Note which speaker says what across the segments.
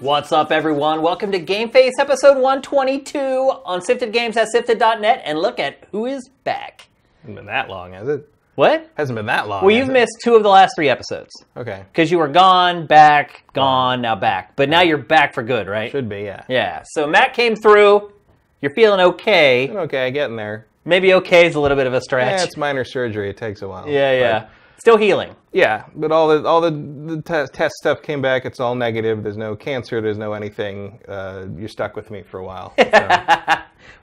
Speaker 1: What's up, everyone? Welcome to Game Face episode 122 on Sifted Games at Sifted.net, and look at who is back.
Speaker 2: Hasn't been that long, has it?
Speaker 1: What?
Speaker 2: Hasn't been that long.
Speaker 1: Well,
Speaker 2: has
Speaker 1: you've
Speaker 2: it?
Speaker 1: missed two of the last three episodes
Speaker 2: Okay,
Speaker 1: because you were gone, back, gone, now back. But now you're back for good, right?
Speaker 2: should be yeah.
Speaker 1: Yeah. So Matt came through. You're feeling okay.
Speaker 2: Okay, getting there.
Speaker 1: Maybe okay is a little bit of a stretch.
Speaker 2: Yeah, it's minor surgery. It takes a while.
Speaker 1: yeah, yeah. Still healing.
Speaker 2: But, yeah, but all the all the, the te- test stuff came back. It's all negative. There's no cancer. There's no anything. Uh, you're stuck with me for a while. So,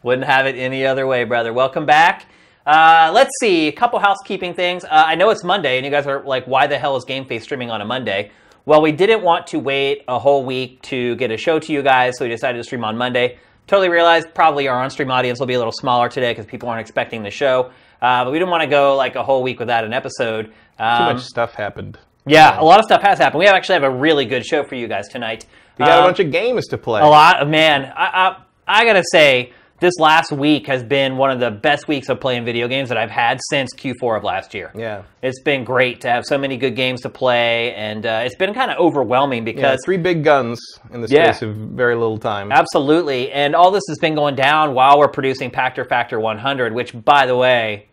Speaker 1: Wouldn't have it any other way, brother. Welcome back. Uh, let's see, a couple housekeeping things. Uh, I know it's Monday, and you guys are like, why the hell is Game Face streaming on a Monday? Well, we didn't want to wait a whole week to get a show to you guys, so we decided to stream on Monday. Totally realized probably our on stream audience will be a little smaller today because people aren't expecting the show. Uh, but we didn't want to go like a whole week without an episode.
Speaker 2: too
Speaker 1: Um,
Speaker 2: much stuff happened.
Speaker 1: yeah, a lot of stuff has happened. We have actually have a really good show for you guys tonight.
Speaker 2: You got
Speaker 1: Um,
Speaker 2: a bunch of games to play.
Speaker 1: a lot, man. I, I I gotta say, this last week has been one of the best weeks of playing video games that I've had since Q4 of last year.
Speaker 2: Yeah.
Speaker 1: it's been great to have so many good games to play, and uh, it's been kind of overwhelming
Speaker 2: Yeah,
Speaker 1: because
Speaker 2: three big guns in the
Speaker 1: Yeah.
Speaker 2: space of very little time.
Speaker 1: absolutely, and all this has been going down while we're producing Pactor Factor 100, which, by the way,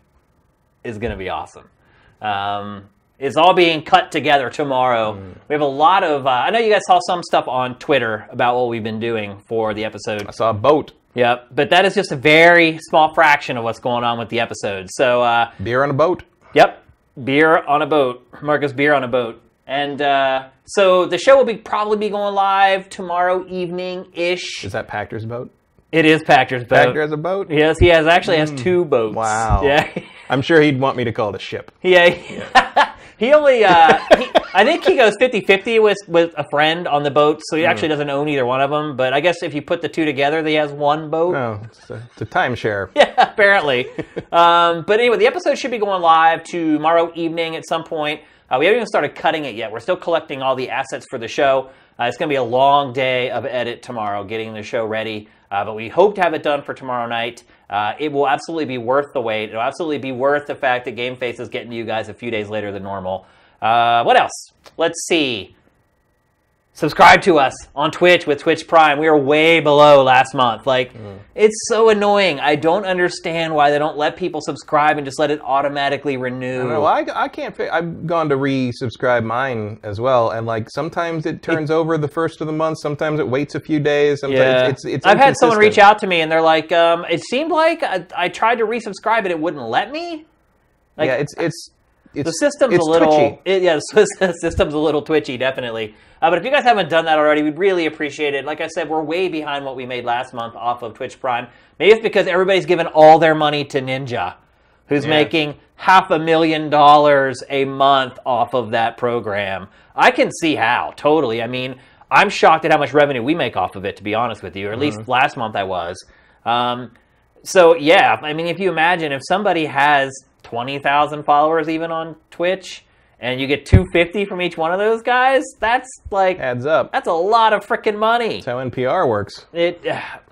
Speaker 1: is gonna be awesome. Um, it's all being cut together tomorrow.
Speaker 2: Mm.
Speaker 1: We have a lot of. Uh, I know you guys saw some stuff on Twitter about what we've been doing for the episode.
Speaker 2: I saw a boat,
Speaker 1: Yep, but that is just a very small fraction of what's going on with the episode. So, uh,
Speaker 2: beer on a boat.
Speaker 1: yep, beer on a boat, Marcus beer on a boat, and uh, so the show will be probably be going live tomorrow evening ish.
Speaker 2: Is that Pactor's boat?
Speaker 1: It is Pactor's boat.
Speaker 2: Pactor has a boat.
Speaker 1: Uh, yes, he has actually has two boats.
Speaker 2: Wow.
Speaker 1: Yeah,
Speaker 2: I'm sure he'd want me to call it a ship.
Speaker 1: yeah. he only, uh, he, I think he goes 50-50 with with a friend on the boat, so he actually doesn't own either one of them. But I guess if you put the two together, he has one boat.
Speaker 2: No, Oh, it's a, it's a timeshare.
Speaker 1: apparently. um, but anyway, the episode should be going live tomorrow evening at some point. Uh, we haven't even started cutting it yet. We're still collecting all the assets for the show. Uh, it's going to be a long day of edit tomorrow, getting the show ready. Uh, but we hope to have it done for tomorrow night. Uh, it will absolutely be worth the wait. It'll absolutely be worth the fact that Game Face is getting to you guys a few days later than normal. Uh, what else? Let's see. Subscribe to us on Twitch with Twitch Prime. We are way below last month. Like,
Speaker 2: Mm.
Speaker 1: it's so annoying. I don't understand why they don't let people subscribe and just let it automatically renew.
Speaker 2: No, I, I can't. Fi- I've gone to resubscribe mine as well, and like sometimes it turns over the first of the month. Sometimes it waits a few days. Sometimes
Speaker 1: yeah.
Speaker 2: it's, it's
Speaker 1: I've had someone reach
Speaker 2: inconsistent.
Speaker 1: out to me and they're like, um, it seemed like I, I tried to resubscribe and it wouldn't let me. like-
Speaker 2: yeah, it's it's it's
Speaker 1: The system's
Speaker 2: it's
Speaker 1: a little
Speaker 2: twitchy.
Speaker 1: it, yeah, the system's a little twitchy, definitely. Uh, but if you guys haven't done that already, we'd really appreciate it. Like I said, we're way behind what we made last month off of Twitch Prime. Maybe it's because everybody's given all their money to Ninja, who's making half a million dollars a month off of that program. I can see how totally. I mean, I'm shocked at how much revenue we make off of it, to be honest with you. Or at
Speaker 2: Mm-hmm.
Speaker 1: least last month I was. Um, so yeah, I mean, if you imagine if somebody has twenty thousand followers even on Twitch, and you get two fifty from each one of those guys, that's like
Speaker 2: Adds up. That's
Speaker 1: that's a lot of freaking money.
Speaker 2: how NPR works.
Speaker 1: It,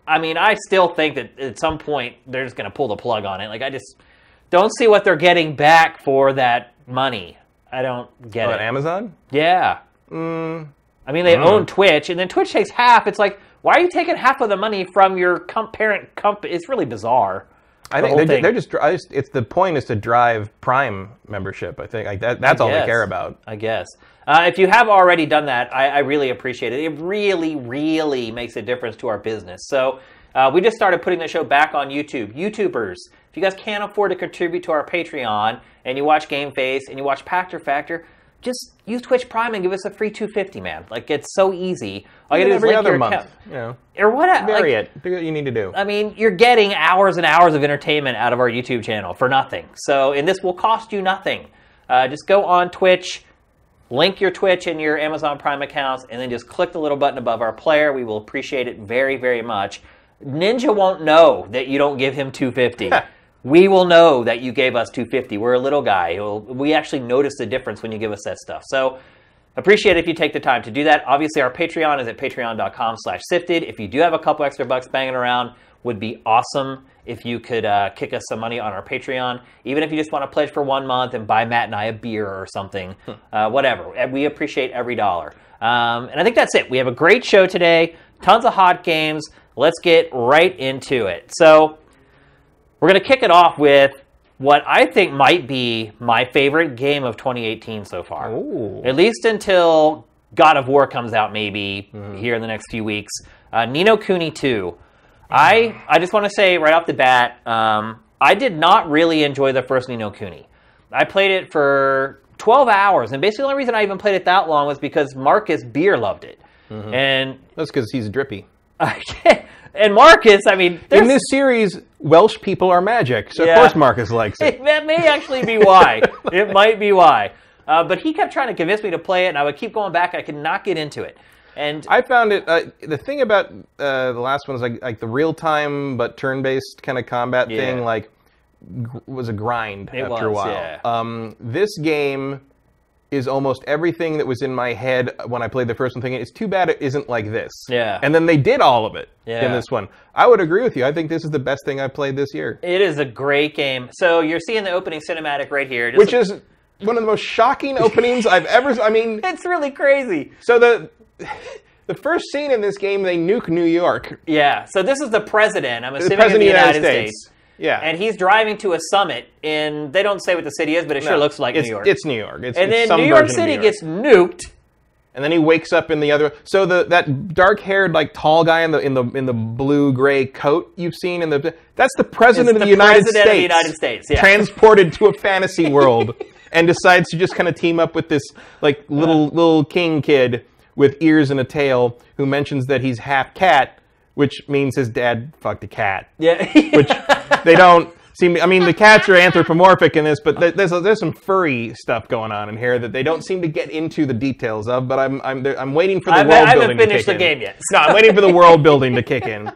Speaker 1: I mean, I still think that at some point they're just gonna pull the plug on it. Like I just don't see what they're getting back for that money. I don't get
Speaker 2: On
Speaker 1: it.
Speaker 2: Amazon,
Speaker 1: Yeah. I mean, they own Twitch, and then Twitch takes half. It's like, why are you taking half of the money from your com- parent company? It's really bizarre.
Speaker 2: I
Speaker 1: The
Speaker 2: think
Speaker 1: whole
Speaker 2: they're, ju-
Speaker 1: thing.
Speaker 2: they're just, dri- I just. It's the point is to drive Prime membership. I think like that. That's all
Speaker 1: guess.
Speaker 2: they care about.
Speaker 1: I guess. Uh, if you have already done that, I, I really appreciate it. It really, really makes a difference to our business. So uh, we just started putting the show back on YouTube. YouTubers, if you guys can't afford to contribute to our Patreon and you watch Game Face and you watch Pactor Factor, just use Twitch Prime and give us a free 250, man. Like it's so easy. All you gotta
Speaker 2: Even
Speaker 1: do is
Speaker 2: every
Speaker 1: link
Speaker 2: other
Speaker 1: your
Speaker 2: month,
Speaker 1: account.
Speaker 2: you know,
Speaker 1: or whatever.
Speaker 2: vary it. Do what you need to do.
Speaker 1: I mean, you're getting hours and hours of entertainment out of our YouTube channel for nothing. So, and this will cost you nothing. Uh, just go on Twitch, link your Twitch and your Amazon Prime accounts, and then just click the little button above our player. We will appreciate it very, very much. Ninja won't know that you don't give him 250. we will know that you gave us 250. We're a little guy. He'll- We actually notice the difference when you give us that stuff. So, appreciate it if you take the time to do that obviously our patreon is at patreon.com slash sifted if you do have a couple extra bucks banging around would be awesome if you could uh, kick us some money on our Patreon. Even if you just want to pledge for one month and buy Matt and I a beer or something, uh, whatever. And We appreciate every dollar. Um, and I think that's it. We have a great show today, tons of hot games. Let's get right into it. So, we're going to kick it off with what I think might be my favorite game of 2018 so far.
Speaker 2: Ooh.
Speaker 1: At least until God of War comes out, maybe
Speaker 2: Mm-hmm.
Speaker 1: here in the next few weeks. Uh, Nino Cooney 2. I, I just want to say right off the bat, um, I did not really enjoy the first Nino Cooney. I played it for 12 hours, and basically the only reason I even played it that long was because Marcus Beer loved it.
Speaker 2: Mm-hmm.
Speaker 1: And
Speaker 2: That's because he's drippy.
Speaker 1: and Marcus, I mean,
Speaker 2: In
Speaker 1: there's
Speaker 2: this series, Welsh people are magic, so
Speaker 1: Yeah.
Speaker 2: of course Marcus likes it.
Speaker 1: that may actually be why. it might be why. Uh, but he kept trying to convince me to play it, and I would keep going back. and I could not get into it. And
Speaker 2: I found it. Uh, the thing about uh, the last one is like like the real time but turn based kind of combat
Speaker 1: Yeah.
Speaker 2: thing. Like gr- was a grind after a
Speaker 1: was,
Speaker 2: while.
Speaker 1: yeah.
Speaker 2: Um, this game is almost everything that was in my head when I played the first one. Thinking it's too bad it isn't like this.
Speaker 1: Yeah.
Speaker 2: And then they did all of it
Speaker 1: Yeah.
Speaker 2: in this one. I would agree with you. I think this is the best thing I played this year,
Speaker 1: it is a great game. So you're seeing the opening cinematic right here. Just-
Speaker 2: which is one of the most shocking openings I've ever. I mean,
Speaker 1: it's really crazy.
Speaker 2: so the. The first scene in this game, they nuke New York.
Speaker 1: Yeah. So this is the president. I'm assuming
Speaker 2: The president of the United, States. Yeah.
Speaker 1: and he's driving to a summit in. They don't say what the city is, but it sure
Speaker 2: No.
Speaker 1: looks like
Speaker 2: it's,
Speaker 1: New York.
Speaker 2: It's New York. It's,
Speaker 1: and
Speaker 2: it's
Speaker 1: then
Speaker 2: some
Speaker 1: New York
Speaker 2: version of
Speaker 1: City
Speaker 2: New York.
Speaker 1: gets nuked.
Speaker 2: and then he wakes up in the other. So the that dark haired like tall guy in the in the in the blue gray coat you've seen in the that's the
Speaker 1: It's
Speaker 2: president, of, the
Speaker 1: the
Speaker 2: United
Speaker 1: president of the
Speaker 2: States,
Speaker 1: United States, yeah.
Speaker 2: transported to a fantasy world and decides to just kind of team up with this like little
Speaker 1: Uh-huh.
Speaker 2: little king kid with ears and a tail who mentions that he's half cat, which means his dad fucked a cat
Speaker 1: Yeah.
Speaker 2: which they don't seem. to- I mean, the cats are anthropomorphic in this, but th- there's there's some furry stuff going on in here that they don't seem to get into the details of. But I'm I'm I'm waiting for the
Speaker 1: I
Speaker 2: world
Speaker 1: haven't I haven't
Speaker 2: building to kick
Speaker 1: finished the
Speaker 2: in.
Speaker 1: game yet.
Speaker 2: No, I'm waiting for the world building to kick in.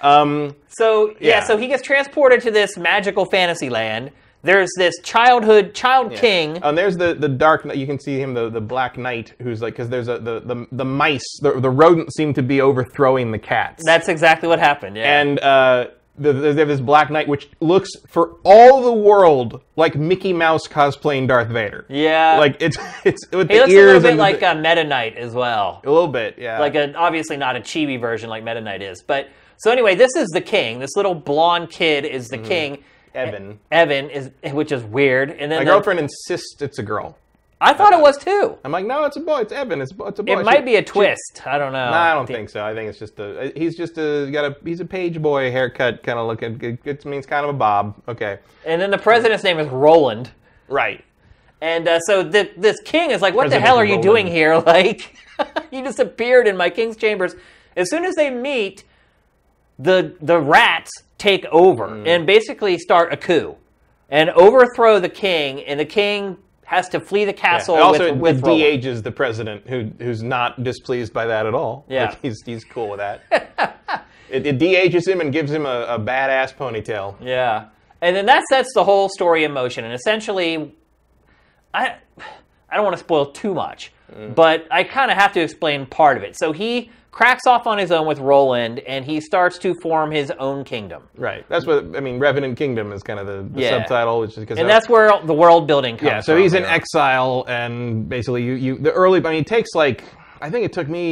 Speaker 2: Um,
Speaker 1: So yeah.
Speaker 2: Yeah.
Speaker 1: so he gets transported to this magical fantasy land. There's this childhood child king.
Speaker 2: and there's the the dark. kn- You can see him, the the black knight, who's like because there's a the the, the mice, the, the rodents seem to be overthrowing the cats.
Speaker 1: That's exactly what happened. Yeah.
Speaker 2: and uh, the, the, they have this Black Knight, which looks for all the world like Mickey Mouse cosplaying Darth Vader.
Speaker 1: Yeah.
Speaker 2: like it's it's with
Speaker 1: he
Speaker 2: the
Speaker 1: looks a
Speaker 2: ears
Speaker 1: little bit
Speaker 2: and the-
Speaker 1: like a Meta Knight as well.
Speaker 2: a little bit, yeah.
Speaker 1: Like an obviously not a chibi version like Meta Knight is. But so anyway, this is the king. This little blonde kid is the
Speaker 2: Mm-hmm.
Speaker 1: king.
Speaker 2: Evan.
Speaker 1: Evan is which is weird. And then
Speaker 2: My
Speaker 1: the-
Speaker 2: girlfriend insists it's a girl.
Speaker 1: I thought it was too.
Speaker 2: I'm like, no, it's a boy. It's Evan. It's, a bo- it's a boy.
Speaker 1: It might be a twist. I don't know.
Speaker 2: No, I don't think so. I think it's just a. He's just a got a. He's a page boy haircut kind of looking. It, it means kind of a bob. Okay,
Speaker 1: And then the president's name is Roland.
Speaker 2: right.
Speaker 1: And uh, so th this king is like, "What the
Speaker 2: President
Speaker 1: hell are you
Speaker 2: Roland.
Speaker 1: doing here? Like, you just appeared in my king's chambers." As soon as they meet, the the rats take over
Speaker 2: Mm.
Speaker 1: and basically start a coup and overthrow the king, and the king has to flee the castle
Speaker 2: It also,
Speaker 1: with, with
Speaker 2: it
Speaker 1: Roland.
Speaker 2: de-ages the president, who who's not displeased by that at all.
Speaker 1: Yeah.
Speaker 2: Like, he's he's cool with that. it, it de-ages him and gives him a, a badass ponytail.
Speaker 1: Yeah, and then that sets the whole story in motion, and essentially, I I don't want to spoil too much,
Speaker 2: Mm.
Speaker 1: but I kind of have to explain part of it. So he cracks off on his own with Roland, and he starts to form his own kingdom,
Speaker 2: Right. That's what I mean. Revenant Kingdom is kind of the, the
Speaker 1: Yeah.
Speaker 2: subtitle, which is because
Speaker 1: and that's Oh, where the world building comes.
Speaker 2: yeah. So
Speaker 1: from
Speaker 2: he's in
Speaker 1: here.
Speaker 2: exile, and basically you you the early. I mean, it takes like I think it took me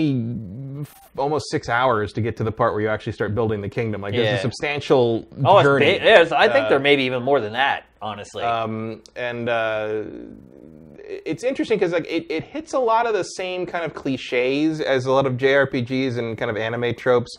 Speaker 2: almost six hours to get to the part where you actually start building the kingdom. Like
Speaker 1: Yeah.
Speaker 2: there's a substantial
Speaker 1: Oh, it's
Speaker 2: journey.
Speaker 1: big. Yeah, it's- I think there may be even more than that, honestly.
Speaker 2: Uh, um, and uh, it's interesting because like it, it hits a lot of the same kind of cliches as a lot of JRPGs and kind of anime tropes,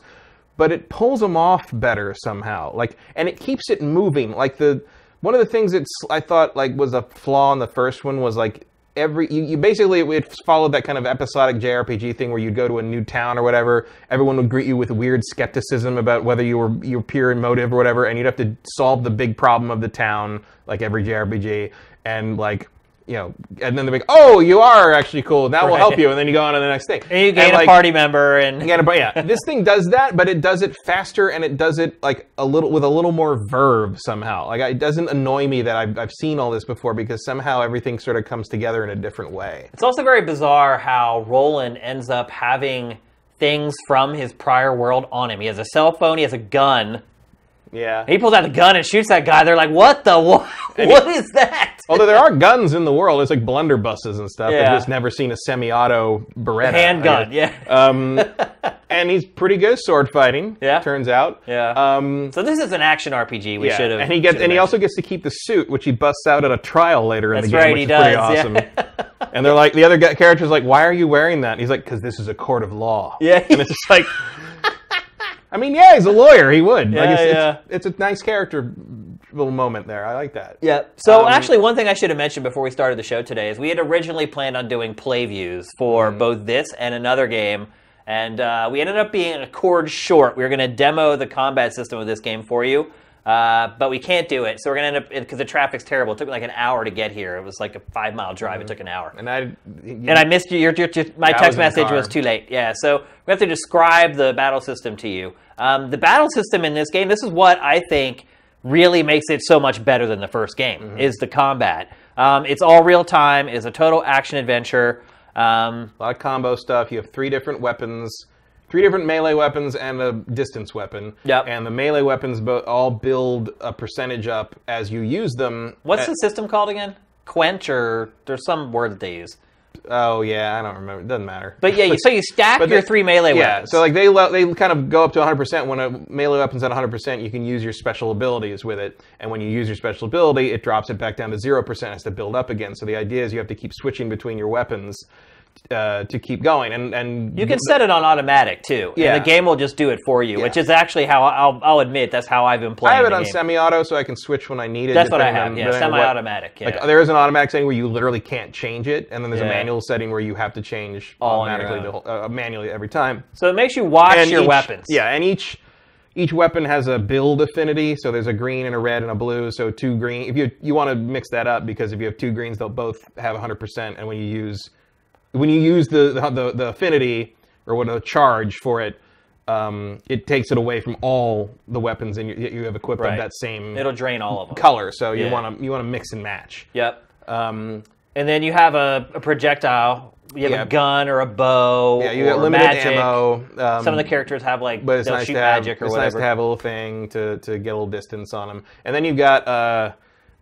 Speaker 2: but it pulls them off better somehow. Like, and it keeps it moving. Like the one of the things it's I thought like was a flaw in the first one was like every you, you basically it followed that kind of episodic JRPG thing where you'd go to a new town or whatever. Everyone would greet you with weird skepticism about whether you were your pure in motive or whatever, and you'd have to solve the big problem of the town like every JRPG. And like you know, and then they're like, "Oh, you are actually cool. That will help
Speaker 1: Right.
Speaker 2: you." And then you go on to the next thing.
Speaker 1: and you gain
Speaker 2: like,
Speaker 1: a party member, and
Speaker 2: you gotta buy- yeah, this thing does that, but it does it faster and it does it like a little with a little more verve somehow. Like it doesn't annoy me that I've, I've seen all this before because somehow everything sort of comes together in a different way.
Speaker 1: It's also very bizarre how Roland ends up having things from his prior world on him. He has a cell phone, he has a gun,
Speaker 2: Yeah.
Speaker 1: He pulls out the gun and shoots that guy. They're like, "What the what? What is that?"
Speaker 2: Although there are guns in the world, it's like blunderbusses and stuff.
Speaker 1: Yeah.
Speaker 2: I've just never seen a semi-auto Beretta I
Speaker 1: Handgun,
Speaker 2: guess.
Speaker 1: yeah.
Speaker 2: Um, and he's pretty good at sword fighting.
Speaker 1: Yeah.
Speaker 2: Turns out.
Speaker 1: Yeah.
Speaker 2: Um,
Speaker 1: so this is an action RPG. We
Speaker 2: yeah.
Speaker 1: should have.
Speaker 2: And he gets, and he also gets to keep the suit, which he busts out at a trial later in
Speaker 1: That's
Speaker 2: the game,
Speaker 1: right,
Speaker 2: which
Speaker 1: he
Speaker 2: is
Speaker 1: does, yeah.
Speaker 2: pretty awesome. and they're like, the other guy, character's like, "Why are you wearing that?" And he's like, "Cause this is a court of law."
Speaker 1: Yeah.
Speaker 2: And it's just like. I mean, yeah, he's a lawyer. He would.
Speaker 1: Yeah,
Speaker 2: like it's,
Speaker 1: yeah.
Speaker 2: It's, it's a nice character little moment there. I like that.
Speaker 1: Yeah. So
Speaker 2: Um,
Speaker 1: actually, one thing I should have mentioned before we started the show today is we had originally planned on doing play views for
Speaker 2: Mm-hmm.
Speaker 1: both this and another game, and uh, we ended up being a chord short. We were going to demo the combat system of this game for you, uh, but we can't do it. So we're going to end up because the traffic's terrible. It took me like an hour to get here. It was like a five mile drive.
Speaker 2: Mm-hmm.
Speaker 1: It took an hour.
Speaker 2: And I.
Speaker 1: And I missed your, your, your my
Speaker 2: I was
Speaker 1: text
Speaker 2: in the
Speaker 1: message
Speaker 2: car.
Speaker 1: was too late. Yeah, so we have to describe the battle system to you. Um, the battle system in this game, this is what I think really makes it so much better than the first game
Speaker 2: Mm-hmm.
Speaker 1: is the combat. Um, it's all real time. It is a total action adventure. Um,
Speaker 2: A lot of combo stuff. You have three different weapons, three different melee weapons, and a distance weapon.
Speaker 1: Yep.
Speaker 2: And the melee weapons bo- all build a percentage up as you use them.
Speaker 1: what's
Speaker 2: Uh,
Speaker 1: the system called again? Quench or there's some word that they use.
Speaker 2: Oh yeah, I don't remember. It doesn't matter.
Speaker 1: But yeah, you, so you stack your
Speaker 2: the-
Speaker 1: three melee
Speaker 2: yeah,
Speaker 1: weapons.
Speaker 2: so like they lo- they kind of go up to 100% when a melee weapon's at 100%, you can use your special abilities with it, and when you use your special ability, it drops it back down to 0%, it has to build up again. So the idea is you have to keep switching between your weapons uh, to keep going, and and
Speaker 1: You can set it on automatic too,
Speaker 2: Yeah.
Speaker 1: and the game will just do it for you, which is actually how I'll, I'll admit that's how I've been playing.
Speaker 2: I have it
Speaker 1: the
Speaker 2: on
Speaker 1: game.
Speaker 2: semi-auto, so I can switch when I need it.
Speaker 1: That's what I
Speaker 2: depending
Speaker 1: have.
Speaker 2: on-
Speaker 1: Yeah,
Speaker 2: depending on what-
Speaker 1: semi-automatic. Yeah.
Speaker 2: Like there is an automatic setting where you literally can't change it, and then there's
Speaker 1: Yeah.
Speaker 2: a manual setting where you have to change
Speaker 1: All on your
Speaker 2: automatically, the whole, uh, manually every time.
Speaker 1: so it makes you watch your
Speaker 2: each-
Speaker 1: weapons.
Speaker 2: Yeah, and each each weapon has a build affinity. So there's a green and a red and a blue. So two green. If you you want to mix that up because if you have two greens, they'll both have 100%. And when you use when you use the the the, the affinity or what a charge for it. Um, it takes it away from all the weapons and you, you have equipped
Speaker 1: Right.
Speaker 2: of that same
Speaker 1: It'll drain all of them.
Speaker 2: color, so you
Speaker 1: Yeah.
Speaker 2: want to you want to mix and match.
Speaker 1: Yep.
Speaker 2: Um,
Speaker 1: And then you have a, a projectile. You have
Speaker 2: Yeah.
Speaker 1: a gun or a bow.
Speaker 2: yeah, you
Speaker 1: or
Speaker 2: got limited
Speaker 1: magic.
Speaker 2: ammo. Um,
Speaker 1: Some of the characters have like
Speaker 2: but
Speaker 1: they'll
Speaker 2: it's nice
Speaker 1: shoot
Speaker 2: to have
Speaker 1: magic or
Speaker 2: it's nice
Speaker 1: whatever.
Speaker 2: to have a little thing to to get a little distance on them. And then you've got uh,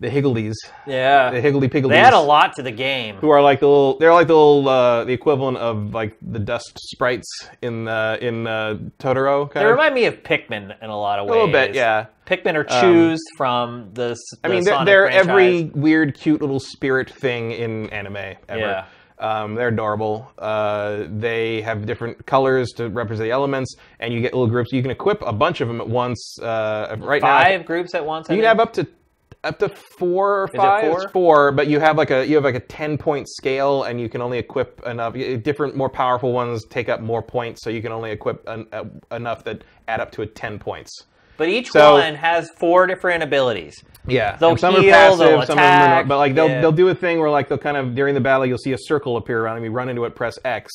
Speaker 2: the Higglies,
Speaker 1: yeah.
Speaker 2: the Higgledy Pigglies,
Speaker 1: They add a lot to the game.
Speaker 2: who are like the little they're like the little uh, the equivalent of like the dust sprites in uh, in uh, Totoro. Kind
Speaker 1: They
Speaker 2: of.
Speaker 1: remind me of Pikmin in a lot of ways.
Speaker 2: a little bit, yeah. Um,
Speaker 1: Pikmin are choos from the. s-
Speaker 2: I
Speaker 1: the
Speaker 2: mean, they're,
Speaker 1: Sonic
Speaker 2: they're
Speaker 1: franchise.
Speaker 2: every weird, cute little spirit thing in anime ever.
Speaker 1: Yeah.
Speaker 2: Um, they're adorable. Uh, they have different colors to represent the elements, and you get little groups. You can equip a bunch of them at once. Uh, right now,
Speaker 1: five groups at once. I
Speaker 2: you can
Speaker 1: think?
Speaker 2: have up to up to four or
Speaker 1: it
Speaker 2: five.
Speaker 1: four?
Speaker 2: It's four, but you have like a you have like a ten point scale, and you can only equip enough. y- Different, more powerful ones take up more points, so you can only equip en- uh, enough that add up to a ten points.
Speaker 1: but each
Speaker 2: so-
Speaker 1: one has four different abilities.
Speaker 2: Yeah,
Speaker 1: They'll
Speaker 2: and some
Speaker 1: heal,
Speaker 2: are passive,
Speaker 1: they'll
Speaker 2: some of them are
Speaker 1: attack,
Speaker 2: not. But like they'll
Speaker 1: yeah.
Speaker 2: they'll do a thing where like they'll kind of during the battle you'll see a circle appear around and you run into it, press X,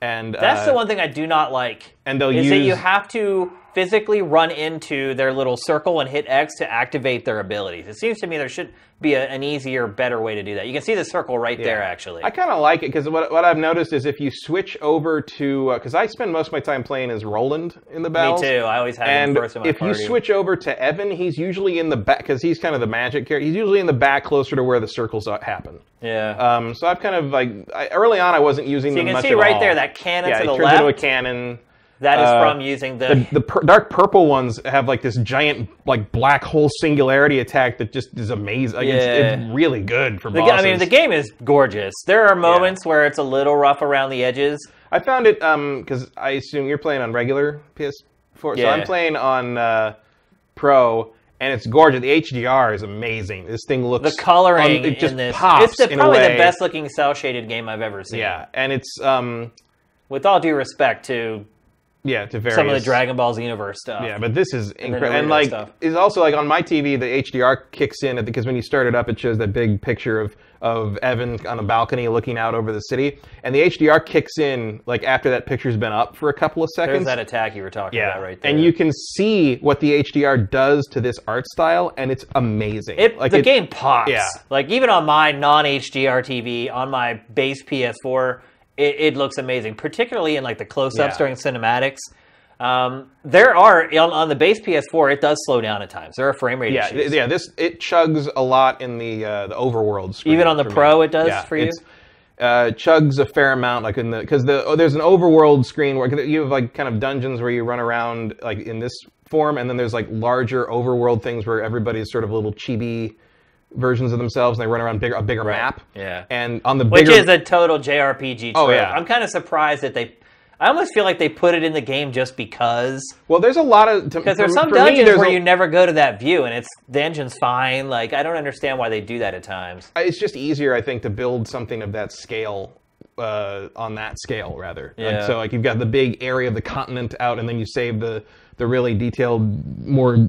Speaker 2: and
Speaker 1: That's
Speaker 2: uh,
Speaker 1: the one thing I do not like.
Speaker 2: And they'll
Speaker 1: is that
Speaker 2: use-
Speaker 1: you have to physically run into their little circle and hit X to activate their abilities. It seems to me there should be a, an easier, better way to do that. You can see the circle right there, actually.
Speaker 2: I kind of like it because what, what I've noticed is if you switch over to because I spend most of my time playing as Roland in the
Speaker 1: me
Speaker 2: battles.
Speaker 1: too. I always have him
Speaker 2: And
Speaker 1: first in my
Speaker 2: if you
Speaker 1: party.
Speaker 2: switch over to Evan, he's usually in the back because he's kind of the magic character. He's usually in the back, closer to where the circles are- happen.
Speaker 1: yeah.
Speaker 2: Um, so I've kind of like I, early on I wasn't using
Speaker 1: so you
Speaker 2: them
Speaker 1: can
Speaker 2: much
Speaker 1: see
Speaker 2: at
Speaker 1: right
Speaker 2: all.
Speaker 1: there that cannon
Speaker 2: yeah,
Speaker 1: to the
Speaker 2: he turns into a
Speaker 1: left.
Speaker 2: cannon.
Speaker 1: that is
Speaker 2: uh,
Speaker 1: from using the.
Speaker 2: the pur- dark purple ones have like this giant like black hole singularity attack that just is amazing. Like, it's,
Speaker 1: Yeah.
Speaker 2: it's really good for
Speaker 1: the ga- I
Speaker 2: bosses.
Speaker 1: mean, the game is gorgeous. There are moments where it's a little rough around the edges.
Speaker 2: I found it um because I assume you're playing on regular PS4, so
Speaker 1: Yeah.
Speaker 2: I'm playing on uh, Pro. And it's gorgeous. The HDR is amazing. This thing looks
Speaker 1: The coloring
Speaker 2: un- Um, it just
Speaker 1: in this.
Speaker 2: pops
Speaker 1: it's the,
Speaker 2: in a
Speaker 1: probably the
Speaker 2: way.
Speaker 1: best looking cell shaded game I've ever seen.
Speaker 2: Yeah, and it's um
Speaker 1: With all due respect to
Speaker 2: yeah to various
Speaker 1: some of the Dragon Ball Xenoverse stuff.
Speaker 2: Yeah, but this is
Speaker 1: the
Speaker 2: incredible.
Speaker 1: Lego
Speaker 2: And like,
Speaker 1: stuff.
Speaker 2: is also like on my TV, the HDR kicks in because when you start it up, it shows that big picture of of Evan on a balcony looking out over the city, and the HDR kicks in like after that picture's been up for a couple of
Speaker 1: There's
Speaker 2: seconds.
Speaker 1: that attack you were talking about right there.
Speaker 2: and you can see what the HDR does to this art style, and it's amazing.
Speaker 1: it, the
Speaker 2: it-
Speaker 1: game pops.
Speaker 2: Yeah.
Speaker 1: Like even on my non HDR TV, on my base PS4, it, it looks amazing, particularly in like the close ups
Speaker 2: Yeah.
Speaker 1: during cinematics. Um, there are on, on the base PS4, it does slow down at times. There are frame rate
Speaker 2: Yeah,
Speaker 1: issues.
Speaker 2: th- yeah. This it chugs a lot in the uh, the overworld screen.
Speaker 1: Even on the
Speaker 2: for me.
Speaker 1: Pro, it does
Speaker 2: Yeah,
Speaker 1: for you?
Speaker 2: it's- Uh, chugs a fair amount, like in the because the oh, there's an overworld screen where 'cause you have like kind of dungeons where you run around like in this form, and then there's like larger overworld things where everybody's sort of little chibi versions of themselves, and they run around bigger a bigger map.
Speaker 1: Yeah.
Speaker 2: and on the
Speaker 1: which
Speaker 2: bigger,
Speaker 1: is a total JRPG. Trope.
Speaker 2: Oh, yeah.
Speaker 1: I'm kind of surprised that they. I almost feel like they put it in the game just because.
Speaker 2: well, there's a lot of
Speaker 1: Because there's some dungeons where you never go to that view, and it's the engine's fine. Like I don't understand why they do that at times.
Speaker 2: I- it's just easier, I think, to build something of that scale uh, on that scale rather. Like,
Speaker 1: Yeah.
Speaker 2: so like you've got the big area of the continent out, and then you save the the really detailed, more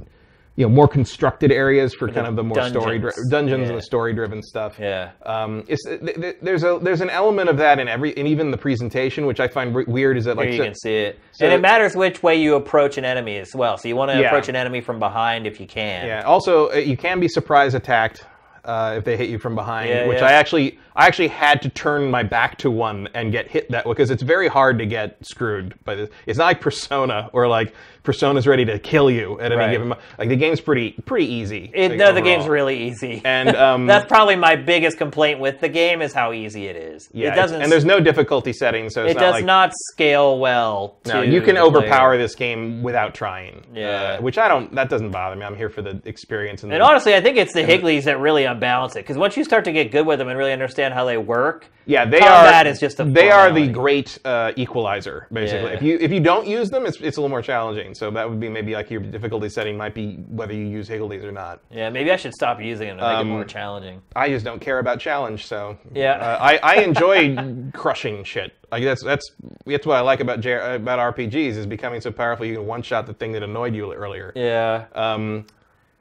Speaker 2: you know, more constructed areas for kind of the more story dri-
Speaker 1: dungeons.
Speaker 2: dungeons
Speaker 1: Yeah.
Speaker 2: and the story driven stuff.
Speaker 1: Yeah.
Speaker 2: Um, it's, th- th- there's a there's an element of that in every in even the presentation, which I find re- weird. Is that like
Speaker 1: Here you
Speaker 2: so-
Speaker 1: can see it, and it matters which way you approach an enemy as well. So you want to
Speaker 2: Yeah.
Speaker 1: approach an enemy from behind if you can.
Speaker 2: Yeah. Also, uh, you can be surprise attacked uh, if they hit you from behind,
Speaker 1: Yeah,
Speaker 2: which
Speaker 1: yeah.
Speaker 2: I actually I actually had to turn my back to one and get hit that way because it's very hard to get screwed by this. It's not like Persona or like Persona's ready to kill you at any
Speaker 1: Right.
Speaker 2: given. mo- Like the game's pretty pretty easy.
Speaker 1: It,
Speaker 2: like,
Speaker 1: no, the
Speaker 2: overall.
Speaker 1: game's really easy.
Speaker 2: and um,
Speaker 1: That's probably my biggest complaint with the game is how easy it is.
Speaker 2: yeah,
Speaker 1: it
Speaker 2: it's-
Speaker 1: doesn't.
Speaker 2: and there's no difficulty setting, so it's
Speaker 1: it
Speaker 2: not
Speaker 1: does
Speaker 2: like,
Speaker 1: not scale well.
Speaker 2: No,
Speaker 1: to
Speaker 2: you can
Speaker 1: the player.
Speaker 2: overpower this game without trying.
Speaker 1: Yeah.
Speaker 2: uh, which I don't. That doesn't bother me. I'm here for the experience and,
Speaker 1: And
Speaker 2: the,
Speaker 1: honestly, I think it's the Higglies that really unbalance it. Because once you start to get good with them and really understand how they work,
Speaker 2: Yeah, they
Speaker 1: combat
Speaker 2: are.
Speaker 1: is just a
Speaker 2: they are the
Speaker 1: formality.
Speaker 2: great uh, equalizer, basically.
Speaker 1: Yeah.
Speaker 2: If you if you don't use them, it's it's a little more challenging. So that would be maybe like your difficulty setting might be whether you use Higglies or not.
Speaker 1: Yeah, maybe I should stop using them to
Speaker 2: Um,
Speaker 1: make it more challenging.
Speaker 2: I just don't care about challenge, so
Speaker 1: Yeah.
Speaker 2: uh, I I enjoy crushing shit. Like that's that's that's what I like about J- uh, about RPGs is becoming so powerful. You can one shot the thing that annoyed you earlier.
Speaker 1: Yeah,
Speaker 2: Um,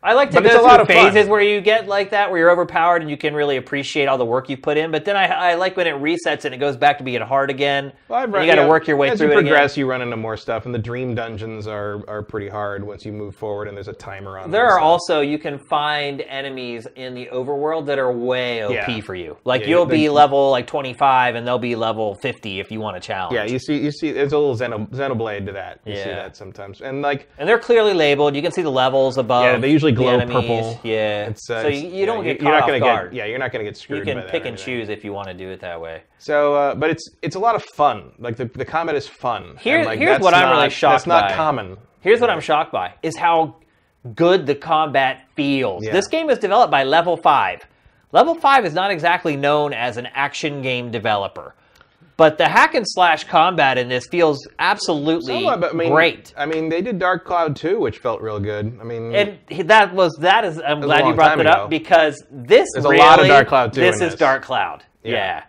Speaker 1: I like to
Speaker 2: it's
Speaker 1: go
Speaker 2: a
Speaker 1: through
Speaker 2: lot of fun.
Speaker 1: phases where you get like that, where you're overpowered and you can really appreciate all the work you put in. But then I, I like when it resets and it goes back to being hard again.
Speaker 2: I've
Speaker 1: and
Speaker 2: run-
Speaker 1: you got to
Speaker 2: yeah,
Speaker 1: work your way
Speaker 2: as
Speaker 1: through
Speaker 2: you
Speaker 1: it. again.
Speaker 2: progress, you run into more stuff, and the dream dungeons are are pretty hard once you move forward. And there's a timer on
Speaker 1: There
Speaker 2: them,
Speaker 1: are
Speaker 2: so-
Speaker 1: also you can find enemies in the overworld that are way OP
Speaker 2: Yeah.
Speaker 1: for you. Like
Speaker 2: Yeah,
Speaker 1: you'll
Speaker 2: they-
Speaker 1: be level like 25 and they'll be level 50 if you want to challenge.
Speaker 2: Yeah, you see, you see, there's a little Xeno, Xenoblade to that. You see
Speaker 1: Yeah.
Speaker 2: that sometimes, and like,
Speaker 1: And they're clearly labeled. You can see the levels above.
Speaker 2: Yeah, they usually
Speaker 1: the
Speaker 2: glow
Speaker 1: enemies.
Speaker 2: purple.
Speaker 1: Yeah.
Speaker 2: it's, uh,
Speaker 1: so
Speaker 2: it's-
Speaker 1: you, you
Speaker 2: yeah,
Speaker 1: don't
Speaker 2: you're-
Speaker 1: get caught
Speaker 2: you're not
Speaker 1: off
Speaker 2: gonna
Speaker 1: guard.
Speaker 2: Get, yeah, you're not going to get screwed.
Speaker 1: you can
Speaker 2: by that
Speaker 1: pick
Speaker 2: or
Speaker 1: and
Speaker 2: anything.
Speaker 1: choose if you want to do it that way.
Speaker 2: So, uh, but it's it's a lot of fun. Like the the combat is fun.
Speaker 1: Here-
Speaker 2: And, like,
Speaker 1: here's
Speaker 2: that's
Speaker 1: what I'm
Speaker 2: not-
Speaker 1: really shocked
Speaker 2: That's not
Speaker 1: by.
Speaker 2: common.
Speaker 1: Here's what I'm shocked by is how good the combat feels. This game is developed by Level 5. Level 5 is not exactly known as an action game developer. But the hack and slash combat in this feels absolutely
Speaker 2: Somewhat, but I mean,
Speaker 1: great.
Speaker 2: I mean, they did Dark Cloud too, which felt real good. I mean,
Speaker 1: And he- that was that is I'm glad you
Speaker 2: long
Speaker 1: brought
Speaker 2: time
Speaker 1: that up
Speaker 2: ago.
Speaker 1: because this
Speaker 2: a lot of
Speaker 1: really-
Speaker 2: Dark Cloud too
Speaker 1: This
Speaker 2: in
Speaker 1: is
Speaker 2: this.
Speaker 1: Dark Cloud. Yeah.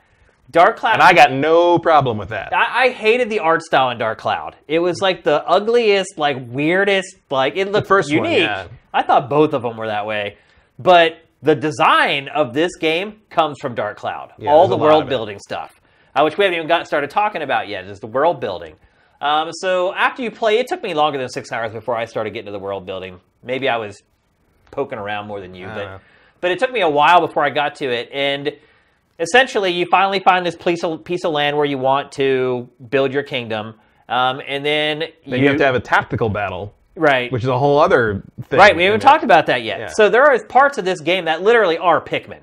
Speaker 1: Dark Cloud
Speaker 2: and I got no problem with that.
Speaker 1: I, I hated the art style in Dark Cloud. It was like the ugliest, like weirdest, like it looked
Speaker 2: first one,
Speaker 1: unique.
Speaker 2: yeah.
Speaker 1: I thought both of them were that way, but the design of this game comes from Dark Cloud. All
Speaker 2: there's
Speaker 1: the
Speaker 2: a lot
Speaker 1: world
Speaker 2: of it.
Speaker 1: building stuff, uh, which we haven't even got started talking about yet, is the world building. Um, so after you play, it took me longer than six hours before I started getting to the world building. Maybe I was poking around more than you,
Speaker 2: know.
Speaker 1: but but it took me a while before I got to it. And essentially, you finally find this piece of, piece of land where you want to build your kingdom, um, and then,
Speaker 2: Then you have to have a tactical battle,
Speaker 1: right,
Speaker 2: which is a whole other thing.
Speaker 1: right. We
Speaker 2: in
Speaker 1: haven't
Speaker 2: it.
Speaker 1: talked about that yet. So there are parts of this game that literally are Pikmin.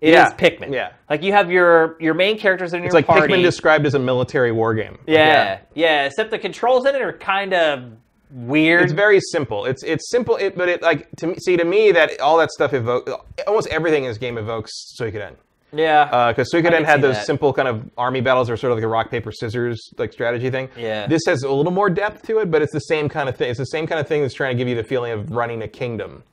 Speaker 1: It is
Speaker 2: Yeah.
Speaker 1: Pikmin.
Speaker 2: Yeah.
Speaker 1: Like you have your your main characters in
Speaker 2: It's
Speaker 1: your
Speaker 2: like
Speaker 1: party.
Speaker 2: Pikmin described as a military war game.
Speaker 1: yeah, yeah, Except the controls in it are kind of weird.
Speaker 2: It's very simple. It's it's simple, it, but it like to me, see to me that all that stuff evokes almost everything in this game evokes Suikoden
Speaker 1: yeah.
Speaker 2: because Uh, Suikoden
Speaker 1: can see
Speaker 2: had those
Speaker 1: that.
Speaker 2: simple kind of army battles or sort of like a rock paper scissors like strategy thing.
Speaker 1: Yeah.
Speaker 2: this has a little more depth to it, but it's the same kind of thing. It's the same kind of thing that's trying to give you the feeling of running a kingdom.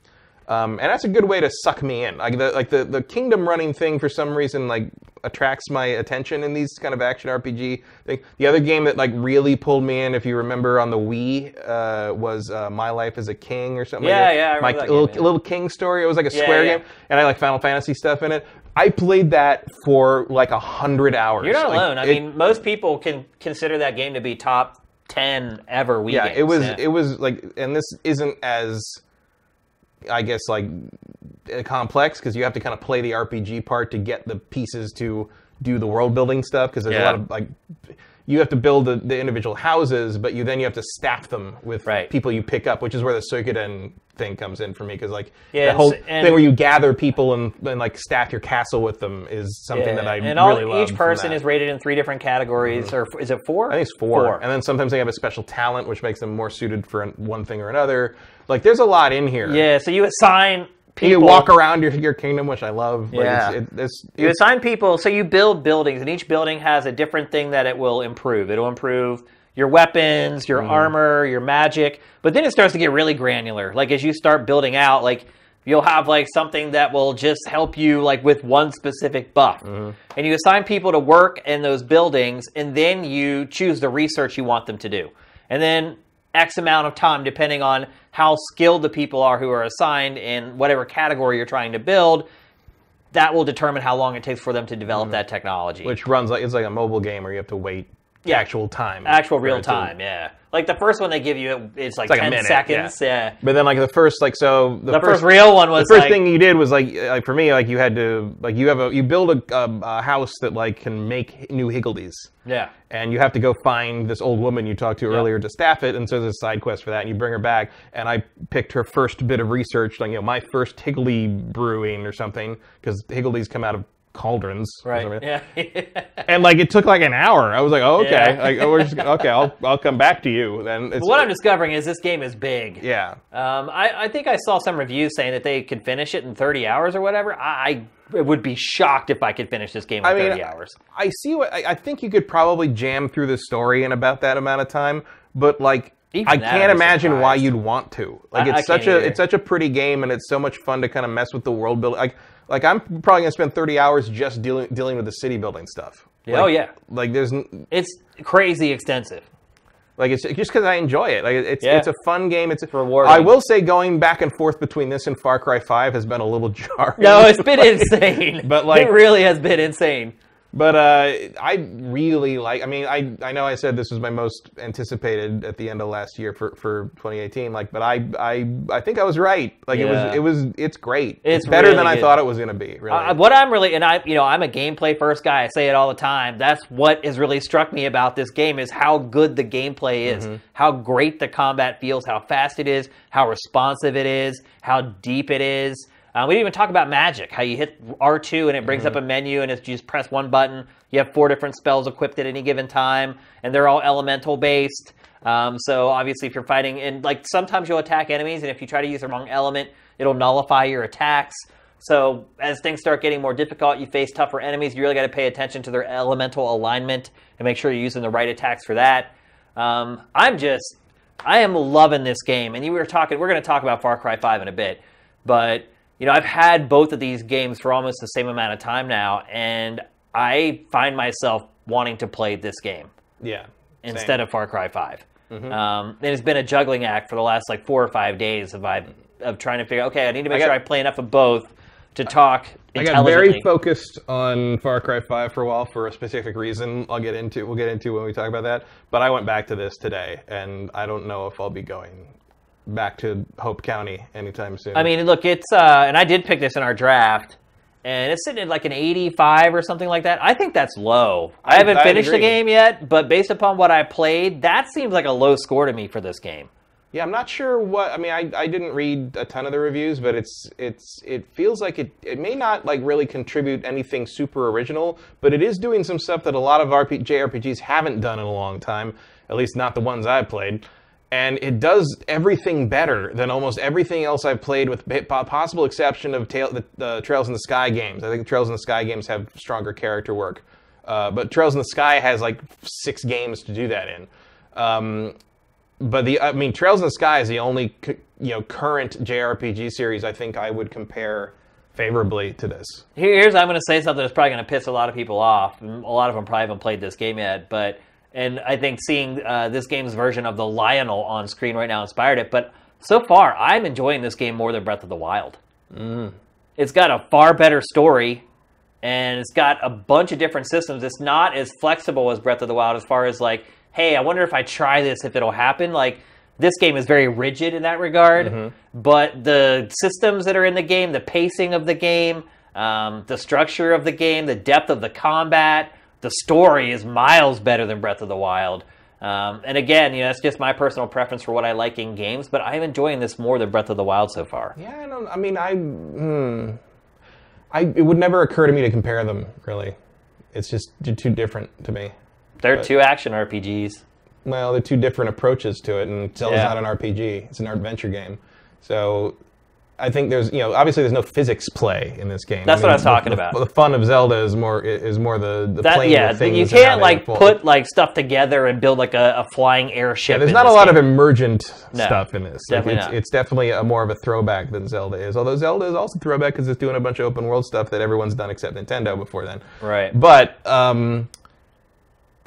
Speaker 2: Um, and that's a good way to suck me in. Like the like the, the kingdom running thing for some reason like attracts my attention in these kind of action RPG thing. The other game that like really pulled me in, if you remember on the Wii, uh, was uh, My Life as a King or something.
Speaker 1: Yeah,
Speaker 2: like that.
Speaker 1: yeah, I remember
Speaker 2: My
Speaker 1: that game,
Speaker 2: little
Speaker 1: yeah.
Speaker 2: little King story. It was like a square
Speaker 1: yeah.
Speaker 2: game, and I like Final Fantasy stuff in it. I played that for like a hundred hours.
Speaker 1: You're not
Speaker 2: Like,
Speaker 1: alone. I
Speaker 2: it-
Speaker 1: mean, most people can consider that game to be top ten ever. Wii
Speaker 2: yeah,
Speaker 1: games.
Speaker 2: it was
Speaker 1: Yeah.
Speaker 2: it was like, and this isn't as, I guess like, uh, complex because you have to kind of play the RPG part to get the pieces to do the world building stuff because there's
Speaker 1: Yeah.
Speaker 2: a lot of like. you have to build the, the individual houses, but you then you have to staff them with
Speaker 1: Right.
Speaker 2: people you pick up, which is where the circuit end thing comes in for me because like
Speaker 1: Yeah,
Speaker 2: the
Speaker 1: and
Speaker 2: whole
Speaker 1: s- and-
Speaker 2: thing where you gather people and, and like staff your castle with them is something that I
Speaker 1: and
Speaker 2: really
Speaker 1: all,
Speaker 2: love.
Speaker 1: each
Speaker 2: from
Speaker 1: person
Speaker 2: that. Mm-hmm.
Speaker 1: is rated in three different categories, or f- is it four?
Speaker 2: I think it's four. And then sometimes they have a special talent, which makes them more suited for an- one thing or another. Like, there's a lot in here.
Speaker 1: yeah, so you assign people.
Speaker 2: You walk around your, your kingdom, which I love. Like,
Speaker 1: Yeah.
Speaker 2: It's, it, it's,
Speaker 1: You
Speaker 2: it's-
Speaker 1: assign people, so you build buildings, and each building has a different thing that it will improve. It'll improve your weapons, your armor, your magic, but then it starts to get really granular. Like as you start building out, like you'll have like something that will just help you like with one specific buff. And you assign people to work in those buildings, and then you choose the research you want them to do. And then X amount of time, depending on how skilled the people are who are assigned in whatever category you're trying to build, that will determine how long it takes for them to develop that technology.
Speaker 2: Mm-hmm. which runs like it's like a mobile game where you have to wait
Speaker 1: Yeah.
Speaker 2: actual time.
Speaker 1: actual
Speaker 2: for
Speaker 1: real
Speaker 2: it to-
Speaker 1: time, yeah. Like the first one they give you, it, it's like
Speaker 2: like a
Speaker 1: ten
Speaker 2: minute,
Speaker 1: seconds. Yeah.
Speaker 2: But then, like, the first, like, so the,
Speaker 1: The first, real one was
Speaker 2: the first
Speaker 1: like,
Speaker 2: thing you did was like, uh, like for me, like you had to like you have a you build a, a, a house that like can make new Higgledies.
Speaker 1: yeah,
Speaker 2: and you have to go find this old woman you talked to earlier to staff it, and so there's a side quest for that, and you bring her back, and I picked her first bit of research, like, you know, my first Higley brewing or something, because Higglies come out of cauldrons. or
Speaker 1: right,
Speaker 2: something.
Speaker 1: yeah.
Speaker 2: And, like, it took, like, an hour. I was like, oh, okay,
Speaker 1: Yeah.
Speaker 2: like, oh, we're just, okay, I'll, I'll come back to you. Then it's,
Speaker 1: what I'm discovering is this game is big.
Speaker 2: yeah.
Speaker 1: Um, I, I think I saw some reviews saying that they could finish it in 30 hours or whatever. I, I would be shocked if I could finish this game in
Speaker 2: I mean,
Speaker 1: 30 hours.
Speaker 2: I see what, I, I think you could probably jam through the story in about that amount of time, but, like,
Speaker 1: Even
Speaker 2: I
Speaker 1: that, I'd
Speaker 2: can't
Speaker 1: be
Speaker 2: imagine why
Speaker 1: surprised.
Speaker 2: you'd want to. Like
Speaker 1: I-
Speaker 2: it's
Speaker 1: I
Speaker 2: such
Speaker 1: can't
Speaker 2: a
Speaker 1: either.
Speaker 2: it's such a pretty game, and it's so much fun to kind of mess with the world building. Like like I'm probably gonna spend thirty hours just dealing dealing with the city building stuff.
Speaker 1: oh
Speaker 2: Like-
Speaker 1: yeah,
Speaker 2: Like there's n-
Speaker 1: it's crazy extensive.
Speaker 2: like it's just because I enjoy it. Like it's
Speaker 1: Yeah.
Speaker 2: it's a fun game. It's
Speaker 1: Rewarding.
Speaker 2: I will say going back and forth between this and Far Cry Five has been a little jarring.
Speaker 1: No, it's been insane.
Speaker 2: But, like-
Speaker 1: it really has been insane.
Speaker 2: But uh, I really like. I mean, I I know I said this was my most anticipated at the end of last year for, for 2018. Like, but I I I think I was right. Like
Speaker 1: Yeah.
Speaker 2: it was it was it's great.
Speaker 1: It's
Speaker 2: better
Speaker 1: really
Speaker 2: than I
Speaker 1: good.
Speaker 2: thought it was gonna be. Really.
Speaker 1: Uh, what I'm really, and I, you know, I'm a gameplay first guy. I say it all the time. That's what has really struck me about this game is how good the gameplay is, how great the combat feels, how fast it is, how responsive it is, how deep it is. Uh, we didn't even talk about magic. How you hit R2 and it brings up a menu, and it's you just press one button. You have four different spells equipped at any given time, and they're all elemental based. Um, so obviously, if you're fighting, and like sometimes you'll attack enemies, and if you try to use the wrong element, it'll nullify your attacks. So as things start getting more difficult, you face tougher enemies. You really got to pay attention to their elemental alignment and make sure you're using the right attacks for that. Um, I'm just, I am loving this game. And you were talking, we're going to talk about Far Cry 5 in a bit, but you know I've had both of these games for almost the same amount of time now, and I find myself wanting to play this game
Speaker 2: yeah.
Speaker 1: instead of Far Cry 5.
Speaker 2: Mm-hmm.
Speaker 1: Um, and it's been a juggling act for the last like four or five days of I of trying to figure. Okay, I need to make
Speaker 2: got-
Speaker 1: sure I play enough of both to talk
Speaker 2: I got very
Speaker 1: intelligently.
Speaker 2: focused on Far Cry 5 for a while for a specific reason. I'll get into we'll get into when we talk about that. But I went back to this today, and I don't know if I'll be going back to Hope County anytime soon.
Speaker 1: I mean, look, it's uh, and I did pick this in our draft, and it's sitting at like an 85 or something like that. I think that's low. I, haven't
Speaker 2: I
Speaker 1: finished the
Speaker 2: agree.
Speaker 1: game yet, but based upon what I played, that seems like a low score to me for this game.
Speaker 2: Yeah, I'm not sure what. I mean, I, I didn't read a ton of the reviews, but it's it's it feels like it it may not like really contribute anything super original, but it is doing some stuff that a lot of RP, JRPGs haven't done in a long time, at least not the ones I've played. And it does everything better than almost everything else I've played, with p- po- possible exception of tail, the, the Trails in the Sky games. I think Trails in the Sky games have stronger character work, uh, but Trails in the Sky has like six games to do that in. Um, but the I mean, Trails in the Sky is the only c- you know current JRPG series I think I would compare favorably to this.
Speaker 1: Here- Here's I'm going to say something that's probably going to piss a lot of people off. and A lot of them probably haven't played this game yet, but and I think seeing uh, this game's version of the Lionel on screen right now inspired it. But so far, I'm enjoying this game more than Breath of the Wild. It's got a far better story, and it's got a bunch of different systems. It's not as flexible as Breath of the Wild as far as like, hey, I wonder if I try this if it'll happen. Like this game is very rigid in that regard, but the systems that are in the game, the pacing of the game, um, the structure of the game, the depth of the combat, the story is miles better than Breath of the Wild. Um, and again, you know, that's just my personal preference for what I like in games, but I'm enjoying this more than Breath of the Wild so far.
Speaker 2: Yeah, I don't. I mean, I, hmm, I. It would never occur to me to compare them. Really, it's just they're too different to me.
Speaker 1: They're two action RPGs.
Speaker 2: Well, they're two different approaches to it, and Zelda's
Speaker 1: Yeah.
Speaker 2: not an RPG; it's an adventure game. So, I think there's, you know, obviously there's no physics play in this game.
Speaker 1: That's what I was
Speaker 2: the-
Speaker 1: talking
Speaker 2: the-
Speaker 1: about.
Speaker 2: The fun of Zelda is more is more the the
Speaker 1: That
Speaker 2: plane
Speaker 1: yeah,
Speaker 2: of things.
Speaker 1: you
Speaker 2: and how
Speaker 1: can't
Speaker 2: they
Speaker 1: like
Speaker 2: unfold.
Speaker 1: put like stuff together and build like a, a flying airship.
Speaker 2: There's
Speaker 1: in
Speaker 2: not a
Speaker 1: this
Speaker 2: lot
Speaker 1: game.
Speaker 2: of emergent
Speaker 1: No,
Speaker 2: stuff in this.
Speaker 1: definitely
Speaker 2: it's,
Speaker 1: not.
Speaker 2: it's definitely a more of a throwback than Zelda is. Although Zelda is also throwback because it's doing a bunch of open world stuff that everyone's done except Nintendo before then.
Speaker 1: Right.
Speaker 2: But um,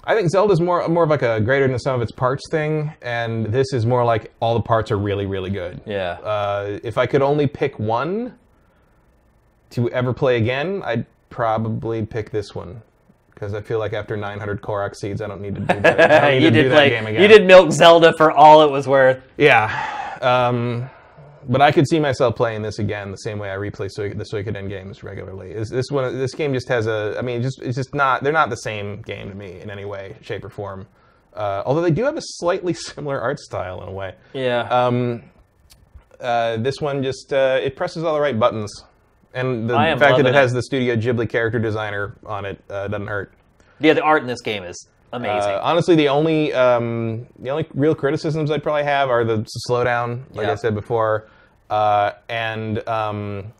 Speaker 2: I think Zelda's more more of like a greater than the sum of its parts thing, and this is more like all the parts are really really good.
Speaker 1: Yeah.
Speaker 2: Uh, if I could only pick one to ever play again, I'd probably pick this one. Because I feel like after 900 Korok seeds, I don't need to do that, I don't need
Speaker 1: you
Speaker 2: to
Speaker 1: did
Speaker 2: do that
Speaker 1: play.
Speaker 2: game again.
Speaker 1: You did milk Zelda for all it was worth.
Speaker 2: Yeah, um, but I could see myself playing this again the same way I replay Sui- the Suikoden games regularly. Is this one? This game just has a. I mean, just it's just not. They're not the same game to me in any way, shape, or form. Uh, although they do have a slightly similar art style in a way.
Speaker 1: Yeah.
Speaker 2: Um, uh, this one just uh, it presses all the right buttons, and the
Speaker 1: I am
Speaker 2: fact that
Speaker 1: loving
Speaker 2: it
Speaker 1: it.
Speaker 2: has the Studio Ghibli character designer on it uh, doesn't hurt.
Speaker 1: yeah, the art in this game is amazing.
Speaker 2: Uh, honestly, the only um, the only real criticisms I'd probably have are the s- slowdown, like
Speaker 1: Yeah.
Speaker 2: I said before, uh, and um,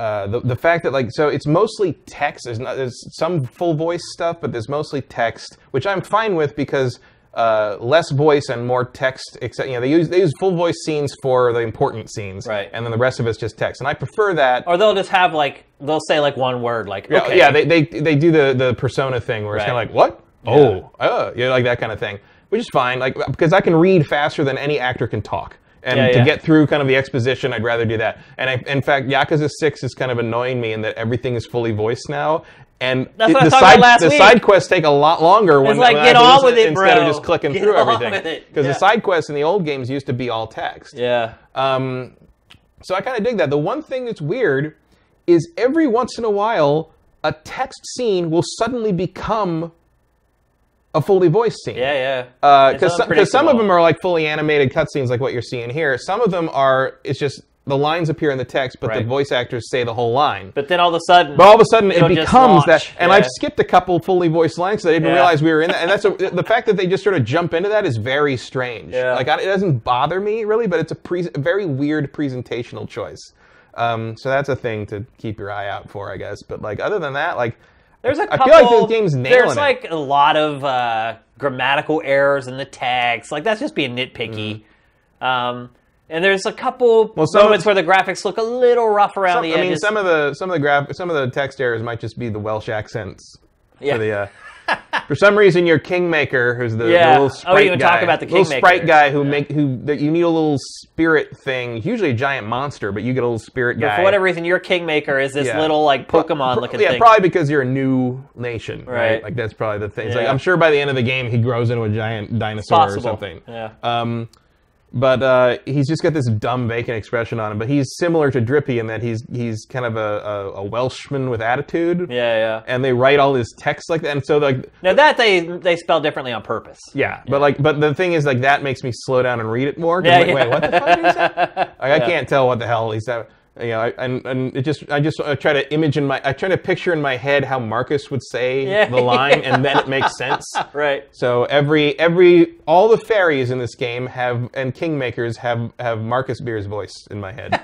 Speaker 2: uh, the the fact that like so it's mostly text. There's not there's some full voice stuff, but there's mostly text, which I'm fine with because. Uh, less voice and more text. Except you know they use they use full voice scenes for the important scenes,
Speaker 1: Right.
Speaker 2: And then the rest of it's just text. And I prefer that
Speaker 1: or they'll just have like they'll say like one word like
Speaker 2: yeah,
Speaker 1: okay.
Speaker 2: yeah, they, they they do the the persona thing where it's
Speaker 1: Right.
Speaker 2: kind of like what? Oh, uh, yeah, like that kind of thing, which is fine. Like because I can read faster than any actor can talk, and
Speaker 1: Yeah,
Speaker 2: to
Speaker 1: yeah.
Speaker 2: get through kind of the exposition, I'd rather do that. And I, in fact, Yakuza Six is kind of annoying me in that everything is fully voiced now, and
Speaker 1: That's what I
Speaker 2: the
Speaker 1: was talking about
Speaker 2: side
Speaker 1: last
Speaker 2: the
Speaker 1: week.
Speaker 2: side quests take a lot longer when,
Speaker 1: It's like,
Speaker 2: when I
Speaker 1: get
Speaker 2: have to
Speaker 1: on
Speaker 2: listen-
Speaker 1: with it,
Speaker 2: instead
Speaker 1: bro.
Speaker 2: of just clicking
Speaker 1: Get
Speaker 2: through
Speaker 1: on
Speaker 2: everything
Speaker 1: with it.
Speaker 2: because
Speaker 1: Yeah.
Speaker 2: the side quests in the old games used to be all text.
Speaker 1: yeah.
Speaker 2: Um, so I kind of dig that. The one thing that's weird is every once in a while, a text scene will suddenly become a fully voiced scene.
Speaker 1: yeah, yeah.
Speaker 2: Because
Speaker 1: It's
Speaker 2: uh, some
Speaker 1: unpredictable.
Speaker 2: of them are like fully animated cutscenes, like what you're seeing here. Some of them are, it's just the lines appear in the text, but
Speaker 1: Right.
Speaker 2: the voice actors say the whole line.
Speaker 1: but then all of a sudden,
Speaker 2: But all of a sudden, it
Speaker 1: It'll just
Speaker 2: becomes that.
Speaker 1: launch,
Speaker 2: And
Speaker 1: yeah.
Speaker 2: I've skipped a couple fully voiced lines because I didn't
Speaker 1: Yeah.
Speaker 2: realize we were in that. And that's a, the fact that they just sort of jump into that is very strange.
Speaker 1: Yeah.
Speaker 2: Like I, it doesn't bother me really, but it's a, pre- a very weird presentational choice. Um, so that's a thing to keep your eye out for, I guess. But like other than that, like
Speaker 1: there's a
Speaker 2: I
Speaker 1: couple.
Speaker 2: feel like this game's nailing
Speaker 1: There's
Speaker 2: it.
Speaker 1: like a lot of uh, grammatical errors in the tags. Like that's just being nitpicky. Um, and there's a couple
Speaker 2: Mm-hmm. some of-
Speaker 1: moments where the graphics look a little rough around
Speaker 2: some,
Speaker 1: the
Speaker 2: I
Speaker 1: edges.
Speaker 2: mean, some of the some of the graph, some of the text errors might just be the Welsh accents.
Speaker 1: Yeah.
Speaker 2: For the, uh, for some reason, your Kingmaker, who's the, the
Speaker 1: Yeah.
Speaker 2: little
Speaker 1: Oh,
Speaker 2: sprite
Speaker 1: we didn't
Speaker 2: guy,
Speaker 1: talk about the
Speaker 2: little
Speaker 1: Kingmaker.
Speaker 2: sprite guy who make who that you need a little spirit thing, usually a giant monster, but you get a little spirit guy.
Speaker 1: For whatever reason, your Kingmaker is this
Speaker 2: Yeah.
Speaker 1: little like Pokemon
Speaker 2: Pro-
Speaker 1: looking
Speaker 2: yeah,
Speaker 1: thing.
Speaker 2: probably because you're a new nation, right?
Speaker 1: Right.
Speaker 2: Like that's probably the thing. It's
Speaker 1: Yeah.
Speaker 2: like I'm sure by the end of the game he grows into a giant dinosaur or
Speaker 1: Possible.
Speaker 2: something.
Speaker 1: Yeah.
Speaker 2: Um, but uh, he's just got this dumb vacant expression on him. But he's similar to Drippy in that he's he's kind of a, a, a Welshman with attitude.
Speaker 1: yeah, yeah.
Speaker 2: And they write all his text like that, and so like
Speaker 1: Now that they they spell differently on purpose.
Speaker 2: yeah, but like, but the thing is, like, that makes me slow down and read it more. 'cause
Speaker 1: Yeah,
Speaker 2: I'm like,
Speaker 1: yeah.
Speaker 2: wait, what the fuck is that? Like, I can't tell what the hell he's that. You know, I, and and it just, I just I try to image in my, I try to picture in my head how Marcus would say
Speaker 1: Yeah.
Speaker 2: the line, and then it makes sense.
Speaker 1: Right.
Speaker 2: So every every all the fairies in this game have and kingmakers have have Marcus Beer's voice in my head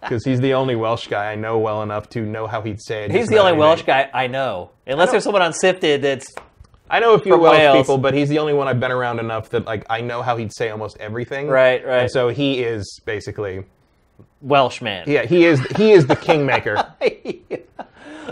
Speaker 2: because he's the only Welsh guy I know well enough to know how he'd say it.
Speaker 1: He's
Speaker 2: just
Speaker 1: the
Speaker 2: about
Speaker 1: only
Speaker 2: anything.
Speaker 1: Welsh guy I know. Unless there's someone on Sifted that's
Speaker 2: I know a few
Speaker 1: from
Speaker 2: Welsh
Speaker 1: Wales.
Speaker 2: people, but he's the only one I've been around enough that like I know how he'd say almost everything.
Speaker 1: Right, right.
Speaker 2: And so he is basically
Speaker 1: Welshman.
Speaker 2: yeah, he is he is the kingmaker.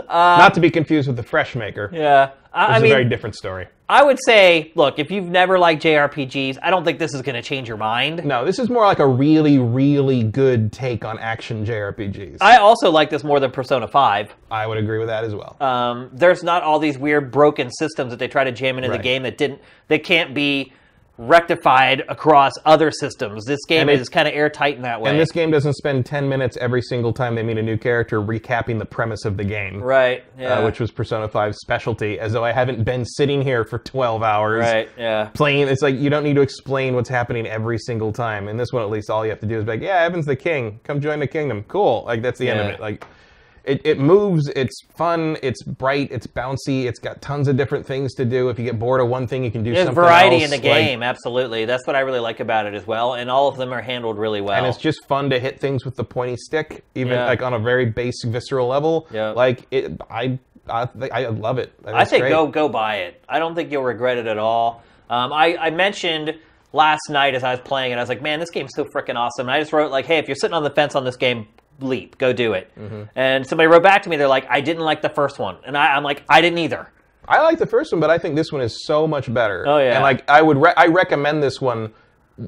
Speaker 2: Not to be confused with the freshmaker. It's
Speaker 1: Uh, Yeah. I, I
Speaker 2: a very
Speaker 1: mean,
Speaker 2: different story.
Speaker 1: I would say, look, if you've never liked JRPGs, I don't think this is going to change your mind.
Speaker 2: No, this is more like a really, really good take on action JRPGs.
Speaker 1: I also like this more than Persona 5.
Speaker 2: I would agree with that as well.
Speaker 1: Uh, Um, there's not all these weird broken systems that they try to jam into the
Speaker 2: Right.
Speaker 1: game that didn't, that can't be rectified across other systems. This game
Speaker 2: And it-
Speaker 1: is kind of airtight in that way.
Speaker 2: And this game doesn't spend 10 minutes every single time they meet a new character recapping the premise of the game.
Speaker 1: right.
Speaker 2: uh,
Speaker 1: Yeah.
Speaker 2: which was Persona 5's specialty, as though I haven't been sitting here for 12 hours
Speaker 1: right. Yeah.
Speaker 2: playing. It's like you don't need to explain what's happening every single time. In this one, at least, all you have to do is be like, yeah, Evan's the king. Come join the kingdom. Cool. Like, that's the end of
Speaker 1: Yeah.
Speaker 2: it. Like, it, it moves, it's fun, it's bright, it's bouncy, it's got tons of different things to do. If you get bored of one thing, you can do
Speaker 1: There's
Speaker 2: something
Speaker 1: variety
Speaker 2: else.
Speaker 1: in the
Speaker 2: Like,
Speaker 1: game, absolutely. That's what I really like about it as well, and all of them are handled really well.
Speaker 2: and it's just fun to hit things with the pointy stick, even
Speaker 1: Yeah.
Speaker 2: like on a very base visceral level.
Speaker 1: Yeah.
Speaker 2: Like, it, I, I, think- I love it.
Speaker 1: I
Speaker 2: think
Speaker 1: say
Speaker 2: great.
Speaker 1: go go buy it. I don't think you'll regret it at all. Um, I, I mentioned last night as I was playing it, I was like, man, this game's so freaking awesome. And I just wrote like, hey, if you're sitting on the fence on this game, leap, go do it.
Speaker 2: Mm-hmm.
Speaker 1: And somebody wrote back to me, they're like, I didn't like the first one, and I, I'm like, I didn't either.
Speaker 2: I like the first one, but I think this one is so much better.
Speaker 1: Oh, yeah.
Speaker 2: and like I would, re- I recommend this one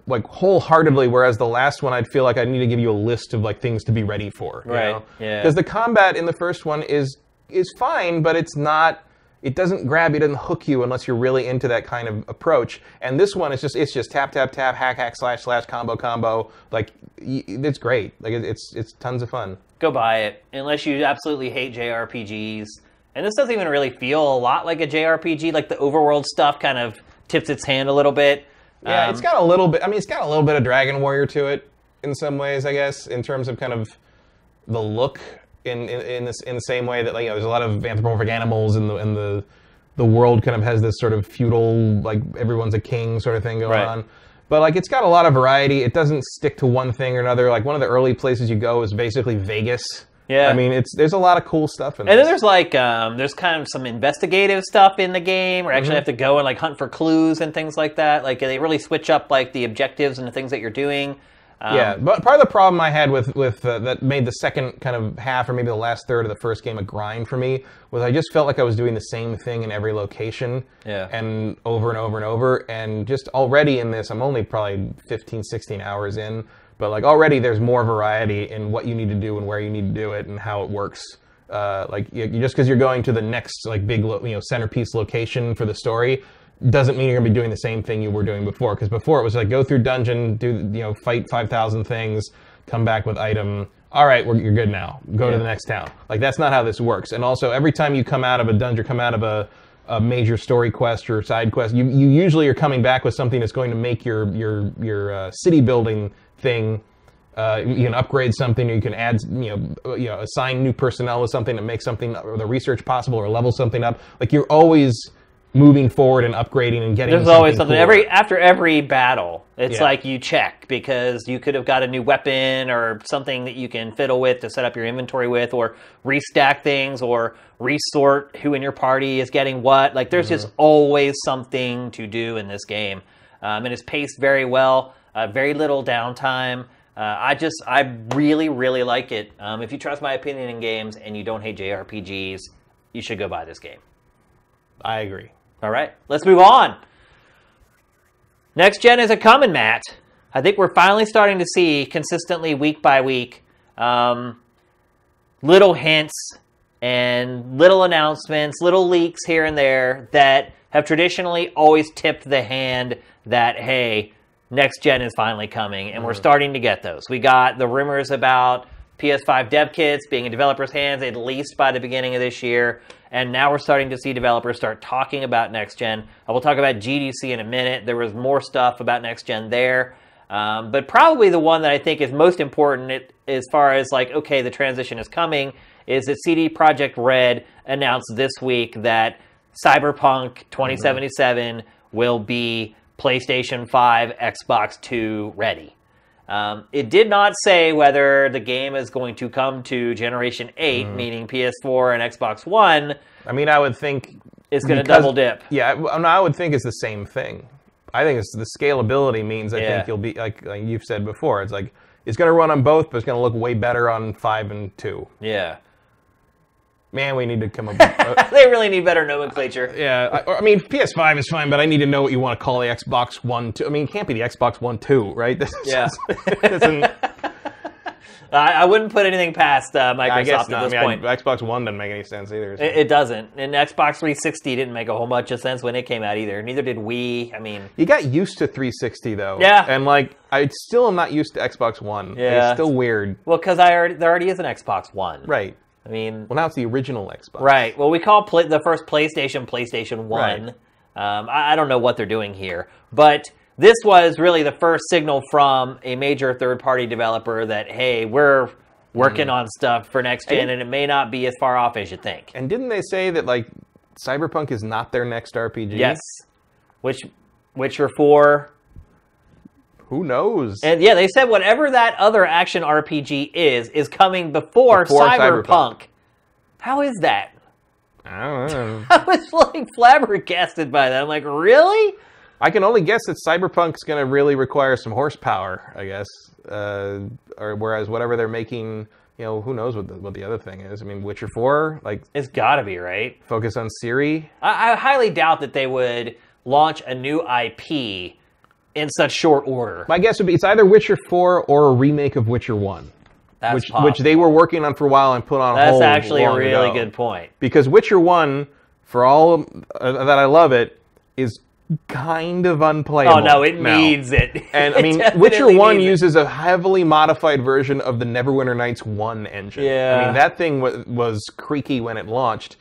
Speaker 2: like wholeheartedly. Whereas the last one, I'd feel like I need to give you a list of like things to be ready for. you
Speaker 1: Right,
Speaker 2: know?
Speaker 1: yeah.
Speaker 2: Because the combat in the first one is is fine, but it's not. It doesn't grab you, doesn't hook you unless you're really into that kind of approach. And this one is just it's just tap tap tap hack hack slash slash combo combo. Like y- it's great. Like it- it's it's tons of fun.
Speaker 1: go buy it unless you absolutely hate JRPGs. And this doesn't even really feel a lot like a JRPG. Like the overworld stuff kind of tips its hand a little bit.
Speaker 2: Yeah,
Speaker 1: Um,
Speaker 2: it's got a little bit. I mean, it's got a little bit of Dragon Warrior to it in some ways, I guess, in terms of kind of the look. In in, in this in the same way that like you know, there's a lot of anthropomorphic animals and the and the the world kind of has this sort of feudal like everyone's a king sort of thing going
Speaker 1: Right.
Speaker 2: on. But like it's got a lot of variety. It doesn't stick to one thing or another. Like one of the early places you go is basically Vegas.
Speaker 1: Yeah.
Speaker 2: I mean, it's there's a lot of cool stuff in
Speaker 1: And
Speaker 2: this.
Speaker 1: then there's like um, there's kind of some investigative stuff in the game, where you actually have to go and like hunt for clues and things like that. Like they really switch up like the objectives and the things that you're doing. Um,
Speaker 2: Yeah, but part of the problem I had with with uh, that made the second kind of half or maybe the last third of the first game a grind for me was I just felt like I was doing the same thing in every location.
Speaker 1: Yeah.
Speaker 2: And over and over and over and just already in this I'm only probably 15 16 hours in, but like already there's more variety in what you need to do and where you need to do it and how it works. Uh, like you, you- just because you're going to the next like big lo- you know centerpiece location for the story doesn't mean you're gonna be doing the same thing you were doing before. Because before it was like go through dungeon, do you know fight five thousand things, come back with item. All right, we're, you're good now. Go to the next town. Like that's not how this works. And also, every time you come out of a dungeon, come out of a a major story quest or side quest, you, you usually are coming back with something that's going to make your your your uh, city building thing uh, you can upgrade something, or you can add, you know, uh, you know, assign new personnel to something to make something, or the research possible, or level something up. Like you're always moving forward and upgrading and getting.
Speaker 1: There's always something
Speaker 2: cooler.
Speaker 1: every after every battle. It's
Speaker 2: Yeah.
Speaker 1: like you check because you could have got a new weapon or something that you can fiddle with to set up your inventory with, or restack things, or resort who in your party is getting what. Like there's just always something to do in this game, um, and it's paced very well. Uh, very little downtime. Uh, I just I really really like it. Um, if you trust my opinion in games and you don't hate JRPGs, you should go buy this game.
Speaker 2: I agree.
Speaker 1: All right, let's move on. Next gen is a coming, Matt. I think we're finally starting to see consistently week by week um, little hints and little announcements, little leaks here and there that have traditionally always tipped the hand that, hey, next gen is finally coming. And we're starting to get those. We got the rumors about PS5 dev kits being in developers' hands at least by the beginning of this year. And now we're starting to see developers start talking about next gen. I will talk about GDC in a minute. There was more stuff about next gen there. Um, but probably the one that I think is most important it, as far as like, okay, the transition is coming, is that CD Projekt Red announced this week that Cyberpunk 2077 will be PlayStation 5, Xbox 2 ready. Um, it did not say whether the game is going to come to Generation 8,
Speaker 2: Mm.
Speaker 1: meaning PS4 and Xbox One,
Speaker 2: I mean, I would think
Speaker 1: is going to
Speaker 2: Because-
Speaker 1: double dip.
Speaker 2: Yeah, I, I mean, I would think it's the same thing. I think it's the scalability means. I
Speaker 1: Yeah.
Speaker 2: think you'll be like, like you've said before. It's like it's going to run on both, but it's going to look way better on five and two.
Speaker 1: Yeah.
Speaker 2: Man, we need to come up. uh,
Speaker 1: They really need better nomenclature.
Speaker 2: yeah, I, or- I mean, PS5 is fine, but I need to know what you want to call the Xbox One. Two. I mean, it can't be the Xbox One Two, right? This is-
Speaker 1: Yeah.
Speaker 2: this isn't-
Speaker 1: I, I wouldn't put anything past uh, Microsoft
Speaker 2: I guess
Speaker 1: at
Speaker 2: not. I
Speaker 1: this
Speaker 2: mean, I-
Speaker 1: point. Eh.
Speaker 2: Xbox One doesn't make any sense either. so.
Speaker 1: It, it doesn't. And Xbox 360 didn't make a whole bunch of sense when it came out either. Neither did Wii. I mean,
Speaker 2: You got used to 360 though.
Speaker 1: Yeah.
Speaker 2: And like, I still am not used to Xbox One.
Speaker 1: Yeah.
Speaker 2: It's still weird.
Speaker 1: well, because I already, there already is an Xbox One.
Speaker 2: Right.
Speaker 1: I mean,
Speaker 2: Well, now it's the original Xbox.
Speaker 1: right. Well, we call pla the first PlayStation PlayStation One.
Speaker 2: Right.
Speaker 1: Um, I, I don't know what they're doing here, but this was really the first signal from a major third-party developer that hey, we're working on stuff for next gen, and it may not be as far off as you think.
Speaker 2: Mm-hmm. And didn't they say that like Cyberpunk is not their next RPG?
Speaker 1: Yes, which Witcher Four.
Speaker 2: Who knows?
Speaker 1: And yeah, they said whatever that other action RPG is is coming before,
Speaker 2: Before
Speaker 1: Cyberpunk.
Speaker 2: Cyberpunk.
Speaker 1: How is that?
Speaker 2: I don't know.
Speaker 1: I was like flabbergasted by that. I'm like, really?
Speaker 2: I can only guess that Cyberpunk's going to really require some horsepower, I guess. Uh, or whereas whatever they're making, you know, who knows what the, what the other thing is? I mean, Witcher 4, like
Speaker 1: It's got to be right.
Speaker 2: focus on Siri.
Speaker 1: I, I highly doubt that they would launch a new IP in such short order.
Speaker 2: My guess would be it's either Witcher 4 or a remake of Witcher 1.
Speaker 1: That's
Speaker 2: which
Speaker 1: possible.
Speaker 2: which they were working on for a while and put on
Speaker 1: That's
Speaker 2: hold.
Speaker 1: actually a
Speaker 2: long
Speaker 1: really
Speaker 2: ago.
Speaker 1: good point.
Speaker 2: because Witcher One, for all uh, that I love it, is kind of unplayable.
Speaker 1: Oh no, it
Speaker 2: now.
Speaker 1: needs it.
Speaker 2: And I
Speaker 1: It
Speaker 2: mean,
Speaker 1: definitely
Speaker 2: Witcher One
Speaker 1: needs it.
Speaker 2: uses a heavily modified version of the Neverwinter Nights One engine. I
Speaker 1: Yeah.
Speaker 2: mean that thing wa was creaky when it launched,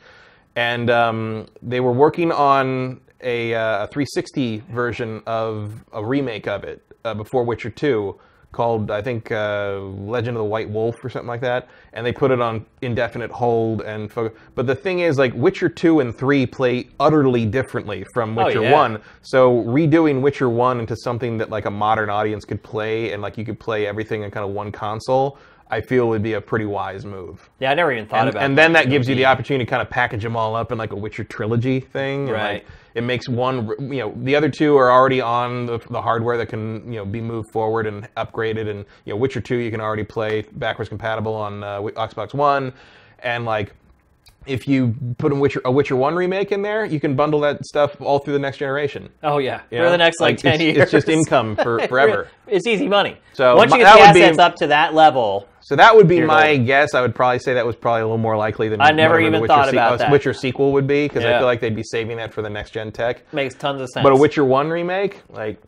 Speaker 2: and um, they were working on a, uh, a 360 version of a remake of it uh, before Witcher Two, called I think uh, Legend of the White Wolf or something like that, and they put it on indefinite hold. And fo- but the thing is, like Witcher Two and Three play utterly differently from Witcher
Speaker 1: yeah.
Speaker 2: One. So redoing Witcher One into something that like a modern audience could play and like you could play everything in kind of one console, I feel would be a pretty wise move.
Speaker 1: Yeah, I never even thought
Speaker 2: And,
Speaker 1: about.
Speaker 2: and then that gives you the opportunity to kind of package them all up in like a Witcher trilogy thing. and, like,
Speaker 1: Right.
Speaker 2: it makes one, r- you know, the other two are already on the, the hardware that can, you know, be moved forward and upgraded. And you know, Witcher Two you can already play backwards compatible on uh, Wi- Xbox One, and like if you put a Witcher, a Witcher One remake in there, you can bundle that stuff all through the next generation.
Speaker 1: oh yeah,
Speaker 2: you
Speaker 1: for
Speaker 2: know?
Speaker 1: the next like, ten
Speaker 2: it's,
Speaker 1: years,
Speaker 2: it's just income for forever.
Speaker 1: It's easy money.
Speaker 2: So
Speaker 1: once you
Speaker 2: my-
Speaker 1: get the
Speaker 2: that would be-
Speaker 1: assets up to that level,
Speaker 2: So that would be my
Speaker 1: old.
Speaker 2: guess. I would probably say that was probably a little more likely than
Speaker 1: I never
Speaker 2: whatever the
Speaker 1: even
Speaker 2: Witcher
Speaker 1: thought
Speaker 2: se-
Speaker 1: about
Speaker 2: uh,
Speaker 1: that.
Speaker 2: Witcher sequel would be because
Speaker 1: Yeah.
Speaker 2: I feel like they'd be saving that for the next gen tech.
Speaker 1: makes tons of sense.
Speaker 2: But a Witcher One remake, like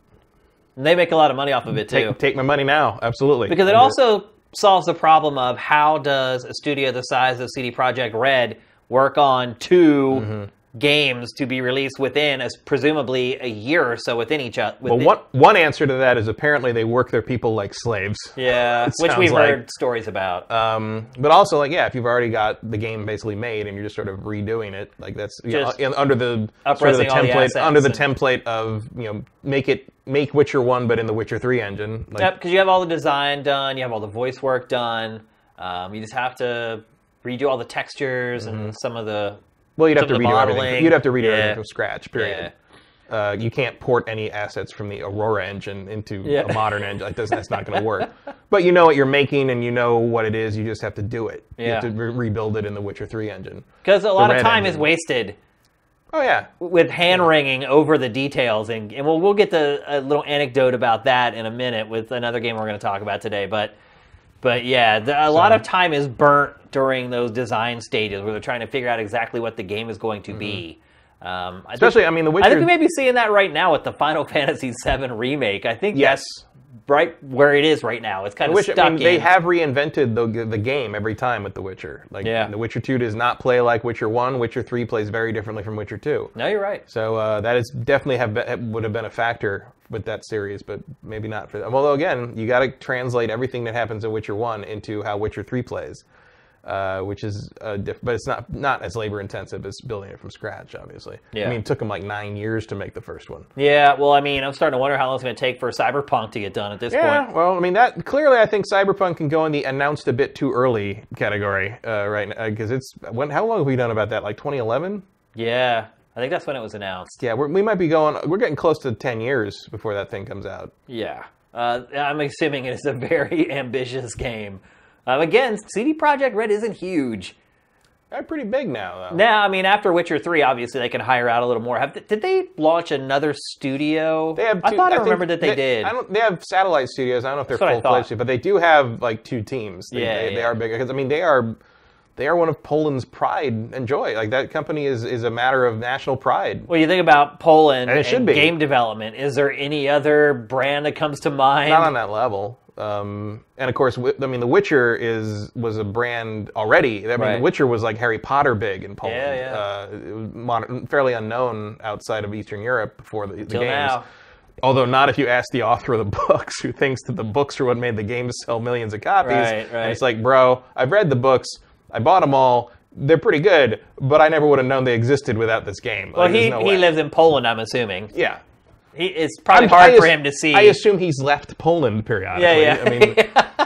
Speaker 1: And they make a lot of money off of it too.
Speaker 2: take, take my money now, absolutely.
Speaker 1: because it
Speaker 2: And uh,
Speaker 1: also solves the problem of how does a studio the size of CD Projekt Red work on 2
Speaker 2: Mm-hmm.
Speaker 1: games to be released within as presumably a year or so within each other.
Speaker 2: well, one one answer to that is apparently they work their people like slaves.
Speaker 1: yeah, which
Speaker 2: sounds
Speaker 1: we've
Speaker 2: like-
Speaker 1: heard stories about.
Speaker 2: Um, but also, like, yeah, if you've already got the game basically made and you're just sort of redoing it, like that's you know,
Speaker 1: Just
Speaker 2: in- under the sort of the
Speaker 1: upressing all the
Speaker 2: template
Speaker 1: assets
Speaker 2: under the
Speaker 1: and-
Speaker 2: template of you know make it make Witcher One, but in the Witcher Three engine. Like,
Speaker 1: Yep, because you have all the design done, you have all the voice work done. Um, you just have to redo all the textures
Speaker 2: Mm-hmm.
Speaker 1: and some of the.
Speaker 2: Well, you'd have
Speaker 1: Some
Speaker 2: to
Speaker 1: of the
Speaker 2: redo
Speaker 1: modeling.
Speaker 2: everything. You'd have to redo
Speaker 1: Yeah.
Speaker 2: everything from scratch. Period. Uh, you can't port any assets from the Aurora engine into
Speaker 1: Yeah.
Speaker 2: a modern engine. It doesn't, that's not going to work. But you know what you're making, and you know what it is. You just have to do it. You have
Speaker 1: Yeah.
Speaker 2: to re- rebuild it in the Witcher Three engine.
Speaker 1: Because a lot of
Speaker 2: red
Speaker 1: time is
Speaker 2: engine.
Speaker 1: wasted
Speaker 2: Oh yeah,
Speaker 1: with hand wringing over the details, and, and we'll we'll get the a little anecdote about that in a minute with another game we're going to talk about today. But but yeah, the, a lot of time is burnt during those design stages where they're trying to figure out exactly what the game is going to be. Um, I
Speaker 2: Mm-hmm. especially
Speaker 1: think,
Speaker 2: I mean the
Speaker 1: I think
Speaker 2: Witcher.
Speaker 1: we may be seeing that right now with the Final Fantasy VII remake. I think
Speaker 2: yes.
Speaker 1: that's right where it is right now. It's kind of
Speaker 2: Which,
Speaker 1: stuck
Speaker 2: I mean, they
Speaker 1: in.
Speaker 2: have reinvented the the game every time with The Witcher. Like
Speaker 1: Yeah.
Speaker 2: The Witcher Two does not play like Witcher One. Witcher Three plays very differently from Witcher Two.
Speaker 1: no, you're right.
Speaker 2: So uh, that is definitely have been, would have been a factor with that series, but maybe not for. Although again, you got to translate everything that happens in Witcher One into how Witcher Three plays, uh, which is uh, diff- but it's not not as labor intensive as building it from scratch. Obviously,
Speaker 1: Yeah.
Speaker 2: I mean, it took them like nine years to make the first one.
Speaker 1: Yeah, well, I mean, I'm starting to wonder how long it's going to take for Cyberpunk to get done at this point.
Speaker 2: Yeah, well, I mean that clearly. I think Cyberpunk can go in the announced a bit too early category uh, right now because it's when how long have we done about that? Like 2011?
Speaker 1: Yeah, I think that's when it was announced.
Speaker 2: Yeah, we're, we might be going. We're getting close to 10 years before that thing comes out.
Speaker 1: Yeah. Uh, I'm assuming it's a very ambitious game. Um, again, CD Projekt Red isn't huge.
Speaker 2: They're pretty big now, though.
Speaker 1: Now, I mean, after Witcher Three, obviously they can hire out a little more. Have, did they launch another studio?
Speaker 2: They have
Speaker 1: I
Speaker 2: two-
Speaker 1: thought I,
Speaker 2: think
Speaker 1: remembered that they, did.
Speaker 2: I don't, they have satellite studios. I don't know if they're
Speaker 1: That's what I
Speaker 2: full fledged,
Speaker 1: thought.
Speaker 2: but they do have like two teams. They,
Speaker 1: Yeah,
Speaker 2: they, they
Speaker 1: yeah.
Speaker 2: are big because I mean they are they are one of Poland's pride and joy. Like that company is is a matter of national pride.
Speaker 1: Well, you think about Poland
Speaker 2: And it should be.
Speaker 1: game development. Is there any other brand that comes to mind?
Speaker 2: Not on that level. Um, and of course, Wi- I mean, The Witcher is was a brand already. I mean,
Speaker 1: Right.
Speaker 2: The Witcher was like Harry Potter big in Poland.
Speaker 1: Yeah, yeah.
Speaker 2: Uh, it was modern, fairly unknown outside of Eastern Europe before the, the
Speaker 1: Till
Speaker 2: games.
Speaker 1: now.
Speaker 2: Although not if you ask the author of the books, who thinks that the books are what made the games sell millions of copies.
Speaker 1: Right, right.
Speaker 2: And it's like, bro, I've read the books, I bought them all. They're pretty good, but I never would have known they existed without this game.
Speaker 1: Well,
Speaker 2: Like, there's
Speaker 1: he,
Speaker 2: no
Speaker 1: he
Speaker 2: way.
Speaker 1: lives in Poland, I'm assuming.
Speaker 2: Yeah.
Speaker 1: He, it's probably
Speaker 2: I
Speaker 1: hard for
Speaker 2: ass-
Speaker 1: him to see.
Speaker 2: I assume he's left Poland periodically.
Speaker 1: Yeah, yeah.
Speaker 2: I mean,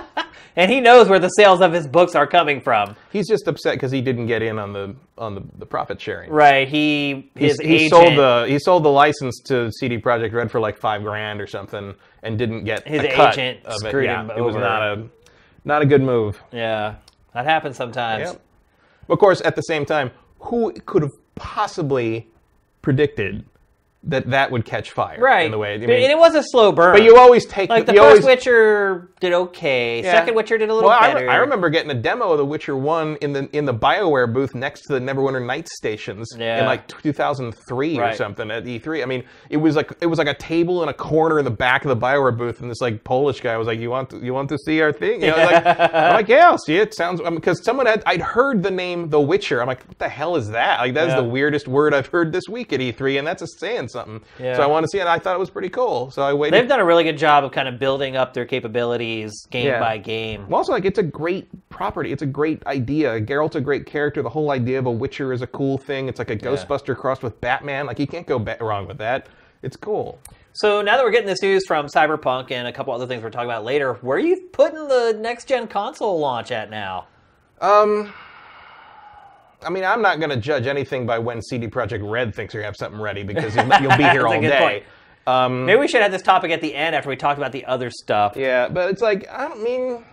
Speaker 1: and he knows where the sales of his books are coming from.
Speaker 2: he's just upset because he didn't get in on the on the, the profit sharing.
Speaker 1: Right. He his
Speaker 2: he
Speaker 1: agent,
Speaker 2: sold the he sold the license to CD Projekt Red for like five grand or something, and didn't get
Speaker 1: His
Speaker 2: a cut
Speaker 1: agent
Speaker 2: of it.
Speaker 1: screwed
Speaker 2: yeah,
Speaker 1: him
Speaker 2: It was
Speaker 1: over.
Speaker 2: not a not a good move.
Speaker 1: Yeah. That happens sometimes.
Speaker 2: Yep. Of course, at the same time, who could have possibly predicted that that would catch fire?
Speaker 1: Right.
Speaker 2: In the way, I
Speaker 1: But-
Speaker 2: mean,
Speaker 1: and it was a slow burn.
Speaker 2: but you always take
Speaker 1: like the
Speaker 2: you
Speaker 1: first
Speaker 2: always,
Speaker 1: Witcher did okay.
Speaker 2: Yeah.
Speaker 1: Second Witcher did a little
Speaker 2: well, I re-
Speaker 1: better.
Speaker 2: I, remember getting a demo of The Witcher One in the in the Bioware booth next to the Neverwinter Nights stations
Speaker 1: Yeah.
Speaker 2: in like 2003 or
Speaker 1: Right.
Speaker 2: something at E3. I mean, it was like it was like a table in a corner in the back of the Bioware booth, and this like Polish guy was like, "You want to, you want to see our thing?" You know, like, I'm like, "Yeah, I'll see it." Sounds because someone had I'd heard the name The Witcher. I'm like, "What the hell is that?" Like that's
Speaker 1: Yeah.
Speaker 2: the weirdest word I've heard this week at E3, and that's a saying something.
Speaker 1: Yeah.
Speaker 2: So I want to see it. I thought it was pretty cool, so I waited.
Speaker 1: They've done a really good job of kind of building up their capabilities game
Speaker 2: Yeah.
Speaker 1: by game.
Speaker 2: Well, also, like, it's a great property. It's a great idea. Geralt's a great character. The whole idea of a Witcher is a cool thing. It's like a Ghostbuster crossed with Batman. Like, you can't go ba- wrong with that. It's cool.
Speaker 1: So now that we're getting this news from Cyberpunk and a couple other things we're talking about later, where are you putting the next gen console launch at now?
Speaker 2: I mean, I'm not going to judge anything by when CD Projekt Red thinks you have something ready because you'll, you'll be here
Speaker 1: That's a
Speaker 2: all
Speaker 1: good
Speaker 2: day. Um,
Speaker 1: Maybe we should have this topic at the end after we talked about the other stuff.
Speaker 2: yeah, but it's like I don't mean.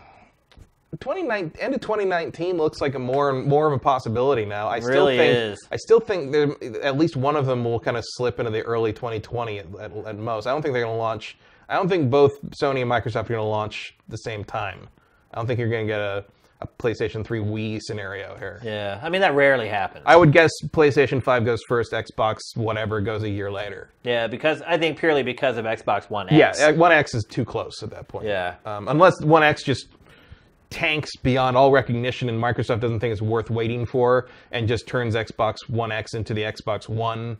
Speaker 2: 2019 end of 2019 looks like a more more of a possibility now. I still
Speaker 1: Really
Speaker 2: think
Speaker 1: is.
Speaker 2: I still think there, at least one of them will kind of slip into the early 2020 at, at, at most. I don't think they're going to launch. I don't think both Sony and Microsoft are going to launch the same time. I don't think you're going to get a, a PlayStation 3 Wii scenario here.
Speaker 1: Yeah, I mean that rarely happens.
Speaker 2: I would guess PlayStation 5 goes first, Xbox whatever goes a year later.
Speaker 1: yeah, because I think purely because of Xbox One X.
Speaker 2: Yeah, uh, One X is too close at that point.
Speaker 1: Yeah.
Speaker 2: um, unless One X just tanks beyond all recognition, and Microsoft doesn't think it's worth waiting for, and just turns Xbox One X into the Xbox One.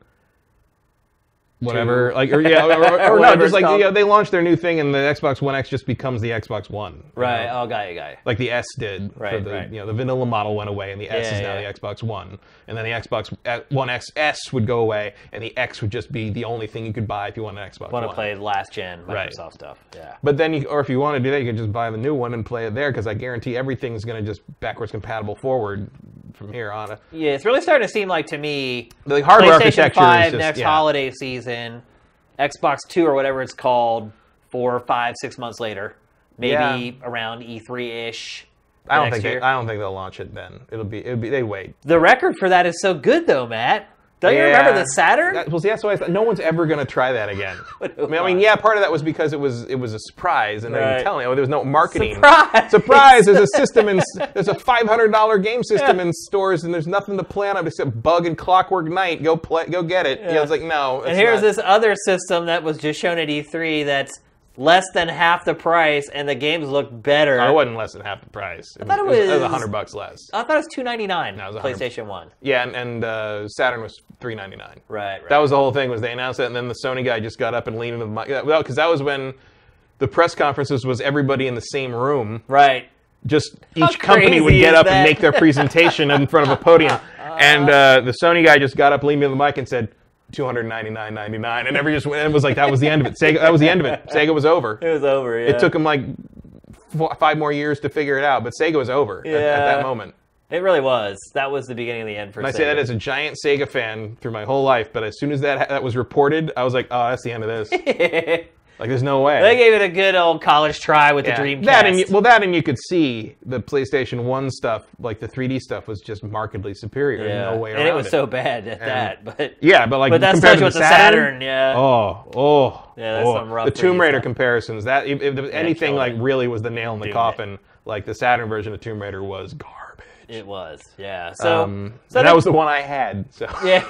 Speaker 2: Whatever, like or yeah, or, or, or no,
Speaker 1: Whatever
Speaker 2: just
Speaker 1: it's
Speaker 2: like
Speaker 1: called.
Speaker 2: you know, they launch their new thing, and the Xbox One X just becomes the Xbox One. you
Speaker 1: Right.
Speaker 2: know?
Speaker 1: Oh, got you, got you.
Speaker 2: Like the S did for
Speaker 1: Right,
Speaker 2: the
Speaker 1: right.
Speaker 2: you know the vanilla model went away and the S
Speaker 1: Yeah,
Speaker 2: is now
Speaker 1: yeah.
Speaker 2: the Xbox One and then the Xbox uh, One XS would go away and the X would just be the only thing you could buy if you want an Xbox
Speaker 1: Want to
Speaker 2: One.
Speaker 1: play last gen Microsoft
Speaker 2: Right.
Speaker 1: stuff? Yeah.
Speaker 2: But then, you, or if you want to do that, you can just buy the new one and play it there because I guarantee everything's going to just backwards compatible forward from here on. Uh,
Speaker 1: Yeah, it's really starting to seem like to me
Speaker 2: The hardware
Speaker 1: PlayStation
Speaker 2: architecture
Speaker 1: Five
Speaker 2: is just
Speaker 1: next
Speaker 2: yeah.
Speaker 1: holiday season, Xbox Two or whatever it's called, four, five, six months later, maybe around E three ish.
Speaker 2: I don't think they, I don't think they'll launch it then. It'll be it'll be they wait.
Speaker 1: the record for that is so good though, Matt. Don't you remember the Saturn?
Speaker 2: That- well, see, that's why I thought, no one's ever going to try that again. I,
Speaker 1: What a
Speaker 2: mean, I mean,
Speaker 1: lot.
Speaker 2: yeah, part of that was because it was it was a surprise, and they
Speaker 1: Right.
Speaker 2: were telling you there was no marketing.
Speaker 1: Surprise!
Speaker 2: Surprise! There's a system in there's a five hundred dollar game system in stores, and there's nothing to plan on except Bug and Clockwork Night. Go play, go get it. Yeah. it's like no.
Speaker 1: and here's this other system that was just shown at E3 that's less than half the price, and the games look better.
Speaker 2: I wasn't less than half the price. I
Speaker 1: thought it
Speaker 2: it was
Speaker 1: was- Oh.
Speaker 2: a hundred bucks less.
Speaker 1: I thought it was two ninety nine.
Speaker 2: it was a hundred-
Speaker 1: PlayStation One.
Speaker 2: Yeah, and, and uh, Saturn was three ninety nine.
Speaker 1: Right. Right.
Speaker 2: That was the whole thing. Was they announced it, and then the Sony guy just got up and leaned into the mic. Because that was when the press conferences was everybody in the same room.
Speaker 1: right.
Speaker 2: Just
Speaker 1: How
Speaker 2: each company would
Speaker 1: crazy
Speaker 2: get
Speaker 1: is
Speaker 2: up
Speaker 1: that? Uh-huh.
Speaker 2: and make their presentation in front of a podium. And uh, the Sony guy just got up, leaned into the mic, and said. Two hundred ninety nine ninety nine, and every just went, it was like that was the end of it. Sega, that was the end of it. Sega was over.
Speaker 1: It was over. Yeah.
Speaker 2: It took them like four, five more years to figure it out, but Sega was over at- at
Speaker 1: Yeah.
Speaker 2: that moment.
Speaker 1: It really was. That was the beginning of the end for.
Speaker 2: And I say that as a giant "Ah, Sega fan through my whole life, but as soon as that that was reported, I was like, "Oh, that's the end of this."
Speaker 1: that
Speaker 2: Like, there's no way.
Speaker 1: They gave it a good old college try with
Speaker 2: Yeah.
Speaker 1: the Dreamcast.
Speaker 2: That and you, well, that and you could see the PlayStation One stuff, like the 3D stuff, was just markedly superior.
Speaker 1: yeah.
Speaker 2: No way around
Speaker 1: and it was so bad at that, but
Speaker 2: Yeah, but like
Speaker 1: But that's such
Speaker 2: compared to the
Speaker 1: with the
Speaker 2: Saturn,
Speaker 1: Saturn, yeah.
Speaker 2: Oh, oh,
Speaker 1: Yeah, that's
Speaker 2: oh.
Speaker 1: some rough
Speaker 2: The
Speaker 1: 3D
Speaker 2: Tomb Raider
Speaker 1: stuff.
Speaker 2: comparisons. That if, if there was anything
Speaker 1: killed
Speaker 2: like
Speaker 1: it.
Speaker 2: really was the nail in the
Speaker 1: Doomed it.
Speaker 2: coffin, like the Saturn version of Tomb Raider was garbage.
Speaker 1: it was. Yeah. So,
Speaker 2: Um,
Speaker 1: so
Speaker 2: and
Speaker 1: I
Speaker 2: that
Speaker 1: think-
Speaker 2: was the one I had. So
Speaker 1: Yeah.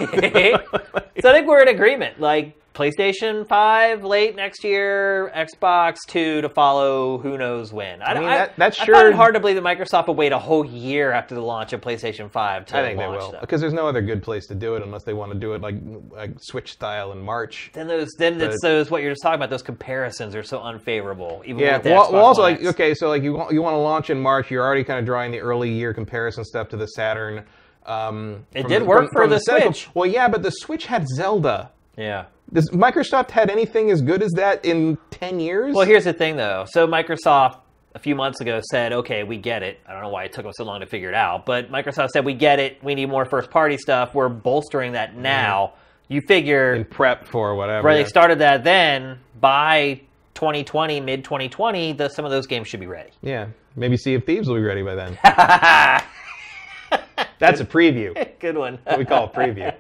Speaker 1: so I think we're in agreement. Like PlayStation Five late next year, Xbox Two to follow. Who knows when? I,
Speaker 2: mean,
Speaker 1: I-
Speaker 2: that- that's
Speaker 1: I find
Speaker 2: sure-
Speaker 1: it hard to believe that Microsoft would wait a whole year after the launch of PlayStation Five to
Speaker 2: I think they
Speaker 1: launch
Speaker 2: will
Speaker 1: them.
Speaker 2: because there's no other good place to do it unless they want to do it like like Switch style in March.
Speaker 1: Then those, then it's
Speaker 2: But-
Speaker 1: those what you're just talking about. Those comparisons are so unfavorable. Even
Speaker 2: Yeah,
Speaker 1: with the
Speaker 2: well,
Speaker 1: Xbox
Speaker 2: well, also
Speaker 1: One
Speaker 2: like
Speaker 1: X.
Speaker 2: okay, so like you want, you want to launch in March. You're already kind of drawing the early year comparison stuff to the Saturn. Um,
Speaker 1: It
Speaker 2: from
Speaker 1: did
Speaker 2: the-
Speaker 1: work
Speaker 2: from-
Speaker 1: for
Speaker 2: from
Speaker 1: the
Speaker 2: cynical-
Speaker 1: Switch.
Speaker 2: Well, yeah, but the Switch had Zelda.
Speaker 1: yeah.
Speaker 2: Does Microsoft had anything as good as that in ten years?
Speaker 1: Well, here's the thing though. So Microsoft a few months ago said, "Okay, we get it." I don't know why it took them so long to figure it out, but Microsoft said, "We get it. We need more first-party stuff. We're bolstering that now." You figure
Speaker 2: Mm-hmm. in prep for whatever.
Speaker 1: where
Speaker 2: yeah.
Speaker 1: they started that then by 2020, mid 2020, the, some of those games should be ready.
Speaker 2: yeah, maybe Sea of Thieves will be ready by then. That's a preview.
Speaker 1: Good one,
Speaker 2: What we call a preview.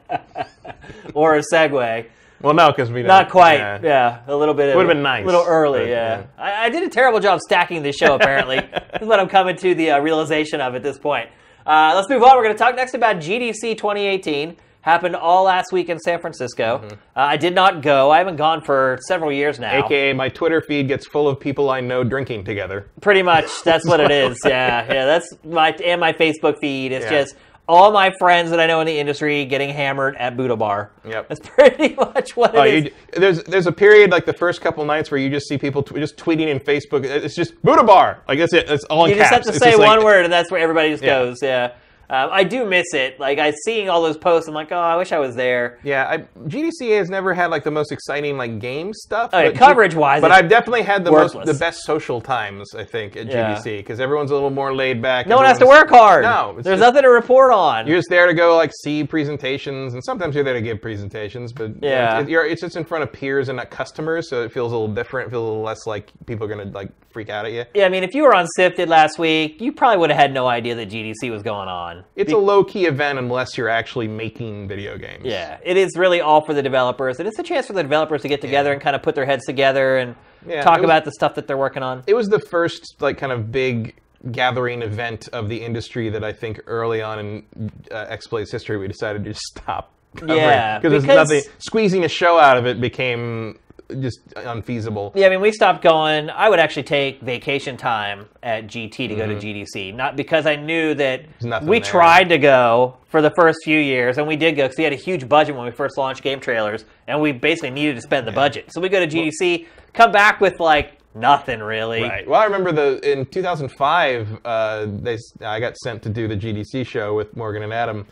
Speaker 1: or a segue.
Speaker 2: Well, no, because we don't-
Speaker 1: Not quite.
Speaker 2: yeah.
Speaker 1: Yeah, a little bit. of-
Speaker 2: Would've been nice,
Speaker 1: A little early.
Speaker 2: but,
Speaker 1: yeah.
Speaker 2: yeah.
Speaker 1: I, I did a terrible job stacking this show. Apparently, this is what I'm coming to the uh, realization of at this point. Uh, let's move on. We're going to talk next about GDC 2018. Happened all last week in San Francisco.
Speaker 2: Mm-hmm.
Speaker 1: Uh, I did not go. I haven't gone for several years now.
Speaker 2: AKA, my Twitter feed gets full of people I know drinking together.
Speaker 1: Pretty much, that's what it is. Yeah, yeah. That's my and my Facebook feed. It's
Speaker 2: Yeah.
Speaker 1: just all my friends that I know in the industry getting hammered at Buddha Bar.
Speaker 2: Yep.
Speaker 1: That's pretty much what it is.
Speaker 2: Oh, you, there's there's a period like the first couple nights where you just see people tw- just tweeting in Facebook. It's just Buddha Bar. Like that's it. That's all in
Speaker 1: You just
Speaker 2: caps.
Speaker 1: have to
Speaker 2: It's
Speaker 1: say
Speaker 2: just like-
Speaker 1: one word, and that's where everybody just
Speaker 2: Yeah.
Speaker 1: goes. Yeah, um, I do miss it. Like I seeing all those posts, I'm like, oh, I wish I was there.
Speaker 2: Yeah, I, GDCA has never had like the most exciting like game stuff.
Speaker 1: Oh, yeah,
Speaker 2: but-
Speaker 1: coverage-wise,
Speaker 2: but
Speaker 1: it's
Speaker 2: I've definitely had the most
Speaker 1: worthless.
Speaker 2: the best social times I think at
Speaker 1: Yeah.
Speaker 2: GDC because everyone's a little more laid back.
Speaker 1: No one has to
Speaker 2: everyone's-
Speaker 1: work hard.
Speaker 2: No, it's
Speaker 1: there's
Speaker 2: just-
Speaker 1: nothing to report on.
Speaker 2: You're just there to go like see presentations, and sometimes you're there to give presentations, but you know,
Speaker 1: Yeah.
Speaker 2: it's, you're, it's just in front of peers and not customers, so it feels a little different. Feels a little less like people are gonna like freak out at you.
Speaker 1: yeah, I mean, if you were on Sifted last week, you probably would have had no idea that GDC was going on.
Speaker 2: It's a low key event unless you're actually making video games.
Speaker 1: Yeah, it is really all for the developers, and it's a chance for the developers to get together and kind of put their heads together and
Speaker 2: Yeah,
Speaker 1: talk
Speaker 2: it was-
Speaker 1: about the stuff that they're working on.
Speaker 2: it was the first like kind of big gathering event of the industry that I think early on in uh, XPlay's history we decided to just stop. covering.
Speaker 1: Yeah,
Speaker 2: because there's
Speaker 1: because-
Speaker 2: nothing squeezing a show out of it became just unfeasible.
Speaker 1: Yeah, I mean, we stopped going. I would actually take vacation time at GT to go to GDC, not because I knew that
Speaker 2: Mm-hmm. nothing
Speaker 1: we
Speaker 2: there.
Speaker 1: tried to go for the first few years, and we did go because we had a huge budget when we first launched game trailers, and we basically needed to spend the budget. So we go to GDC, come back with like nothing really.
Speaker 2: Right. Well, I remember the in 2005, uh, they s- I got sent to do the GDC show with Morgan and Adam,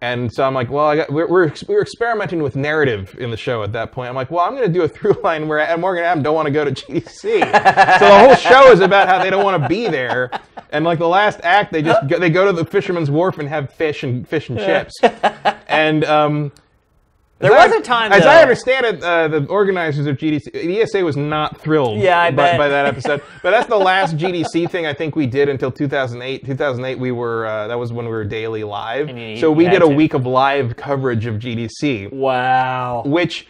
Speaker 2: and so I'm like, well, I got, we're, we're ex- we were experimenting with narrative in the show at that point. I'm like, well, I'm going to do a through line where and Morgan and Adam don't want to go to GDC, so the whole show is about how they don't want to be there, and like the last act, they just go, they go to the Fisherman's Wharf and have fish and fish and chips, and um.
Speaker 1: There
Speaker 2: as
Speaker 1: was
Speaker 2: I-
Speaker 1: a time
Speaker 2: as
Speaker 1: though,
Speaker 2: I understand it, uh, the organizers of GDC, the ESA E was not thrilled.
Speaker 1: Yeah, I
Speaker 2: by,
Speaker 1: bet.
Speaker 2: by that episode. but that's the last GDC thing I think we did until 2008. 2008, we were uh, that was when we were daily live.
Speaker 1: you-
Speaker 2: So
Speaker 1: you
Speaker 2: we
Speaker 1: had
Speaker 2: did a
Speaker 1: to.
Speaker 2: week of live coverage of GDC,
Speaker 1: Wow,
Speaker 2: which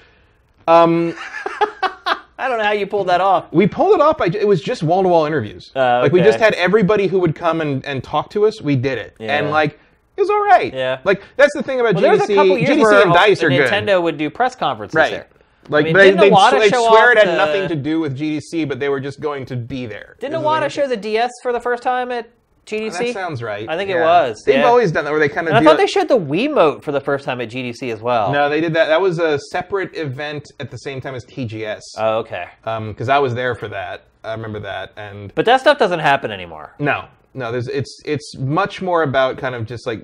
Speaker 1: I don't know how you pulled that off.
Speaker 2: we pulled it off. By, ju- it was just wall to wall interviews.
Speaker 1: Oh,
Speaker 2: Like we
Speaker 1: okay.
Speaker 2: just had everybody who would come and, and talk to us. We did it,
Speaker 1: Yeah.
Speaker 2: and like it was all right.
Speaker 1: Yeah.
Speaker 2: Like that's the thing about
Speaker 1: There
Speaker 2: GDC.
Speaker 1: was a couple years
Speaker 2: GDC
Speaker 1: where
Speaker 2: and Dice are good.
Speaker 1: Nintendo would do press conferences
Speaker 2: Right.
Speaker 1: there.
Speaker 2: Like
Speaker 1: I mean,
Speaker 2: they,
Speaker 1: didn't
Speaker 2: they,
Speaker 1: Iwata
Speaker 2: they
Speaker 1: show
Speaker 2: swear it
Speaker 1: off
Speaker 2: had
Speaker 1: the-
Speaker 2: nothing to do with GDC, but they were just going to be there.
Speaker 1: Didn't
Speaker 2: Is the
Speaker 1: Iwata
Speaker 2: thing.
Speaker 1: show the DS for the first time at GDC?
Speaker 2: That sounds right.
Speaker 1: I think it
Speaker 2: yeah.
Speaker 1: was,
Speaker 2: They've
Speaker 1: yeah.
Speaker 2: always done that, where they kind of.
Speaker 1: And I
Speaker 2: do
Speaker 1: thought
Speaker 2: it-
Speaker 1: they showed the Wiimote for the first time at GDC as well.
Speaker 2: No, they did that. That was a separate event at the same time as TGS,
Speaker 1: Oh, okay.
Speaker 2: because um, I was there for that. I remember that, and
Speaker 1: But that stuff doesn't happen anymore.
Speaker 2: no, no, there's it's it's much more about kind of just like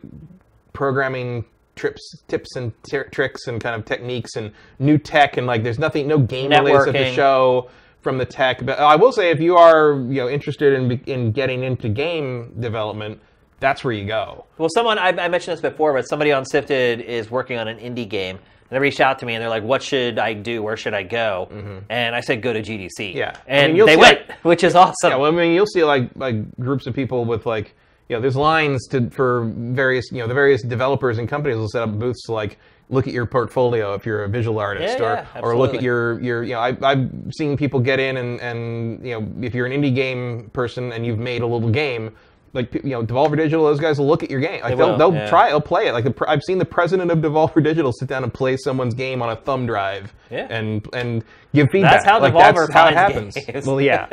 Speaker 2: programming trips, tips and t- tricks, and kind of techniques and new tech, and like there's nothing, no game release of the
Speaker 1: Networking.
Speaker 2: show from the tech. But I will say, if you are you know interested in be- in getting into game development, that's where you go.
Speaker 1: Well, someone I, I mentioned this before, but somebody on Sifted is working on an indie game, And they reached out to me and they're like, "What should I do? Where should I go?" And I said, "Go to GDC."
Speaker 2: Mm-hmm. Yeah. I
Speaker 1: and
Speaker 2: mean, you'll
Speaker 1: they
Speaker 2: see,
Speaker 1: went,
Speaker 2: like-
Speaker 1: which is awesome.
Speaker 2: Yeah, well, I mean, you'll see like like groups of people with like you know, there's lines to for various you know the various developers and companies will set up booths to like look at your portfolio if you're a visual artist
Speaker 1: Yeah,
Speaker 2: or
Speaker 1: yeah,
Speaker 2: or look
Speaker 1: absolutely.
Speaker 2: at your your you know I, I've seen people get in and and you know if you're an indie game person and you've made a little game. Like you know, Devolver Digital, those guys will look at your game. Like, they will
Speaker 1: will,
Speaker 2: they'll
Speaker 1: yeah.
Speaker 2: try, they'll play it. Like the, pre- I've seen the president of Devolver Digital sit down and play someone's game on a thumb drive,
Speaker 1: Yeah.
Speaker 2: and and give feedback.
Speaker 1: how
Speaker 2: like,
Speaker 1: Devolver
Speaker 2: that's how it
Speaker 1: finds
Speaker 2: happens.
Speaker 1: games.
Speaker 2: Well, yeah,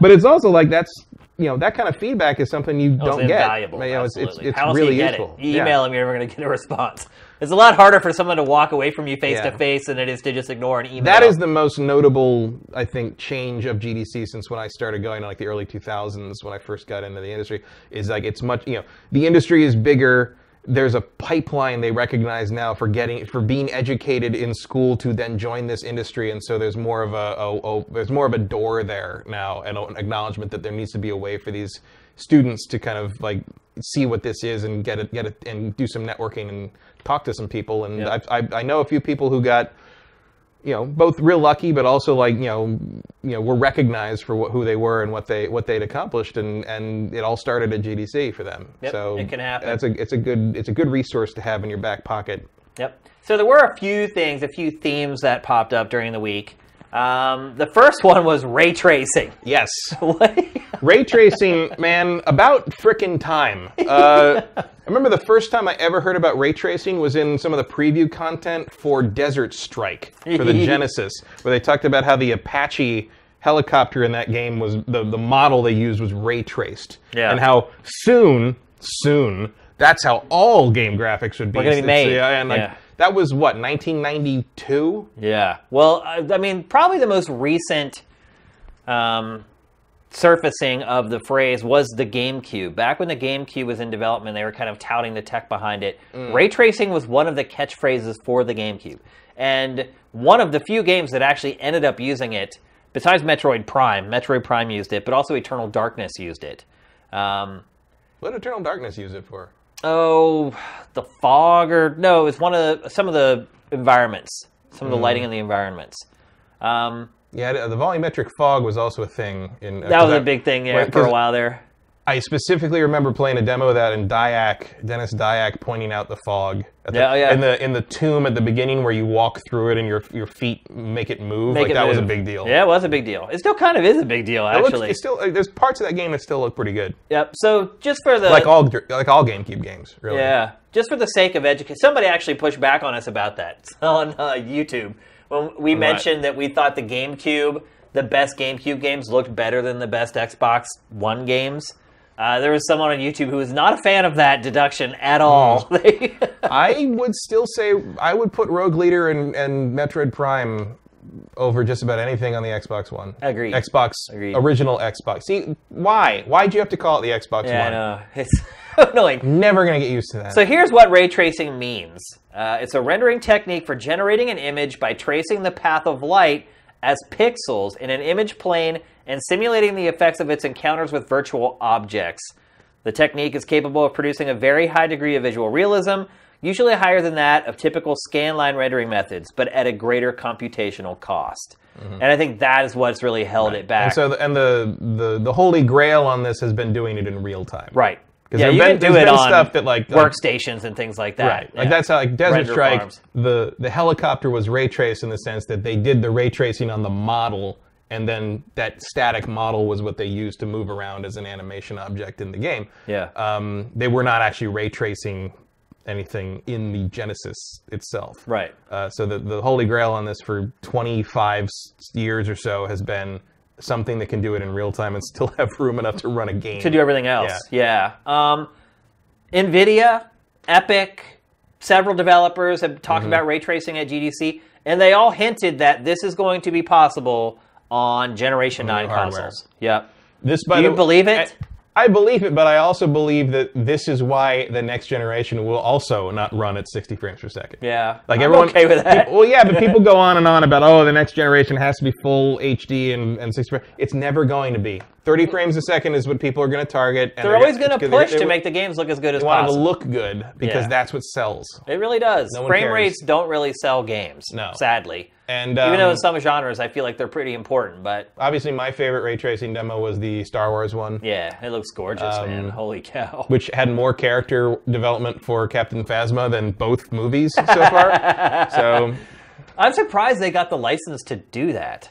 Speaker 2: but it's also like that's you know that kind of feedback is something you
Speaker 1: Oh, It's
Speaker 2: don't get.
Speaker 1: invaluable.
Speaker 2: You know, it's it's,
Speaker 1: absolutely.
Speaker 2: it's
Speaker 1: How else do
Speaker 2: really
Speaker 1: you get
Speaker 2: useful.
Speaker 1: It? You
Speaker 2: Yeah.
Speaker 1: email them, you're never going to get a response. It's a lot harder for someone to walk away from you face
Speaker 2: Yeah.
Speaker 1: to face than it is to just ignore an email.
Speaker 2: That is the most notable, I think, change of GDC since when I started going in like the early 2000s when I first got into the industry. Is like it's much, you know, the industry is bigger. There's a pipeline they recognize now for getting for being educated in school to then join this industry, and so there's more of a, a, a there's more of a door there now, and an acknowledgement that there needs to be a way for these students to kind of like see what this is and get it get it and do some networking and talk to some people. And
Speaker 1: Yeah.
Speaker 2: I've, I I know a few people who got you know, both real lucky, but also like you know, you know, were recognized for wh- who they were and what they what they'd accomplished, and and it all started at GDC for them.
Speaker 1: Yep,
Speaker 2: so
Speaker 1: it can happen.
Speaker 2: That's a it's a good it's a good resource to have in your back pocket.
Speaker 1: Yep. So there were a few things, a few themes that popped up during the week. Um, the first one was ray tracing.
Speaker 2: Yes,
Speaker 1: What?
Speaker 2: ray tracing, man, about frickin' time. Uh, I remember the first time I ever heard about ray tracing was in some of the preview content for Desert Strike for the Genesis, where they talked about how the Apache helicopter in that game was the the model they used was ray traced.
Speaker 1: Yeah.
Speaker 2: And how soon, soon, that's how all game graphics would be.
Speaker 1: gonna be
Speaker 2: It's-
Speaker 1: made.
Speaker 2: Yeah, and like
Speaker 1: Yeah.
Speaker 2: that was what 1992.
Speaker 1: yeah. Well, I, I mean, probably the most recent um, surfacing of the phrase was the GameCube. Back when the GameCube was in development, they were kind of touting the tech behind it. Ray tracing was one of the catchphrases for the GameCube, and one of the few games that actually ended up using it. Besides Metroid Prime, Metroid Prime used it, but also Eternal Darkness used it. Um,
Speaker 2: What did Eternal Darkness use it for?
Speaker 1: oh the fog or no it's one of the, some of the environments some of the lighting in the environments um,
Speaker 2: Yeah, the the volumetric fog was also a thing. In uh,
Speaker 1: that was a big thing yeah,
Speaker 2: Right,
Speaker 1: for
Speaker 2: 'cause-
Speaker 1: a while there
Speaker 2: I specifically remember playing a demo of that in Dyak, Dennis Dyak pointing out the fog. At the,
Speaker 1: Yeah, oh, yeah.
Speaker 2: In the in the tomb at the beginning where you walk through it and your your feet make it move.
Speaker 1: Make
Speaker 2: like
Speaker 1: it
Speaker 2: that was a
Speaker 1: move.
Speaker 2: big deal.
Speaker 1: yeah it was a big deal it still kind of is a big deal
Speaker 2: It looks-
Speaker 1: actually
Speaker 2: it's still uh, there's parts of that game that still look pretty good.
Speaker 1: yep so just for the
Speaker 2: Like all like all GameCube games, really.
Speaker 1: Yeah, just for the sake of education, somebody actually pushed back on us about that on uh, YouTube when we mentioned that we thought the GameCube, the best GameCube games, looked better than the best Xbox One games. Uh, there was someone on YouTube who was not a fan of that deduction at all.
Speaker 2: Mm. I would still say I would put Rogue Leader and, and Metroid Prime over just about anything on the Xbox One.
Speaker 1: Agreed.
Speaker 2: Xbox
Speaker 1: Agreed.
Speaker 2: original Xbox. See why? Why'd you have to call it the Xbox
Speaker 1: yeah, I
Speaker 2: One?
Speaker 1: know it's annoying.
Speaker 2: Never gonna get used to that.
Speaker 1: So here's what ray tracing means uh, it's a rendering technique for generating an image by tracing the path of light as pixels in an image plane and simulating the effects of its encounters with virtual objects. The technique is capable of producing a very high degree of visual realism, usually higher than that of typical scan line rendering methods, but at a greater computational cost. And I think that is what's really held it back.
Speaker 2: Mm-hmm. And so, the, and the, the the holy grail on this has been doing it in real time,
Speaker 1: right.
Speaker 2: Because
Speaker 1: Yeah,
Speaker 2: there's
Speaker 1: you
Speaker 2: been,
Speaker 1: can do
Speaker 2: there's
Speaker 1: it
Speaker 2: been
Speaker 1: on
Speaker 2: stuff that like like-
Speaker 1: workstations and things like that.
Speaker 2: right, like
Speaker 1: Yeah.
Speaker 2: that's how like Desert
Speaker 1: Render
Speaker 2: Strike,
Speaker 1: farms.
Speaker 2: the the helicopter was ray traced in the sense that they did the ray tracing on the model, and then that static model was what they used to move around as an animation object in the game.
Speaker 1: Yeah.
Speaker 2: um, they were not actually ray tracing anything in the Genesis itself.
Speaker 1: Right.
Speaker 2: Uh, so the, the holy grail on this for 25 s- years or so has been something that can do it in real time and still have room enough to run a game.
Speaker 1: to do everything else. Yeah. Um, Nvidia, Epic, several developers have talked
Speaker 2: Mm-hmm.
Speaker 1: about ray tracing at GDC, and they all hinted that this is going to be possible on Generation Nine
Speaker 2: hardware.
Speaker 1: consoles. Yep.
Speaker 2: This, by
Speaker 1: Do you
Speaker 2: the-
Speaker 1: believe it?
Speaker 2: I, I believe it, but I also believe that this is why the next generation will also not run at 60 frames per second.
Speaker 1: Yeah.
Speaker 2: Like
Speaker 1: I'm
Speaker 2: everyone,
Speaker 1: okay with that.
Speaker 2: peop- well, yeah, but people go on and on about oh, the next generation has to be full HD and and six. It's never going to be. 30 frames a second is what people are going to target. And
Speaker 1: They're always going to
Speaker 2: it's-
Speaker 1: push
Speaker 2: they-
Speaker 1: to
Speaker 2: they
Speaker 1: make the games look as good as
Speaker 2: want it to
Speaker 1: possible.
Speaker 2: look good because
Speaker 1: Yeah.
Speaker 2: that's what sells.
Speaker 1: it really does.
Speaker 2: No one
Speaker 1: Frame
Speaker 2: cares.
Speaker 1: rates don't really sell games.
Speaker 2: No.
Speaker 1: sadly.
Speaker 2: And
Speaker 1: Even
Speaker 2: um,
Speaker 1: though in some genres, I feel like they're pretty important, but
Speaker 2: obviously my favorite ray tracing demo was the Star Wars one,
Speaker 1: yeah, it looks gorgeous,
Speaker 2: um,
Speaker 1: man. Holy cow!
Speaker 2: which had more character development for Captain Phasma than both movies so far. so,
Speaker 1: I'm surprised they got the license to do that.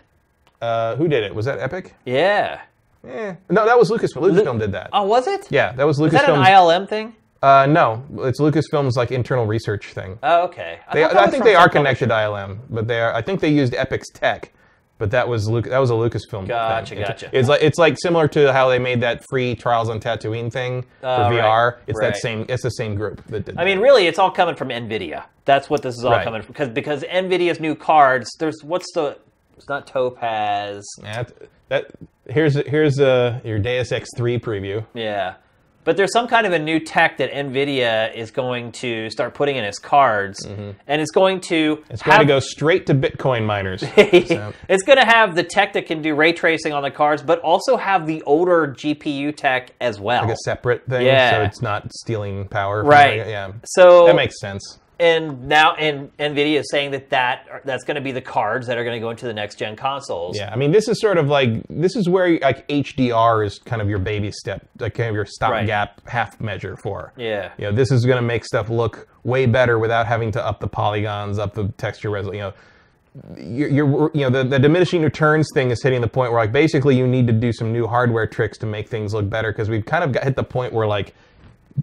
Speaker 2: uh, who did it? Was that Epic?
Speaker 1: Yeah.
Speaker 2: Eh. No, that was Lucasfilm. Lucasfilm did that.
Speaker 1: Oh, was it?
Speaker 2: Yeah, um, that was
Speaker 1: Is that an
Speaker 2: Lucasfilm's.
Speaker 1: ILM thing?
Speaker 2: uh, no, it's Lucasfilm's like internal research thing.
Speaker 1: Oh, okay.
Speaker 2: They, uh,
Speaker 1: thought that
Speaker 2: I
Speaker 1: was
Speaker 2: think
Speaker 1: from
Speaker 2: they
Speaker 1: some
Speaker 2: are
Speaker 1: publisher.
Speaker 2: connected to ILM, but they are. I think they used Epic's tech, but that was Luke, that was a Lucasfilm.
Speaker 1: Gotcha,
Speaker 2: thing. It-
Speaker 1: gotcha.
Speaker 2: It's like it's like similar to how they made that free Trials on Tatooine thing
Speaker 1: Oh,
Speaker 2: for
Speaker 1: right,
Speaker 2: VR. It's
Speaker 1: right.
Speaker 2: that same. It's the same group that did.
Speaker 1: I mean, really, it's all coming from Nvidia. That's what this is all
Speaker 2: Right.
Speaker 1: coming from because because Nvidia's new cards. There's what's the it's not Topaz.
Speaker 2: that. that here's here's uh, your Deus Ex three preview.
Speaker 1: Yeah, but there's some kind of a new tech that Nvidia is going to start putting in its cards, and it's going to
Speaker 2: Mm-hmm. It's going to go straight to Bitcoin miners. So-
Speaker 1: it's going to have the tech that can do ray tracing on the cards, but also have the older GPU tech as well.
Speaker 2: like a separate thing,
Speaker 1: Yeah.
Speaker 2: so it's not stealing power. from-
Speaker 1: Right.
Speaker 2: Yeah.
Speaker 1: So
Speaker 2: that makes sense.
Speaker 1: and now and Nvidia is saying that that that's going to be the cards that are going to go into the next gen consoles.
Speaker 2: Yeah, I mean, this is sort of like this is where like HDR is kind of your baby step, like kind of your stopgap half measure for.
Speaker 1: Yeah.
Speaker 2: You know, this is going to make stuff look way better without having to up the polygons, up the texture resolution. You know, you're, you're you know the, the diminishing returns thing is hitting the point where like basically you need to do some new hardware tricks to make things look better because we've kind of got hit the point where like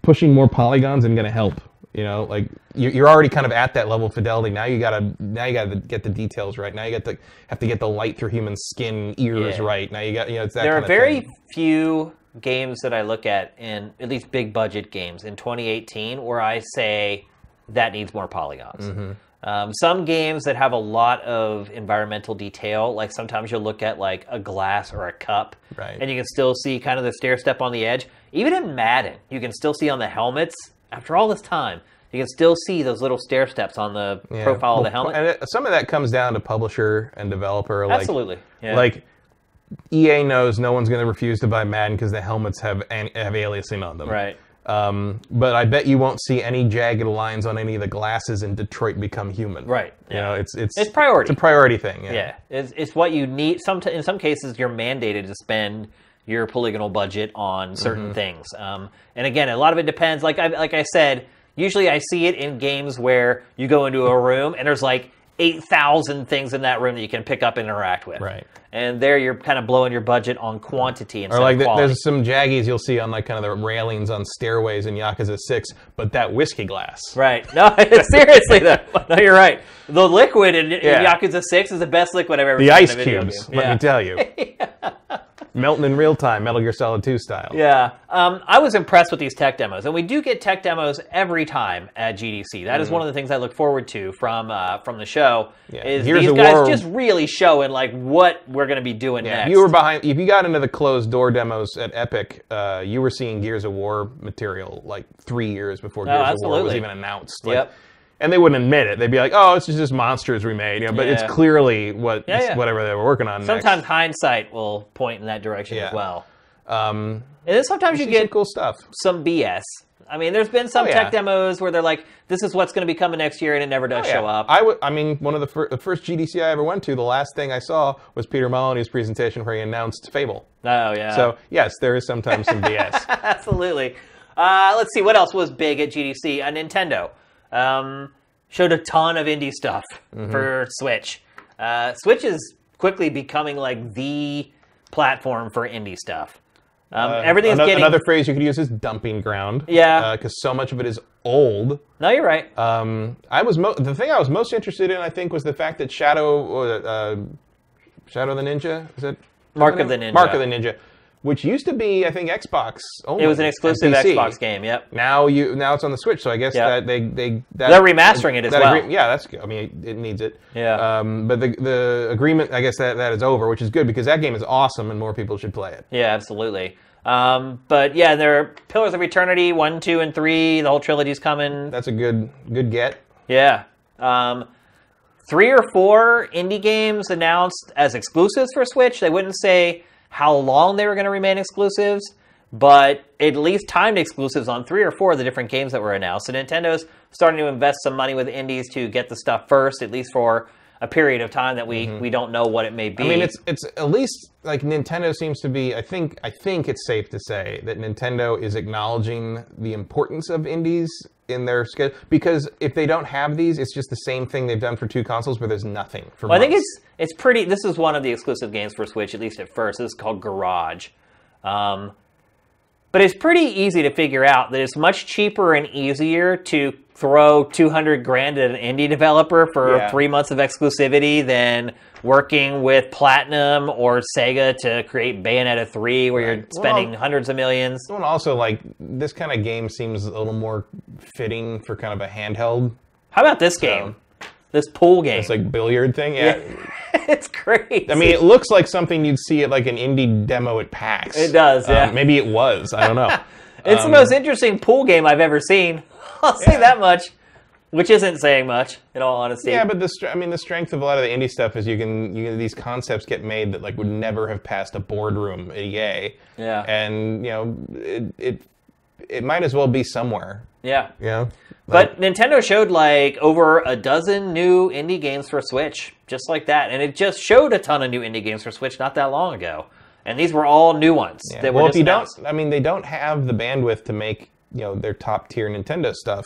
Speaker 2: pushing more polygons isn't going to help. You know, like you- you're already kind of at that level of fidelity. Now you gotta, now you gotta get the details right. Now you got to have to get the light through human skin, ears
Speaker 1: Yeah.
Speaker 2: right. Now you got, you know, it's that.
Speaker 1: There are
Speaker 2: kind
Speaker 1: very
Speaker 2: Of thing.
Speaker 1: few games that I look at in at least big budget games in 2018 where I say that needs more polygons.
Speaker 2: Mm-hmm.
Speaker 1: Um, some games that have a lot of environmental detail, like sometimes you'll look at like a glass or a cup,
Speaker 2: Right.
Speaker 1: and you can still see kind of the stair step on the edge. Even in Madden, you can still see on the helmets after all this time. You can still see those little stair steps on the
Speaker 2: Yeah.
Speaker 1: profile of the
Speaker 2: Well,
Speaker 1: helmet.
Speaker 2: And it, some of that comes down to publisher and developer. Like,
Speaker 1: Absolutely, yeah.
Speaker 2: Like EA knows no one's going to refuse to buy Madden because the helmets have an, have aliasing on them.
Speaker 1: right.
Speaker 2: Um, but I bet you won't see any jagged lines on any of the glasses in Detroit Become Human.
Speaker 1: Right,
Speaker 2: You
Speaker 1: yeah.
Speaker 2: know, it's it's
Speaker 1: It's priority.
Speaker 2: It's a priority thing. Yeah.
Speaker 1: Yeah, it's, it's what you need. Some in some cases, you're mandated to spend your polygonal budget on
Speaker 2: Mm-hmm.
Speaker 1: certain things. Um, and again, a lot of it depends. Like I like I said, usually I see it in games where you go into a room and there's like eight thousand things in that room that you can pick up and interact with.
Speaker 2: Right.
Speaker 1: And there, you're kind of blowing your budget on quantity instead
Speaker 2: Or like
Speaker 1: of
Speaker 2: th-
Speaker 1: quality.
Speaker 2: there's some jaggies you'll see on like kind of the railings on stairways in Yakuza Six, but that whiskey glass.
Speaker 1: Right. No, seriously though. No, you're right. The liquid in, in
Speaker 2: Yeah.
Speaker 1: Yakuza Six is the best liquid I've ever
Speaker 2: The
Speaker 1: seen.
Speaker 2: ice
Speaker 1: in a video
Speaker 2: cubes,
Speaker 1: game.
Speaker 2: let
Speaker 1: Yeah.
Speaker 2: me tell you. Melting in real time, Metal Gear Solid 2 style.
Speaker 1: Yeah, um, I was impressed with these tech demos, and we do get tech demos every time at GDC. That is one of the things I look forward to from uh, from the show.
Speaker 2: Mm-hmm. Yeah,
Speaker 1: Is
Speaker 2: here's
Speaker 1: these
Speaker 2: the
Speaker 1: guys
Speaker 2: world.
Speaker 1: just really showing like what we're going to be doing
Speaker 2: Yeah,
Speaker 1: next?
Speaker 2: if you were behind, if you got into the closed door demos at Epic, uh, you were seeing Gears of War material like three years before Gears of War was
Speaker 1: Oh, absolutely.
Speaker 2: even announced. Like,
Speaker 1: Yep.
Speaker 2: And they wouldn't admit it. They'd be like, "Oh, it's just monsters we made," you know, but
Speaker 1: Yeah.
Speaker 2: it's clearly what
Speaker 1: Yeah, yeah.
Speaker 2: whatever they were working on. next.
Speaker 1: sometimes hindsight will point in that direction as
Speaker 2: Yeah.
Speaker 1: well,
Speaker 2: um,
Speaker 1: and then sometimes you
Speaker 2: you get
Speaker 1: get
Speaker 2: cool stuff.
Speaker 1: some BS. I mean, there's been some
Speaker 2: Oh, yeah. Oh,
Speaker 1: tech demos where they're like, "This is what's going to be coming next year," and it never does
Speaker 2: Yeah.
Speaker 1: show up.
Speaker 2: I would- I mean, one of the, fir- the first GDC I ever went to, the last thing I saw was Peter Molyneux's presentation where he announced Fable.
Speaker 1: oh yeah.
Speaker 2: So yes, there is sometimes some BS.
Speaker 1: Absolutely. Uh, let's see what else was big at GDC. Uh, Nintendo um, showed a ton of indie stuff
Speaker 2: Mm-hmm.
Speaker 1: for Switch. Uh, Switch is quickly becoming like the platform for indie stuff. Um, everything's
Speaker 2: Ano-
Speaker 1: getting.
Speaker 2: Uh, Another phrase you could use is dumping ground.
Speaker 1: Yeah.
Speaker 2: Because so much of it is old.
Speaker 1: No, you're right.
Speaker 2: Um, I was mo- the thing I was most interested in, I think, was the fact that Shadow, uh, uh, Shadow the Ninja, is it
Speaker 1: Mark of the Ninja.
Speaker 2: Mark of the Ninja, which used to be, I think, Xbox. Only,
Speaker 1: it was an
Speaker 2: and
Speaker 1: exclusive
Speaker 2: PC.
Speaker 1: Xbox game. Yep.
Speaker 2: Now you now it's on the Switch, so I guess
Speaker 1: Yeah.
Speaker 2: that they they that,
Speaker 1: They're remastering it as
Speaker 2: that
Speaker 1: well.
Speaker 2: agree- yeah, that's good. I mean, it, it needs it.
Speaker 1: Yeah.
Speaker 2: Um, but the the agreement, I guess that that is over, which is good because that game is awesome and more people should play it.
Speaker 1: Yeah, absolutely. Um, but yeah, there are Pillars of Eternity one, two, and three. The whole trilogy's coming.
Speaker 2: That's a good good get.
Speaker 1: Yeah. Um, three or four indie games announced as exclusives for Switch. They wouldn't say how long they were going to remain exclusives, but at least timed exclusives on three or four of the different games that were announced. So Nintendo's starting to invest some money with indies to get the stuff first, at least for a period of time that we, we don't know what it may be.
Speaker 2: Mm-hmm. I mean, it's it's at least like Nintendo seems to be. I think I think it's safe to say that Nintendo is acknowledging the importance of indies in their schedule because if they don't have these, it's just the same thing they've done for two consoles where there's nothing for.
Speaker 1: Well, I think
Speaker 2: months.
Speaker 1: it's it's pretty. This is one of the exclusive games for Switch, at least at first. This is called Garage, um, but it's pretty easy to figure out that it's much cheaper and easier to throw 200 grand at an indie developer for
Speaker 2: Yeah.
Speaker 1: three months of exclusivity than working with Platinum or Sega to create Bayonetta 3, where you're
Speaker 2: Right. Well,
Speaker 1: spending hundreds of millions.
Speaker 2: Oh, And also, like this kind of game seems a little more fitting for kind of a handheld.
Speaker 1: How about this game? This pool game.
Speaker 2: It's like billiard thing. Yeah.
Speaker 1: it's crazy.
Speaker 2: I mean, it looks like something you'd see at like an indie demo at PAX.
Speaker 1: It does,
Speaker 2: Um,
Speaker 1: yeah.
Speaker 2: maybe it was. I don't know.
Speaker 1: It's
Speaker 2: Um,
Speaker 1: the most interesting pool game I've ever seen. I'll say that much, which isn't saying much, in all honesty.
Speaker 2: Yeah, but the str- I mean the strength of a lot of the indie stuff is you can you can, these concepts get made that like would never have passed a boardroom at EA.
Speaker 1: Yeah.
Speaker 2: And you know it it, it might as well be somewhere.
Speaker 1: Yeah.
Speaker 2: You know.
Speaker 1: But Nintendo showed like over a dozen new indie games for Switch, just like that. And it just showed a ton of new indie games for Switch not that long ago. And these were all new ones
Speaker 2: Yeah.
Speaker 1: that were
Speaker 2: well, if
Speaker 1: just
Speaker 2: you
Speaker 1: announced.
Speaker 2: don't, I mean, they don't have the bandwidth to make you know their top tier Nintendo stuff,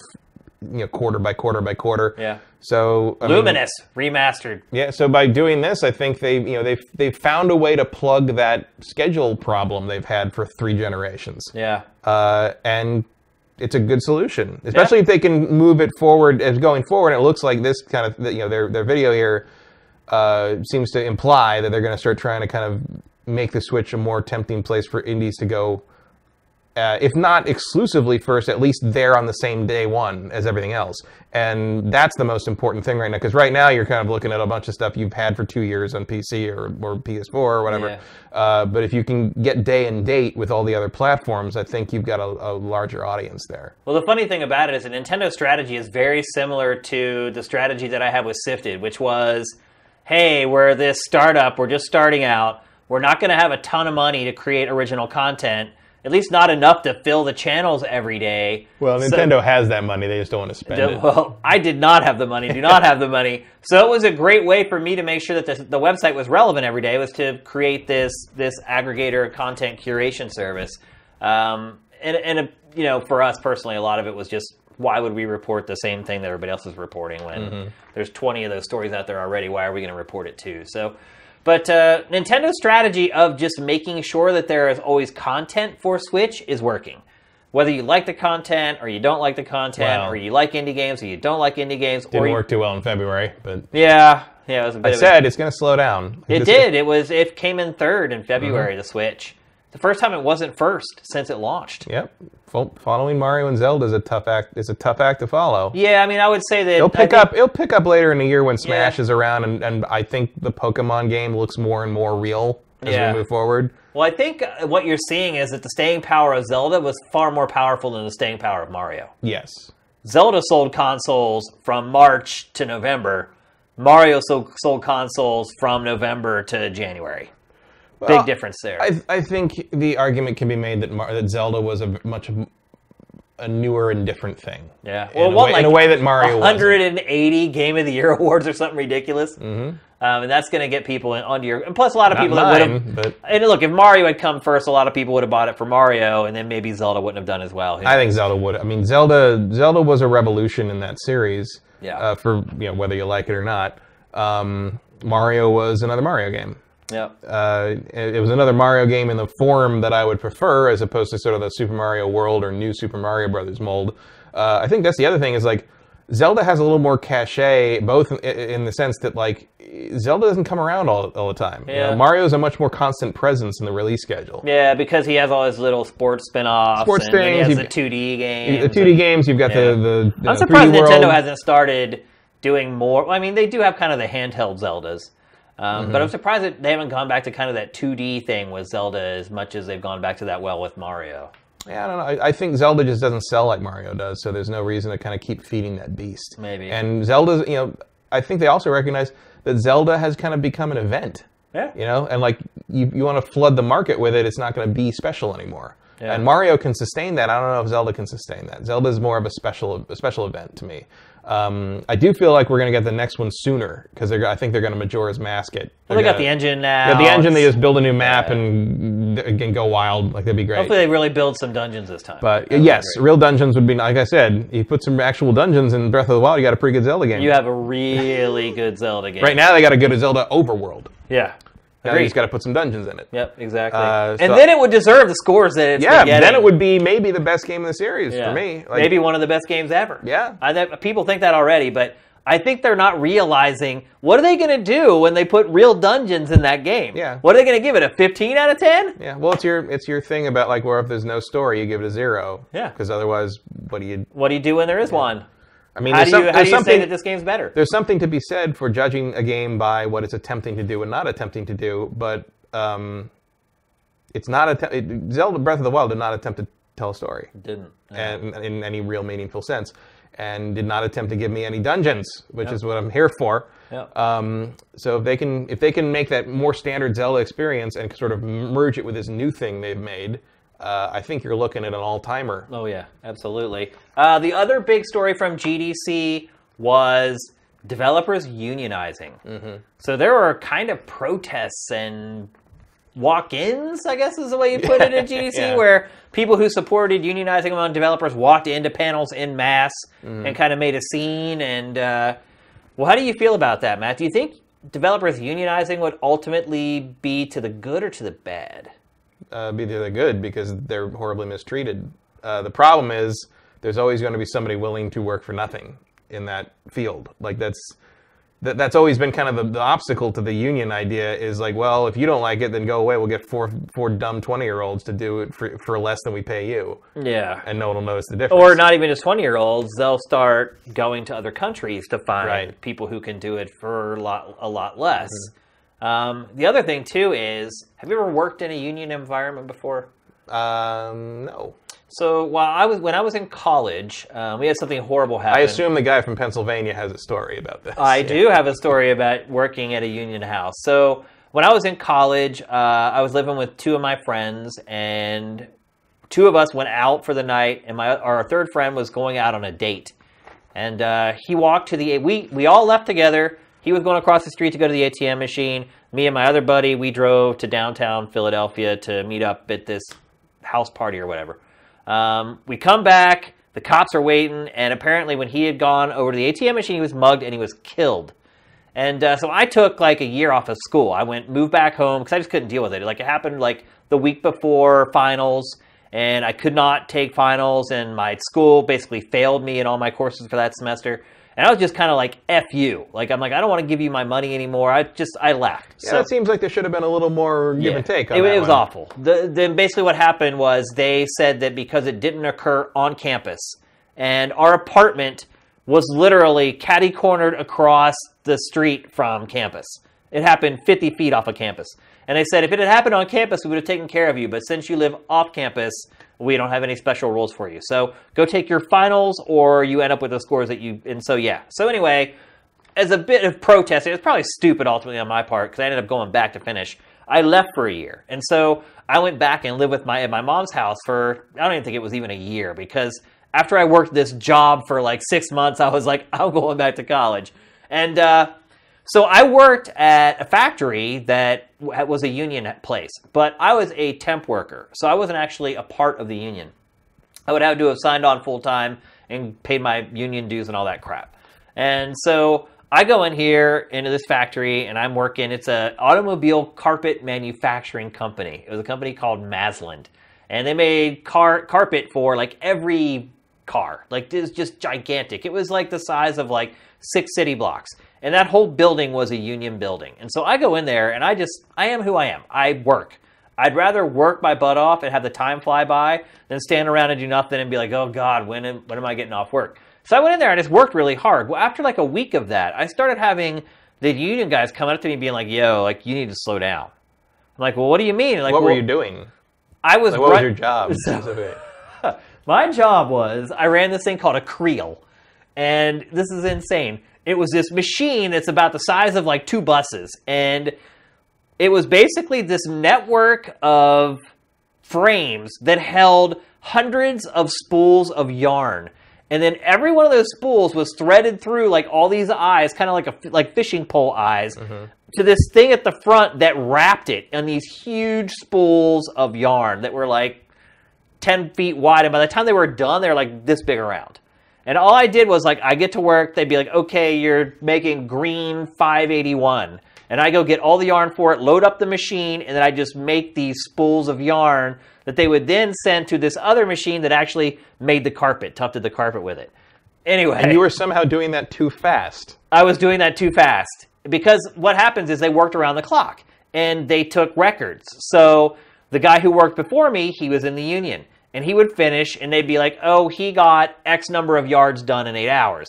Speaker 2: you know, quarter by quarter by quarter.
Speaker 1: Yeah.
Speaker 2: So I mean,
Speaker 1: Luminous remastered.
Speaker 2: yeah. So by doing this, I think they you know they they found a way to plug that schedule problem they've had for three generations.
Speaker 1: Yeah.
Speaker 2: uh, and it's a good solution, especially if they can move it forward as going forward. It looks like this kind of you know their their video here uh, seems to imply that they're going to start trying to kind of make the Switch a more tempting place for indies to go. Uh, if not exclusively first, at least there on the same day one as everything else, and that's the most important thing right now. Because right now you're kind of looking at a bunch of stuff you've had for two years on PC or, or PS4 or whatever,
Speaker 1: Yeah.
Speaker 2: uh, but if you can get day and date with all the other platforms, I think you've got a, a larger audience there.
Speaker 1: Well, the funny thing about it is, the Nintendo strategy is very similar to the strategy that I had with Sifted, which was, hey, we're this startup, we're just starting out, we're not going to have a ton of money to create original content, at least not enough to fill the channels every day.
Speaker 2: Well,
Speaker 1: So-
Speaker 2: Nintendo has that money; they just don't want to spend
Speaker 1: Yeah,
Speaker 2: it.
Speaker 1: Well, I did not have the money. Do not have the money. So it was a great way for me to make sure that the, the website was relevant every day. Was to create this this aggregator content curation service. Um, and and uh, you know, for us personally, a lot of it was just why would we report the same thing that everybody else is reporting when
Speaker 2: Mm-hmm.
Speaker 1: there's 20 of those stories out there already? Why are we going to report it too? So. But uh, Nintendo's strategy of just making sure that there is always content for Switch is working. Whether you like the content or you don't like the content,
Speaker 2: Wow.
Speaker 1: or you like indie games or you don't like indie games, or
Speaker 2: Didn't
Speaker 1: you,
Speaker 2: work too well in February, but
Speaker 1: yeah, yeah, it was a bit
Speaker 2: I
Speaker 1: of a-
Speaker 2: said it's going to slow down.
Speaker 1: it
Speaker 2: Just- Uh-huh.
Speaker 1: did. It was it came in third in February. The Switch, the first time it wasn't first since it launched. Yeah,
Speaker 2: Yep. Fo- Following Mario and Zelda is a tough act. Is a tough act to follow.
Speaker 1: I mean, I would say that
Speaker 2: It'll
Speaker 1: I
Speaker 2: pick
Speaker 1: think-
Speaker 2: up. It'll pick up later in the year when Smash is around, and, and I think the Pokemon game looks more and more real as
Speaker 1: Yeah.
Speaker 2: we move forward.
Speaker 1: Well, I think uh, what you're seeing is that the staying power of Zelda was far more powerful than the staying power of Mario.
Speaker 2: Yes.
Speaker 1: Zelda sold consoles from March to November. Mario sold, sold consoles from November to January. Big
Speaker 2: Well,
Speaker 1: difference there.
Speaker 2: I, I think the argument can be made that Mar- that Zelda was a v- much of a newer and different thing.
Speaker 1: Yeah.
Speaker 2: In, a, way, in a way that Mario was.
Speaker 1: 180 Game of the Year awards or something ridiculous. Mm-hmm. Um, and that's going to get people in, onto your. And plus, a lot of people that would have.
Speaker 2: Mine, but
Speaker 1: And look, if Mario had come first, a lot of people would have bought it for Mario, and then maybe Zelda wouldn't have done as well.
Speaker 2: I think Zelda would. I mean, Zelda Zelda was a revolution in that series.
Speaker 1: Yeah.
Speaker 2: Uh, for you know whether you like it or not, um, Mario was another Mario game.
Speaker 1: yeah.
Speaker 2: Uh, it it was another Mario game in the form that I would prefer, as opposed to sort of the Super Mario World or new Super Mario Brothers mold. Uh, I think that's the other thing is like Zelda has a little more cachet, both in, in the sense that like Zelda doesn't come around all, all the time. You know,
Speaker 1: Yeah.
Speaker 2: Mario's a much more constant presence in the release schedule.
Speaker 1: Yeah, because he has all his little sports spin offs.
Speaker 2: Sports
Speaker 1: and then
Speaker 2: things,
Speaker 1: He has
Speaker 2: you-
Speaker 1: the 2D games.
Speaker 2: The 2D games, you've got
Speaker 1: Yeah.
Speaker 2: the the, the
Speaker 1: I'm surprised
Speaker 2: 3D world.
Speaker 1: Nintendo hasn't started doing more. well, I mean, they do have kind of the handheld Zeldas, um,
Speaker 2: Mm-hmm.
Speaker 1: but I'm surprised that they haven't gone back to kind of that 2D thing with Zelda as much as they've gone back to that well with Mario.
Speaker 2: Yeah, I don't know. I, I think Zelda just doesn't sell like Mario does, so there's no reason to kind of keep feeding that beast.
Speaker 1: Maybe.
Speaker 2: And Zelda's, you know, I think they also recognize that Zelda has kind of become an event.
Speaker 1: Yeah.
Speaker 2: You know, and like you, you want to flood the market with it, it's not going to be special anymore.
Speaker 1: Yeah.
Speaker 2: And Mario can sustain that. I don't know if Zelda can sustain that. Zelda is more of a special a special event to me. Um, I do feel like we're going to get the next one sooner because I think they're going to Majora's Mask it.
Speaker 1: Well, they got the engine now.
Speaker 2: Yeah, the engine. They just build a new map
Speaker 1: Yeah.
Speaker 2: and, and go wild. Like that'd be great.
Speaker 1: Hopefully, they really build some dungeons this time.
Speaker 2: But
Speaker 1: That would be
Speaker 2: yes,
Speaker 1: great.
Speaker 2: real dungeons would be like I said. You put some actual dungeons in Breath of the Wild, you got a pretty good Zelda game.
Speaker 1: you have a really good Zelda game
Speaker 2: right now they got a good Zelda Overworld.
Speaker 1: Yeah,
Speaker 2: Now
Speaker 1: Agreed.
Speaker 2: you just got to put some dungeons in it.
Speaker 1: Yep, exactly.
Speaker 2: Uh,
Speaker 1: and
Speaker 2: so-
Speaker 1: then it would deserve the scores that it's
Speaker 2: Yeah,
Speaker 1: been getting.
Speaker 2: then it would be maybe the best game in the series
Speaker 1: Yeah.
Speaker 2: for me. Like,
Speaker 1: Maybe one of the best games ever.
Speaker 2: Yeah.
Speaker 1: I, that, people think that already, but I think they're not realizing what are they going to do when they put real dungeons in that game.
Speaker 2: Yeah.
Speaker 1: What are they going to give it a 15 out of 10?
Speaker 2: Yeah, well, it's your it's your thing about like where if there's no story, you give it a zero.
Speaker 1: Yeah.
Speaker 2: because otherwise, what do you?
Speaker 1: What do you do when there is one?
Speaker 2: I mean,
Speaker 1: How
Speaker 2: there's,
Speaker 1: do
Speaker 2: some-
Speaker 1: you, how
Speaker 2: there's
Speaker 1: do you
Speaker 2: something
Speaker 1: say that this game's better?
Speaker 2: there's something to be said for judging a game by what it's attempting to do and not attempting to do, but um, it's not att- it, Zelda Breath of the Wild did not attempt to tell a story.
Speaker 1: Didn't.
Speaker 2: and in any real meaningful sense, and did not attempt to give me any dungeons, which is what I'm here for.
Speaker 1: Yeah.
Speaker 2: Um, so if they can if they can make that more standard Zelda experience and sort of merge it with this new thing they've made, uh, I think you're looking at an all timer.
Speaker 1: Oh yeah, absolutely. Uh, the other big story from GDC was developers unionizing. So there were kind of protests and walk-ins, I guess is the way you put it at GDC,
Speaker 2: Yeah.
Speaker 1: where people who supported unionizing among developers walked into panels in mass and kind of made a scene. And uh, well, how do you feel about that, Matt? Do you think developers unionizing would ultimately be to the good or to the bad?
Speaker 2: Uh, be the good because they're horribly mistreated. Uh, the problem is there's always going to be somebody willing to work for nothing in that field. Like that's. That, that's always been kind of the, the obstacle to the union idea is like, well, if you don't like it, then go away. We'll get four four dumb twenty year olds to do it for, for less than we pay you,
Speaker 1: Yeah.
Speaker 2: and no one will notice the difference.
Speaker 1: or not even just 20 year olds they'll start going to other countries to find
Speaker 2: Right.
Speaker 1: people who can do it for a lot a lot less
Speaker 2: Mm-hmm.
Speaker 1: um, the other thing too is have you ever worked in a union environment before
Speaker 2: Um, no,
Speaker 1: so while i was when i was in college um, we had something horrible happen
Speaker 2: I assume the guy from Pennsylvania has a story about this.
Speaker 1: I do have a story about working at a union house. So when I was in college, uh, I was living with two of my friends, and two of us went out for the night, and my our third friend was going out on a date, and uh, he walked to the we we all left together. He was going across the street to go to the ATM machine. Me and my other buddy, we drove to downtown Philadelphia to meet up at this house party or whatever. Um, we come back, the cops are waiting, and apparently when he had gone over to the ATM machine, he was mugged and he was killed. And uh, so I took like a year off of school. I went moved back home because I just couldn't deal with it. Like it happened like the week before finals, and I could not take finals, and my school basically failed me in all my courses for that semester. And I was just kind of like, "F you!" Like I'm like, I don't want to give you my money anymore. I just I left.
Speaker 2: Yeah,
Speaker 1: so
Speaker 2: it seems like there should have been a little more give and
Speaker 1: yeah.
Speaker 2: take. On
Speaker 1: it,
Speaker 2: that
Speaker 1: it was
Speaker 2: one.
Speaker 1: awful. The, then basically what happened was they said that because it didn't occur on campus, and our apartment was literally catty cornered across the street from campus. It happened 50 feet off of campus. And they said if it had happened on campus, we would have taken care of you. But since you live off campus, we don't have any special rules for you. So go take your finals, or you end up with the scores that you. And so yeah. So anyway, as a bit of protest, it was probably stupid ultimately on my part because I ended up going back to finish. I left for a year, and so I went back and lived with my at my mom's house for I don't even think it was even a year because after I worked this job for like six months, I was like I'm going back to college, and uh, so I worked at a factory that w- was a union place, but I was a temp worker, so I wasn't actually a part of the union. I would have to have signed on full time and paid my union dues and all that crap. And so I go in here into this factory and I'm working. It's a automobile carpet manufacturing company. It was a company called Masland, and they made car carpet for like every car. Like it was just gigantic. It was like the size of like six city blocks. And that whole building was a union building. And so I go in there and I just I am who I am. I work. I'd rather work my butt off and have the time fly by than stand around and do nothing and be like, oh God, when am, when am I getting off work? So I went in there and just worked really hard. Well, after like a week of that, I started having the union guys coming up to me being like, yo, like you need to slow down. I'm like, well, what do you mean? Like,
Speaker 2: What were
Speaker 1: well,
Speaker 2: you doing?
Speaker 1: I was
Speaker 2: Like, what was
Speaker 1: ru-
Speaker 2: your job?
Speaker 1: So-
Speaker 2: specifically?
Speaker 1: my job was I ran this thing called a creel, and this is insane. It was this machine that's about the size of like two buses, and It was basically this network of frames that held hundreds of spools of yarn. And then every one of those spools was threaded through like all these eyes, kind of like a like fishing pole eyes, to this thing at the front that wrapped it in these huge spools of yarn that were like 10 feet wide. And by the time they were done, they were like this big around. And all I did was like, I get to work. They'd be like, okay, you're making green 581. And I go get all the yarn for it, load up the machine, and then I just make these spools of yarn that they would then send to this other machine that actually made the carpet, tufted the carpet with it. Anyway.
Speaker 2: You were somehow doing that too fast.
Speaker 1: I was doing that too fast because what happens is they worked around the clock and they took records. So the guy who worked before me, he was in the union and he would finish and they'd be like, "Oh, he got X number of yards done in 8 hours."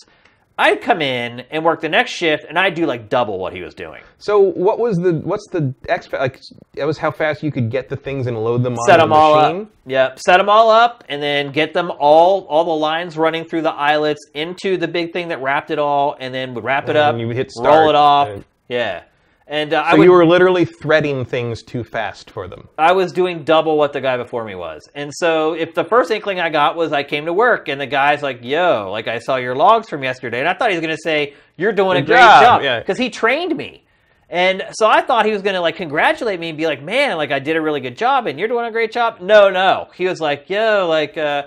Speaker 1: I'd come in and work the next shift and I'd do like double what he was doing.
Speaker 2: So what was the what's the X like? That was how fast you could get the things and load them on
Speaker 1: set
Speaker 2: the
Speaker 1: them all
Speaker 2: machine.
Speaker 1: up. Yep, set them all up, and then get them all all the lines running through the eyelets into the big thing that wrapped it all, and then would wrap it
Speaker 2: And
Speaker 1: up.
Speaker 2: you would hit
Speaker 1: roll
Speaker 2: start,
Speaker 1: it off.
Speaker 2: and-
Speaker 1: Yeah, and uh, I
Speaker 2: So
Speaker 1: would,
Speaker 2: you were literally threading things too fast for them.
Speaker 1: I was doing double what the guy before me was, and so if the first inkling I got was I came to work and the guy's like, "Yo, like I saw your logs from yesterday," and I thought he was gonna say, "You're doing a
Speaker 2: Good
Speaker 1: great
Speaker 2: job,"
Speaker 1: job,"
Speaker 2: yeah.
Speaker 1: because he trained me. And so I thought he was gonna like congratulate me and be like, "Man, like I did a really good job, and you're doing a great job." No, no, he was like, "Yo, like uh,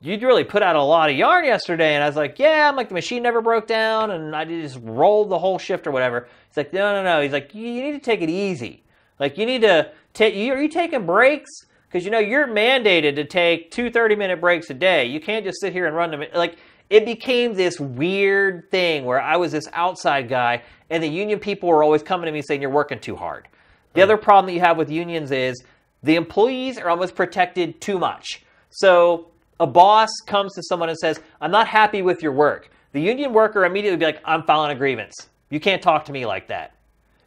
Speaker 1: you'd really put out a lot of yarn yesterday. And I was like, yeah, I'm like, the machine never broke down and I just rolled the whole shift or whatever. He's like, no, no, no. He's like, you you need to take it easy. Like, you need to take, you, are you taking breaks? Because, you know, you're mandated to take two 30 minute breaks a day. You can't just sit here and run them. Like, it became this weird thing where I was this outside guy and the union people were always coming to me saying, you're working too hard. The other problem that you have with unions is the employees are almost protected too much. So a boss comes to someone and says, I'm not happy with your work. The union worker immediately would be like, I'm filing a grievance. You can't talk to me like that.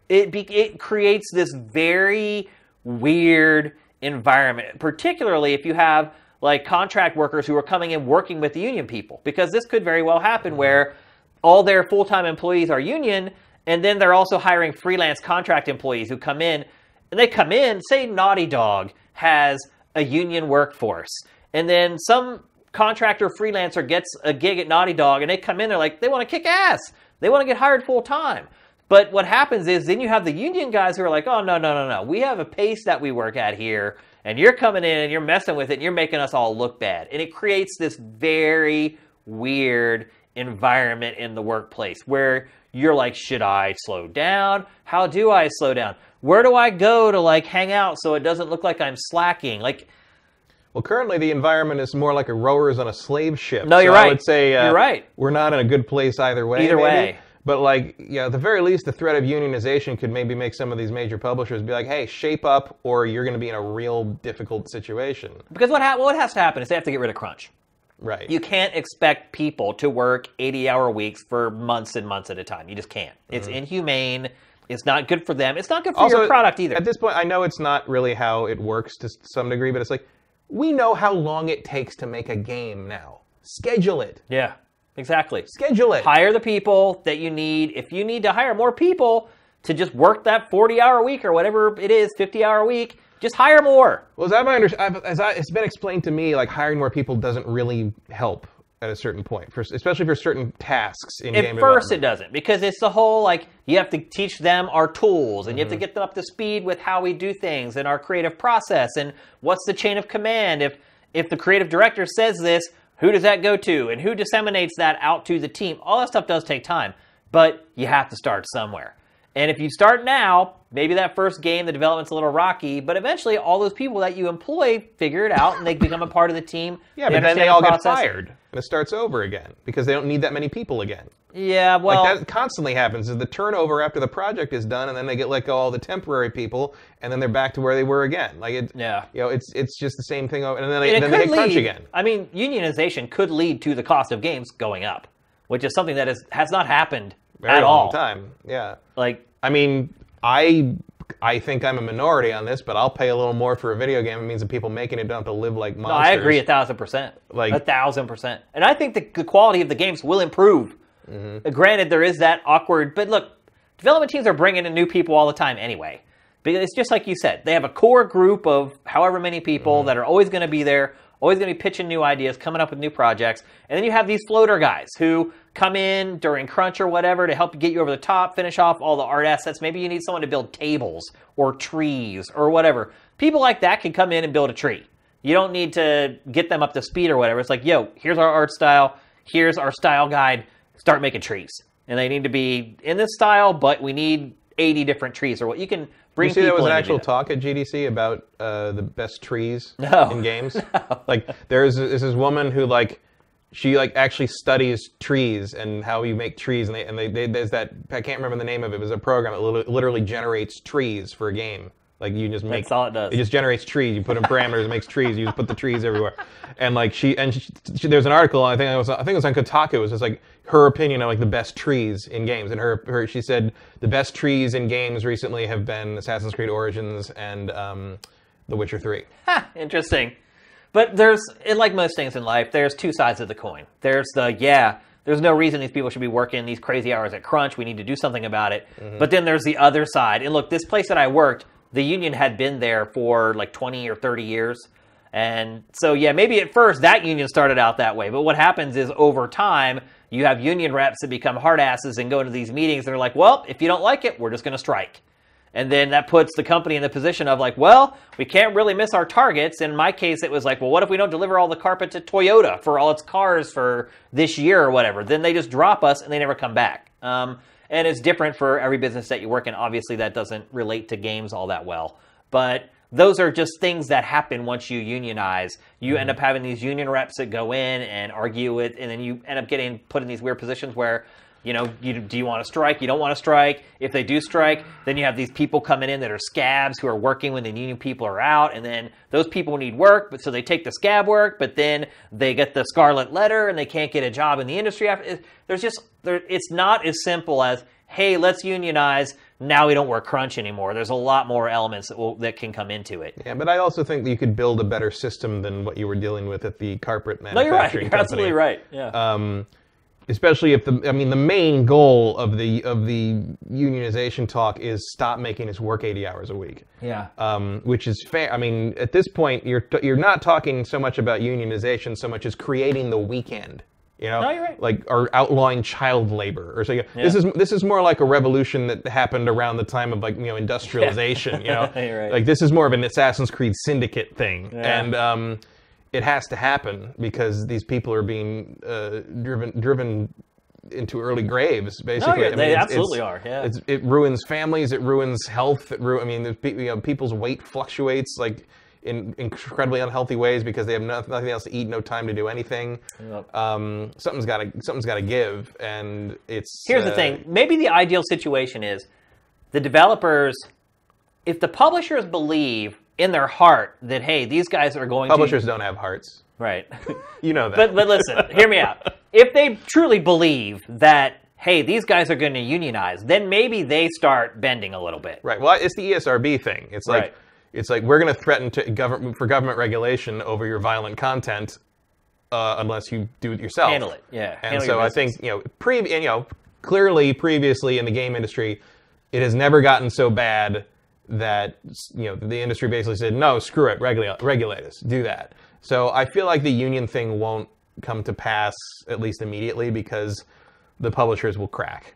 Speaker 1: It, be, it creates this very weird environment, particularly if you have like contract workers who are coming in working with the union people, because this could very well happen where all their full time employees are union, and then they're also hiring freelance contract employees who come in and they come in, say Naughty Dog has a union workforce, and then some contractor freelancer gets a gig at Naughty Dog and they come in, they're like, they want to kick ass. They want to get hired full time. But what happens is then you have the union guys who are like, oh, no, no, no, no. We have a pace that we work at here, and you're coming in and you're messing with it and you're making us all look bad. And it creates this very weird environment in the workplace where you're like, should I slow down? How do I slow down? Where do I go to like hang out so it doesn't look like I'm slacking? Like,
Speaker 2: Well, currently the environment is more like a rowers on a slave ship.
Speaker 1: No, you're
Speaker 2: so I
Speaker 1: right.
Speaker 2: would say uh,
Speaker 1: You're right.
Speaker 2: We're not in a good place either way.
Speaker 1: Either
Speaker 2: maybe.
Speaker 1: way.
Speaker 2: But like, yeah, at the very least, the threat of unionization could maybe make some of these major publishers be like, "Hey, shape up, or you're going to be in a real difficult situation."
Speaker 1: because what, ha- what has to happen is they have to get rid of crunch.
Speaker 2: Right.
Speaker 1: You can't expect people to work 80 hour weeks for months and months at a time. You just can't. It's inhumane. It's not good for them. It's not good for your product either.
Speaker 2: At this point, I know it's not really how it works to s- some degree, but it's like we know how long it takes to make a game now. Schedule it.
Speaker 1: yeah, exactly.
Speaker 2: Schedule it.
Speaker 1: hire the people that you need. If you need to hire more people to just work that 40 hour week or whatever it is, 50 hour week, just hire more.
Speaker 2: Well, as, I've under- I've, as I, it's been explained to me, like hiring more people doesn't really help at a certain point, for, especially for certain tasks in game
Speaker 1: At first, it
Speaker 2: development.
Speaker 1: doesn't because it's the whole like you have to teach them our tools and you
Speaker 2: Mm-hmm.
Speaker 1: have to get them up to speed with how we do things and our creative process and what's the chain of command. If if the creative director says this, who does that go to and who disseminates that out to the team? All that stuff does take time, but you have to start somewhere. And if you start now, maybe that first game, the development's a little rocky, but eventually all those people that you employ figure it out and they become a part of the team.
Speaker 2: yeah, but then
Speaker 1: understand
Speaker 2: they
Speaker 1: the
Speaker 2: all get
Speaker 1: process.
Speaker 2: fired, and it starts over again because they don't need that many people again.
Speaker 1: Yeah, well,
Speaker 2: Like that constantly happens. Is the turnover after the project is done, and then they get let go all the temporary people, and then they're back to where they were again. Like it,
Speaker 1: Yeah.
Speaker 2: you know, it's it's just the same thing, over, and then they,
Speaker 1: And it
Speaker 2: then they
Speaker 1: could
Speaker 2: hit crunch
Speaker 1: lead-
Speaker 2: again.
Speaker 1: I mean, unionization could lead to the cost of games going up, which is something that is, has not happened
Speaker 2: Very
Speaker 1: at
Speaker 2: long
Speaker 1: all.
Speaker 2: time. Yeah.
Speaker 1: Like,
Speaker 2: I mean, I I think I'm a minority on this, but I'll pay a little more for a video game. It means that people making it don't have to live like monsters.
Speaker 1: I agree a thousand percent.
Speaker 2: Like-
Speaker 1: a thousand percent. And I think the, the quality of the games will improve. Uh, Granted, there is that awkward, but look, development teams are bringing in new people all the time anyway. Because it's just like you said, they have a core group of however many people that are always going to be there, always going to be pitching new ideas, coming up with new projects. And then you have these floater guys who come in during crunch or whatever to help get you over the top, finish off all the art assets. Maybe you need someone to build tables or trees or whatever. People like that can come in and build a tree. You don't need to get them up to speed or whatever. It's like, yo, here's our art style, here's our style guide, start making trees. And they need to be in this style, but we need 80 different trees or what you can bring
Speaker 2: You see, there
Speaker 1: people
Speaker 2: was an
Speaker 1: in to do
Speaker 2: actual
Speaker 1: that.
Speaker 2: talk at GDC about uh, the best trees
Speaker 1: No.
Speaker 2: in games. Like, there is is this woman who like she like actually studies trees and how you make trees, and they and they, they there's that I can't remember the name of it. It was a program that lit- literally generates trees for a game. Like you just make
Speaker 1: That's all it does.
Speaker 2: It just generates trees. You put in parameters, it makes trees. You just put the trees everywhere. And like she and she, she, there's an article. I think it was I think it was on Kotaku. It was just like her opinion on like the best trees in games. And her, her she said the best trees in games recently have been Assassin's Creed Origins and um, The Witcher Three.
Speaker 1: Interesting. But there's, and like most things in life, there's two sides of the coin. There's the, yeah, there's no reason these people should be working these crazy hours at crunch. We need to do something about it. But then there's the other side. And look, this place that I worked, the union had been there for like 20 or 30 years. And so, yeah, maybe at first that union started out that way. But what happens is over time, you have union reps that become hard asses and go into these meetings. And they're like, well, if you don't like it, we're just going to strike. And then that puts the company in the position of like, well, we can't really miss our targets. In my case, it was like, well, what if we don't deliver all the carpet to Toyota for all its cars for this year or whatever? Then they just drop us and they never come back. Um, and it's different for every business that you work in. Obviously, that doesn't relate to games all that well. But those are just things that happen once you unionize. You end up having these union reps that go in and argue it, and then you end up getting put in these weird positions where, you know, you, do you want to strike? You don't want to strike. If they do strike, then you have these people coming in that are scabs who are working when the union people are out, and then those people need work, but so they take the scab work, but then they get the scarlet letter and they can't get a job in the industry. After it- there's just there, it's not as simple as hey, let's unionize. Now we don't work crunch anymore. There's a lot more elements that will, that can come into it.
Speaker 2: Yeah, but I also think that you could build a better system than what you were dealing with at the carpet
Speaker 1: No, Oh, you're
Speaker 2: manufacturing
Speaker 1: right. You're
Speaker 2: company.
Speaker 1: absolutely right. Yeah.
Speaker 2: um, especially if the I mean the main goal of the of the unionization talk is stop making us work 80 hours a week.
Speaker 1: yeah.
Speaker 2: Um, which is fair. I mean, at this point, you're t- you're not talking so much about unionization, so much as creating the weekend. You know,
Speaker 1: No, you're right.
Speaker 2: like or outlawing child labor, or so. you- This is this is more like a revolution that happened around the time of like you know industrialization. You know,
Speaker 1: You're right.
Speaker 2: like this is more of an Assassin's Creed Syndicate thing,
Speaker 1: Yeah.
Speaker 2: and um, it has to happen because these people are being uh, driven driven into early graves. Basically,
Speaker 1: yeah,
Speaker 2: I mean,
Speaker 1: they
Speaker 2: it's-
Speaker 1: absolutely
Speaker 2: it's-
Speaker 1: are, yeah.
Speaker 2: it's it ruins families. It ruins health. It ru- I mean, there's pe- you know, people's weight fluctuates like in incredibly unhealthy ways because they have no, nothing else to eat, no time to do anything.
Speaker 1: Yep.
Speaker 2: Um, something's got to something's got to give, and it's
Speaker 1: Here's the
Speaker 2: uh,
Speaker 1: thing. Maybe the ideal situation is the developers, if the publishers believe in their heart that hey, these guys are going
Speaker 2: Publishers don't have hearts.
Speaker 1: to right.
Speaker 2: You know that.
Speaker 1: but but listen, hear me out. If they truly believe that hey, these guys are going to unionize, then maybe they start bending a little bit.
Speaker 2: Right. Well, it's the E ESRB thing. It's like
Speaker 1: Right.
Speaker 2: it's like we're going to threaten to government for government regulation over your violent content uh, unless you do it yourself.
Speaker 1: Handle it, yeah.
Speaker 2: And
Speaker 1: Handle
Speaker 2: so
Speaker 1: your
Speaker 2: I think you know, pre- and, you know, clearly previously in the game industry, it has never gotten so bad that you know the industry basically said no, screw it, regulate, regulate us, do that. So I feel like the union thing won't come to pass at least immediately because the publishers will crack.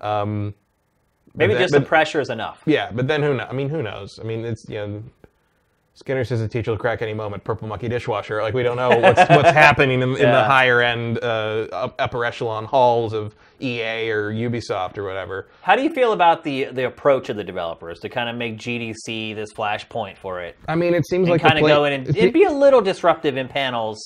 Speaker 2: Um,
Speaker 1: Maybe
Speaker 2: that-
Speaker 1: just the
Speaker 2: but-
Speaker 1: pressure is enough.
Speaker 2: yeah, but then who knows? I mean, who knows? I mean, it's you know, Skinner says the teacher will crack any moment. Purple monkey dishwasher. Like we don't know what's what's happening in, in the
Speaker 1: Yeah.
Speaker 2: higher end, uh, up- upper echelon halls of EA or Ubisoft or whatever.
Speaker 1: How do you feel about the the approach of the developers to kind of make GDC this flashpoint for it?
Speaker 2: I mean, it seems like
Speaker 1: kind of go in and
Speaker 2: e-
Speaker 1: it'd be a little disruptive in panels.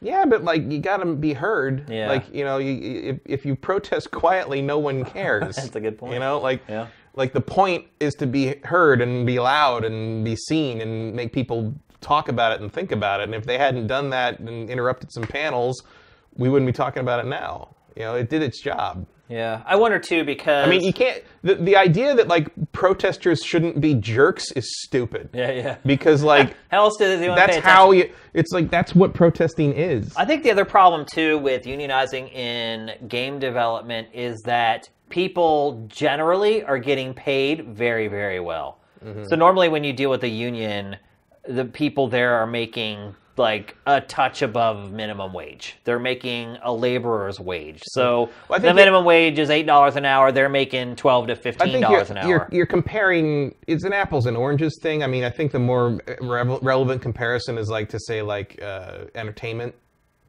Speaker 2: yeah, but like you got to be heard.
Speaker 1: Yeah.
Speaker 2: Like you know, you, if if you protest quietly, no one cares.
Speaker 1: That's a good point.
Speaker 2: You know, like
Speaker 1: Yeah.
Speaker 2: like the point is to be heard and be loud and be seen and make people talk about it and think about it. And if they hadn't done that and interrupted some panels, we wouldn't be talking about it now. You know, it did its job.
Speaker 1: Yeah, I wonder too because
Speaker 2: I mean, you can't. The, the idea that like protesters shouldn't be jerks is stupid.
Speaker 1: yeah, yeah.
Speaker 2: Because like
Speaker 1: How else does anyone
Speaker 2: that's
Speaker 1: pay
Speaker 2: how
Speaker 1: attention?
Speaker 2: you. It's like that's what protesting is.
Speaker 1: I think the other problem too with unionizing in game development is that people generally are getting paid very, very well.
Speaker 2: Mm-hmm.
Speaker 1: So normally when you deal with a union, the people there are making like a touch above minimum wage. They're making a laborer's wage. So
Speaker 2: Well, I
Speaker 1: the
Speaker 2: think
Speaker 1: minimum wage is eight dollars an hour. They're making twelve to
Speaker 2: I
Speaker 1: fifteen
Speaker 2: think you're,
Speaker 1: dollars an hour.
Speaker 2: you're, you're comparing it's an apples and oranges thing. I mean, I think the more revel- relevant comparison is like to say like uh, entertainment,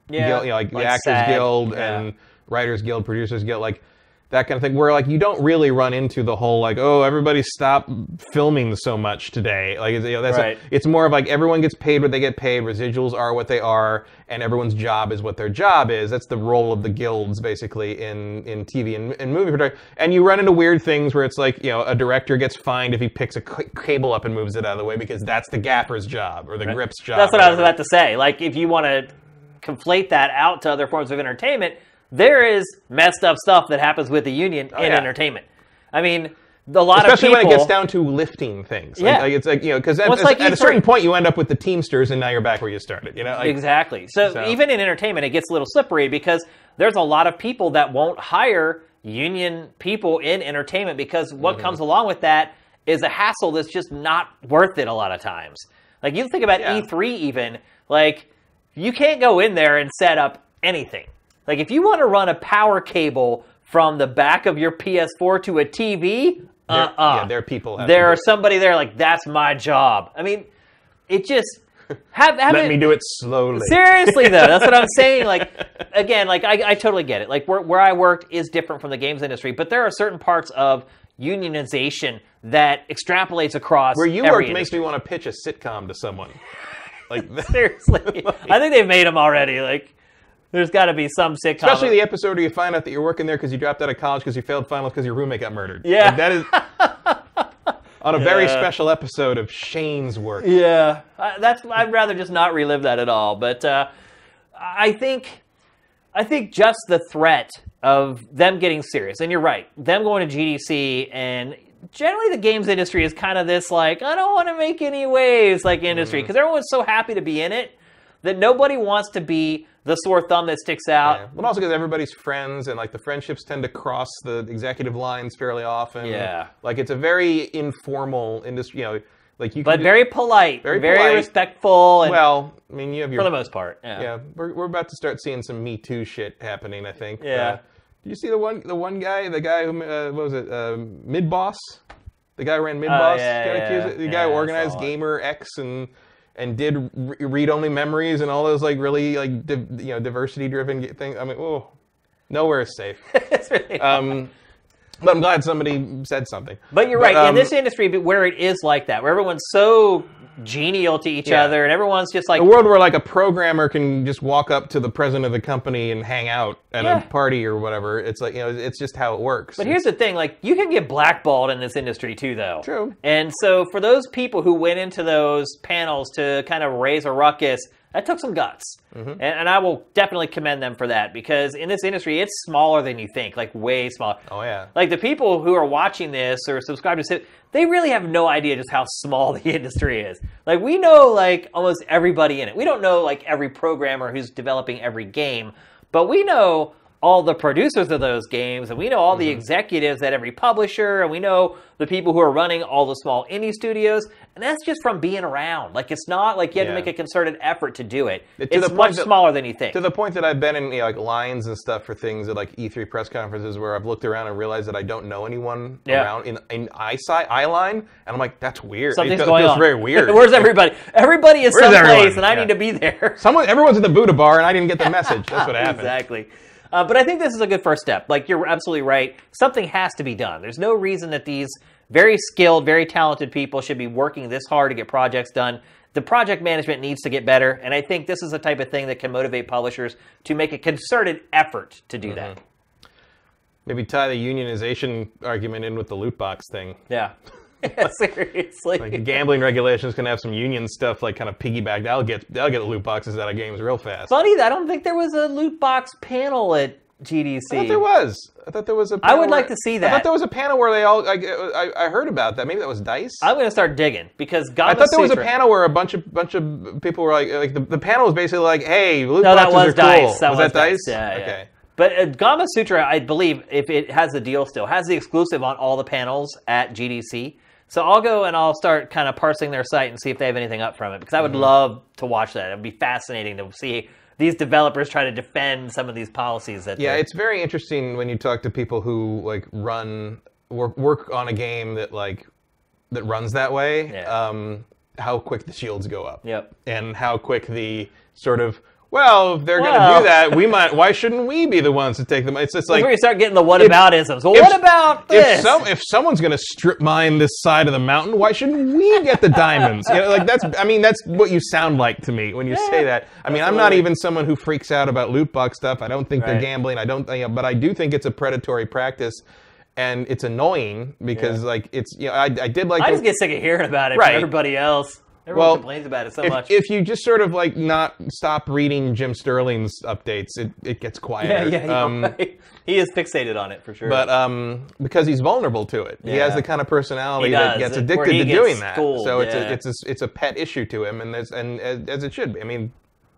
Speaker 1: yeah,
Speaker 2: guild, you know, like, the Actors
Speaker 1: SAG,
Speaker 2: Guild
Speaker 1: yeah.
Speaker 2: and Writers Guild, Producers Guild, like that kind of thing. Where like you don't really run into the whole like oh everybody stop filming so much today. Like it's- you know, that's
Speaker 1: Right.
Speaker 2: it's more of like everyone gets paid what they get paid. Residuals are what they are, and everyone's job is what their job is. That's the role of the guilds basically in in TV and, and movie production. And you run into weird things where it's like you know a director gets fined if he picks a c- cable up and moves it out of the way because that's the gaffer's job or the grip's job.
Speaker 1: That's what
Speaker 2: or
Speaker 1: I was
Speaker 2: whatever.
Speaker 1: about to say. Like, if you want to conflate that out to other forms of entertainment, there is messed up stuff that happens with the union in
Speaker 2: Oh, yeah.
Speaker 1: entertainment. I mean, a lot
Speaker 2: especially
Speaker 1: of people.
Speaker 2: when it gets down to lifting things. Like-
Speaker 1: Yeah.
Speaker 2: like, it's like you know because at,
Speaker 1: Well, it's
Speaker 2: at-
Speaker 1: like
Speaker 2: at
Speaker 1: E3.
Speaker 2: a certain point you end up with the Teamsters and now you're back where you started. You know, like,
Speaker 1: exactly. So,
Speaker 2: So-
Speaker 1: even in entertainment, it gets a little slippery because there's a lot of people that won't hire union people in entertainment because
Speaker 2: Mm-hmm.
Speaker 1: what comes along with that is a hassle that's just not worth it a lot of times. Like you think about
Speaker 2: Yeah.
Speaker 1: E3 even, like you can't go in there and set up anything. Like if you want to run a power cable from the back of your PS4 to a TV,
Speaker 2: there-
Speaker 1: uh uh
Speaker 2: yeah, there are people. out
Speaker 1: there are
Speaker 2: there.
Speaker 1: somebody there like that's my job. I mean, it just have, have
Speaker 2: Let
Speaker 1: it,
Speaker 2: me do it slowly.
Speaker 1: Seriously though, that's what I'm saying. Like again, like I, I totally get it. Like where where I worked is different from the games industry, but there are certain parts of unionization that extrapolates across
Speaker 2: Where you
Speaker 1: every
Speaker 2: work makes
Speaker 1: industry.
Speaker 2: me want to pitch a sitcom to someone. Like that.
Speaker 1: Seriously, I think they've made them already. Like there's got to be some sitcom.
Speaker 2: Especially the episode where you find out that you're working there because you dropped out of college because you failed finals because your roommate got murdered.
Speaker 1: Yeah.
Speaker 2: Like, that is on a very
Speaker 1: Yeah.
Speaker 2: special episode of Shane's work.
Speaker 1: Yeah, I, that's. I'd rather just not relive that at all. But uh, I think, I think just the threat of them getting serious, and you're right, them going to GDC, and generally the games industry is kind of this like, I don't want to make any waves like industry
Speaker 2: Mm-hmm.
Speaker 1: because everyone's so happy to be in it that nobody wants to be the sore thumb that sticks out.
Speaker 2: Yeah. Uh, But also because everybody's friends and like the friendships tend to cross the executive lines fairly often.
Speaker 1: Yeah.
Speaker 2: Like it's a very informal industry. You know, like you.
Speaker 1: But
Speaker 2: can
Speaker 1: very polite, very,
Speaker 2: Very polite.
Speaker 1: respectful,
Speaker 2: do,
Speaker 1: and
Speaker 2: well. I mean, you have your.
Speaker 1: for the most part, yeah.
Speaker 2: yeah, we're, we're about to start seeing some Me Too shit happening. I think.
Speaker 1: Yeah.
Speaker 2: Uh, do you see the one the one guy the guy who uh, what was it uh, mid boss, the guy who ran mid boss
Speaker 1: Oh, yeah, yeah,
Speaker 2: the
Speaker 1: yeah,
Speaker 2: guy who
Speaker 1: I saw
Speaker 2: organized
Speaker 1: it.
Speaker 2: Gamer X and and did read only memories and all those like really like div you know diversity driven things. I mean, oh, nowhere is safe.
Speaker 1: It's really-
Speaker 2: Um, but I'm glad somebody said something.
Speaker 1: But you're right. in
Speaker 2: um,
Speaker 1: this industry, but where it is like that, where everyone's so genial to each
Speaker 2: Yeah.
Speaker 1: other, and everyone's just like,
Speaker 2: a world where like a programmer can just walk up to the president of the company and hang out at
Speaker 1: Yeah.
Speaker 2: a party or whatever. It's like you know, it's just how it works.
Speaker 1: But here's the thing, like you can get blackballed in this industry too, though.
Speaker 2: True.
Speaker 1: And so for those people who went into those panels to kind of raise a ruckus, that took some guts,
Speaker 2: Mm-hmm.
Speaker 1: and, and I will definitely commend them for that because in this industry, it's smaller than you think, like way smaller.
Speaker 2: oh yeah,
Speaker 1: Like the people who are watching this or subscribe to Civ, they really have no idea just how small the industry is. Like we know like almost everybody in it. We don't know like every programmer who's developing every game, but we know all the producers of those games and we know all the
Speaker 2: Mm-hmm.
Speaker 1: executives at every publisher and we know the people who are running all the small indie studios and that's just from being around. Like it's not like you have
Speaker 2: Yeah.
Speaker 1: to make a concerted effort to do it.
Speaker 2: the
Speaker 1: it's
Speaker 2: point
Speaker 1: much
Speaker 2: that-
Speaker 1: smaller than you think.
Speaker 2: to the point that I've been in you know, like lines and stuff for things at like E3 press conferences where I've looked around and realized that I don't know anyone
Speaker 1: Yeah.
Speaker 2: around in in eyesight eye line, and I'm like, that's weird.
Speaker 1: Something's
Speaker 2: it feels,
Speaker 1: going
Speaker 2: feels
Speaker 1: on.
Speaker 2: very weird.
Speaker 1: Where's everybody? Everybody is
Speaker 2: Where's
Speaker 1: someplace,
Speaker 2: everyone?
Speaker 1: and I
Speaker 2: Yeah.
Speaker 1: need to be there.
Speaker 2: Someone, everyone's at the Buddha bar, and I didn't get the message. That's what happened.
Speaker 1: Exactly. Uh, but I think this is a good first step. Like, you're absolutely right. Something has to be done. There's no reason that these very skilled, very talented people should be working this hard to get projects done. The project management needs to get better. And I think this is the type of thing that can motivate publishers to make a concerted effort to do that.
Speaker 2: Maybe tie the unionization argument in with the loot box thing.
Speaker 1: Yeah. Seriously.
Speaker 2: Mm-hmm. Like the gambling regulations can have some union stuff like kind of piggyback. That'll get that'll get loot boxes out of games real fast. I
Speaker 1: Funny, that I don't think there was a loot box panel at GDC.
Speaker 2: thought there was. I thought there was a.
Speaker 1: would
Speaker 2: panel
Speaker 1: like
Speaker 2: where-
Speaker 1: to see
Speaker 2: I
Speaker 1: that.
Speaker 2: thought there was a panel where they all. Like, I, I heard about that. Maybe that was Dice.
Speaker 1: I'm going to start digging because God
Speaker 2: I thought there was a panel where a bunch of bunch of people were like, like the, the panel was basically like, hey, loot
Speaker 1: No, Oh, that
Speaker 2: boxes
Speaker 1: was
Speaker 2: are
Speaker 1: dice.
Speaker 2: cool.
Speaker 1: That was,
Speaker 2: that dice?
Speaker 1: Yeah, yeah.
Speaker 2: okay.
Speaker 1: But uh, Gama Sutra, I believe, if it has the deal still, has the exclusive on all the panels at GDC. So I'll go and I'll start kind of parsing their site and see if they have anything up from it because I would
Speaker 2: Mm-hmm.
Speaker 1: love to watch that. It would be fascinating to see these developers try to defend some of these policies that
Speaker 2: Yeah,
Speaker 1: they-
Speaker 2: it's very interesting when you talk to people who like run work work on a game that like that runs that way.
Speaker 1: Yeah.
Speaker 2: Um, how quick the shields go up.
Speaker 1: Yep.
Speaker 2: And how quick the sort of well, if they're going to
Speaker 1: Well.
Speaker 2: do that, we might. Why shouldn't we be the ones to take them? It's just
Speaker 1: That's
Speaker 2: like
Speaker 1: where you start getting the what about isms. Well,
Speaker 2: if-
Speaker 1: what about this?
Speaker 2: if some if someone's going to strip mine this side of the mountain, why shouldn't we get the diamonds? You know, like that's I mean that's what you sound like to me when you say that. I mean I'm not
Speaker 1: absolutely.
Speaker 2: even someone who freaks out about loot box stuff. I don't think they're
Speaker 1: Right.
Speaker 2: gambling. I don't, you know, but I do think it's a predatory practice, and it's annoying because like it's you know I, I did like
Speaker 1: I
Speaker 2: the-
Speaker 1: just get sick of hearing about it
Speaker 2: Right.
Speaker 1: from everybody else. Everyone
Speaker 2: Well,
Speaker 1: complains about it so
Speaker 2: if,
Speaker 1: much.
Speaker 2: if you just sort of like not stop reading Jim Sterling's updates, it, it gets
Speaker 1: yeah,
Speaker 2: quieter.
Speaker 1: yeah, you're
Speaker 2: Um,
Speaker 1: right. He is fixated on it for sure.
Speaker 2: but um, because he's vulnerable to it, he has
Speaker 1: Yeah.
Speaker 2: the kind of personality
Speaker 1: He
Speaker 2: that
Speaker 1: does,
Speaker 2: gets
Speaker 1: it-
Speaker 2: addicted
Speaker 1: where he
Speaker 2: to
Speaker 1: gets
Speaker 2: doing that.
Speaker 1: schooled,
Speaker 2: so
Speaker 1: yeah.
Speaker 2: it's a, it's a, it's a pet issue to him, and there's, and as, as it should be. I mean,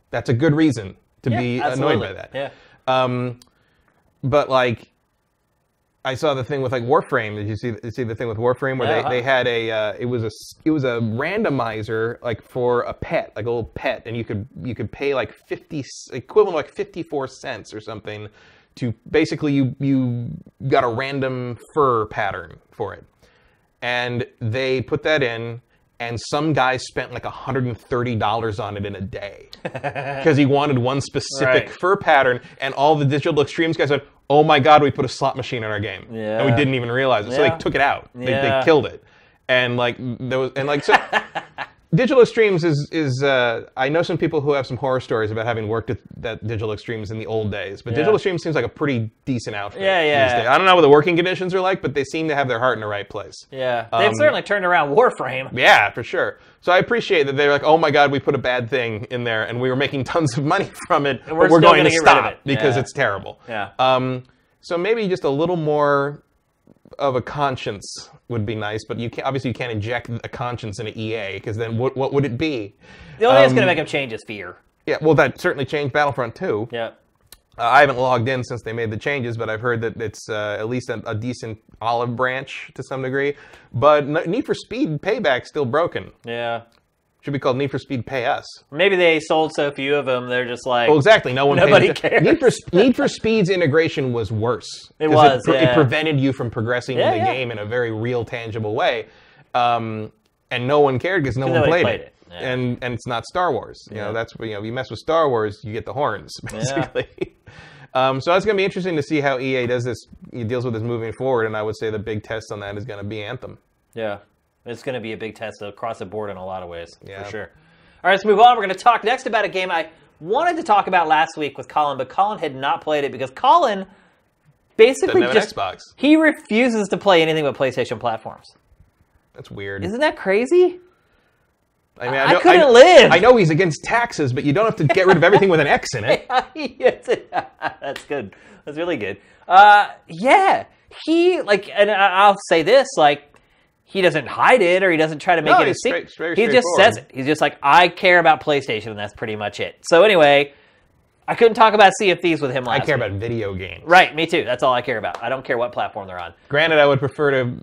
Speaker 2: that's a good reason to
Speaker 1: Yeah,
Speaker 2: be
Speaker 1: absolutely.
Speaker 2: annoyed by that.
Speaker 1: Yeah.
Speaker 2: Um, but like, I saw the thing with like Warframe. Did you see you see the thing with Warframe where
Speaker 1: Yeah.
Speaker 2: they, they had a uh, it was a s- it was a randomizer like for a pet like a little pet and you could you could pay like fifty s- equivalent to like fifty four cents or something to basically you you got a random fur pattern for it and they put that in and some guy spent like $130 on it in a day because he wanted one specific
Speaker 1: Right.
Speaker 2: fur pattern and all the digital extremes guys went oh my god we put a slot machine in our game and we
Speaker 1: Yeah.
Speaker 2: didn't even realize it so they
Speaker 1: Yeah.
Speaker 2: took it out they, they
Speaker 1: Yeah.
Speaker 2: killed it and like there was and like so digital extremes is is uh, i know some people who have some horror stories about having worked at that digital extremes in the old days but digital extremes seems like a pretty decent outfit
Speaker 1: Yeah,
Speaker 2: these
Speaker 1: yeah.
Speaker 2: days. i don't know what the working conditions are like but they seem to have their heart in the right place
Speaker 1: yeah, they've
Speaker 2: um,
Speaker 1: certainly turned around Warframe.
Speaker 2: yeah, for sure. So I appreciate that they're like, oh my god, we put a bad thing in there, and we were making tons of money from it,
Speaker 1: we're
Speaker 2: but we're
Speaker 1: still
Speaker 2: going to
Speaker 1: gonna get rid of
Speaker 2: stop
Speaker 1: it.
Speaker 2: because
Speaker 1: Yeah.
Speaker 2: it's terrible.
Speaker 1: Yeah.
Speaker 2: Um, so maybe just a little more of a conscience would be nice, but you can't, obviously you can't inject a conscience into EA because then what what would it be?
Speaker 1: The only thing that's going to make him change is fear.
Speaker 2: Yeah, well, that certainly changed Battlefront 2.
Speaker 1: Yeah.
Speaker 2: Uh, I haven't logged in since they made the changes, but I've heard that it's uh, at least a, a decent olive branch to some degree. But N- Need for Speed Payback still broken.
Speaker 1: Yeah.
Speaker 2: Should be called Need for Speed Pay Us.
Speaker 1: Maybe they sold so few of them, they're just like,
Speaker 2: Well, exactly. No one.
Speaker 1: Nobody
Speaker 2: paid
Speaker 1: cares.
Speaker 2: Need for, Need for Speed's integration was worse.
Speaker 1: It
Speaker 2: 'Cause
Speaker 1: was,
Speaker 2: It, pre- it
Speaker 1: yeah.
Speaker 2: prevented you from progressing
Speaker 1: Yeah,
Speaker 2: in the
Speaker 1: yeah.
Speaker 2: game in a very real, tangible way, um, and no one cared because no one
Speaker 1: nobody
Speaker 2: played,
Speaker 1: played
Speaker 2: it.
Speaker 1: it. Yeah.
Speaker 2: And and it's not Star Wars. You know, that's you know, if you mess with Star Wars, you get the horns basically. Um, so it's going to be interesting to see how EA does this, deals with this moving forward. And I would say the big test on that is going to be Anthem.
Speaker 1: yeah, it's going to be a big test across the board in a lot of ways,
Speaker 2: Yeah.
Speaker 1: for sure. All right, let's move on. We're going to talk next about a game I wanted to talk about last week with Colin, but Colin had not played it because Colin basically
Speaker 2: Doesn't have an
Speaker 1: just
Speaker 2: Xbox.
Speaker 1: he refuses to play anything but PlayStation platforms.
Speaker 2: That's weird.
Speaker 1: Isn't that crazy?
Speaker 2: mean,
Speaker 1: I couldn't live.
Speaker 2: I know he's against taxes, but you don't have to get rid of everything with an X in it.
Speaker 1: Yes. That's good. That's really good. Uh, yeah, he like, and I- I'll say this: like, he doesn't hide it or he doesn't try to make
Speaker 2: No,
Speaker 1: it a
Speaker 2: he's straight-
Speaker 1: secret.
Speaker 2: straight-
Speaker 1: he just
Speaker 2: straightforward.
Speaker 1: says it. He's just like, I care about PlayStation, and that's pretty much it. So anyway, I couldn't talk about Sea of Thieves with him
Speaker 2: I
Speaker 1: last.
Speaker 2: care
Speaker 1: week.
Speaker 2: about video games.
Speaker 1: Right, me too. That's all I care about. I don't care what platform they're on.
Speaker 2: Granted, I would prefer to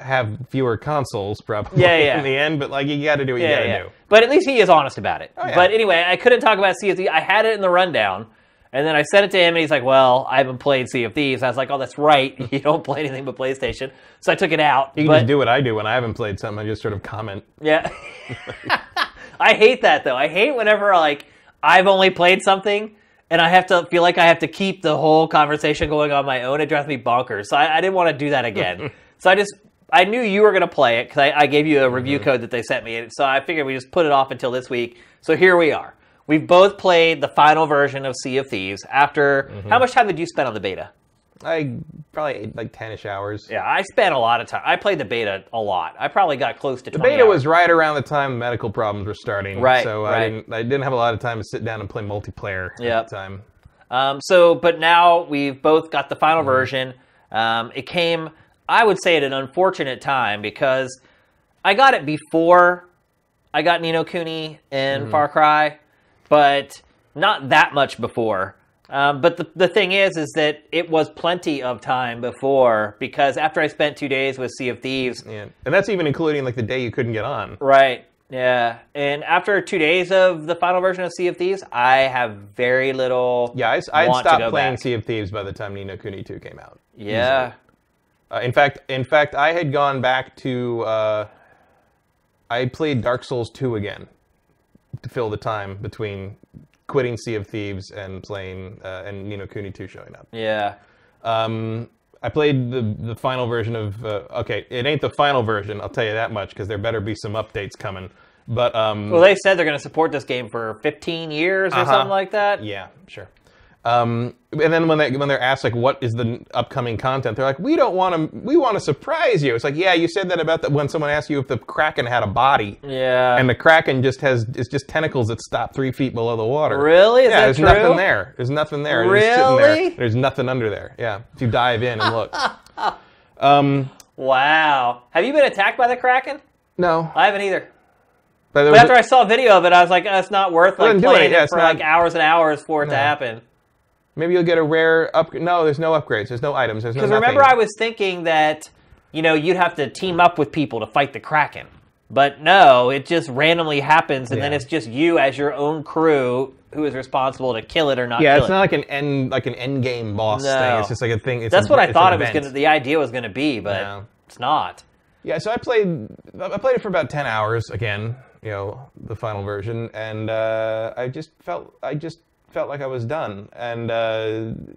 Speaker 2: have fewer consoles probably
Speaker 1: Yeah, yeah.
Speaker 2: in the end, but like you got to do what you got to do. Oh,
Speaker 1: But at least he is honest about it.
Speaker 2: yeah.
Speaker 1: But anyway, I couldn't talk about Sea of Thieves. I had it in the rundown, and then I sent it to him, and he's like, "Well, I haven't played Sea of Thieves." I was like, "Oh, that's right. You don't play anything but PlayStation." So I took it out.
Speaker 2: You can
Speaker 1: but,
Speaker 2: just do what I do when I haven't played something. I just sort of comment.
Speaker 1: Yeah. I hate that though. I hate whenever like I've only played something. And I have to feel like I have to keep the whole conversation going on my own. It drives me bonkers. So I, I didn't want to do that again. so I just, I knew you were going to play it because I, I gave you a review
Speaker 2: Mm-hmm.
Speaker 1: code that they sent me. And so I figured we just put it off until this week. So here we are. We've both played the final version of Sea of Thieves after,
Speaker 2: Mm-hmm.
Speaker 1: how much time did you spend on the beta?
Speaker 2: I probably ate like 10 ish hours.
Speaker 1: Yeah, I spent a lot of time. I played the beta a lot. I probably got close to 20
Speaker 2: Beta
Speaker 1: hours.
Speaker 2: was right around the time medical problems were starting.
Speaker 1: Right,
Speaker 2: So I,
Speaker 1: right.
Speaker 2: didn't, I didn't have a lot of time to sit down and play multiplayer
Speaker 1: Yep.
Speaker 2: at the time.
Speaker 1: Um, so, but now we've both got the final version. Um, it came, I would say, at an unfortunate time because I got it before I got Nino Cooney and Far Cry, but not that much before. Um, but the, the thing is, is that it was plenty of time before because after I spent two days with Sea of Thieves,
Speaker 2: Yeah. And that's even including like the day you couldn't get on.
Speaker 1: right? Yeah, and after two days of the final version of Sea of Thieves, I have very little.
Speaker 2: Yeah, I, s- I had
Speaker 1: want to
Speaker 2: stopped
Speaker 1: go
Speaker 2: playing
Speaker 1: back.
Speaker 2: Sea of Thieves by the time Nino Kuni 2 came out.
Speaker 1: yeah.
Speaker 2: Uh, in fact, in fact, I had gone back to uh, I played Dark Souls 2 again to fill the time between quitting Sea of Thieves and playing uh, and Nino Kuni 2 showing up.
Speaker 1: Yeah.
Speaker 2: Um, I played the the final version of. Uh, okay, it ain't the final version. I'll tell you that much because there better be some updates coming. But um,
Speaker 1: Well, they said they're going to support this game for 15 years or something like that.
Speaker 2: Uh-huh. yeah, sure. Um, and then when they when they're asked like, what is the n- upcoming content? They're like, we don't want to. We want to surprise you. It's like, yeah, you said that about the, when someone asked you if the kraken had a body,
Speaker 1: Yeah.
Speaker 2: and the kraken just has it's just tentacles that stop three feet below the water.
Speaker 1: Really? Is
Speaker 2: yeah,
Speaker 1: that
Speaker 2: there's
Speaker 1: true?
Speaker 2: nothing there. There's nothing there. It's just sitting there.
Speaker 1: Really?
Speaker 2: There's nothing under there. Yeah, if you dive in and look.
Speaker 1: Wow. Have you been attacked by the Kraken?
Speaker 2: No,
Speaker 1: I haven't either.
Speaker 2: but
Speaker 1: But
Speaker 2: there was
Speaker 1: after I saw a video of it, I was like, that's not worth like
Speaker 2: doesn't do
Speaker 1: playing
Speaker 2: it. Yeah,
Speaker 1: it
Speaker 2: it's
Speaker 1: for
Speaker 2: not-
Speaker 1: like hours and hours for it to happen.
Speaker 2: Maybe you'll get a rare up. No, there's no upgrades. There's no items. There's no.
Speaker 1: Because remember, I
Speaker 2: nothing.
Speaker 1: was thinking that you know you'd have to team up with people to fight the Kraken, but no, it just randomly happens, and then
Speaker 2: Yeah.
Speaker 1: it's just you as your own crew who is responsible to kill it or not.
Speaker 2: Yeah,
Speaker 1: kill
Speaker 2: it's
Speaker 1: it.
Speaker 2: not like an end like an end game boss
Speaker 1: No.
Speaker 2: thing. It's just like a thing. It's
Speaker 1: That's
Speaker 2: a-
Speaker 1: what I
Speaker 2: it's
Speaker 1: thought
Speaker 2: an
Speaker 1: it was
Speaker 2: event.
Speaker 1: going to. The idea was going to be, but
Speaker 2: No.
Speaker 1: it's not.
Speaker 2: Yeah, so I played. I played it for about ten hours again. You know, the final version, and uh, I just felt. I just felt like I was done, and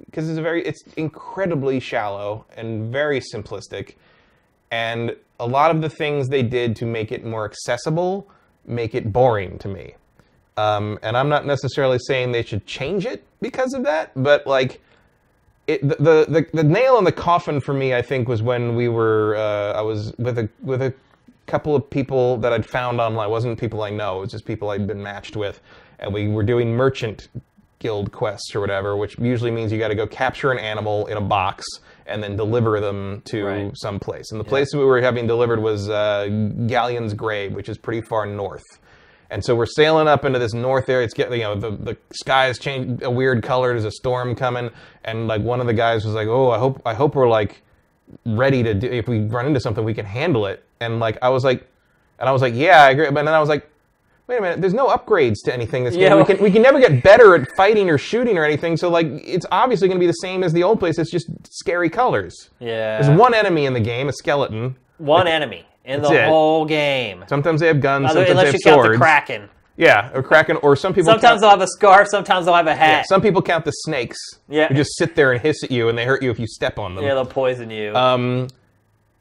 Speaker 2: because it's a very, it's incredibly shallow and very simplistic, and a lot of the things they did to make it more accessible make it boring to me. Um, and I'm not necessarily saying they should change it because of that, but like it, the, the the the nail in the coffin for me, I think, was when we were uh, I was with a with a couple of people that I'd found online. It wasn't people I know. It was just people I'd been matched with, and we were doing merchant guild quests or whatever, which usually means you got to go capture an animal in a box and then deliver them to
Speaker 1: Right.
Speaker 2: some place. And the place we were having delivered was uh, Galleon's Grave, which is pretty far north. And so we're sailing up into this north area. It's getting, you know, the, the sky has changed a weird color. There's a storm coming. And like one of the guys was like, oh, I hope, I hope we're like ready to do, if we run into something, we can handle it. And like, I was like, and I was like, yeah, I agree. But then I was like, wait a minute, there's no upgrades to anything this
Speaker 1: Yeah,
Speaker 2: game. We
Speaker 1: well-
Speaker 2: can, we can never get better at fighting or shooting or anything. So like, it's obviously going to be the same as the old place. It's just scary colors.
Speaker 1: Yeah.
Speaker 2: There's one enemy in the game, a skeleton.
Speaker 1: One enemy in the
Speaker 2: That's it.
Speaker 1: whole game.
Speaker 2: Sometimes they have guns.
Speaker 1: Other-
Speaker 2: sometimes they
Speaker 1: unless
Speaker 2: have
Speaker 1: you count
Speaker 2: swords.
Speaker 1: the Kraken.
Speaker 2: Yeah, or kraken, or some people.
Speaker 1: Sometimes
Speaker 2: count-
Speaker 1: they'll have a scarf, sometimes they'll have a hat. Yeah,
Speaker 2: Some people count the snakes.
Speaker 1: Yeah.
Speaker 2: Who just sit there and hiss at you, and they hurt you if you step on them.
Speaker 1: they'll poison you.
Speaker 2: Um,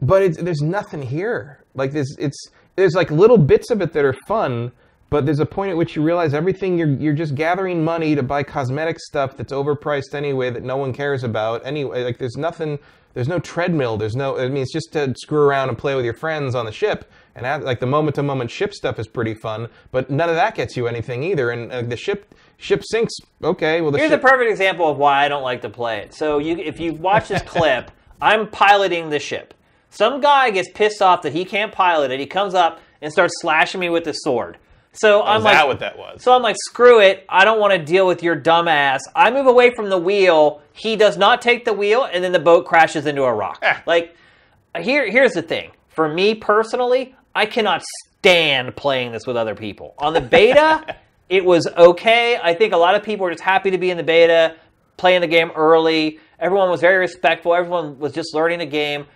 Speaker 2: but it's, there's nothing here. Like there's it's there's like little bits of it that are fun, but there's a point at which you realize everything you're you're just gathering money to buy cosmetic stuff that's overpriced anyway that no one cares about anyway. Like there's nothing. There's no treadmill. There's no. I mean, it's just to screw around and play with your friends on the ship. And have, like the moment-to-moment ship stuff is pretty fun, but none of that gets you anything either. And uh, the ship ship sinks. Okay, well the
Speaker 1: Here's a
Speaker 2: ship,
Speaker 1: perfect example of why I don't like to play it. So you, if you watch this clip, I'm piloting the ship. Some guy gets pissed off that he can't pilot it. He comes up and starts slashing me with his sword. So I'm
Speaker 2: is
Speaker 1: like,
Speaker 2: that what that was?
Speaker 1: so I'm like, screw it. I don't want to deal with your dumb ass. I move away from the wheel. He does not take the wheel, and then the boat crashes into a rock.
Speaker 2: Eh.
Speaker 1: Like, here, here's the thing. For me personally, I cannot stand playing this with other people. On the beta, it was okay. I think a lot of people were just happy to be in the beta, playing the game early. Everyone was very respectful. Everyone was just learning the game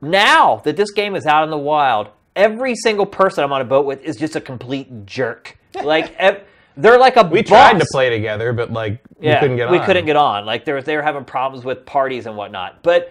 Speaker 1: now that this game is out in the wild, every single person I'm on a boat with is just a complete jerk. Like ev- they're like a
Speaker 2: we tried to play together, but like we
Speaker 1: yeah,
Speaker 2: couldn't get on.
Speaker 1: we couldn't get on. Like there was, they were having problems with parties and whatnot. But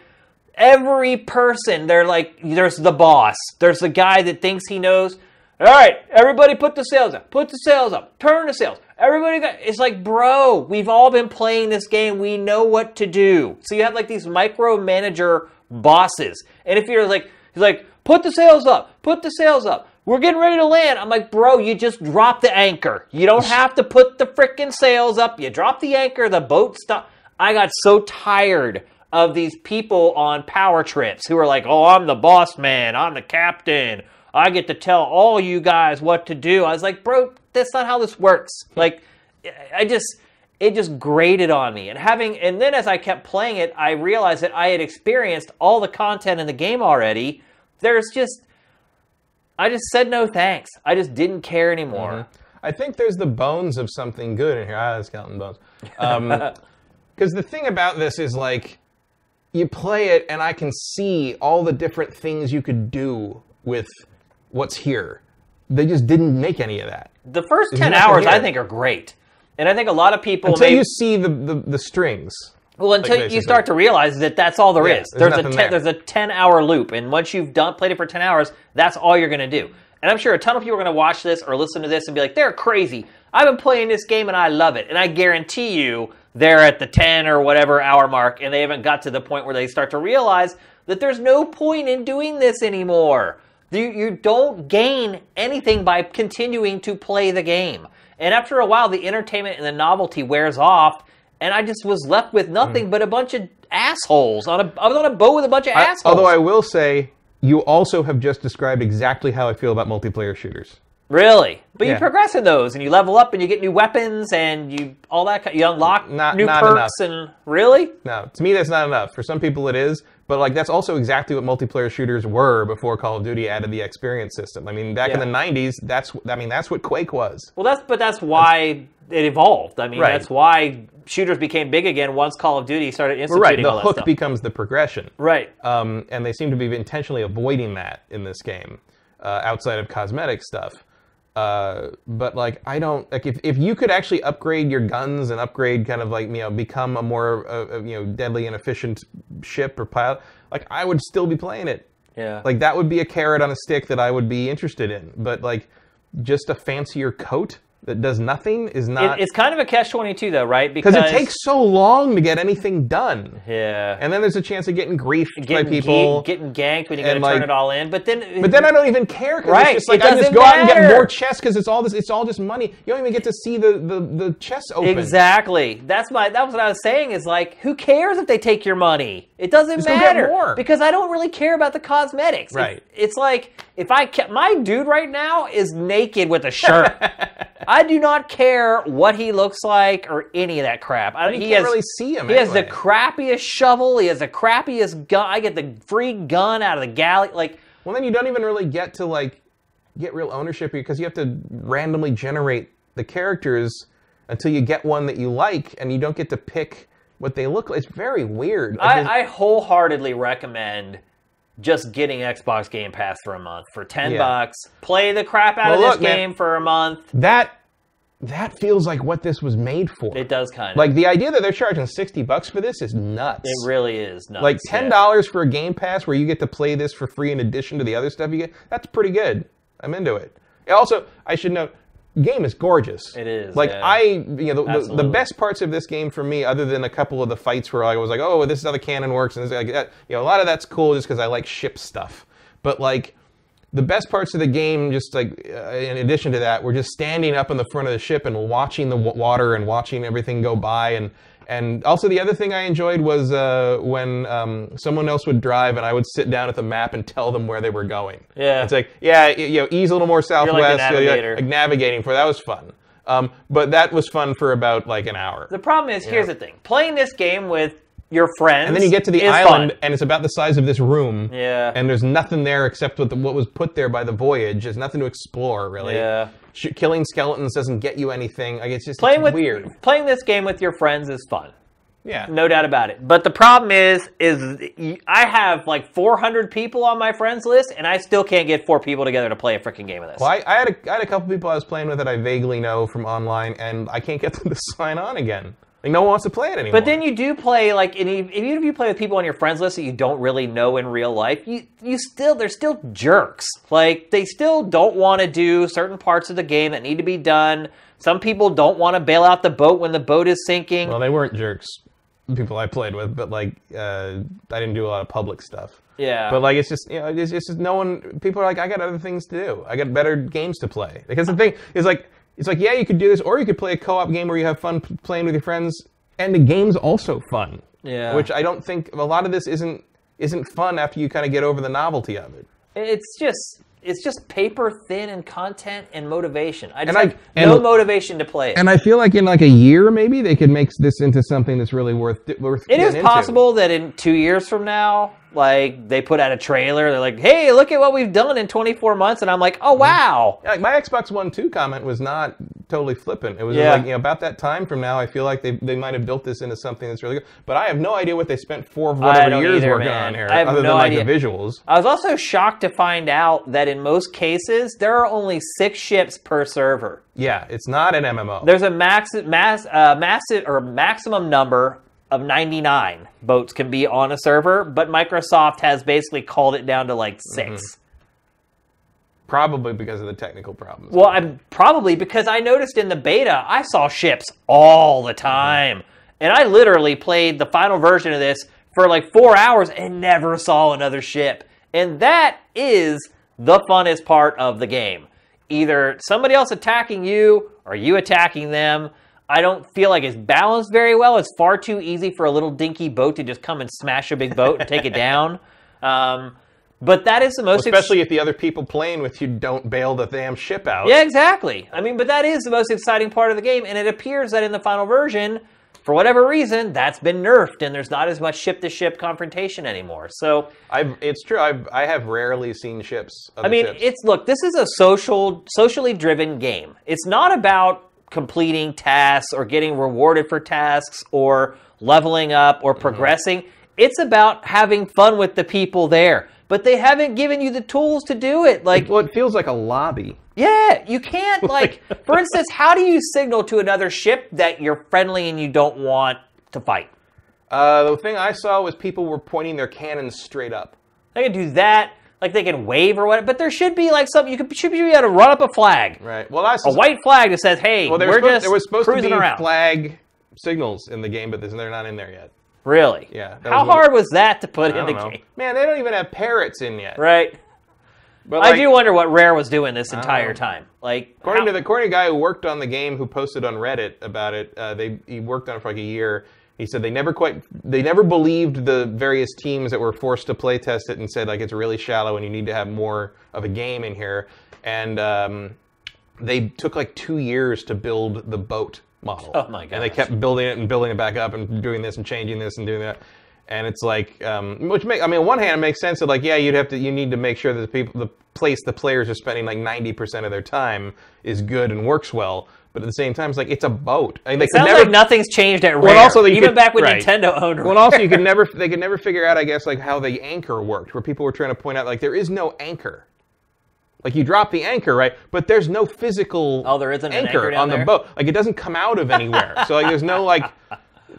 Speaker 1: every person, they're like, there's the boss. There's the guy that thinks he knows. All right, everybody, put the sails up. Put the sails up. Turn the sails. Everybody, got, it's like, bro, we've all been playing this game. We know what to do. So you have like these micromanager bosses, and if you're like, he's like, put the sails up. Put the sails up. We're getting ready to land. I'm like, bro, you just drop the anchor. You don't have to put the frickin' sails up. You drop the anchor, the boat stop. I got so tired of these people on power trips who are like, oh, I'm the boss man. I'm the captain. I get to tell all you guys what to do. I was like, bro, that's not how this works. Like, I- I just, it just grated on me. And having and then as I kept playing it, I realized that I had experienced all the content in the game already. There's just I just said no thanks. I just didn't care anymore.
Speaker 2: I think there's the bones of something good in here. Ah, the skeleton bones. Because the thing about this is like, you play it, and I can see all the different things you could do with what's here. They just didn't make any of that.
Speaker 1: The first 10
Speaker 2: nothing
Speaker 1: hours I
Speaker 2: here.
Speaker 1: think are great. And I think a lot of people
Speaker 2: Until
Speaker 1: may-
Speaker 2: you see the, the, the strings.
Speaker 1: Well, until you
Speaker 2: basically.
Speaker 1: start to realize that that's all there is.
Speaker 2: Yeah,
Speaker 1: There's,
Speaker 2: there's
Speaker 1: a
Speaker 2: nothing
Speaker 1: ten,
Speaker 2: there.
Speaker 1: there's a ten hour loop, and once you've done played it for ten hours, that's all you're gonna do. And I'm sure a ton of people are gonna watch this or listen to this and be like, "They're crazy. I've been playing this game and I love it." And I guarantee you, they're at the ten or whatever hour mark, and they haven't got to the point where they start to realize that there's no point in doing this anymore. You, you don't gain anything by continuing to play the game. And after a while, the entertainment and the novelty wears off, and I just was left with nothing but a bunch of assholes on a I was on a boat with a bunch of assholes.
Speaker 2: Although Hmm. I will say, you also have just described exactly how I feel about multiplayer shooters.
Speaker 1: really, but you
Speaker 2: Yeah.
Speaker 1: progress in those, and you level up, and you get new weapons, and you all that. ki- You unlock
Speaker 2: Not-
Speaker 1: new
Speaker 2: not
Speaker 1: perks, and really,
Speaker 2: No, to me that's not enough. For some people it is, but like that's also exactly what multiplayer shooters were before Call of Duty added the experience system. I mean, back in
Speaker 1: Yeah.
Speaker 2: the '90s, that's I mean that's what Quake was.
Speaker 1: well, that's but that's why it evolved. I mean,
Speaker 2: Right.
Speaker 1: that's why shooters became big again once Call of Duty started
Speaker 2: Right,
Speaker 1: instituting
Speaker 2: the
Speaker 1: all that
Speaker 2: hook
Speaker 1: stuff.
Speaker 2: becomes the progression.
Speaker 1: right.
Speaker 2: Um, and they seem to be intentionally avoiding that in this game, uh, outside of cosmetic stuff. Uh, but like I don't like if, if you could actually upgrade your guns and upgrade kind of like you know become a more uh, uh, you know deadly and efficient ship or pilot, like I would still be playing it.
Speaker 1: yeah.
Speaker 2: Like that would be a carrot on a stick that I would be interested in. But like just a fancier coat that does nothing is
Speaker 1: It-
Speaker 2: not
Speaker 1: it's kind of a catch twenty two though, right?
Speaker 2: because it takes so long to get anything done.
Speaker 1: yeah.
Speaker 2: And then there's a chance of getting griefed by
Speaker 1: getting
Speaker 2: people.
Speaker 1: ga- getting ganked when you got to
Speaker 2: and, like-
Speaker 1: turn it all in. But then,
Speaker 2: but then I don't even care because
Speaker 1: Right,
Speaker 2: it's just like
Speaker 1: it
Speaker 2: I just
Speaker 1: doesn't
Speaker 2: go out and
Speaker 1: matter.
Speaker 2: get more chess because it's all this it's all just money. You don't even get to see the the, the chess open.
Speaker 1: exactly that's my that's what I was saying is like, who cares if they take your money? It doesn't
Speaker 2: Just go get
Speaker 1: matter
Speaker 2: more.
Speaker 1: because I don't really care about the cosmetics. It's-
Speaker 2: Right.
Speaker 1: It's, like if I kept my dude right now is naked with a shirt. I do not care what he looks like or any of that crap. I,
Speaker 2: You
Speaker 1: he
Speaker 2: can't
Speaker 1: has
Speaker 2: really see him.
Speaker 1: He has the
Speaker 2: anyway.
Speaker 1: crappiest shovel. He has the crappiest gun. I get the free gun out of the galley. Like,
Speaker 2: Well, then you don't even really get to like get real ownership because you have to randomly generate the characters until you get one that you like, and you don't get to pick what they look like. It's very weird. Like, there's-
Speaker 1: I, I wholeheartedly recommend just getting Xbox Game Pass for a month for ten
Speaker 2: Yeah.
Speaker 1: bucks. Play the crap out of
Speaker 2: Well,
Speaker 1: this
Speaker 2: look, man.
Speaker 1: game for a month.
Speaker 2: that that feels like what this was made for.
Speaker 1: It does kind of
Speaker 2: like the idea that they're charging sixty bucks for this is nuts.
Speaker 1: it really is nuts.
Speaker 2: like
Speaker 1: yeah.
Speaker 2: ten dollars for a Game Pass where you get to play this for free in addition to the other stuff you get. That's pretty good. I'm into it. Also, I should note, game is gorgeous.
Speaker 1: It is,
Speaker 2: Like
Speaker 1: yeah.
Speaker 2: I, you know, the- the, the
Speaker 1: Absolutely.
Speaker 2: best parts of this game for me, other than a couple of the fights where I was like, oh, this is how the cannon works, and this, like that. You know, a lot of that's cool just because I like ship stuff. But like. The best parts of the game, just like uh, in addition to that, were just standing up in the front of the ship and watching the w- water and watching everything go by, and and also the other thing I enjoyed was uh, when um, someone else would drive and I would sit down at the map and tell them where they were going.
Speaker 1: Yeah.
Speaker 2: it's like yeah, y- you know, ease a little more southwest. you know, like-
Speaker 1: navigator.
Speaker 2: like navigating for that was fun. Um, but that was fun for about like an hour.
Speaker 1: the problem is here's the thing: playing this game with your friends,
Speaker 2: And then you get to the
Speaker 1: is
Speaker 2: island,
Speaker 1: fun.
Speaker 2: and it's about the size of this room.
Speaker 1: Yeah.
Speaker 2: And there's nothing there except what, the, what was put there by the voyage. There's nothing to explore, really.
Speaker 1: Yeah.
Speaker 2: Sh- killing skeletons doesn't get you anything. Like, it's just
Speaker 1: Playing with
Speaker 2: it's weird.
Speaker 1: playing this game with your friends is fun.
Speaker 2: Yeah.
Speaker 1: No doubt about it. But the problem is, is I have like 400 people on my friends list, and I still can't get four people together to play a freaking game of this.
Speaker 2: Well, I, I, had a, I had a couple people I was playing with that I vaguely know from online, and I can't get them to sign on again. Like, no one wants to play it anymore.
Speaker 1: But then you do play like, and you- even if you play with people on your friends list that you don't really know in real life, you you still they're still jerks. Like they still don't want to do certain parts of the game that need to be done. Some people don't want to bail out the boat when the boat is sinking.
Speaker 2: Well, they weren't jerks, the people I played with, but, like, uh, I didn't do a lot of public stuff.
Speaker 1: yeah,
Speaker 2: But like it's just you know it's it's just no one people are like I got other things to do I got better games to play because the thing is like it's like yeah you could do this or you could play a co-op game where you have fun p- playing with your friends and the game's also fun
Speaker 1: Yeah.
Speaker 2: which I don't think a lot of this isn't isn't fun after you kind of get over the novelty of it
Speaker 1: it's just it's just paper thin in content and motivation. I just
Speaker 2: And I-
Speaker 1: have no
Speaker 2: and-
Speaker 1: motivation to play it.
Speaker 2: And I feel like in like a year, maybe they could make this into something that's really worth worth.
Speaker 1: It
Speaker 2: getting
Speaker 1: is
Speaker 2: into.
Speaker 1: possible that in two years from now, like they put out a trailer, they're like, "Hey, look at what we've done in 24 months," and I'm like,
Speaker 2: Mm-hmm.
Speaker 1: "Oh wow!"
Speaker 2: Like my Xbox One Two comment was not totally flippant. It was
Speaker 1: Yeah.
Speaker 2: like you know about that time from now. I feel like they, they might have built this into something that's really good. But I have no idea what they spent four of whatever
Speaker 1: don't
Speaker 2: years
Speaker 1: either,
Speaker 2: working
Speaker 1: man.
Speaker 2: on here,
Speaker 1: I have
Speaker 2: other
Speaker 1: no
Speaker 2: than like
Speaker 1: idea.
Speaker 2: the visuals.
Speaker 1: I was also shocked to find out that in most cases there are only six ships per server.
Speaker 2: Yeah, it's not an MMO.
Speaker 1: There's a max, mass, uh, massive or maximum number of 99 boats can be on a server, but Microsoft has basically called it down to like 6
Speaker 2: Probably because of the technical problems.
Speaker 1: Well, I'm probably because I noticed in the beta I saw ships all the time, and I literally played the final version of this for like four hours and never saw another ship. And that is the funnest part of the game. Either somebody else attacking you or you attacking them. I don't feel like it's balanced very well. It's far too easy for a little dinky boat to just come and smash a big boat and take it down. Um, but that is the most ex-
Speaker 2: Especially if the other people playing with you don't bail the damn ship out.
Speaker 1: yeah, exactly. I mean, but that is the most exciting part of the game, and it appears that in the final version, for whatever reason, that's been nerfed, and there's not as much ship to ship confrontation anymore. So,
Speaker 2: I've, it's true. I've, I have rarely seen ships.
Speaker 1: I mean, it's look, this is a social, socially driven game. It's not about completing tasks or getting rewarded for tasks or leveling up or progressing. It's about having fun with the people there, but they haven't given you the tools to do it. Like,
Speaker 2: well, it feels like a lobby.
Speaker 1: Yeah, you can't like for instance, how do you signal to another ship that you're friendly and you don't want to fight?
Speaker 2: Uh, the thing I saw was people were pointing their cannons straight up.
Speaker 1: They can do that, like they can wave or whatever, but there should be like something you could should be able to run up a flag.
Speaker 2: Right. Well, I
Speaker 1: A
Speaker 2: sus-
Speaker 1: white flag that says, "Hey,
Speaker 2: Well, there
Speaker 1: we're
Speaker 2: was supposed,
Speaker 1: just
Speaker 2: there was supposed to
Speaker 1: cruising
Speaker 2: be
Speaker 1: around."
Speaker 2: flag signals in the game, but there's- they're not in there yet.
Speaker 1: really?
Speaker 2: Yeah, that
Speaker 1: How
Speaker 2: was one-
Speaker 1: hard was that to put
Speaker 2: I
Speaker 1: in
Speaker 2: don't
Speaker 1: the
Speaker 2: know.
Speaker 1: game?
Speaker 2: Man, they don't even have parrots in yet.
Speaker 1: Right.
Speaker 2: But
Speaker 1: I
Speaker 2: like,
Speaker 1: do wonder what Rare was doing this entire
Speaker 2: know.
Speaker 1: time. Like
Speaker 2: According
Speaker 1: how-
Speaker 2: to the according to the guy who worked on the game, who posted on Reddit about it, uh, they he worked on it for like a year. He said they never quite they never believed the various teams that were forced to play test it and said like it's really shallow and you need to have more of a game in here. And um, they took like two years to build the boat model.
Speaker 1: Oh my
Speaker 2: And they
Speaker 1: gosh.
Speaker 2: kept building it and building it back up and doing this and changing this and doing that. And it's like, um, which make I mean, on one hand, it makes sense that like, yeah, you'd have to, you need to make sure that the people, the place the players are spending like ninety percent of their time is good and works well. But at the same time, it's like it's a boat. I mean, they could
Speaker 1: sounds
Speaker 2: never-
Speaker 1: like nothing's changed at Rare.
Speaker 2: also that you
Speaker 1: even
Speaker 2: could-
Speaker 1: back when
Speaker 2: right.
Speaker 1: Nintendo owned Rare.
Speaker 2: well, also you could never, they could never figure out, I guess, like how the anchor worked. Where people were trying to point out like there is no anchor. Like you drop the anchor, right? But there's no physical
Speaker 1: Oh, there isn't an anchor down
Speaker 2: on the
Speaker 1: there?
Speaker 2: boat. Like it doesn't come out of anywhere. so like there's no like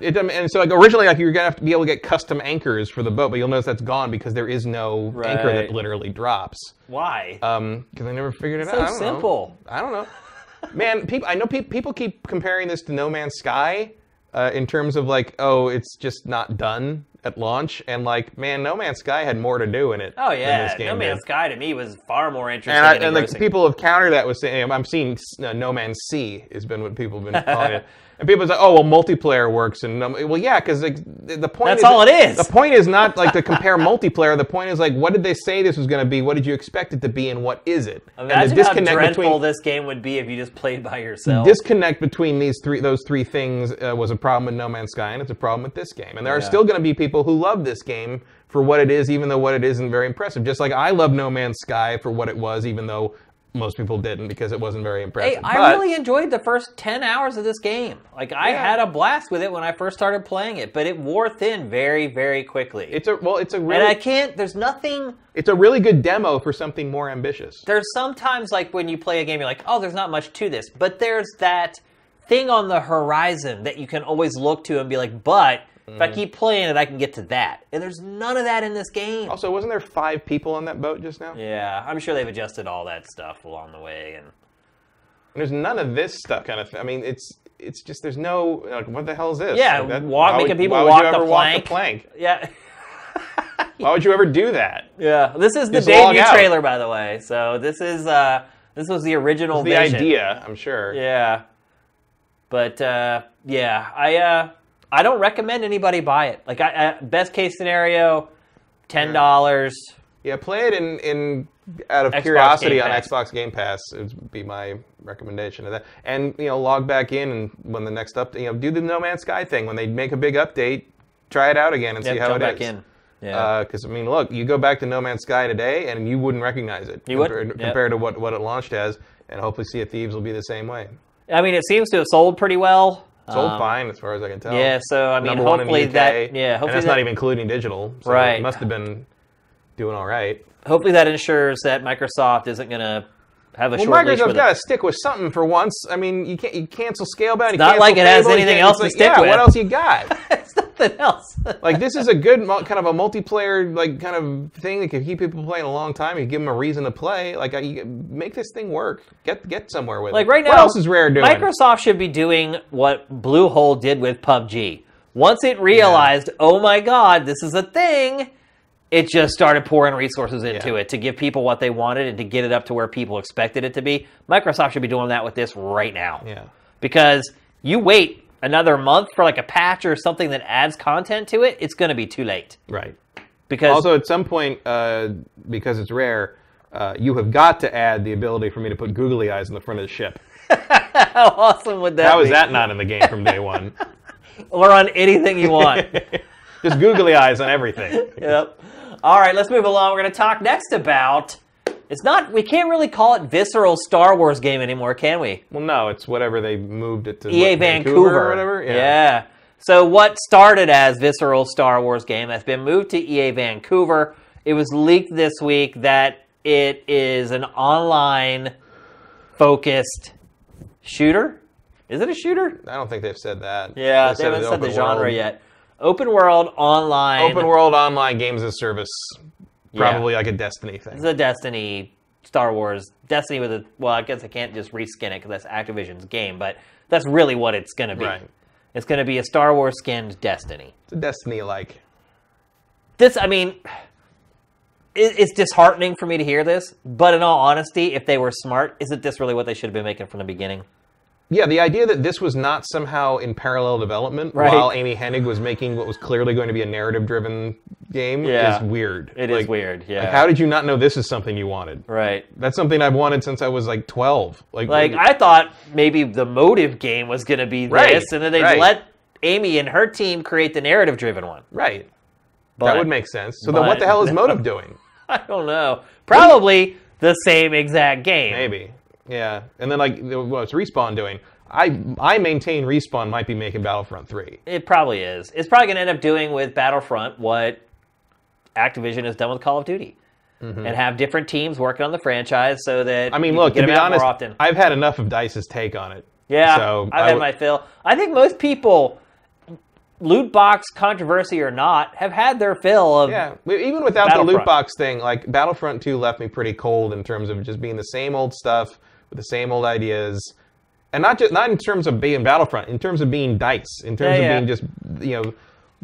Speaker 2: it doesn't, and so like originally like you're gonna have to be able to get custom anchors for the boat, but you'll notice that's gone because there is no anchor
Speaker 1: Right.
Speaker 2: that literally drops.
Speaker 1: Why?
Speaker 2: Um, because I never figured it
Speaker 1: so
Speaker 2: out. I don't know.
Speaker 1: simple.
Speaker 2: I don't know. Man, people. I know peop people keep comparing this to No Man's Sky, uh, in terms of like, oh, it's just not done at launch, and like, man, No Man's Sky had more to do in it.
Speaker 1: Oh
Speaker 2: than
Speaker 1: yeah,
Speaker 2: this game
Speaker 1: No Man's
Speaker 2: did.
Speaker 1: Sky to me was far more interesting.
Speaker 2: And, I, and like
Speaker 1: engrossing.
Speaker 2: people have countered that with saying, I'm seeing uh, No Man's Sea has been what people have been calling it. And people say, oh, well, multiplayer works, and um, well, yeah, because like, the the point
Speaker 1: That's
Speaker 2: is,
Speaker 1: all it is.
Speaker 2: The point is not like to compare multiplayer. The point is like, what did they say this was going to be? What did you expect it to be, and what is it? and
Speaker 1: Imagine
Speaker 2: the
Speaker 1: how
Speaker 2: disconnect
Speaker 1: dreadful
Speaker 2: between
Speaker 1: this game would be if you just played by yourself.
Speaker 2: disconnect between these three those three things uh, was a problem with No Man's Sky, and it's a problem with this game. And there are still going to be people who love this game for what it is, even though what it isn't very impressive. Just like I love No Man's Sky for what it was, even though most people didn't because it wasn't very impressive.
Speaker 1: Hey, I
Speaker 2: But-
Speaker 1: really enjoyed the first 10 hours of this game. Like, I
Speaker 2: Yeah.
Speaker 1: had a blast with it when I first started playing it, but it wore thin very, very quickly.
Speaker 2: it's a well, it's a
Speaker 1: and
Speaker 2: really
Speaker 1: I can't, there's nothing,
Speaker 2: it's a really good demo for something more ambitious.
Speaker 1: there's sometimes like when you play a game, you're like, oh, there's not much to this. But there's that thing on the horizon that you can always look to and be like, but if
Speaker 2: Mm-hmm.
Speaker 1: I keep playing it, I can get to that. And there's none of that in this game.
Speaker 2: Also, wasn't there five people on that boat just now?
Speaker 1: Yeah, I'm sure they've adjusted all that stuff along the way. And
Speaker 2: And there's none of this stuff kind of. Th- I mean, it's it's just there's no like what the hell is this?
Speaker 1: Yeah,
Speaker 2: Like,
Speaker 1: walk-
Speaker 2: why would-
Speaker 1: making people
Speaker 2: why would
Speaker 1: walk
Speaker 2: you
Speaker 1: the
Speaker 2: ever
Speaker 1: plank.
Speaker 2: Walk the plank.
Speaker 1: yeah.
Speaker 2: Why would you ever do that?
Speaker 1: Yeah, this is the
Speaker 2: Just log
Speaker 1: debut
Speaker 2: out.
Speaker 1: trailer, by the way. So this is uh, this was the original
Speaker 2: the
Speaker 1: vision.
Speaker 2: idea, I'm sure.
Speaker 1: Yeah, but uh, yeah, I uh, I don't recommend anybody buy it. Like, I, I best case scenario, ten dollars.
Speaker 2: Yeah, play it in, in out of
Speaker 1: Xbox
Speaker 2: curiosity
Speaker 1: Game
Speaker 2: on
Speaker 1: Pass.
Speaker 2: Xbox Game Pass. It would be my recommendation of that. And you know, log back in and when the next update, you know, do the No Man's Sky thing when they make a big update. Try it out again and see how
Speaker 1: come
Speaker 2: it
Speaker 1: back
Speaker 2: is. Uh,
Speaker 1: in. Yeah.
Speaker 2: Because I mean, look, you go back to No Man's Sky today, and you wouldn't recognize it.
Speaker 1: You would?
Speaker 2: compared,
Speaker 1: Yeah.
Speaker 2: compared to what, what it launched as, and hopefully, Sea of Thieves will be the same way.
Speaker 1: I mean, it seems to have sold pretty well.
Speaker 2: Sold
Speaker 1: Um,
Speaker 2: fine, as far as I can tell.
Speaker 1: Yeah, so I mean,
Speaker 2: number one in
Speaker 1: hopefully
Speaker 2: the UK,
Speaker 1: that yeah,
Speaker 2: and
Speaker 1: hopefully
Speaker 2: that's
Speaker 1: that,
Speaker 2: not even including digital. So
Speaker 1: Right.
Speaker 2: it must have been doing all right.
Speaker 1: hopefully that ensures that Microsoft isn't going to have a
Speaker 2: Well,
Speaker 1: short leash
Speaker 2: Microsoft's
Speaker 1: with
Speaker 2: got
Speaker 1: it.
Speaker 2: to stick with something for once. I mean, you can't you cancel Scalebound. you
Speaker 1: not
Speaker 2: cancel
Speaker 1: like it has
Speaker 2: Fable, you
Speaker 1: anything
Speaker 2: can't-
Speaker 1: else
Speaker 2: it's
Speaker 1: to stick
Speaker 2: yeah,
Speaker 1: with.
Speaker 2: What else you got?
Speaker 1: it's nothing else.
Speaker 2: like this is a good mul- kind of a multiplayer like kind of thing that can keep people playing a long time. You give them a reason to play. Like I- you, make this thing work. Get get somewhere with
Speaker 1: like
Speaker 2: it.
Speaker 1: right now,
Speaker 2: what else is Rare doing?
Speaker 1: Microsoft should be doing what Bluehole did with PUBG. Once it realized, oh my God, this is a thing, it just started pouring resources into
Speaker 2: Yeah.
Speaker 1: it to give people what they wanted and to get it up to where people expected it to be. Microsoft should be doing that with this right now.
Speaker 2: Yeah.
Speaker 1: because you wait another month for like a patch or something that adds content to it, it's going to be too late.
Speaker 2: Right.
Speaker 1: Because
Speaker 2: Also, at some point, uh, because it's rare, uh, you have got to add the ability for me to put googly eyes in the front of the ship.
Speaker 1: how awesome would that
Speaker 2: How
Speaker 1: be?
Speaker 2: is that not in the game from day one?
Speaker 1: Or on anything you want.
Speaker 2: Just googly eyes on everything.
Speaker 1: yep. All right, let's move along. We're going to talk next about. It's not. We can't really call it visceral Star Wars game anymore, can we?
Speaker 2: Well, no, it's whatever they moved it to.
Speaker 1: EA
Speaker 2: what,
Speaker 1: E Vancouver,
Speaker 2: or whatever.
Speaker 1: Yeah. So what started as visceral Star Wars game has been moved to EA Vancouver. It was leaked this week that it is an online focused shooter. Is it a shooter?
Speaker 2: I don't think they've said that.
Speaker 1: Yeah, they
Speaker 2: They said
Speaker 1: haven't
Speaker 2: it's
Speaker 1: said the
Speaker 2: open
Speaker 1: genre
Speaker 2: world.
Speaker 1: yet. Open world online.
Speaker 2: Open world online games as service, probably like a Destiny thing.
Speaker 1: It's a Destiny, Star Wars, Destiny with a. Well, I guess I can't just reskin it because that's Activision's game, but that's really what it's going to be.
Speaker 2: Right.
Speaker 1: It's going to be a Star Wars skinned Destiny.
Speaker 2: It's a Destiny like.
Speaker 1: This, I mean, it, it's disheartening for me to hear this, but in all honesty, if they were smart, isn't this really what they should have been making from the beginning?
Speaker 2: Yeah, the idea that this was not somehow in parallel development
Speaker 1: Right.
Speaker 2: while Amy Hennig was making what was clearly going to be a narrative driven game
Speaker 1: Yeah.
Speaker 2: is weird.
Speaker 1: It
Speaker 2: It
Speaker 1: is
Speaker 2: is
Speaker 1: weird, yeah.
Speaker 2: how did you not know this is something you wanted?
Speaker 1: Right.
Speaker 2: That's something I've wanted since I was like 12. Like,
Speaker 1: Like I thought maybe the motive game was going to be
Speaker 2: Right,
Speaker 1: this, and then they
Speaker 2: right.
Speaker 1: let Amy and her team create the narrative driven one.
Speaker 2: right.
Speaker 1: But
Speaker 2: that would make sense. So then what
Speaker 1: but-
Speaker 2: the hell is Motive doing?
Speaker 1: I don't know. Probably the same exact game.
Speaker 2: Maybe. Yeah. And then like the- what's Respawn doing? I I maintain Respawn might be making Battlefront 3.
Speaker 1: It probably is. It's probably going to end up doing with Battlefront what Activision has done with Call of Duty. And have different teams working on the franchise so that
Speaker 2: Mm-hmm. I mean,
Speaker 1: you
Speaker 2: look,
Speaker 1: can
Speaker 2: to
Speaker 1: get
Speaker 2: be
Speaker 1: them out
Speaker 2: honest,
Speaker 1: more often.
Speaker 2: I've had enough of Dice's take on it.
Speaker 1: Yeah,
Speaker 2: So
Speaker 1: I've
Speaker 2: I
Speaker 1: had
Speaker 2: would-
Speaker 1: my fill. I think most people, loot box controversy or not, have had their fill of
Speaker 2: Yeah, we- even without the
Speaker 1: Battlefront.
Speaker 2: loot box thing, like Battlefront 2 left me pretty cold in terms of just being the same old stuff with the same old ideas. And not just not in terms of being Battlefront, in terms of being dice, in terms
Speaker 1: Yeah, yeah.
Speaker 2: of being just you know,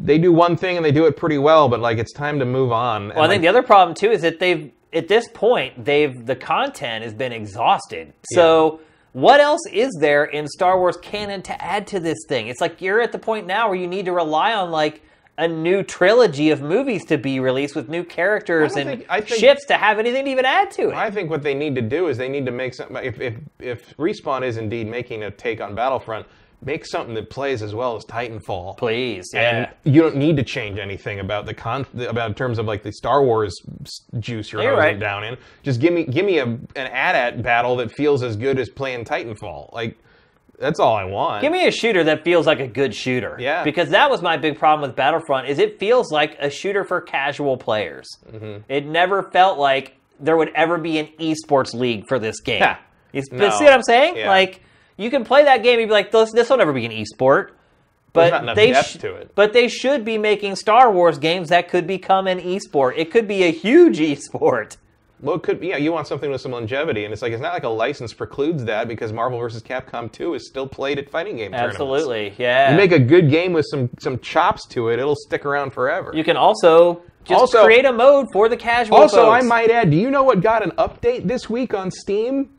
Speaker 2: they do one thing and they do it pretty well, but like it's time to move on.
Speaker 1: Well, I think the other problem too is that they've at this point they've the content has been exhausted. So what else is there in Star Wars canon to add to this thing? It's like you're at the point now where you need to rely on like a new trilogy of movies to be released with new characters
Speaker 2: I
Speaker 1: and
Speaker 2: don't think- I think-
Speaker 1: ships to have anything to even add to it.
Speaker 2: I think what they need to do is they need to make something. If if if Respawn is indeed making a take on Battlefront, make something that plays as well as Titanfall.
Speaker 1: Please,
Speaker 2: And
Speaker 1: yeah.
Speaker 2: you don't need to change anything about the con the- about in terms of like the Star Wars s- juice you're
Speaker 1: You're
Speaker 2: hosing
Speaker 1: right.
Speaker 2: down in. Just give me give me a an at battle that feels as good as playing Titanfall. Like that's all I want.
Speaker 1: Give me a shooter that feels like a good shooter.
Speaker 2: Yeah.
Speaker 1: Because that was my big problem with Battlefront is it feels like a shooter for casual players.
Speaker 2: Mm-hmm.
Speaker 1: It never felt like there would ever be an esports league for this game.
Speaker 2: Yeah.
Speaker 1: You s-
Speaker 2: No.
Speaker 1: see what I'm saying?
Speaker 2: Yeah.
Speaker 1: Like you can play that game and be like, this, this will never be an esport.
Speaker 2: There's
Speaker 1: But
Speaker 2: not enough
Speaker 1: they
Speaker 2: depth
Speaker 1: sh-
Speaker 2: to it.
Speaker 1: but they should be making Star Wars games that could become an esport. It could be a huge esport.
Speaker 2: Well, it could yeah, you want something with some longevity, and it's like it's not like a license precludes that because Marvel vs. Capcom 2 is still played at fighting game tournaments.
Speaker 1: Absolutely, yeah.
Speaker 2: You make a good game with some some chops to it, it'll stick around forever.
Speaker 1: You can also just
Speaker 2: Also-
Speaker 1: create a mode for the casual.
Speaker 2: also,
Speaker 1: folks.
Speaker 2: I might add, do you know what got an update this week on Steam?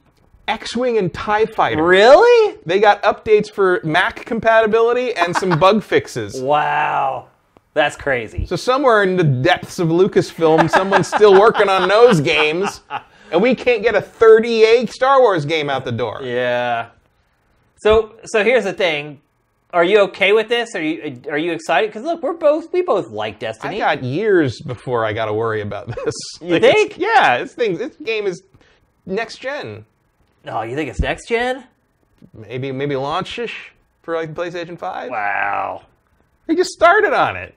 Speaker 2: X-Wing and TIE Fighter.
Speaker 1: really.
Speaker 2: They got updates for Mac compatibility and some bug fixes.
Speaker 1: Wow. That's crazy.
Speaker 2: So somewhere in the depths of Lucasfilm, someone's still working on those games, and we can't get a 38 Star Wars game out the door.
Speaker 1: yeah. So so here's the thing. Are you okay with this? Are you are you excited? Because look, we're both we both like
Speaker 2: I
Speaker 1: Destiny.
Speaker 2: got years before I got to worry about this.
Speaker 1: You
Speaker 2: Like, it's-
Speaker 1: think?
Speaker 2: yeah, this thing, this game is next gen.
Speaker 1: oh, you think it's next gen?
Speaker 2: Maybe maybe launchish for like PlayStation Five.
Speaker 1: Wow.
Speaker 2: They just started on it.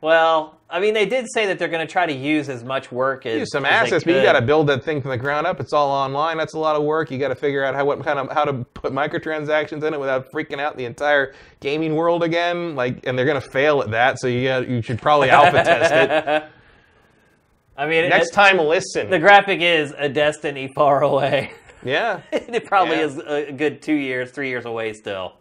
Speaker 1: Well, I mean, they did say that they're going to try to use as much work as
Speaker 2: Use some
Speaker 1: as they
Speaker 2: assets, but you
Speaker 1: could.
Speaker 2: got to build that thing from the ground up. It's all online. That's a lot of work. You got to figure out how what kind of how to put microtransactions in it without freaking out the entire gaming world again. Like, and they're gonna fail at that. So you got, you should probably alpha test it
Speaker 1: I mean,
Speaker 2: next
Speaker 1: it-
Speaker 2: time. Listen,
Speaker 1: the graphic is a Destiny far away.
Speaker 2: yeah,
Speaker 1: it probably
Speaker 2: Yeah.
Speaker 1: is a good two years, three years away still.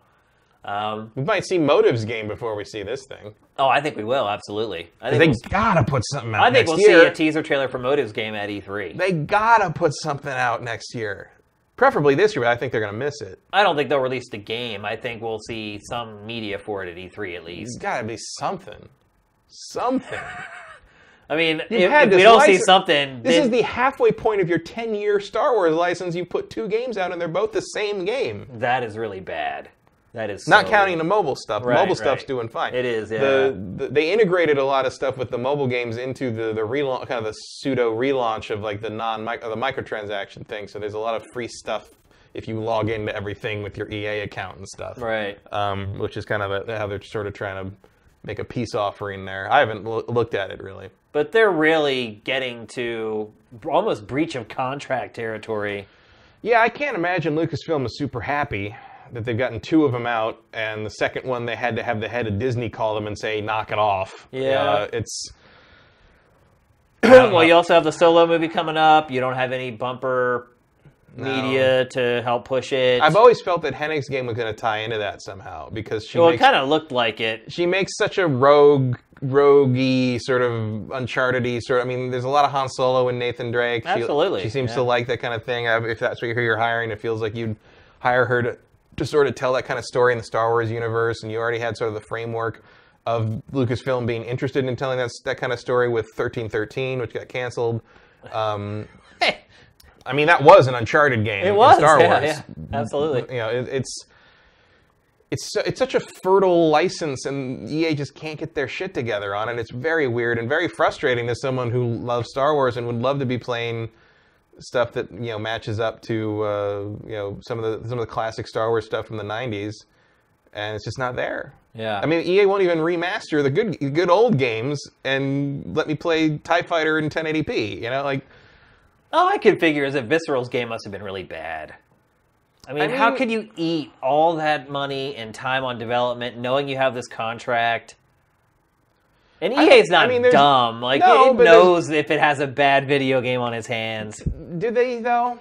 Speaker 1: Um,
Speaker 2: we might see Motives game before we see this thing.
Speaker 1: oh, I think we will absolutely. I think
Speaker 2: They
Speaker 1: we'll,
Speaker 2: gotta put something out.
Speaker 1: I think
Speaker 2: next
Speaker 1: we'll
Speaker 2: year.
Speaker 1: see a teaser trailer for Motives game at E E3.
Speaker 2: They gotta put something out next year, preferably this year. But I think they're gonna miss it.
Speaker 1: I don't think they'll release the game. I think we'll see some media for it at E3 at
Speaker 2: It's
Speaker 1: least.
Speaker 2: gotta be something, something.
Speaker 1: I mean,
Speaker 2: You've
Speaker 1: if,
Speaker 2: had
Speaker 1: if
Speaker 2: this
Speaker 1: we don't see
Speaker 2: license-
Speaker 1: something,
Speaker 2: This
Speaker 1: then-
Speaker 2: is the halfway point of your 10 year Star Wars license. You put two games out and they're both the same game.
Speaker 1: that is really bad. That is
Speaker 2: Not
Speaker 1: so-
Speaker 2: counting the mobile stuff.
Speaker 1: Right,
Speaker 2: mobile stuff's
Speaker 1: right.
Speaker 2: doing fine.
Speaker 1: It is, yeah.
Speaker 2: The, the, they integrated a lot of stuff with the mobile games into the, the relaunch, kind of the pseudo relaunch of like the non the microtransaction thing. So there's a lot of free stuff if you log into everything with your EA account and stuff.
Speaker 1: right.
Speaker 2: Um, which is kind of a, how they're sort of trying to make a peace offering there. I haven't loo- looked at it really.
Speaker 1: But they're really getting to almost breach of contract territory.
Speaker 2: Yeah, I can't imagine Lucasfilm is super happy that they've gotten two of them out, and the second one they had to have the head of Disney call them and say, "Knock it off."
Speaker 1: Yeah.
Speaker 2: Uh, it's
Speaker 1: well, you also have the solo movie coming up. You don't have any bumper media to help push it.
Speaker 2: I've always felt that Hennig's game was going to tie into that somehow because she
Speaker 1: well, it
Speaker 2: makes,
Speaker 1: kind of looked like it.
Speaker 2: she makes such a rogue, roguey sort of uncharted-y sort. Of, I mean, there's a lot of Han Solo and Nathan Drake. She-
Speaker 1: Absolutely,
Speaker 2: she, seems
Speaker 1: yeah.
Speaker 2: to like that kind of thing. Uh, If that's who you're hiring, it feels like you'd hire her to, to sort of tell that kind of story in the Star Wars universe, and you already had sort of the framework of Lucasfilm being interested in telling that s- that kind of story with 1313, which got canceled. Um, I mean, that was an Uncharted game.
Speaker 1: It was
Speaker 2: in Star
Speaker 1: yeah,
Speaker 2: Wars Mm-hmm.
Speaker 1: yeah, absolutely.
Speaker 2: you know it, it's it's so- it's such a fertile license and EA just can't get their shit together on it. It's very weird and very frustrating to someone who loves Star Wars and would love to be playing stuff that you know matches up to uh, you know some of the some of the classic Star Wars stuff from the '90s, and it's just not there.
Speaker 1: Yeah.
Speaker 2: I mean EA won't even remaster the good the good old games and let me play Tie Fighter in 1080p. You know, like
Speaker 1: All I could figure is that Visceral's game must have been really bad. I mean,
Speaker 2: I
Speaker 1: how
Speaker 2: mean-
Speaker 1: could you eat all that money and time on development, knowing you have this contract? And
Speaker 2: don't-
Speaker 1: EA's not
Speaker 2: I mean, there's-
Speaker 1: dumb. Like
Speaker 2: No,
Speaker 1: it
Speaker 2: but there's-
Speaker 1: knows if it has a bad video game on its hands.
Speaker 2: do they though?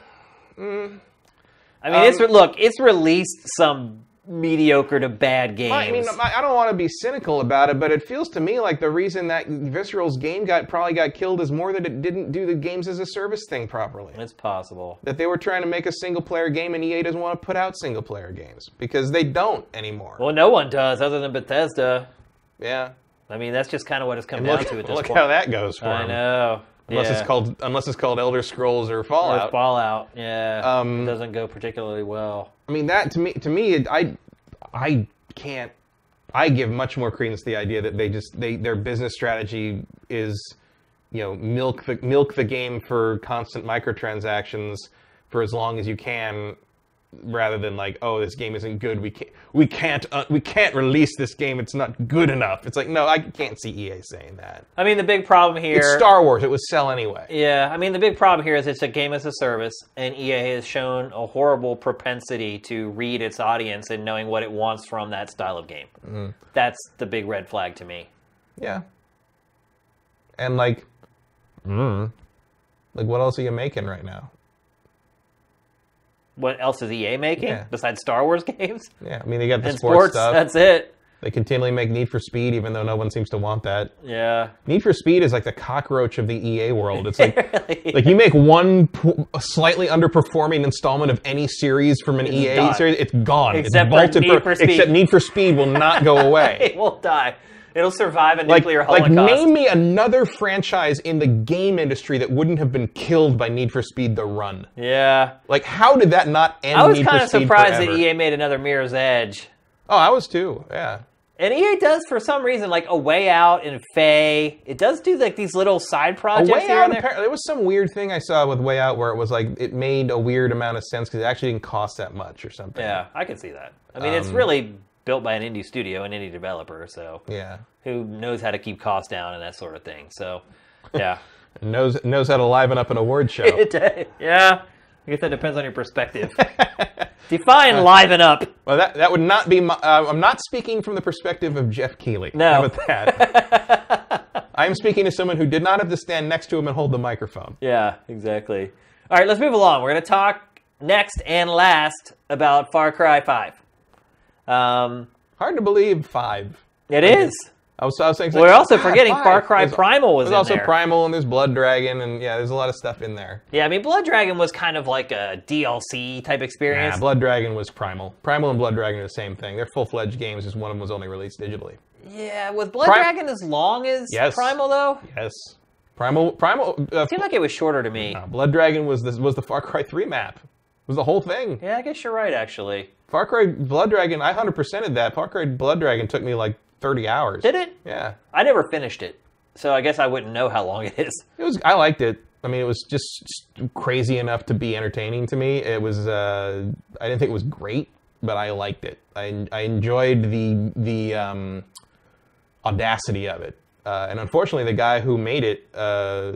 Speaker 1: I mean, it's
Speaker 2: Um,
Speaker 1: look, it's released some mediocre to bad games.
Speaker 2: I mean, I I don't want to be cynical about it, but it feels to me like the reason that Visceral's game got probably got killed is more that it didn't do the games as a service thing properly.
Speaker 1: it's possible.
Speaker 2: That they were trying to make a single player game, and EA doesn't want to put out single player games because they don't anymore.
Speaker 1: Well, no one does other than Bethesda.
Speaker 2: yeah,
Speaker 1: I mean, that's just kind of what it's come down
Speaker 2: look,
Speaker 1: to at this
Speaker 2: look
Speaker 1: point.
Speaker 2: how that goes for
Speaker 1: I
Speaker 2: 'em.
Speaker 1: know.
Speaker 2: Unless
Speaker 1: yeah.
Speaker 2: it's called unless it's called Elder Scrolls or
Speaker 1: Or
Speaker 2: Fallout.
Speaker 1: Fallout. Yeah,
Speaker 2: Um,
Speaker 1: it doesn't go particularly well.
Speaker 2: I mean that to me to me it- I I can't I give much more credence to the idea that they just they their business strategy is you know milk the milk the game for constant microtransactions for as long as you can rather than like oh this game isn't good we can't we can't uh, we can't release this game it's not good enough it's like no I can't see EA saying that
Speaker 1: I mean, the big problem here.
Speaker 2: it's Star Wars it was sell anyway
Speaker 1: yeah, I mean, the big problem here is it's a game as a service, and EA has shown a horrible propensity to read its audience and knowing what it wants from that style of game.
Speaker 2: Mm-hmm.
Speaker 1: That's the big red flag to me.
Speaker 2: yeah and like mm, like what else are you making right now
Speaker 1: What else is EA making
Speaker 2: Yeah.
Speaker 1: besides Star Wars games
Speaker 2: Yeah, I mean they got the
Speaker 1: and
Speaker 2: sports,
Speaker 1: sports?
Speaker 2: stuff.
Speaker 1: That's it.
Speaker 2: They continually make Need for Speed, even though no one seems to want that.
Speaker 1: Yeah.
Speaker 2: Need for Speed is like the cockroach of the EA world. It's like
Speaker 1: Really?
Speaker 2: like you make one po- slightly underperforming installment of any series from an EA
Speaker 1: done.
Speaker 2: series, it's gone.
Speaker 1: Except for
Speaker 2: it's bolted
Speaker 1: Need for Speed.
Speaker 2: except Need for Speed will not go away.
Speaker 1: it E will die. It'll survive a
Speaker 2: Like,
Speaker 1: nuclear
Speaker 2: like,
Speaker 1: holocaust.
Speaker 2: name me another franchise in the game industry that wouldn't have been killed by Need for Speed: The Run.
Speaker 1: yeah.
Speaker 2: Like, how did that not end?
Speaker 1: I was
Speaker 2: Need for
Speaker 1: kind of
Speaker 2: Speed
Speaker 1: surprised
Speaker 2: forever?
Speaker 1: that E EA made another Mirror's Edge.
Speaker 2: Oh, I was too. Yeah.
Speaker 1: And EA does, for some reason, like A Way Out and Faye. It does do like these little side
Speaker 2: A
Speaker 1: projects
Speaker 2: way
Speaker 1: here
Speaker 2: out.
Speaker 1: and there.
Speaker 2: Apparently, there was some weird thing I saw with Way Out where it was like it made a weird amount of sense because it actually didn't cost that much or something.
Speaker 1: yeah, I can see that. I mean, it's really built by an indie studio, an indie developer, so
Speaker 2: Yeah.
Speaker 1: who knows how to keep costs down and that sort of thing. So, yeah,
Speaker 2: Knows knows how to liven up an award show.
Speaker 1: It does. yeah. I guess that depends on your perspective. Define liven up.
Speaker 2: well, that that would not be. My, uh, I'm not speaking from the perspective of Jeff Keeley.
Speaker 1: No.
Speaker 2: How about that? I'm speaking to someone who did not have to stand next to him and hold the microphone.
Speaker 1: Yeah, exactly. All right, let's move along. We're going to talk next and last about Far Cry 5. Um,
Speaker 2: Hard to believe five.
Speaker 1: it is.
Speaker 2: I was, I was saying,
Speaker 1: We're also
Speaker 2: "Ah,
Speaker 1: forgetting
Speaker 2: five."
Speaker 1: Far Cry
Speaker 2: There's-
Speaker 1: Primal was
Speaker 2: There's
Speaker 1: in
Speaker 2: also
Speaker 1: there.
Speaker 2: Primal and there's Blood Dragon and yeah, there's a lot of stuff in there.
Speaker 1: yeah, I mean, Blood Dragon was kind of like a DLC type experience.
Speaker 2: Nah, Blood Dragon was Primal. Primal and Blood Dragon are the same thing. They're full fledged games, just one of them was only released digitally.
Speaker 1: yeah, was Blood
Speaker 2: Prim-
Speaker 1: Dragon as long as
Speaker 2: Yes.
Speaker 1: Primal though? It
Speaker 2: Yes. Primal Primal uh,
Speaker 1: seemed like it was shorter to me.
Speaker 2: Blood Dragon was the, was the Far Cry 3 map. It was the whole thing.
Speaker 1: Yeah, I guess you're right, actually.
Speaker 2: Far Cry Blood Dragon, I 100%ed that. Far Cry Blood Dragon took me like 30 hours.
Speaker 1: Did it?
Speaker 2: Yeah.
Speaker 1: I never finished it, so I guess I wouldn't know how long it is.
Speaker 2: It was I liked it. I mean, it was just crazy enough to be entertaining to me. It was uh, I didn't think it was great, but I liked it. I, I enjoyed the the um, audacity of it. Uh, and unfortunately, the guy who made it uh,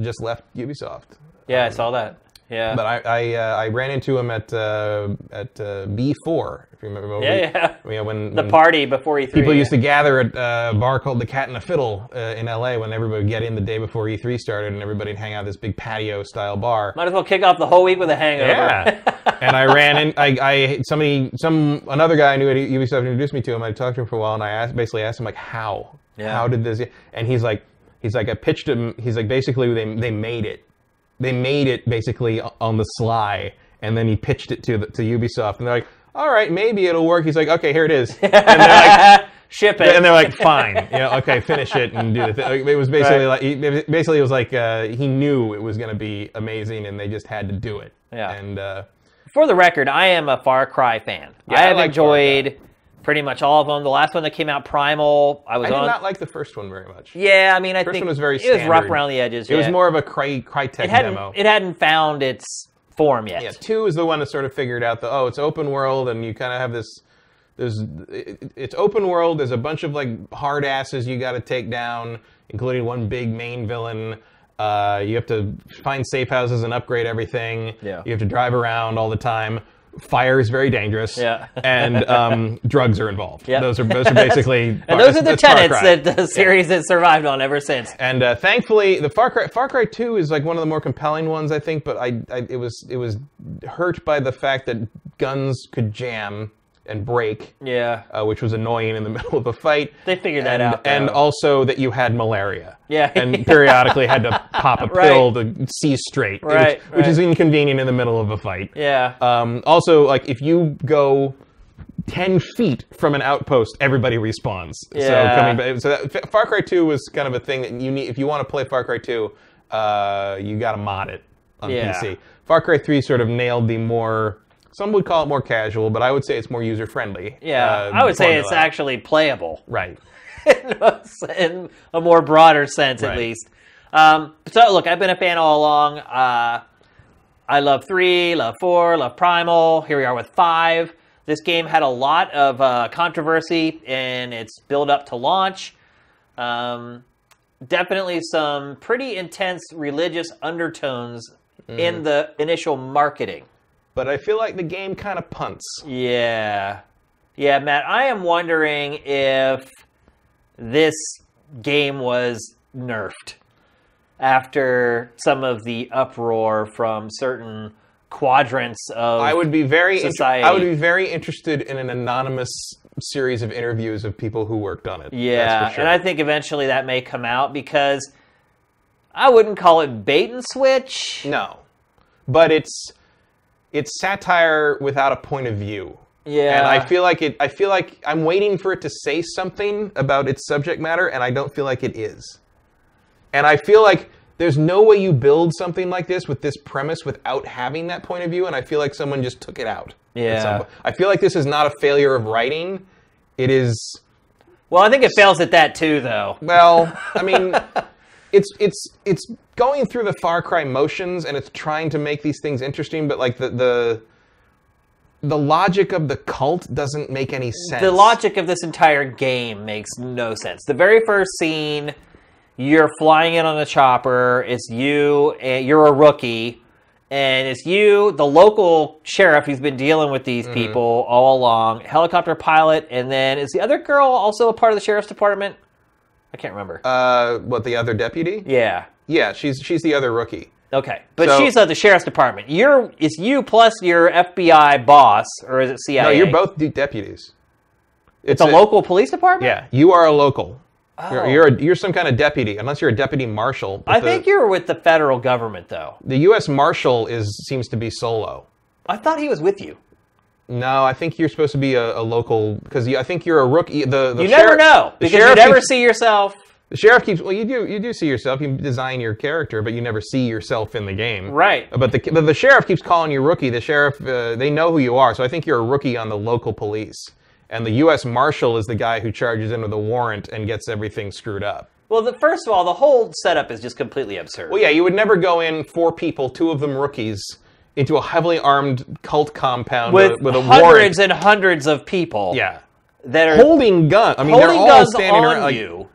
Speaker 2: just left Ubisoft.
Speaker 1: Yeah, I saw that. Yeah.
Speaker 2: But I I, uh, I ran into him at uh, at uh, B4 if you remember.
Speaker 1: yeah, yeah.
Speaker 2: We, yeah, when
Speaker 1: The party before E E3.
Speaker 2: People used to gather at uh, a bar called the Cat and the Fiddle uh, in LA when everybody would get in the day before E3 started and everybody'd hang out at this big patio style bar.
Speaker 1: Might as well kick off the whole week with a hangover.
Speaker 2: Yeah. and I ran in. I, I somebody some another guy I knew at E, Ubisoft introduced me to him. I talked to him for a while, and I asked, basically asked him like, how?
Speaker 1: Yeah.
Speaker 2: How did this? And he's like, he's like, I pitched him. He's like, basically they they made it. They made it basically on the sly, and then he pitched it to the, to Ubisoft, and they're like, all right, maybe it'll work. He's like, okay, here it is. And they're like,
Speaker 1: Ship
Speaker 2: and
Speaker 1: it.
Speaker 2: they're like, "Fine, yeah, okay, finish it and do the thing." Like, It was basically
Speaker 1: Right.
Speaker 2: like, he- basically, it was like uh, he knew it was going to be amazing, and they just had to do it.
Speaker 1: Yeah.
Speaker 2: And uh,
Speaker 1: For the record, I am a Far Cry fan. I
Speaker 2: I
Speaker 1: have
Speaker 2: like Far Cry.
Speaker 1: enjoyed pretty much all of them. The last one that came out, Primal, I was
Speaker 2: I did
Speaker 1: on.
Speaker 2: not like the first one very much.
Speaker 1: yeah, I mean, I
Speaker 2: First
Speaker 1: think
Speaker 2: one was very
Speaker 1: it was rough
Speaker 2: standard.
Speaker 1: around the edges.
Speaker 2: It was
Speaker 1: yeah.
Speaker 2: more of a Cry Crytek
Speaker 1: It hadn't,
Speaker 2: demo.
Speaker 1: it hadn't found its form yet.
Speaker 2: yeah, two is the one that sort of figured out the oh, it's open world, and you kind of have this. There's it- it's open world. There's a bunch of like hard asses you got to take down, including one big main villain. Uh, you have to find safe houses and upgrade everything.
Speaker 1: Yeah.
Speaker 2: You have to drive around all the time. Fire is very dangerous.
Speaker 1: Yeah.
Speaker 2: And um, drugs are involved.
Speaker 1: Yep.
Speaker 2: Those are those are basically.
Speaker 1: And those are the
Speaker 2: that's Far
Speaker 1: tenets
Speaker 2: Cry.
Speaker 1: that the series has survived on ever since.
Speaker 2: And uh, thankfully, the Far Cry Far Cry Two is like one of the more compelling ones, I think. But I, I it was it was hurt by the fact that guns could jam and break,
Speaker 1: Yeah.
Speaker 2: uh, which was annoying in the middle of a fight.
Speaker 1: They figured that
Speaker 2: and,
Speaker 1: out. though.
Speaker 2: and also that you had malaria.
Speaker 1: Yeah.
Speaker 2: and periodically had to pop a
Speaker 1: Right.
Speaker 2: pill to see straight, which-
Speaker 1: Right,
Speaker 2: which, is
Speaker 1: right.
Speaker 2: inconvenient in the middle of a fight.
Speaker 1: yeah.
Speaker 2: Um, also, like if you go ten feet from an outpost, everybody respawns.
Speaker 1: Yeah.
Speaker 2: So coming back, so that, Far Cry Two was kind of a thing that you need if you want to play Far Cry Two, uh, you got to mod it on
Speaker 1: Yeah.
Speaker 2: PC. Far Cry Three sort of nailed the more. Some would call it more casual, but I would say it's more user friendly.
Speaker 1: yeah. I
Speaker 2: um,
Speaker 1: would say it's actually playable.
Speaker 2: right.
Speaker 1: in a, in a more broader sense, at
Speaker 2: Right.
Speaker 1: least. Um, so, look, I've been a fan all along. Uh, I love three, love four, love primal. Here we are with five. This game had a lot of uh, controversy in its build up to launch. Um, definitely some pretty intense religious undertones in the initial marketing.
Speaker 2: But I feel like the game kind of punts.
Speaker 1: Yeah. Yeah, Matt, I am wondering if this game was nerfed after some of the uproar from certain quadrants of
Speaker 2: I would be very inter-
Speaker 1: society.
Speaker 2: I would be very interested in an anonymous series of interviews of people who worked on it.
Speaker 1: Yeah,
Speaker 2: That's for sure.
Speaker 1: and I think eventually that may come out because I wouldn't call it bait and switch.
Speaker 2: No, but it's it's satire without a point of view.
Speaker 1: Yeah.
Speaker 2: And I feel like it. I feel like I'm waiting for it to say something about its subject matter, and I don't feel like it is. And I feel like there's no way you build something like this with this premise without having that point of view. And I feel like someone just took it out. at
Speaker 1: Yeah.
Speaker 2: some point. I feel like this is not a failure of writing. It is
Speaker 1: well, I think it fails at that too, though.
Speaker 2: well, I mean, it's it's it's going through the Far Cry motions and it's trying to make these things interesting, but like the the the logic of the cult doesn't make any sense.
Speaker 1: The logic of this entire game makes no sense. The very first scene, you're flying in on a chopper. It's you, and you're a rookie, and it's you, the local sheriff who's been dealing with these
Speaker 2: Mm-hmm.
Speaker 1: people all along, helicopter pilot, and then is the other girl also a part of the sheriff's department? I can't remember.
Speaker 2: Uh, what the other deputy?
Speaker 1: yeah.
Speaker 2: Yeah, she's she's the other rookie.
Speaker 1: Okay, but
Speaker 2: So-
Speaker 1: she's at the sheriff's department. You're it's you plus your FBI boss, or is it CIA?
Speaker 2: No, you're both de- deputies.
Speaker 1: It's a local police department.
Speaker 2: Yeah, you are a local.
Speaker 1: Oh.
Speaker 2: You're you're, a, you're some kind of deputy, unless you're a deputy marshal. but
Speaker 1: I
Speaker 2: the,
Speaker 1: think you're with the federal government, though.
Speaker 2: the U.S. marshal is seems to be solo.
Speaker 1: I thought he was with you.
Speaker 2: No, I think you're supposed to be a, a local because I think you're a rookie. The, the
Speaker 1: You never
Speaker 2: sheriff-
Speaker 1: know
Speaker 2: the
Speaker 1: because you
Speaker 2: sheriff
Speaker 1: never
Speaker 2: keeps-
Speaker 1: see yourself.
Speaker 2: the sheriff keeps. Well, you do you do see yourself. You design your character, but you never see yourself in the game.
Speaker 1: Right.
Speaker 2: But the but the sheriff keeps calling you rookie. The sheriff uh, they know who you are, so I think you're a rookie on the local police. And the U.S. marshal is the guy who charges in with a warrant and gets everything screwed up.
Speaker 1: Well, the, first of all, the whole setup is just completely absurd.
Speaker 2: Well, yeah, you would never go in four people, two of them rookies, into a heavily armed cult compound
Speaker 1: with,
Speaker 2: with, with a warrant.
Speaker 1: hundreds and hundreds of people
Speaker 2: yeah.
Speaker 1: that are
Speaker 2: Holding gun. I mean, they're
Speaker 1: holding
Speaker 2: all
Speaker 1: guns on
Speaker 2: standing around. like-
Speaker 1: you.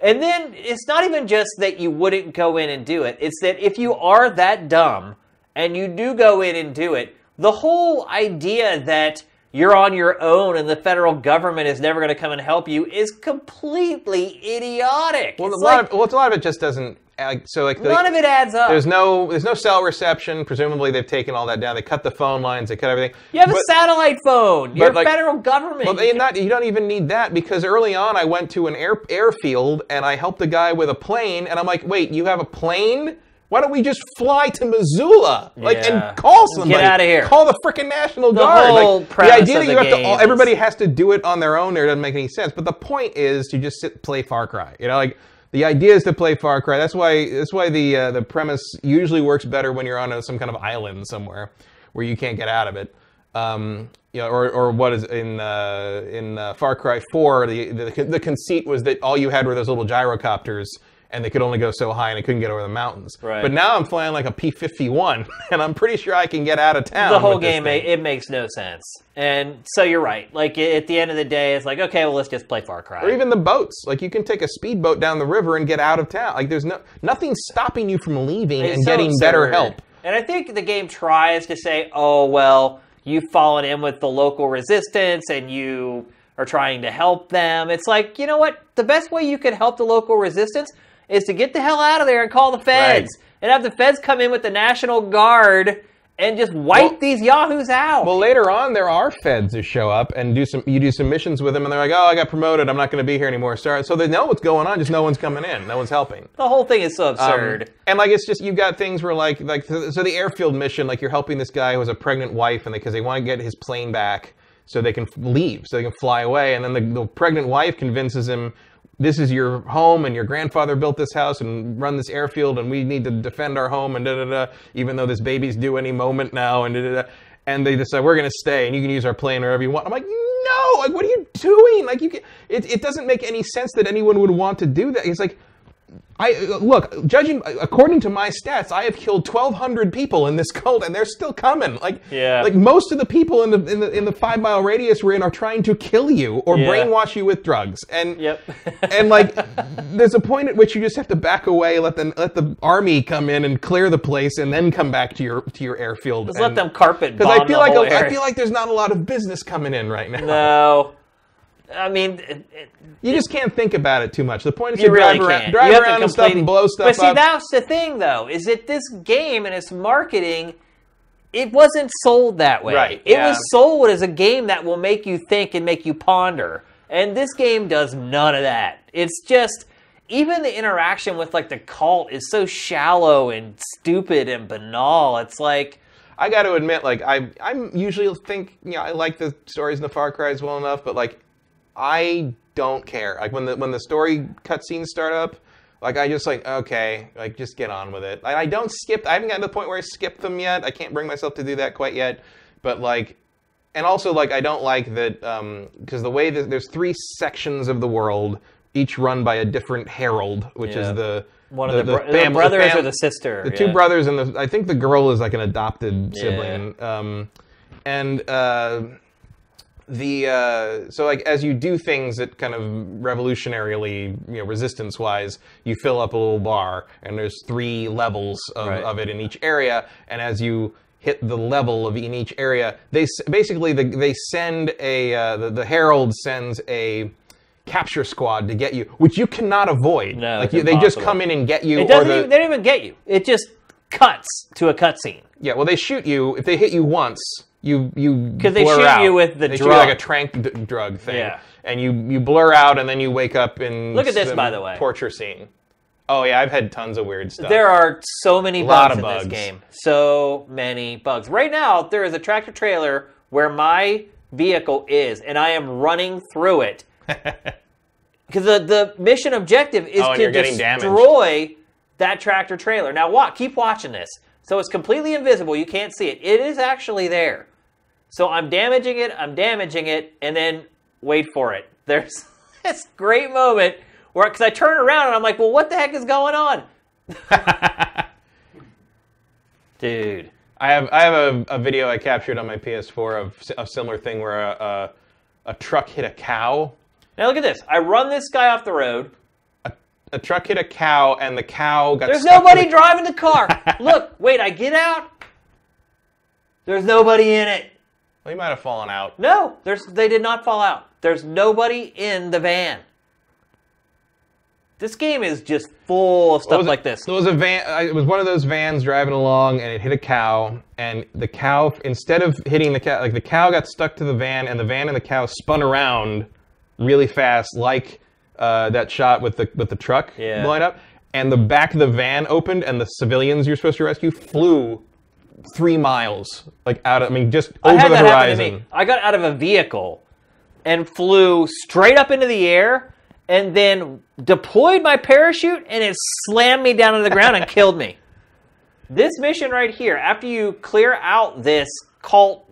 Speaker 1: And then it's not even just that you wouldn't go in and do it. It's that if you are that dumb and you do go in and do it, the whole idea that you're on your own and the federal government is never going to come and help you is completely idiotic.
Speaker 2: Well, a
Speaker 1: It's
Speaker 2: lot
Speaker 1: like,
Speaker 2: of well, it's a lot of it just doesn't. like, So like the,
Speaker 1: none of it adds up.
Speaker 2: there's no there's no cell reception. Presumably they've taken all that down. They cut the phone lines. They cut everything.
Speaker 1: You have a
Speaker 2: But-
Speaker 1: satellite phone. You're
Speaker 2: like-
Speaker 1: federal government.
Speaker 2: But they not, you don't even need that because early on I went to an air, airfield and I helped a guy with a plane and I'm like, wait, you have a plane? Why don't we just fly to Missoula, like,
Speaker 1: Yeah.
Speaker 2: and call somebody?
Speaker 1: outta here.
Speaker 2: Call the freaking National Guard.
Speaker 1: whole
Speaker 2: like, the
Speaker 1: premise
Speaker 2: idea
Speaker 1: of
Speaker 2: that you
Speaker 1: the
Speaker 2: have to,
Speaker 1: game
Speaker 2: all,
Speaker 1: is-
Speaker 2: everybody has to do it on their own there doesn't make any sense. But the point is to just sit play Far Cry. You know, like the idea is to play Far Cry. That's why that's why the uh, the premise usually works better when you're on a, some kind of island somewhere where you can't get out of it. Um, you know, or, or what is in uh, in uh, Far Cry 4? The, the the conceit was that all you had were those little gyrocopters, and they could only go so high, and it couldn't get over the mountains.
Speaker 1: Right.
Speaker 2: But now I'm flying like a P51, and I'm pretty sure I can get out of town.
Speaker 1: the whole
Speaker 2: with this
Speaker 1: game
Speaker 2: thing.
Speaker 1: it, it makes no sense and so you're right like i- at the end of the day it's like okay well let's just play far cry
Speaker 2: or even the boats. Like you can take a speedboat down the river and get out of town. Like there's no nothing stopping you from leaving
Speaker 1: It's
Speaker 2: and
Speaker 1: so
Speaker 2: getting better
Speaker 1: absurd.
Speaker 2: help.
Speaker 1: and i think the game tries to say oh well you've fallen in with the local resistance and you are trying to help them it's like you know what the best way you could help the local resistance is to get the hell out of there and call the feds and have the feds come in with the national guard and just wipe
Speaker 2: Well-
Speaker 1: these yahoos out
Speaker 2: Well, later on, there are feds who show up and do some. You do some missions with them, and they're like, "Oh, I got promoted. I'm not going to be here anymore." Sorry. So they know what's going on. Just no one's coming in. No one's helping.
Speaker 1: the whole thing is so
Speaker 2: Um,
Speaker 1: absurd
Speaker 2: and like it's just you've got things where like like so so the airfield mission like you're helping this guy who has a pregnant wife and because they want to get his plane back so they can f- leave so they can fly away and then the, the pregnant wife convinces him this is your home and your grandfather built this house and run this airfield and we need to defend our home and da da da even though this baby's due any moment now and da da da and they decide we're going to stay and you can use our plane wherever you want. I'm like, no, like what are you doing? Like you can, it, it doesn't make any sense that anyone would want to do that. It's like I look, judging according to my stats, I have killed 1,200 people in this cult, and they're still coming. Like,
Speaker 1: Yeah.
Speaker 2: like most of the people in the in the, in the five mile radius we're in are trying to kill you or
Speaker 1: Yeah.
Speaker 2: brainwash you with drugs. And
Speaker 1: Yep.
Speaker 2: and like, there's a point at which you just have to back away, let the let the army come in and clear the place, and then come back to your to your airfield.
Speaker 1: Just let them carpet
Speaker 2: Because I
Speaker 1: bomb
Speaker 2: feel
Speaker 1: the
Speaker 2: like
Speaker 1: whole
Speaker 2: a- I
Speaker 1: area.
Speaker 2: feel like there's not a lot of business coming in right now.
Speaker 1: No. I mean, it, it,
Speaker 2: You just can't think about it too much. The point is
Speaker 1: you
Speaker 2: to
Speaker 1: really
Speaker 2: drive around,
Speaker 1: can't.
Speaker 2: drive
Speaker 1: you have to
Speaker 2: around and stuff
Speaker 1: completely-
Speaker 2: and blow stuff
Speaker 1: But see,
Speaker 2: up.
Speaker 1: that's the thing, though, is that this game and its marketing, it wasn't sold that way.
Speaker 2: Right,
Speaker 1: It
Speaker 2: yeah.
Speaker 1: was sold as a game that will make you think and make you ponder. And this game does none of that. It's just even the interaction with like the cult is so shallow and stupid and banal. It's like
Speaker 2: I got to admit, like I I'm usually think you know I like the stories in the Far Cry's well enough, but like I don't care. Like when the when the story cutscenes start up, like I just like okay, like just get on with it. And I don't skip. I haven't gotten to the point where I skip them yet. I can't bring myself to do that quite yet. But like, and also like I don't like that because the way that there's three sections of the world, each run by a different herald, which
Speaker 1: Yeah.
Speaker 2: is the
Speaker 1: One of the, bro- the
Speaker 2: fam-
Speaker 1: brothers
Speaker 2: fam-
Speaker 1: or the sister.
Speaker 2: the two
Speaker 1: yeah.
Speaker 2: brothers and the I think the girl is like an adopted sibling. Um, and uh, the uh, so like as you do things that kind of revolutionarily, you know, resistance wise, you fill up a little bar, and there's three levels of,
Speaker 1: Right.
Speaker 2: of it in each area, and as you hit the level of in each area, they s- basically the, they send a uh, the, the herald sends a capture squad to get you, which you cannot avoid.
Speaker 1: No,
Speaker 2: like
Speaker 1: it's
Speaker 2: you, they just
Speaker 1: impossible.
Speaker 2: come in and get you.
Speaker 1: It
Speaker 2: or
Speaker 1: doesn't.
Speaker 2: the,
Speaker 1: even, they don't even get you. It just cuts to a cutscene.
Speaker 2: Yeah, well, they shoot you if they hit you once. You you because
Speaker 1: they shoot you with the
Speaker 2: they shoot you
Speaker 1: drug.
Speaker 2: like a trank d- drug thing.
Speaker 1: Yeah.
Speaker 2: and you you blur out and then you wake up in
Speaker 1: Look at this,
Speaker 2: some
Speaker 1: by the way.
Speaker 2: torture scene. Oh yeah, I've had tons of weird stuff.
Speaker 1: There are so many
Speaker 2: Lot
Speaker 1: bugs in
Speaker 2: of
Speaker 1: this
Speaker 2: bugs.
Speaker 1: game. So many bugs. Right now, there is a tractor trailer where my vehicle is, and I am running through it. Because the, the mission objective is
Speaker 2: Oh, and
Speaker 1: to
Speaker 2: you're getting damaged.
Speaker 1: destroy that tractor trailer. Now, watch, keep watching this. So it's completely invisible. You can't see it. It is actually there. So I'm damaging it, I'm damaging it, and then wait for it. There's this great moment where, because I turn around and I'm like, well, what the heck is going on? Dude.
Speaker 2: I have I have a, a video I captured on my PS4 of s- a similar thing where a, a a truck hit a cow.
Speaker 1: Now look at this. I run this guy off the road.
Speaker 2: A truck hit a cow and the cow got.
Speaker 1: There's
Speaker 2: stuck to
Speaker 1: nobody
Speaker 2: the-
Speaker 1: driving the car. Look, wait, I get out. There's nobody in it.
Speaker 2: Well, he might have fallen out.
Speaker 1: No, there's they did not fall out. There's nobody in the van. This game is just full of
Speaker 2: It
Speaker 1: stuff
Speaker 2: was a-
Speaker 1: like this.
Speaker 2: It was a van. uh, It was one of those vans driving along, and it hit a cow. And the cow, instead of hitting the cow, like the cow got stuck to the van, and the van and the cow spun around really fast, like uh, that shot with the with the truck
Speaker 1: Yeah.
Speaker 2: blowing up. And the back of the van opened, and the civilians you're supposed to rescue flew three miles, like out of. I mean, just
Speaker 1: I
Speaker 2: over
Speaker 1: had
Speaker 2: the
Speaker 1: that happen
Speaker 2: horizon.
Speaker 1: to me. I got out of a vehicle and flew straight up into the air and then deployed my parachute and it slammed me down to the ground and killed me. This mission right here, after you clear out this cult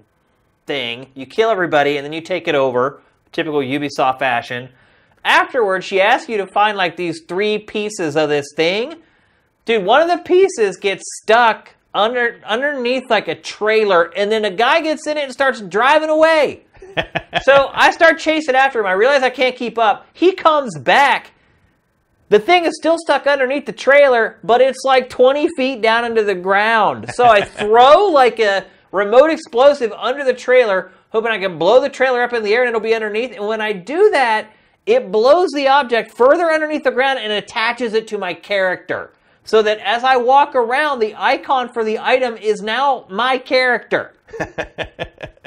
Speaker 1: thing, you kill everybody and then you take it over, typical Ubisoft fashion. Afterwards, she asks you to find like these three pieces of this thing. Dude, one of the pieces gets stuck under underneath like a trailer, and then a guy gets in it and starts driving away. so I start chasing after him. I realize I can't keep up. He comes back. The thing is still stuck underneath the trailer, but it's like 20 feet down into the ground. So I throw like a remote explosive under the trailer, hoping I can blow the trailer up in the air and it'll be underneath. And when I do that, it blows the object further underneath the ground and attaches it to my character. So that as I walk around, the icon for the item is now my character.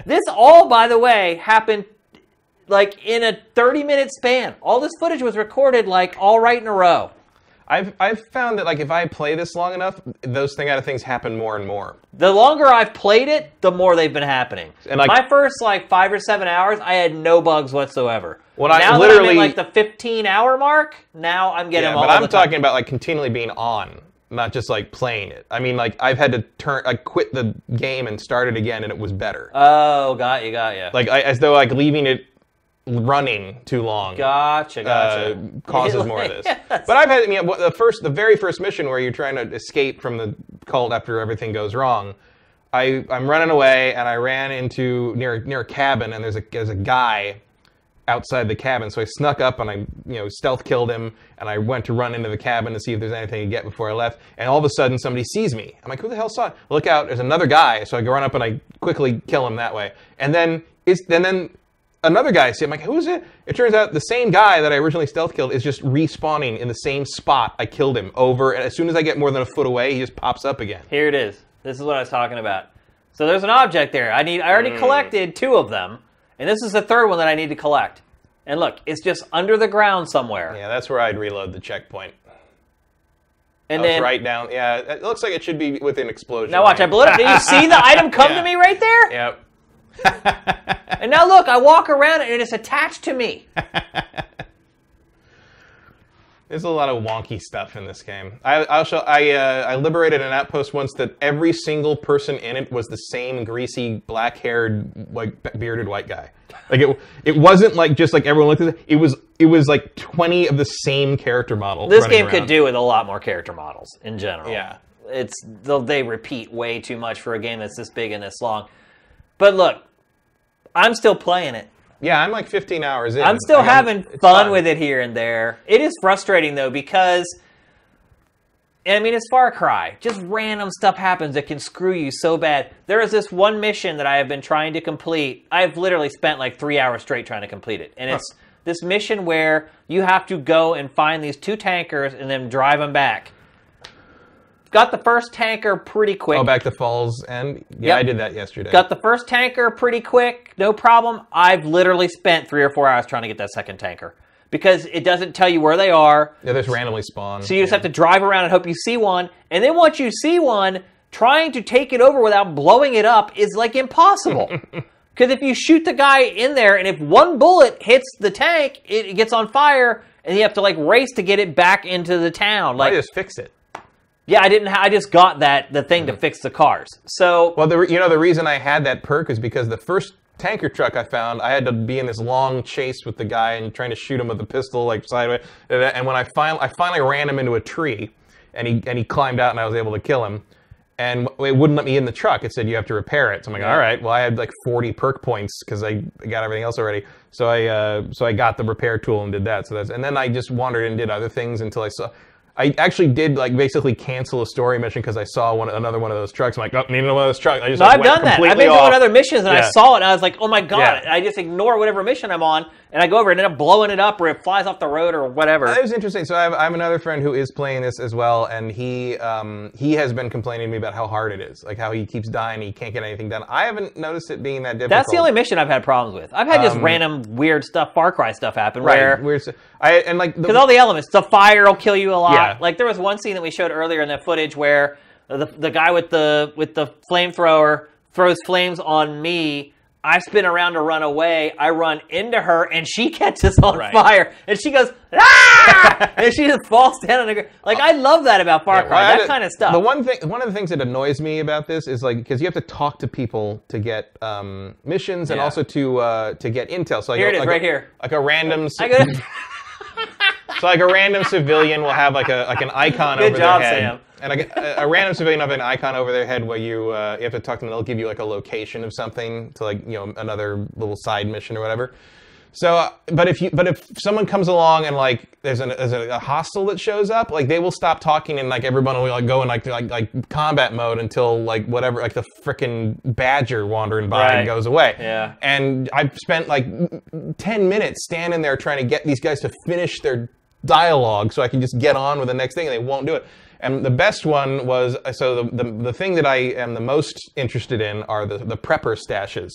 Speaker 1: this all, by the way, happened like in a 30 minute span. All this footage was recorded like all right in a row.
Speaker 2: I've I've found that like if I play this long enough, those thing out of things happen more and more.
Speaker 1: The longer I've played it, the more they've been happening.
Speaker 2: And, like-
Speaker 1: my first like five or seven hours, I had no bugs whatsoever.
Speaker 2: What
Speaker 1: now
Speaker 2: I
Speaker 1: that I'm in
Speaker 2: literally-
Speaker 1: like the 15 hour mark, now I'm getting
Speaker 2: Yeah,
Speaker 1: all
Speaker 2: but I'm
Speaker 1: the time.
Speaker 2: talking about like continually being on, not just like playing it. I mean, like I've had to turn, I quit the game and start it again, and it was better.
Speaker 1: Oh, got you, got you.
Speaker 2: like I, as though like leaving it running too long
Speaker 1: gotcha,
Speaker 2: uh,
Speaker 1: gotcha.
Speaker 2: causes more of this. But I've had, I mean, the first, the very first mission where you're trying to escape from the cult after everything goes wrong. I, I'm running away, and I ran into near near a cabin, and there's a there's a guy outside the cabin. So I snuck up and I, you know, stealth killed him. And I went to run into the cabin to see if there's anything to get before I left. And all of a sudden, somebody sees me. I'm like, who the hell saw it? Look out! There's another guy. So I go run up and I quickly kill him that way. And then it's and then another guy see. I'm like, who's it? It turns out the same guy that I originally stealth killed is just respawning in the same spot I killed him over. And as soon as I get more than a foot away, he just pops up again.
Speaker 1: Here it is. This is what I was talking about. So there's an object there. I need. I
Speaker 2: Mm.
Speaker 1: already collected two of them, and this is the third one that I need to collect. And look, it's just under the ground somewhere.
Speaker 2: Yeah, that's where I'd reload the checkpoint.
Speaker 1: And
Speaker 2: That was
Speaker 1: then
Speaker 2: right down. Yeah, it looks like it should be within explosion.
Speaker 1: now watch, I
Speaker 2: range.
Speaker 1: blew it up. Did you see the item come to
Speaker 2: Yeah.
Speaker 1: me right there?
Speaker 2: Yep.
Speaker 1: And now look, I walk around it and it's attached to me.
Speaker 2: There's a lot of wonky stuff in this game. I I also I uh, I liberated an outpost once that every single person in it was the same greasy black-haired like be- bearded white guy. Like it it wasn't like just like everyone looked at it. It was it was like 20 of the same character model.
Speaker 1: This
Speaker 2: running
Speaker 1: game could
Speaker 2: around.
Speaker 1: do with a lot more character models in general.
Speaker 2: Yeah.
Speaker 1: It's they'll- they repeat way too much for a game that's this big and this long. But look, I'm still playing it.
Speaker 2: Yeah, I'm like 15 hours in.
Speaker 1: I'm still
Speaker 2: Like,
Speaker 1: having
Speaker 2: it's
Speaker 1: fun, with it here and there. It is frustrating though because I mean it's Far Cry. Just random stuff happens that can screw you so bad. There is this one mission that I have been trying to complete. I've literally spent like three hours straight trying to complete it, and it's this mission where you have to go and find these two tankers and then drive them back. Got the first tanker pretty quick.
Speaker 2: Oh, back to Falls and yeah,
Speaker 1: Yep.
Speaker 2: I did that yesterday.
Speaker 1: Got the first tanker pretty quick, no problem. I've literally spent three or four hours trying to get that second tanker because it doesn't tell you where they are.
Speaker 2: yeah, there's randomly spawn.
Speaker 1: So you just have to drive around and hope you see one. And then once you see one, trying to take it over without blowing it up is like impossible. Because if you shoot the guy in there and if one bullet hits the tank, it it gets on fire and you have to like race to get it back into the town.
Speaker 2: I
Speaker 1: Like,
Speaker 2: just fix it.
Speaker 1: yeah, I didn't. Ha- I just got that the thing
Speaker 2: Mm.
Speaker 1: to fix the cars. So
Speaker 2: Well, the, re- you know the reason I had that perk is because the first tanker truck I found, I had to be in this long chase with the guy and trying to shoot him with a pistol like sideways. And I- and when I finally, I finally ran him into a tree, and he and he climbed out, and I was able to kill him. And w- it wouldn't let me in the truck. It said you have to repair it. So I'm like, all right. Well, I had like 40 perk points because I got everything else already. So I uh, so I got the repair tool and did that. So that's and then I just wandered and did other things until I saw. I actually did like basically cancel a story mission because I saw one another one of those trucks. I'm like, oh, need another one of those trucks. I just
Speaker 1: No,
Speaker 2: like,
Speaker 1: I've
Speaker 2: went
Speaker 1: done that. I've
Speaker 2: completely
Speaker 1: been doing
Speaker 2: off.
Speaker 1: other missions and I
Speaker 2: Yeah.
Speaker 1: saw it and I was like, oh my god!
Speaker 2: Yeah.
Speaker 1: I just ignore whatever mission I'm on and I go over and end up blowing it up or it flies off the road or whatever.
Speaker 2: That was interesting. So I have, I have another friend who is playing this as well, and he um, he has been complaining to me about how hard it is, like how he keeps dying, he can't get anything done. I haven't noticed it being that difficult. Um,
Speaker 1: That's the only mission I've had problems with. I've had just random weird stuff, Far Cry stuff happen
Speaker 2: right.
Speaker 1: where
Speaker 2: We're, s- I and like the,
Speaker 1: because all the elements, the fire will kill you a lot.
Speaker 2: Yeah.
Speaker 1: Like there was one scene that we showed earlier in that footage where the the guy with the with the flamethrower throws flames on me. I spin around to run away. I run into her, and she catches on
Speaker 2: Right.
Speaker 1: fire, and she goes ah, and she just falls down on the ground. Like I love that about Far
Speaker 2: Yeah,
Speaker 1: Cry,
Speaker 2: well, I
Speaker 1: that
Speaker 2: had-
Speaker 1: kind of stuff.
Speaker 2: The one thing, one of the things that annoys me about this is like because you have to talk to people to get um, missions and
Speaker 1: Yeah.
Speaker 2: also to uh, to get intel. So like
Speaker 1: Here
Speaker 2: a-
Speaker 1: it is,
Speaker 2: like
Speaker 1: right
Speaker 2: a,
Speaker 1: here.
Speaker 2: like a random. ci-
Speaker 1: I go,
Speaker 2: So like a random civilian will have like a like an icon
Speaker 1: Good
Speaker 2: over
Speaker 1: job,
Speaker 2: their head,
Speaker 1: Sam.
Speaker 2: and like a, a random civilian will have an icon over their head where you uh, you have to talk to them. They'll give you like a location of something to like you know another little side mission or whatever. So, uh, but if you but if someone comes along and like there's an there's a, a hostile that shows up, like they will stop talking and like everyone will like go in like like like combat mode until like whatever like the frickin' badger wandering by
Speaker 1: Right.
Speaker 2: and goes away.
Speaker 1: Yeah.
Speaker 2: And I've spent like 10 minutes standing there trying to get these guys to finish their dialogue so I can just get on with the next thing, and they won't do it. And the best one was so the, the, the thing that I am the most interested in are the, the prepper stashes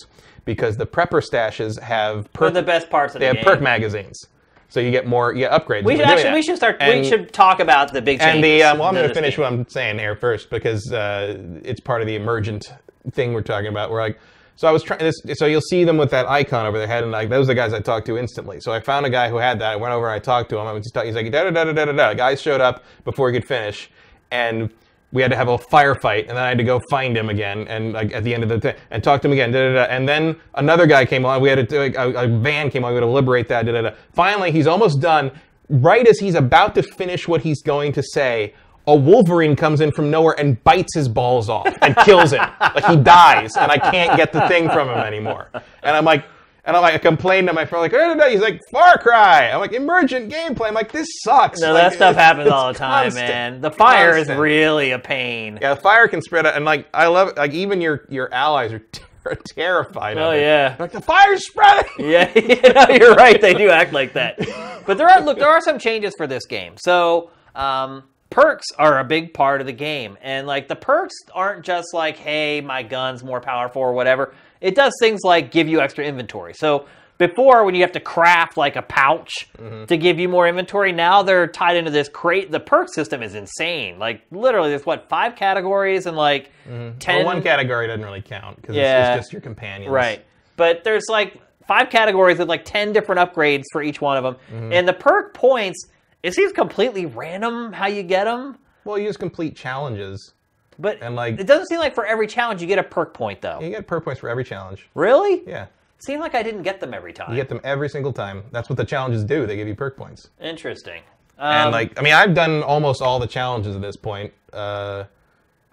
Speaker 2: because the prepper stashes have
Speaker 1: One
Speaker 2: perk,
Speaker 1: of the best parts of
Speaker 2: they
Speaker 1: the
Speaker 2: have
Speaker 1: game.
Speaker 2: perk magazines. So you get more, you get upgrades.
Speaker 1: we should actually we should start. we should talk about the big changes.
Speaker 2: Oh, And the um, well, I'm
Speaker 1: to
Speaker 2: going to
Speaker 1: this
Speaker 2: finish
Speaker 1: game.
Speaker 2: what I'm saying here first because uh, it's part of the emergent thing we're talking about. We're like, so I was trying this. So you'll see them with that icon over their head, and like those are the guys I talked to instantly. So I found a guy who had that. I went over and I talked to him. I was just talking. He's like, da da da da da da. da. Guy showed up before he could finish, and we had to have a firefight, and then I had to go find him again, and like at the end of the thing, and talk to him again, da da da. And then another guy came along. We had to like, a, a van came along. We had to liberate that, da da da. Finally, he's almost done. Right as he's about to finish what he's going to say, a Wolverine comes in from nowhere and bites his balls off and kills him. like he dies, and I can't get the thing from him anymore. And I'm like, and I'm like, I complained to my friend, like, "Oh, no, no." he's like, Far Cry. I'm like, emergent gameplay. I'm like, this sucks.
Speaker 1: No,
Speaker 2: Like,
Speaker 1: that stuff
Speaker 2: it's-
Speaker 1: happens
Speaker 2: it's
Speaker 1: all the time,
Speaker 2: constant.
Speaker 1: man. The fire is
Speaker 2: Constant.
Speaker 1: really a pain.
Speaker 2: Yeah, the fire can spread out, and like, I love, like, even your your allies are ter- terrified.
Speaker 1: Oh
Speaker 2: of it.
Speaker 1: yeah.
Speaker 2: like the fire's spreading.
Speaker 1: Yeah, you know, you're right. They do act like that. But there are look, there are some changes for this game. So um, perks are a big part of the game, and like the perks aren't just like, hey, my gun's more powerful or whatever. It does things like give you extra inventory. So before when you have to craft like a pouch to give you more inventory, now they're tied into this crate. The perk system is insane. Like literally, there's what five categories and like ten
Speaker 2: Well, Oh, one category doesn't really count because
Speaker 1: Yeah.
Speaker 2: it's, it's just your companions.
Speaker 1: Right. But there's like five categories with like 10 different upgrades for each one of them.
Speaker 2: Mm-hmm.
Speaker 1: And the perk points, it seems completely random how you get them.
Speaker 2: Well, you just complete challenges.
Speaker 1: But
Speaker 2: And, like-
Speaker 1: it doesn't seem like for every challenge you get a perk point though.
Speaker 2: You get perk points for every challenge.
Speaker 1: Really?
Speaker 2: Yeah.
Speaker 1: Seemed like I didn't get them every time.
Speaker 2: You get them every single time. That's what the challenges do. They give you perk points.
Speaker 1: Interesting.
Speaker 2: and
Speaker 1: Um,
Speaker 2: like, I mean, I've done almost all the challenges at this point. Uh,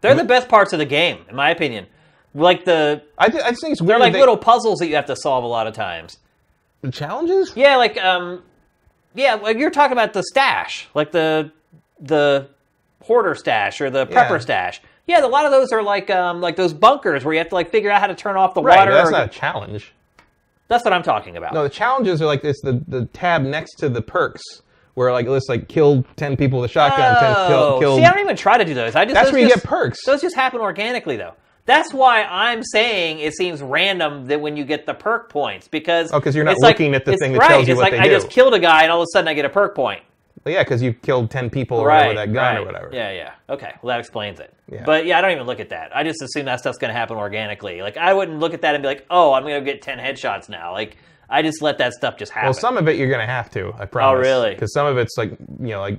Speaker 1: they're the best parts of the game, in my opinion. Like the
Speaker 2: I, th- I just think it's weird.
Speaker 1: they're like
Speaker 2: they-
Speaker 1: little puzzles that you have to solve a lot of times.
Speaker 2: the challenges.
Speaker 1: Yeah, like um, yeah, like you're talking about the stash, like the the hoarder stash or the prepper
Speaker 2: Yeah.
Speaker 1: stash. Yeah, a lot of those are like um, like those bunkers where you have to like figure out how to turn off the
Speaker 2: Right,
Speaker 1: water.
Speaker 2: but that's
Speaker 1: or-
Speaker 2: not a challenge.
Speaker 1: That's what I'm talking about.
Speaker 2: No, the challenges are like this. The the tab next to the perks, where like it lists like kill ten people with a shotgun, ten
Speaker 1: oh,
Speaker 2: kill, kill
Speaker 1: see, I don't even try to do those. I just
Speaker 2: That's
Speaker 1: those
Speaker 2: where you
Speaker 1: just-
Speaker 2: get perks.
Speaker 1: Those just happen organically though. That's why I'm saying it seems random that when you get the perk points because
Speaker 2: Oh, 'cause you're not
Speaker 1: it's like-
Speaker 2: looking at the
Speaker 1: it's
Speaker 2: thing that
Speaker 1: right,
Speaker 2: tells you
Speaker 1: it's
Speaker 2: what
Speaker 1: like
Speaker 2: they
Speaker 1: I
Speaker 2: do.
Speaker 1: just killed a guy and all of a sudden I get a perk point.
Speaker 2: yeah, because you've killed ten people or
Speaker 1: right,
Speaker 2: whatever that gun
Speaker 1: right.
Speaker 2: or whatever.
Speaker 1: Yeah, yeah. Okay, well that explains it.
Speaker 2: Yeah.
Speaker 1: But yeah, I don't even look at that. I just assume that stuff's going to happen organically. Like I wouldn't look at that and be like, "Oh, I'm going to get 10 headshots now." Like I just let that stuff just happen.
Speaker 2: Well, some of it you're gonna have to. I promise.
Speaker 1: really?
Speaker 2: Because some of it's like you know, like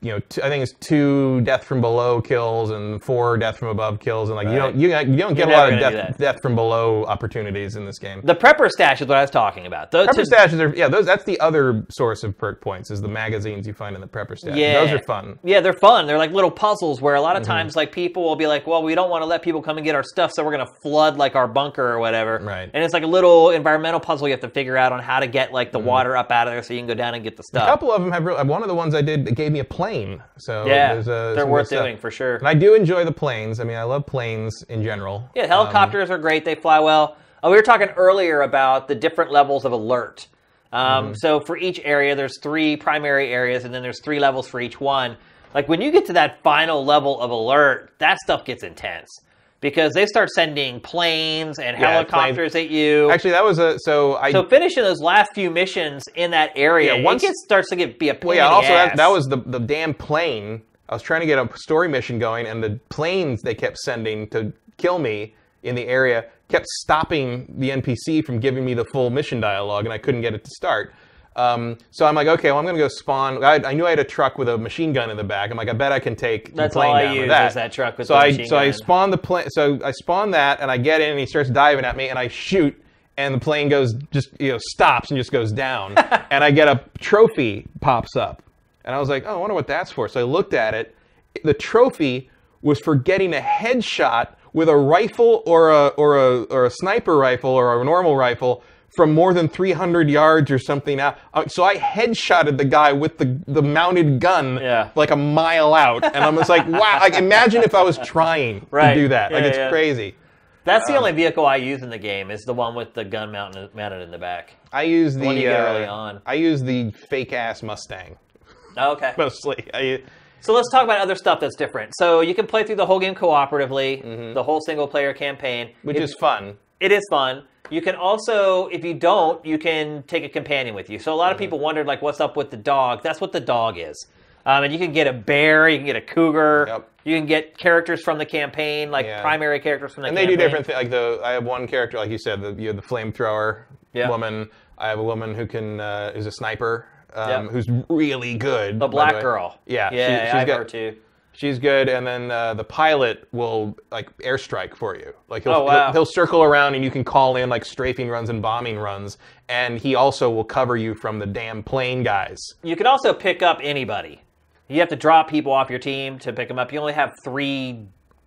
Speaker 2: you know, t- I think it's two death from below kills and four death from above kills, and like you
Speaker 1: Right.
Speaker 2: don't you, you don't get
Speaker 1: You're
Speaker 2: a lot
Speaker 1: never
Speaker 2: of
Speaker 1: gonna do
Speaker 2: death
Speaker 1: that.
Speaker 2: death from below opportunities in this game.
Speaker 1: the prepper stash is what I was talking about. Those
Speaker 2: prepper
Speaker 1: to-
Speaker 2: stashes are yeah, those that's the other source of perk points is the magazines you find in the prepper stash.
Speaker 1: Yeah.
Speaker 2: Those are fun.
Speaker 1: Yeah, they're fun. They're like little puzzles where a lot of
Speaker 2: Mm-hmm.
Speaker 1: times like people will be like, "Well, we don't want to let people come and get our stuff, so we're going to flood like our bunker or whatever."
Speaker 2: Right.
Speaker 1: And it's like a little environmental puzzle you have to figure out on how to get like the water up out of there so you can go down and get the
Speaker 2: Mm-hmm. A
Speaker 1: stuff.
Speaker 2: couple of them have real, one of the ones I did it gave me a plane. So
Speaker 1: yeah.
Speaker 2: there's uh, a,
Speaker 1: they're worth doing
Speaker 2: doing.
Speaker 1: for sure.
Speaker 2: And I do enjoy the planes. I mean, I love planes in general.
Speaker 1: Yeah, helicopters are great. They fly well. Uh, we were talking earlier about the different levels of alert. Um,
Speaker 2: Mm-hmm.
Speaker 1: So for each area, there's three primary areas, and then there's three levels for each one. Like when you get to that final level of alert, that stuff gets intense because they start sending planes and
Speaker 2: Yeah,
Speaker 1: helicopters at you.
Speaker 2: Actually, that was a so I
Speaker 1: so finishing those last few missions in that area,
Speaker 2: Yeah, once-
Speaker 1: it gets, starts to get be a pain.
Speaker 2: Well, yeah.
Speaker 1: in the
Speaker 2: Also, that,
Speaker 1: ass.
Speaker 2: that was the the damn plane. I was trying to get a story mission going, and the planes they kept sending to kill me in the area kept stopping the NPC from giving me the full mission dialogue, and I couldn't get it to start. Um, so I'm like, okay, well, I'm gonna go spawn. I, I knew I had a truck with a machine gun in the back. I'm like, I bet I can take
Speaker 1: That's
Speaker 2: the plane
Speaker 1: all I
Speaker 2: down
Speaker 1: use
Speaker 2: with that.
Speaker 1: is that truck with
Speaker 2: so
Speaker 1: the
Speaker 2: I
Speaker 1: machine
Speaker 2: so I
Speaker 1: gun.
Speaker 2: spawn the plane. So I spawn that, and I get in, and he starts diving at me, and I shoot, and the plane goes just you know stops and just goes down, and I get a trophy pops up, and I was like, oh, I wonder what that's for. So I looked at it. The trophy was for getting a headshot with a rifle or a or a or a sniper rifle or a normal rifle. From more than 300 yards or something out, Uh, so I headshotted the guy with the the mounted gun,
Speaker 1: Yeah.
Speaker 2: like a mile out, and I'm just like, wow! Like imagine if I was trying
Speaker 1: Right.
Speaker 2: to do that. Like
Speaker 1: Yeah,
Speaker 2: it's
Speaker 1: yeah.
Speaker 2: crazy.
Speaker 1: That's
Speaker 2: um,
Speaker 1: the only vehicle I use in the game is the one with the gun mounted mounted in the back.
Speaker 2: I use the
Speaker 1: one you get
Speaker 2: uh,
Speaker 1: early on.
Speaker 2: I use the fake ass Mustang
Speaker 1: Oh, Okay.
Speaker 2: mostly. I,
Speaker 1: So let's talk about other stuff that's different. So you can play through the whole game cooperatively,
Speaker 2: Mm-hmm.
Speaker 1: the whole single player campaign,
Speaker 2: which
Speaker 1: It-
Speaker 2: is fun.
Speaker 1: it is fun. You can also, if you don't, you can take a companion with you. So a
Speaker 2: Mm-hmm.
Speaker 1: lot of people wondered, like, what's up with the dog? That's what the dog is. Um, and you can get a bear, you can get a cougar,
Speaker 2: Yep.
Speaker 1: you can get characters from the campaign, like
Speaker 2: Yeah.
Speaker 1: primary characters from the
Speaker 2: And they
Speaker 1: campaign.
Speaker 2: do different things. Like the I have one character, like you said, the you have the flamethrower
Speaker 1: Yeah.
Speaker 2: woman. I have a woman who can uh, is a sniper. Um,
Speaker 1: Yep.
Speaker 2: Who's really good?
Speaker 1: The
Speaker 2: by
Speaker 1: black
Speaker 2: way.
Speaker 1: girl.
Speaker 2: Yeah,
Speaker 1: yeah,
Speaker 2: she-
Speaker 1: I've
Speaker 2: she's got-
Speaker 1: her too.
Speaker 2: She's good, and then uh, the pilot will like airstrike for you. Like he'll,
Speaker 1: Oh, wow.
Speaker 2: he'll he'll circle around, and you can call in like strafing runs and bombing runs, and he also will cover you from the damn plane guys.
Speaker 1: You can also pick up anybody. You have to drop people off your team to pick them up. You only have three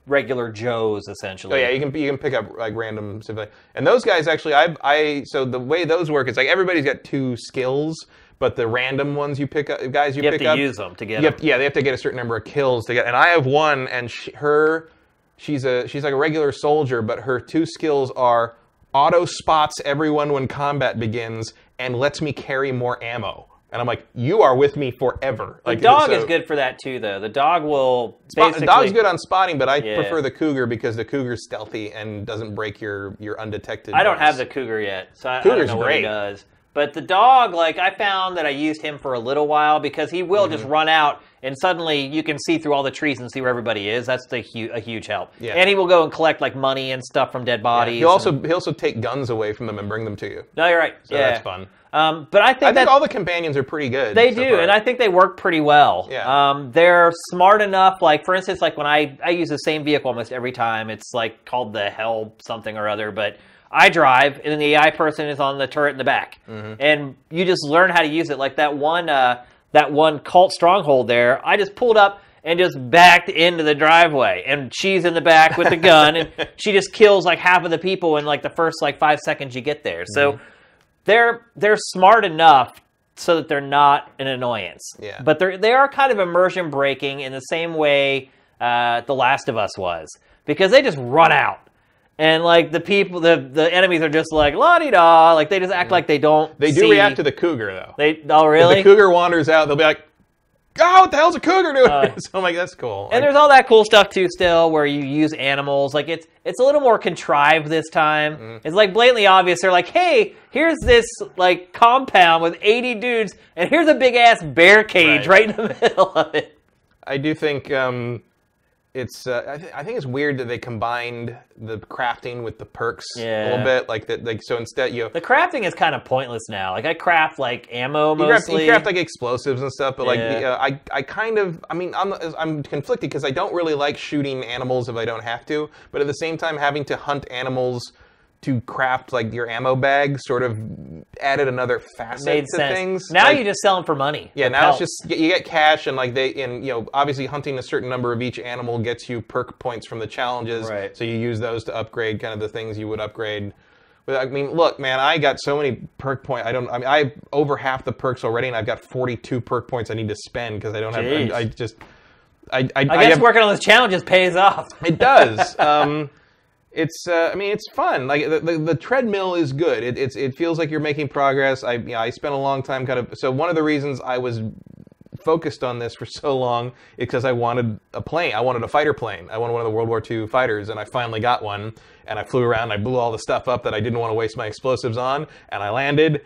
Speaker 1: regular Joes essentially.
Speaker 2: Oh yeah, you can you can pick up like random civili- and those guys actually I I so the way those work is like everybody's got two skills, but the random ones you pick up guys you,
Speaker 1: You have
Speaker 2: pick
Speaker 1: to
Speaker 2: up
Speaker 1: use them to get
Speaker 2: you
Speaker 1: 'em.
Speaker 2: have- yeah, they have to get a certain number of kills to get. And I have one, and she, her, she's a she's like a regular soldier, but her two skills are auto spots everyone when combat begins and lets me carry more ammo. And I'm like, you are with me forever. Like
Speaker 1: The dog
Speaker 2: so-
Speaker 1: is good for that too, though. The dog will
Speaker 2: Spot-
Speaker 1: basically.
Speaker 2: dog's good on spotting, but I
Speaker 1: Yeah.
Speaker 2: prefer the cougar because the cougar's stealthy and doesn't break your your undetected.
Speaker 1: I don't have
Speaker 2: marks.
Speaker 1: the cougar yet, so I, I don't
Speaker 2: Cougar's
Speaker 1: know what he
Speaker 2: great.
Speaker 1: does. But the dog, like I found that I used him for a little while because he will
Speaker 2: Mm-hmm.
Speaker 1: just run out and suddenly you can see through all the trees and see where everybody is. That's the hu- a huge help.
Speaker 2: Yeah.
Speaker 1: And he will go and collect like money and stuff from dead bodies.
Speaker 2: He'll
Speaker 1: and-
Speaker 2: also he also take guns away from them and bring them to you.
Speaker 1: no, you're right.
Speaker 2: So
Speaker 1: yeah,
Speaker 2: that's fun.
Speaker 1: Um, but I think
Speaker 2: I think
Speaker 1: that's
Speaker 2: all the companions are pretty good.
Speaker 1: They
Speaker 2: so
Speaker 1: do,
Speaker 2: far.
Speaker 1: and I think they work pretty well.
Speaker 2: Yeah.
Speaker 1: Um, they're smart enough. Like for instance, like when I I use the same vehicle almost every time. It's like called the hell something or other, but I drive, and then the AI person is on the turret in the back, and you just learn how to use it. Like that one uh, that one cult stronghold there. I just pulled up. And just backed into the driveway, and she's in the back with the gun, and she just kills like half of the people in like the first like five seconds you get there. So they're they're smart enough so that they're not an annoyance.
Speaker 2: Yeah.
Speaker 1: But they're they are kind of immersion breaking in the same way uh, The Last of Us was because they just run out. And like the people, the the enemies are just like la di da, like they just act like they don't.
Speaker 2: they do
Speaker 1: see-
Speaker 2: react to the cougar though.
Speaker 1: They oh
Speaker 2: If
Speaker 1: really?
Speaker 2: The cougar wanders out. They'll be like, "Oh, what the hell's a cougar doing?"
Speaker 1: Uh,
Speaker 2: so I'm like, "That's cool."
Speaker 1: and
Speaker 2: Like,
Speaker 1: there's all that cool stuff too, still where you use animals. Like it's it's a little more contrived this time.
Speaker 2: Mm-hmm.
Speaker 1: It's like blatantly obvious. They're like, hey, here's this like compound with 80 dudes, and here's a big ass bear cage right,
Speaker 2: Right.
Speaker 1: in the middle of it.
Speaker 2: I do think um, it's. Uh, I, th- I think it's weird that they combined the crafting with the perks a
Speaker 1: Yeah.
Speaker 2: little bit. Like that. Like so instead you.
Speaker 1: The crafting is kind of pointless now. Like I craft like ammo
Speaker 2: You craft,
Speaker 1: mostly.
Speaker 2: you craft like explosives and stuff, but like
Speaker 1: Yeah.
Speaker 2: the, uh, I, I kind of, I mean, I'm, I'm conflicted because I don't really like shooting animals if I don't have to, but at the same time, having to hunt animals to craft like your ammo bag sort of added another facet
Speaker 1: made
Speaker 2: to
Speaker 1: sense.
Speaker 2: things.
Speaker 1: Now
Speaker 2: Like,
Speaker 1: you just sell them for money.
Speaker 2: yeah,
Speaker 1: Like
Speaker 2: now it's
Speaker 1: pelts.
Speaker 2: just you get cash and like they and you know obviously hunting a certain number of each animal gets you perk points from the challenges.
Speaker 1: Right.
Speaker 2: So you use those to upgrade kind of the things you would upgrade. But I mean, look, man, I got so many perk point. I don't. I mean, I have over half the perks already, and I've got forty-two perk points I need to spend because I don't
Speaker 1: Jeez.
Speaker 2: have. I, I just. I I,
Speaker 1: I
Speaker 2: I
Speaker 1: guess
Speaker 2: have-
Speaker 1: working on those challenges pays off.
Speaker 2: it does. Um, it's. Uh, I mean, it's fun. Like the, the, the treadmill is good. It, it's. It feels like you're making progress. I. You know, I spent a long time kind of. So one of the reasons I was focused on this for so long is because I wanted a plane. I wanted a fighter plane. I wanted one of the World War II fighters, and I finally got one. And I flew around. And I blew all the stuff up that I didn't want to waste my explosives on. And I landed.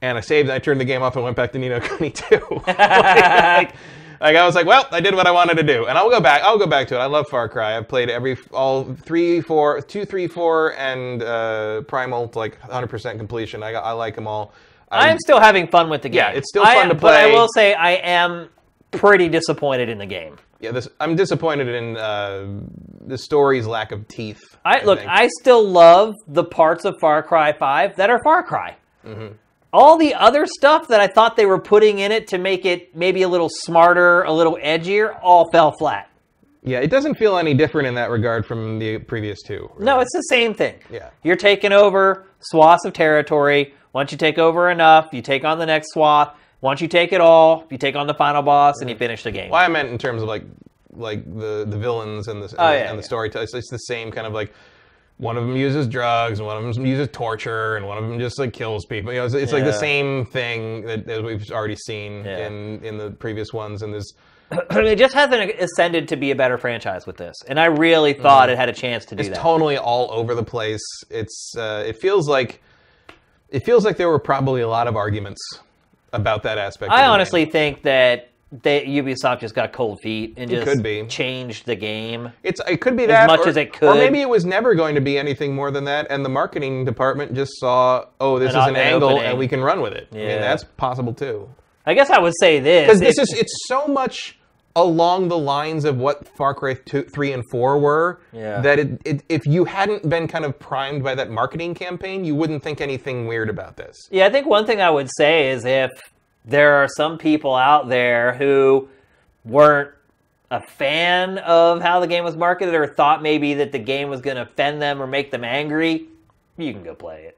Speaker 2: And I saved. And I turned the game off and went back to Nino Kuni 2. like, like I was like, well, I did what I wanted to do, and I'll go back. I'll go back to it. I love Far Cry. I've played every all three, four, two, three, four, and uh, Primal to like 100% completion. I, I like them all.
Speaker 1: I'm still having fun with the game.
Speaker 2: Yeah, it's still
Speaker 1: I-
Speaker 2: fun to
Speaker 1: But I
Speaker 2: play.
Speaker 1: will say I am pretty disappointed in the game.
Speaker 2: yeah, this I'm disappointed in uh, the story's lack of teeth.
Speaker 1: I look,
Speaker 2: think.
Speaker 1: I still love the parts of Far Cry 5 that are Far Cry.
Speaker 2: Mm-hmm.
Speaker 1: All the other stuff that I thought they were putting in it to make it maybe a little smarter, a little edgier, all fell flat.
Speaker 2: yeah, it doesn't feel any different in that regard from the previous two.
Speaker 1: No, it's the same thing.
Speaker 2: Yeah.
Speaker 1: You're taking over swaths of territory. Once you take over enough, you take on the next swath. Once you take it all, you take on the final boss and you
Speaker 2: Mm-hmm.
Speaker 1: finish the game.
Speaker 2: Well, I meant in terms of like like the the villains and the and,
Speaker 1: Oh,
Speaker 2: the-
Speaker 1: yeah,
Speaker 2: and the
Speaker 1: yeah.
Speaker 2: story. It's, it's the same kind of like one of them uses drugs, and one of them uses torture, and one of them just like kills people. You know, it's, it's like the
Speaker 1: Yeah.
Speaker 2: same thing that, that we've already seen
Speaker 1: Yeah.
Speaker 2: in in the previous ones. And this,
Speaker 1: it just hasn't ascended to be a better franchise with this. And I really thought it had a chance to do
Speaker 2: Mm-hmm. it's
Speaker 1: that.
Speaker 2: totally all over the place. It's uh, it feels like it feels like there were probably a lot of arguments about that aspect. of the
Speaker 1: I
Speaker 2: game.
Speaker 1: honestly think that they, Ubisoft just got cold feet and just
Speaker 2: could be.
Speaker 1: changed the game.
Speaker 2: It's it could be that
Speaker 1: much
Speaker 2: or,
Speaker 1: as it
Speaker 2: or
Speaker 1: could.
Speaker 2: maybe it was never going to be anything more than that, and the marketing department just saw, oh, this
Speaker 1: An
Speaker 2: is
Speaker 1: op-
Speaker 2: an
Speaker 1: an
Speaker 2: angle,
Speaker 1: opening.
Speaker 2: and we can run with it. I
Speaker 1: Yeah.
Speaker 2: mean, that's possible too.
Speaker 1: I guess I would say this.
Speaker 2: Because this
Speaker 1: It-
Speaker 2: is it's so much along the lines of what Far Cry 2, 3 and 4 were
Speaker 1: Yeah.
Speaker 2: that it, it, if you hadn't been kind of primed by that marketing campaign, you wouldn't think anything weird about this.
Speaker 1: Yeah, I think one thing I would say is if there are some people out there who weren't a fan of how the game was marketed or thought maybe that the game was going to offend them or make them angry, you can go play it.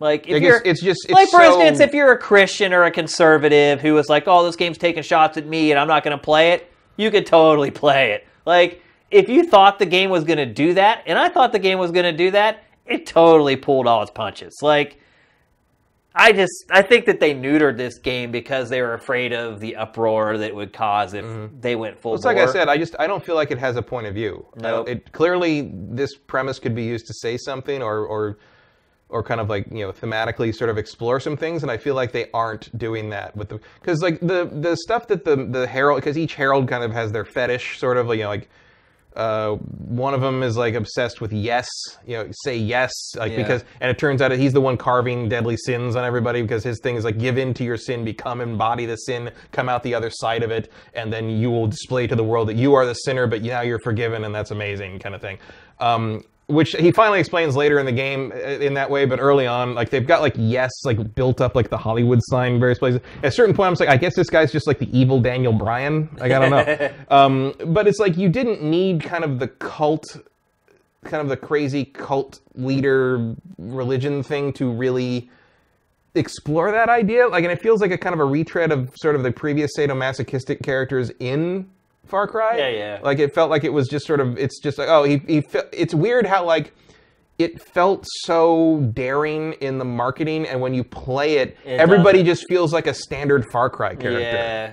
Speaker 1: Like if
Speaker 2: Like,
Speaker 1: you're,
Speaker 2: it's, it's just it's
Speaker 1: like for
Speaker 2: so-
Speaker 1: instance, if you're a Christian or a conservative who was like, "Oh, this game's taking shots at me, and I'm not going to play it," you could totally play it. Like if you thought the game was going to do that, and I thought the game was going to do that, it totally pulled all its punches. Like I just I think that they neutered this game because they were afraid of the uproar that it would cause if they went full.
Speaker 2: Mm-hmm. It's like I
Speaker 1: bore.
Speaker 2: said, I just I don't feel like it has a point of view. I don't-
Speaker 1: Nope.
Speaker 2: It clearly this premise could be used to say something or or or kind of like you know thematically sort of explore some things, and I feel like they aren't doing that with the because like the the stuff that the the herald because each herald kind of has their fetish sort of you know like. Uh, one of them is like obsessed with yes, you know, say yes, like
Speaker 1: Yeah.
Speaker 2: because, and it turns out that he's the one carving deadly sins on everybody because his thing is like give in to your sin, become embody the sin, come out the other side of it, and then you will display to the world that you are the sinner, but now you're forgiven, and that's amazing, kind of thing. Um, which he finally explains later in the game uh, in that way, but early on, like they've got like yes, like built up like the Hollywood sign in various places. At a certain point, I'm just like, I guess this guy's just like the evil Daniel Bryan. Like I don't know, um, but it's like you didn't need kind of the cult kind of the crazy cult leader religion thing to really explore that idea. Like, and it feels like a kind of a retread of sort of the previous sadomasochistic characters in Far Cry.
Speaker 1: Yeah, yeah.
Speaker 2: Like, it felt like it was just sort of. It's just like, oh, he he. Fe- it's weird how like. It felt so daring in the marketing, and when you play it,
Speaker 1: It
Speaker 2: everybody
Speaker 1: doesn't.
Speaker 2: just feels like a standard Far Cry character.
Speaker 1: Yeah.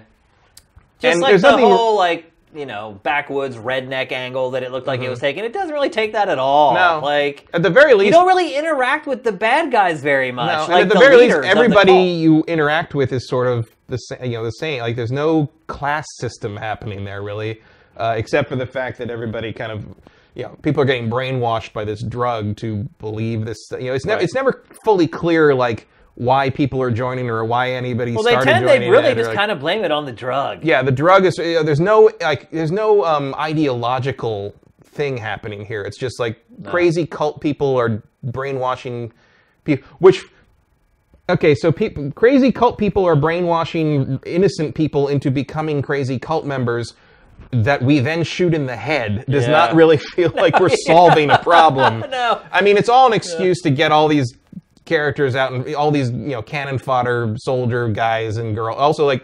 Speaker 1: Just
Speaker 2: And
Speaker 1: like
Speaker 2: there's
Speaker 1: the
Speaker 2: nothing-
Speaker 1: whole like you know backwoods redneck angle that it looked like it was taking. It doesn't really take that at all.
Speaker 2: Mm-hmm. No.
Speaker 1: like
Speaker 2: At the very
Speaker 1: you
Speaker 2: least,
Speaker 1: don't really interact with the bad guys very much.
Speaker 2: No, and
Speaker 1: like
Speaker 2: at the, very least,
Speaker 1: leaders of the
Speaker 2: everybody
Speaker 1: cult.
Speaker 2: you interact with is sort of the sa- you know the same. Like there's no class system happening there really, uh, except for the fact that everybody kind of you know people are getting brainwashed by this drug to believe this. You know, it's never
Speaker 1: Right.
Speaker 2: it's never fully clear like why people are joining or why anybody
Speaker 1: Well, they
Speaker 2: started
Speaker 1: tend
Speaker 2: joining.
Speaker 1: they really
Speaker 2: it, or,
Speaker 1: just
Speaker 2: like-
Speaker 1: kind of blame it on the drug.
Speaker 2: yeah, the drug is. You know, there's no like. There's no um, ideological thing happening here. It's just like crazy cult people are brainwashing people. Which, okay, so people, crazy cult people are brainwashing innocent people into becoming crazy cult members. That we then shoot in the head does
Speaker 1: Yeah.
Speaker 2: not really feel like we're solving a problem.
Speaker 1: No.
Speaker 2: I mean, it's all an excuse to get all these characters out and all these you know cannon fodder soldier guys and girl. Also, like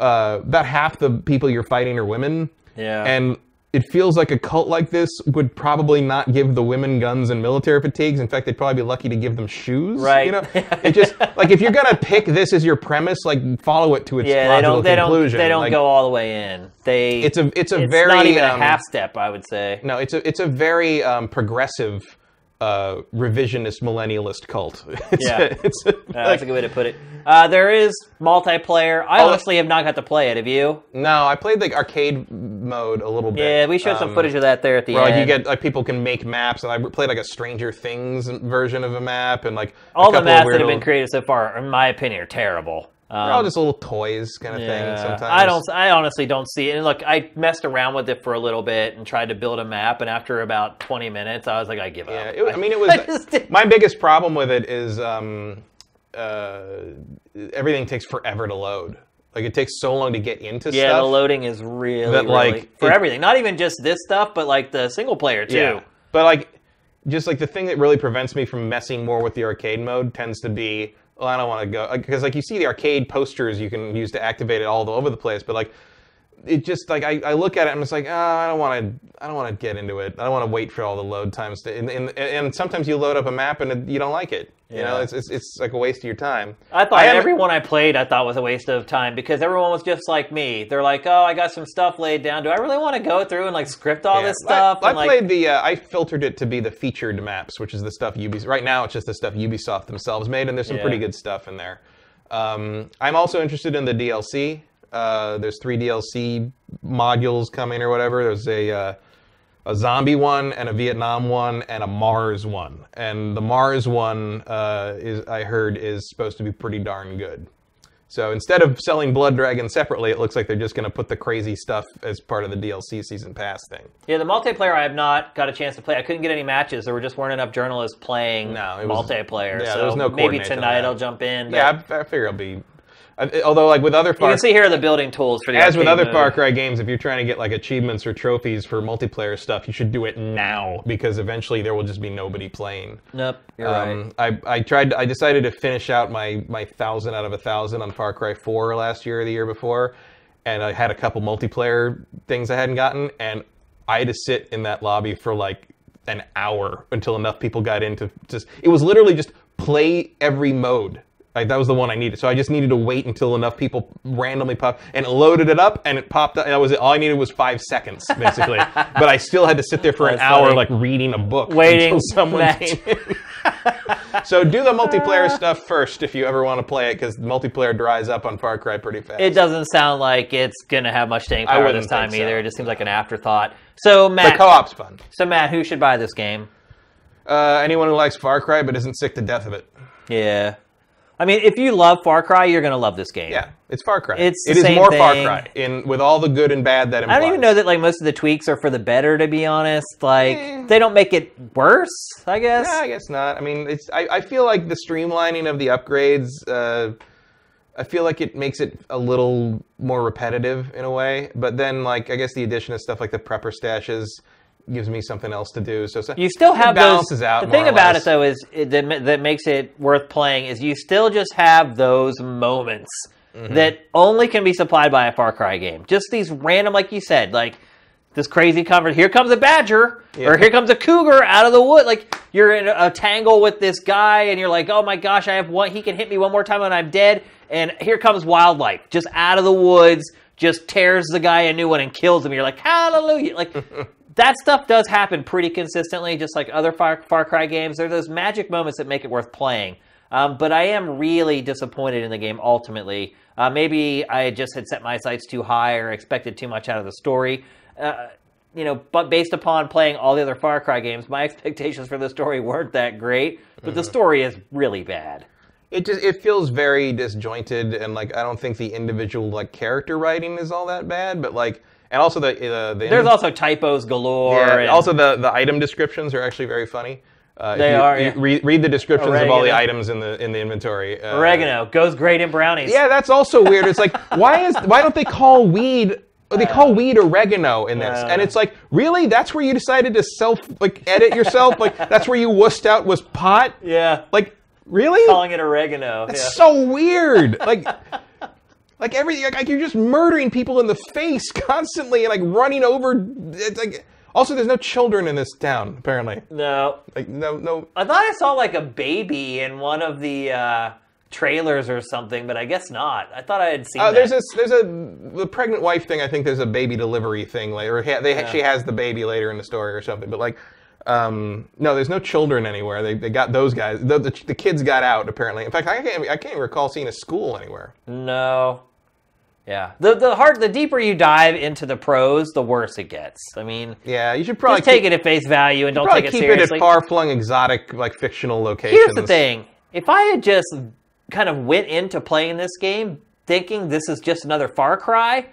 Speaker 2: uh, about half the people you're fighting are women.
Speaker 1: Yeah.
Speaker 2: and it feels like a cult like this would probably not give the women guns and military fatigues. In fact, they'd probably be lucky to give them shoes.
Speaker 1: Right.
Speaker 2: You know, it just like if you're gonna pick this as your premise, like follow it to its
Speaker 1: Yeah, they
Speaker 2: logical
Speaker 1: don't. They don't.
Speaker 2: conclusion.
Speaker 1: They don't
Speaker 2: Like,
Speaker 1: go all the way in. They.
Speaker 2: It's a it's a
Speaker 1: it's
Speaker 2: very
Speaker 1: not even
Speaker 2: um, Mm.
Speaker 1: a half step. I would say.
Speaker 2: no, it's a it's a very um, progressive uh, revisionist millennialist cult. It's
Speaker 1: Yeah.
Speaker 2: a, it's a,
Speaker 1: Uh, that's
Speaker 2: like-
Speaker 1: a good way to put it. Uh, there is multiplayer. I
Speaker 2: Oh,
Speaker 1: honestly have not got to play it. Have you?
Speaker 2: no, I played the arcade mode a little bit.
Speaker 1: Yeah, we showed some footage of that there at the
Speaker 2: Where,
Speaker 1: end.
Speaker 2: Um, like you get like people can make maps, and I played like a Stranger Things version of a map, and like
Speaker 1: all
Speaker 2: a
Speaker 1: the maps
Speaker 2: couple of
Speaker 1: that have
Speaker 2: weird
Speaker 1: been
Speaker 2: little-
Speaker 1: created so far, in my opinion, are terrible. Um,
Speaker 2: they're all just little toys kind of
Speaker 1: yeah,
Speaker 2: thing. Sometimes
Speaker 1: I don't. I honestly don't see it. And look, I messed around with it for a little bit and tried to build a map. And after about 20 minutes, I was like, I give
Speaker 2: Yeah,
Speaker 1: up.
Speaker 2: it, I mean, it was.
Speaker 1: I just didn't-
Speaker 2: my biggest problem with it is um, uh, everything takes forever to load. Like it takes so long to get into
Speaker 1: yeah,
Speaker 2: stuff.
Speaker 1: the loading is really,
Speaker 2: That, like,
Speaker 1: really- for
Speaker 2: it-
Speaker 1: everything. Not even just this stuff, but like the single player too.
Speaker 2: But like, just like the thing that really prevents me from messing more with the arcade mode tends to be, well, I don't want to go because like you see the arcade posters you can use to activate it all over the place, but like. It just like I, I look at it. I'm just like, oh, I don't want to. I don't want to get into it. I don't want to wait for all the load times. To, and, and and sometimes you load up a map and it, you don't like it. You know,
Speaker 1: Yeah.
Speaker 2: it's, it's it's like a waste of your time.
Speaker 1: I thought
Speaker 2: am-
Speaker 1: everyone I played I thought was a waste of time because everyone was just like me. They're like, "Oh, I got some stuff laid down. Do I really want to go through and like script all
Speaker 2: Yeah.
Speaker 1: this stuff?"
Speaker 2: I, I
Speaker 1: and, like,
Speaker 2: played the. Uh, I filtered it to be the featured maps, which is the stuff Ubisoft. Right now, it's just the stuff Ubisoft themselves made, and there's some
Speaker 1: Yeah.
Speaker 2: pretty good stuff in there. Um, I'm also interested in the DLC. Uh, there's three DLC modules coming or whatever. There's a uh, a zombie one and a Vietnam one and a Mars one. And the Mars one uh, is I heard is supposed to be pretty darn good. So instead of selling Blood Dragon separately, it looks like they're just going to put the crazy stuff as part of the DLC season pass thing.
Speaker 1: yeah, the multiplayer I have not got a chance to play. I couldn't get any matches. There were just weren't enough journalists playing
Speaker 2: No, it was-
Speaker 1: multiplayer.
Speaker 2: yeah,
Speaker 1: so
Speaker 2: there was no
Speaker 1: maybe
Speaker 2: coordination on
Speaker 1: tonight
Speaker 2: that.
Speaker 1: I'll jump in. but
Speaker 2: Yeah, I, I figure it'll be. I- Although, like with other
Speaker 1: you
Speaker 2: Far,
Speaker 1: can see here are the building tools for the
Speaker 2: as with
Speaker 1: arcade
Speaker 2: other
Speaker 1: mode.
Speaker 2: Far Cry games, if you're trying to get like achievements or trophies for multiplayer stuff, you should do it now because eventually there will just be nobody playing.
Speaker 1: Nope, you're right.
Speaker 2: Um, I, I tried. I decided to finish out my my thousand out of a thousand on Far Cry Four last year, or the year before, and I had a couple multiplayer things I hadn't gotten, and I had to sit in that lobby for like an hour until enough people got in to just. It was literally just play every mode. Like that was the one I needed. So I just needed to wait until enough people randomly pop and it loaded it up and it popped up. And that was it. All I needed was five seconds basically. but I still had to sit there for an
Speaker 1: That's
Speaker 2: hour
Speaker 1: funny.
Speaker 2: like reading a book
Speaker 1: Waiting
Speaker 2: until someone
Speaker 1: that-
Speaker 2: came. in. so do the
Speaker 1: Uh.
Speaker 2: multiplayer stuff first if you ever want to play it because multiplayer dries up on Far Cry pretty fast.
Speaker 1: It doesn't sound like it's gonna have much staying power this
Speaker 2: wouldn't
Speaker 1: time
Speaker 2: think so.
Speaker 1: either. It just seems like an afterthought. So
Speaker 2: the
Speaker 1: Matt,
Speaker 2: co-op's fun.
Speaker 1: so Matt, who should buy this game?
Speaker 2: Uh, anyone who likes Far Cry but isn't sick to death of it.
Speaker 1: Yeah, I mean, if you love Far Cry, you're gonna love this game.
Speaker 2: Yeah, it's Far Cry.
Speaker 1: It's the
Speaker 2: It is
Speaker 1: same
Speaker 2: more Far
Speaker 1: thing.
Speaker 2: Cry in with all the good and bad that
Speaker 1: I
Speaker 2: implies.
Speaker 1: don't even know that like most of the tweaks are for the better. To be honest, like
Speaker 2: Eh.
Speaker 1: they don't make it worse. I guess.
Speaker 2: Nah, I guess not. I mean, it's. I, I feel like the streamlining of the upgrades. Uh, I feel like it makes it a little more repetitive in a way. But then, like, I guess the addition of stuff like the prepper stashes gives me something else to do. So, so
Speaker 1: You still have
Speaker 2: it balances
Speaker 1: those.
Speaker 2: out.
Speaker 1: the
Speaker 2: more
Speaker 1: thing
Speaker 2: or
Speaker 1: about
Speaker 2: less.
Speaker 1: it though is it, that ma- that makes it worth playing is you still just have those moments
Speaker 2: Mm-hmm.
Speaker 1: that only can be supplied by a Far Cry game. Just these random, like you said, like this crazy cover. Here comes a badger, or
Speaker 2: Yeah.
Speaker 1: here comes a cougar out of the wood. Like you're in a tangle with this guy, and you're like, oh my gosh, I have one. He can hit me one more time, and I'm dead. And here comes wildlife, just out of the woods, just tears the guy a new one and kills him. You're like, hallelujah! Like. that stuff does happen pretty consistently, just like other Far, Far Cry games. There are those magic moments that make it worth playing. Um, but I am really disappointed in the game ultimately. Uh, maybe I just had set my sights too high or expected too much out of the story. Uh, you know, but based upon playing all the other Far Cry games, my expectations for the story weren't that great. But
Speaker 2: Mm-hmm.
Speaker 1: the story is really bad.
Speaker 2: It just it feels very disjointed, and like I don't think the individual like character writing is all that bad, but like. And also the uh, the
Speaker 1: There's also typos galore.
Speaker 2: Yeah,
Speaker 1: and
Speaker 2: also the, the item descriptions are actually very funny. Uh, if
Speaker 1: They
Speaker 2: you,
Speaker 1: are,
Speaker 2: you
Speaker 1: yeah.
Speaker 2: read, read the descriptions of all the
Speaker 1: Oregano.
Speaker 2: items in the in the inventory. Uh,
Speaker 1: oregano goes great in brownies.
Speaker 2: Yeah, that's also weird. It's like why is why don't they call weed? They call weed oregano in this,
Speaker 1: Uh.
Speaker 2: and it's like really that's where you decided to self like edit yourself. like that's where you wussed out was pot.
Speaker 1: yeah.
Speaker 2: Like really?
Speaker 1: Calling it oregano. yeah.
Speaker 2: so weird. Like, like everything. Like, like you're just murdering people in the face constantly, and like running over. It's like also, there's no children in this town apparently.
Speaker 1: No,
Speaker 2: Like no, no. uh,
Speaker 1: I thought I saw like a baby in one of the uh, trailers or something, but I guess not. I thought I had seen.
Speaker 2: Uh,
Speaker 1: that.
Speaker 2: there's this. There's a the pregnant wife thing. I think there's a baby delivery thing later. Ha- They, She has the baby later in the story or something. But like, um, no, there's no children anywhere. They, they got those guys. The, the, the kids got out apparently. In fact, I can't. I can't recall seeing a school anywhere.
Speaker 1: Mm. no. Yeah, the the hard the deeper you dive into the prose, the worse it gets. I mean,
Speaker 2: Yeah, you should probably
Speaker 1: just take it at face value and don't
Speaker 2: Probably
Speaker 1: take it
Speaker 2: keep it
Speaker 1: seriously.
Speaker 2: at far-flung, exotic, like fictional locations.
Speaker 1: Here's the thing: if I had just kind of went into playing this game thinking this is just another Far Cry,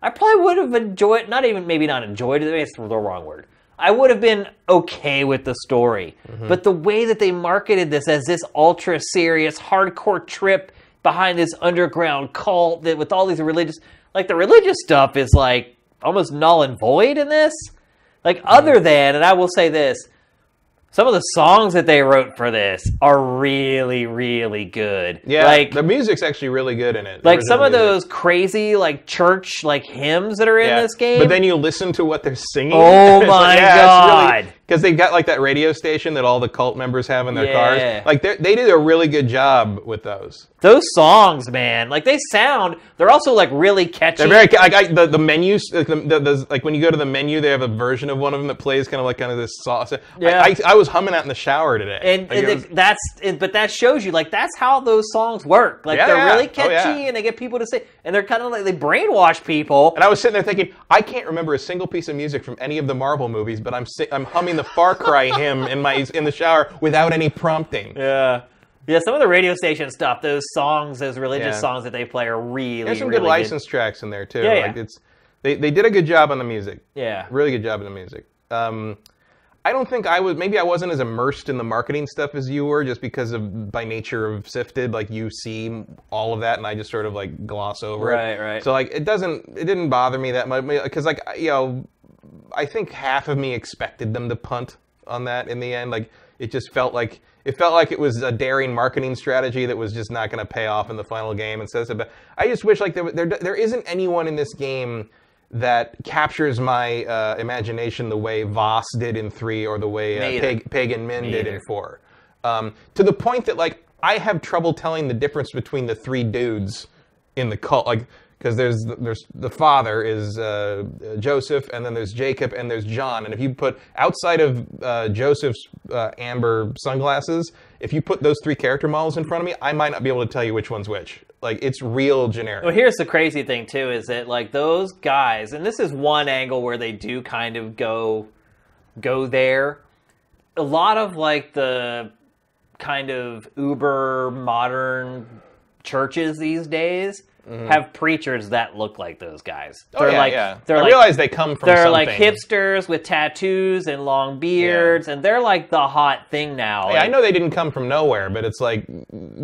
Speaker 1: I probably would have enjoyed. Not even maybe not enjoyed. Maybe it's the wrong word. I would have been okay with the story, but the way that they marketed this as this ultra serious, hardcore trip behind this underground cult that with all these religious, like the religious stuff is like almost null and void in this. Like other than, and I will say this, some of the songs that they wrote for this are really, really good.
Speaker 2: Yeah,
Speaker 1: like
Speaker 2: the music's actually really good in it. the
Speaker 1: like some
Speaker 2: original
Speaker 1: of
Speaker 2: music.
Speaker 1: those crazy like church like hymns that are in
Speaker 2: Yeah.
Speaker 1: this game.
Speaker 2: But then you listen to what they're singing.
Speaker 1: Oh my God.
Speaker 2: Because they've got like that radio station that all the cult members have in their
Speaker 1: Yeah.
Speaker 2: cars. Like they're- they did a really good job with those.
Speaker 1: those songs, man, like they sound. They're also like really catchy.
Speaker 2: They're very like I, the the menus like, the, the, the, like when you go to the menu they have a version of one of them that plays kind of like kind of this sauce.
Speaker 1: Yeah.
Speaker 2: I, I, I was humming out in the shower today.
Speaker 1: and,
Speaker 2: Like,
Speaker 1: and
Speaker 2: it was-
Speaker 1: it- that's it, but that shows you like that's how those songs work. Like
Speaker 2: Yeah,
Speaker 1: they're
Speaker 2: yeah.
Speaker 1: really
Speaker 2: Oh,
Speaker 1: catchy
Speaker 2: yeah.
Speaker 1: and they get people to sing, and they're kind of like they brainwash people.
Speaker 2: And I was sitting there thinking, I can't remember a single piece of music from any of the Marvel movies, but I'm si- I'm humming the Far Cry hymn in my in the shower without any prompting.
Speaker 1: Yeah. Yeah, some of the radio station stuff, those songs, those religious
Speaker 2: Yeah.
Speaker 1: songs that they play are really,
Speaker 2: There's some
Speaker 1: really
Speaker 2: good license tracks in there too.
Speaker 1: Yeah, yeah.
Speaker 2: Like it's they, they did a good job on the music.
Speaker 1: Yeah.
Speaker 2: Really good job on the music. Um, I don't think I was maybe I wasn't as immersed in the marketing stuff as you were just because of by nature of sifted like you see all of that and I just sort of like gloss over
Speaker 1: Right,
Speaker 2: it.
Speaker 1: right.
Speaker 2: So like it doesn't it didn't bother me that much because like I- you know I think half of me expected them to punt on that in the end. Like it just felt like it felt like it was a daring marketing strategy that was just not going to pay off in the final game. And so, so- but I just wish like there there, there isn't anyone in this game that captures my uh, imagination the way Voss did in three or the
Speaker 1: Me
Speaker 2: way uh,
Speaker 1: either.
Speaker 2: Peg, Pagan Min did
Speaker 1: either.
Speaker 2: in four. Um, to the point that like I have trouble telling the difference between the three dudes in the cult, like because there's there's the father is uh, Joseph, and then there's Jacob, and there's John. And if you put outside of uh, Joseph's uh, amber sunglasses, if you put those three character models in front of me, I might not be able to tell you which one's which. Like it's real generic.
Speaker 1: Well, here's the crazy thing too is that like those guys, and this is one angle where they do kind of go go there. A lot of like the kind of uber modern churches these days have preachers that look like those guys.
Speaker 2: Mm-hmm. Oh,
Speaker 1: They're
Speaker 2: yeah,
Speaker 1: like
Speaker 2: yeah.
Speaker 1: they're
Speaker 2: I
Speaker 1: like
Speaker 2: realize they come from.
Speaker 1: they're
Speaker 2: something.
Speaker 1: like hipsters with tattoos and long beards, and they're like the hot thing now.
Speaker 2: Yeah, I
Speaker 1: And-
Speaker 2: know they didn't come from nowhere, but it's like,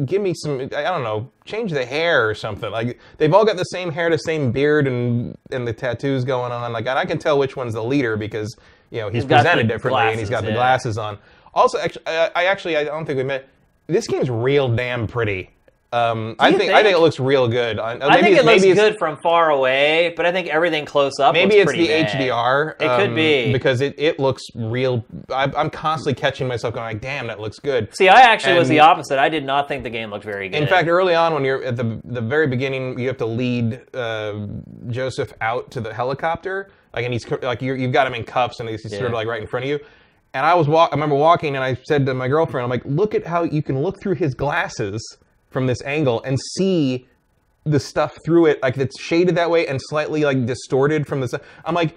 Speaker 2: give me some. I don't know, change the hair or something. Like they've all got the same hair, the same beard, and and the tattoos going on. Like, and I can tell which one's the leader because you know he's,
Speaker 1: He's got
Speaker 2: presented
Speaker 1: the
Speaker 2: differently and he's
Speaker 1: glasses,
Speaker 2: got the
Speaker 1: yeah.
Speaker 2: glasses on. Also, actually, I, I actually I don't think we met. This game's real damn pretty. Um, I
Speaker 1: you
Speaker 2: think, I
Speaker 1: think?
Speaker 2: think it looks real good. I,
Speaker 1: I think it looks
Speaker 2: maybe
Speaker 1: good from far away, but I think everything close up.
Speaker 2: Maybe
Speaker 1: looks
Speaker 2: it's the
Speaker 1: pretty bad.
Speaker 2: HDR.
Speaker 1: It could
Speaker 2: um,
Speaker 1: be.
Speaker 2: because it, it looks real. I, I'm constantly catching myself going like, damn, that looks good.
Speaker 1: See, I actually was
Speaker 2: And-
Speaker 1: the opposite. I did not think the game looked very good.
Speaker 2: In fact, early on, when you're at the the very beginning, you have to lead uh, Joseph out to the helicopter, like, and he's co- like, you're, you've got him in cuffs, and he's sort of like right in front of you. And I was walk, I remember walking, and I said to my girlfriend, I'm like, look at how you can look through his glasses from this angle and see the stuff through it, like that's shaded that way and slightly like distorted from the. s- I'm like.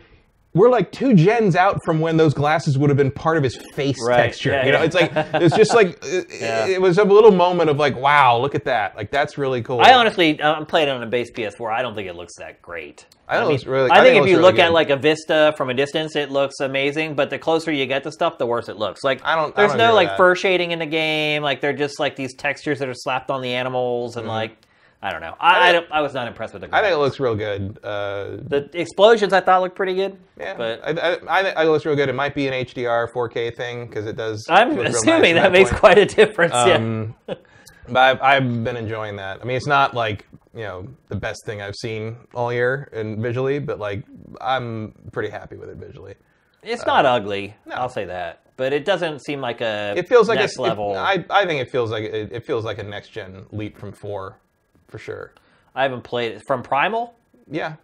Speaker 2: We're like two gens out from when those glasses would have been part of his face
Speaker 1: Right.
Speaker 2: texture.
Speaker 1: Yeah,
Speaker 2: you know,
Speaker 1: yeah.
Speaker 2: it's like it's just like it, it was a little moment of like, wow, look at that. Like that's really cool.
Speaker 1: I honestly, uh, I'm playing on a base PS4. I don't think it looks that great.
Speaker 2: I think it looks really-
Speaker 1: I,
Speaker 2: I
Speaker 1: think,
Speaker 2: think it
Speaker 1: if you
Speaker 2: looks really
Speaker 1: look at
Speaker 2: good.
Speaker 1: like a vista from a distance, it looks amazing. But the closer you get to stuff, the worse it looks. Like
Speaker 2: I don't- I
Speaker 1: There's
Speaker 2: don't
Speaker 1: no
Speaker 2: agree with
Speaker 1: like
Speaker 2: that.
Speaker 1: fur shading in the game. Like they're just like these textures that are slapped on the animals and like I don't know. I I, don't, I was not impressed with the.
Speaker 2: I Mm-hmm. think
Speaker 1: graphics.
Speaker 2: it looks real good. Uh,
Speaker 1: the explosions I thought looked pretty good.
Speaker 2: yeah,
Speaker 1: but
Speaker 2: I, I, I think it looks real good. It might be an HDR 4K thing because it does.
Speaker 1: I'm
Speaker 2: feels real nice
Speaker 1: assuming
Speaker 2: at
Speaker 1: that makes
Speaker 2: point.
Speaker 1: quite a difference. yeah.
Speaker 2: Um, but I've, I've been enjoying that. I mean, it's not like you know the best thing I've seen all year and visually, but like I'm pretty happy with it visually.
Speaker 1: It's not ugly. I'll say that. But it doesn't seem like a
Speaker 2: uh, It feels like a
Speaker 1: next
Speaker 2: s- it-
Speaker 1: level.
Speaker 2: I, I think it feels like it, it feels like a next gen leap from four, for sure.
Speaker 1: I haven't played it from Primal.
Speaker 2: Yeah,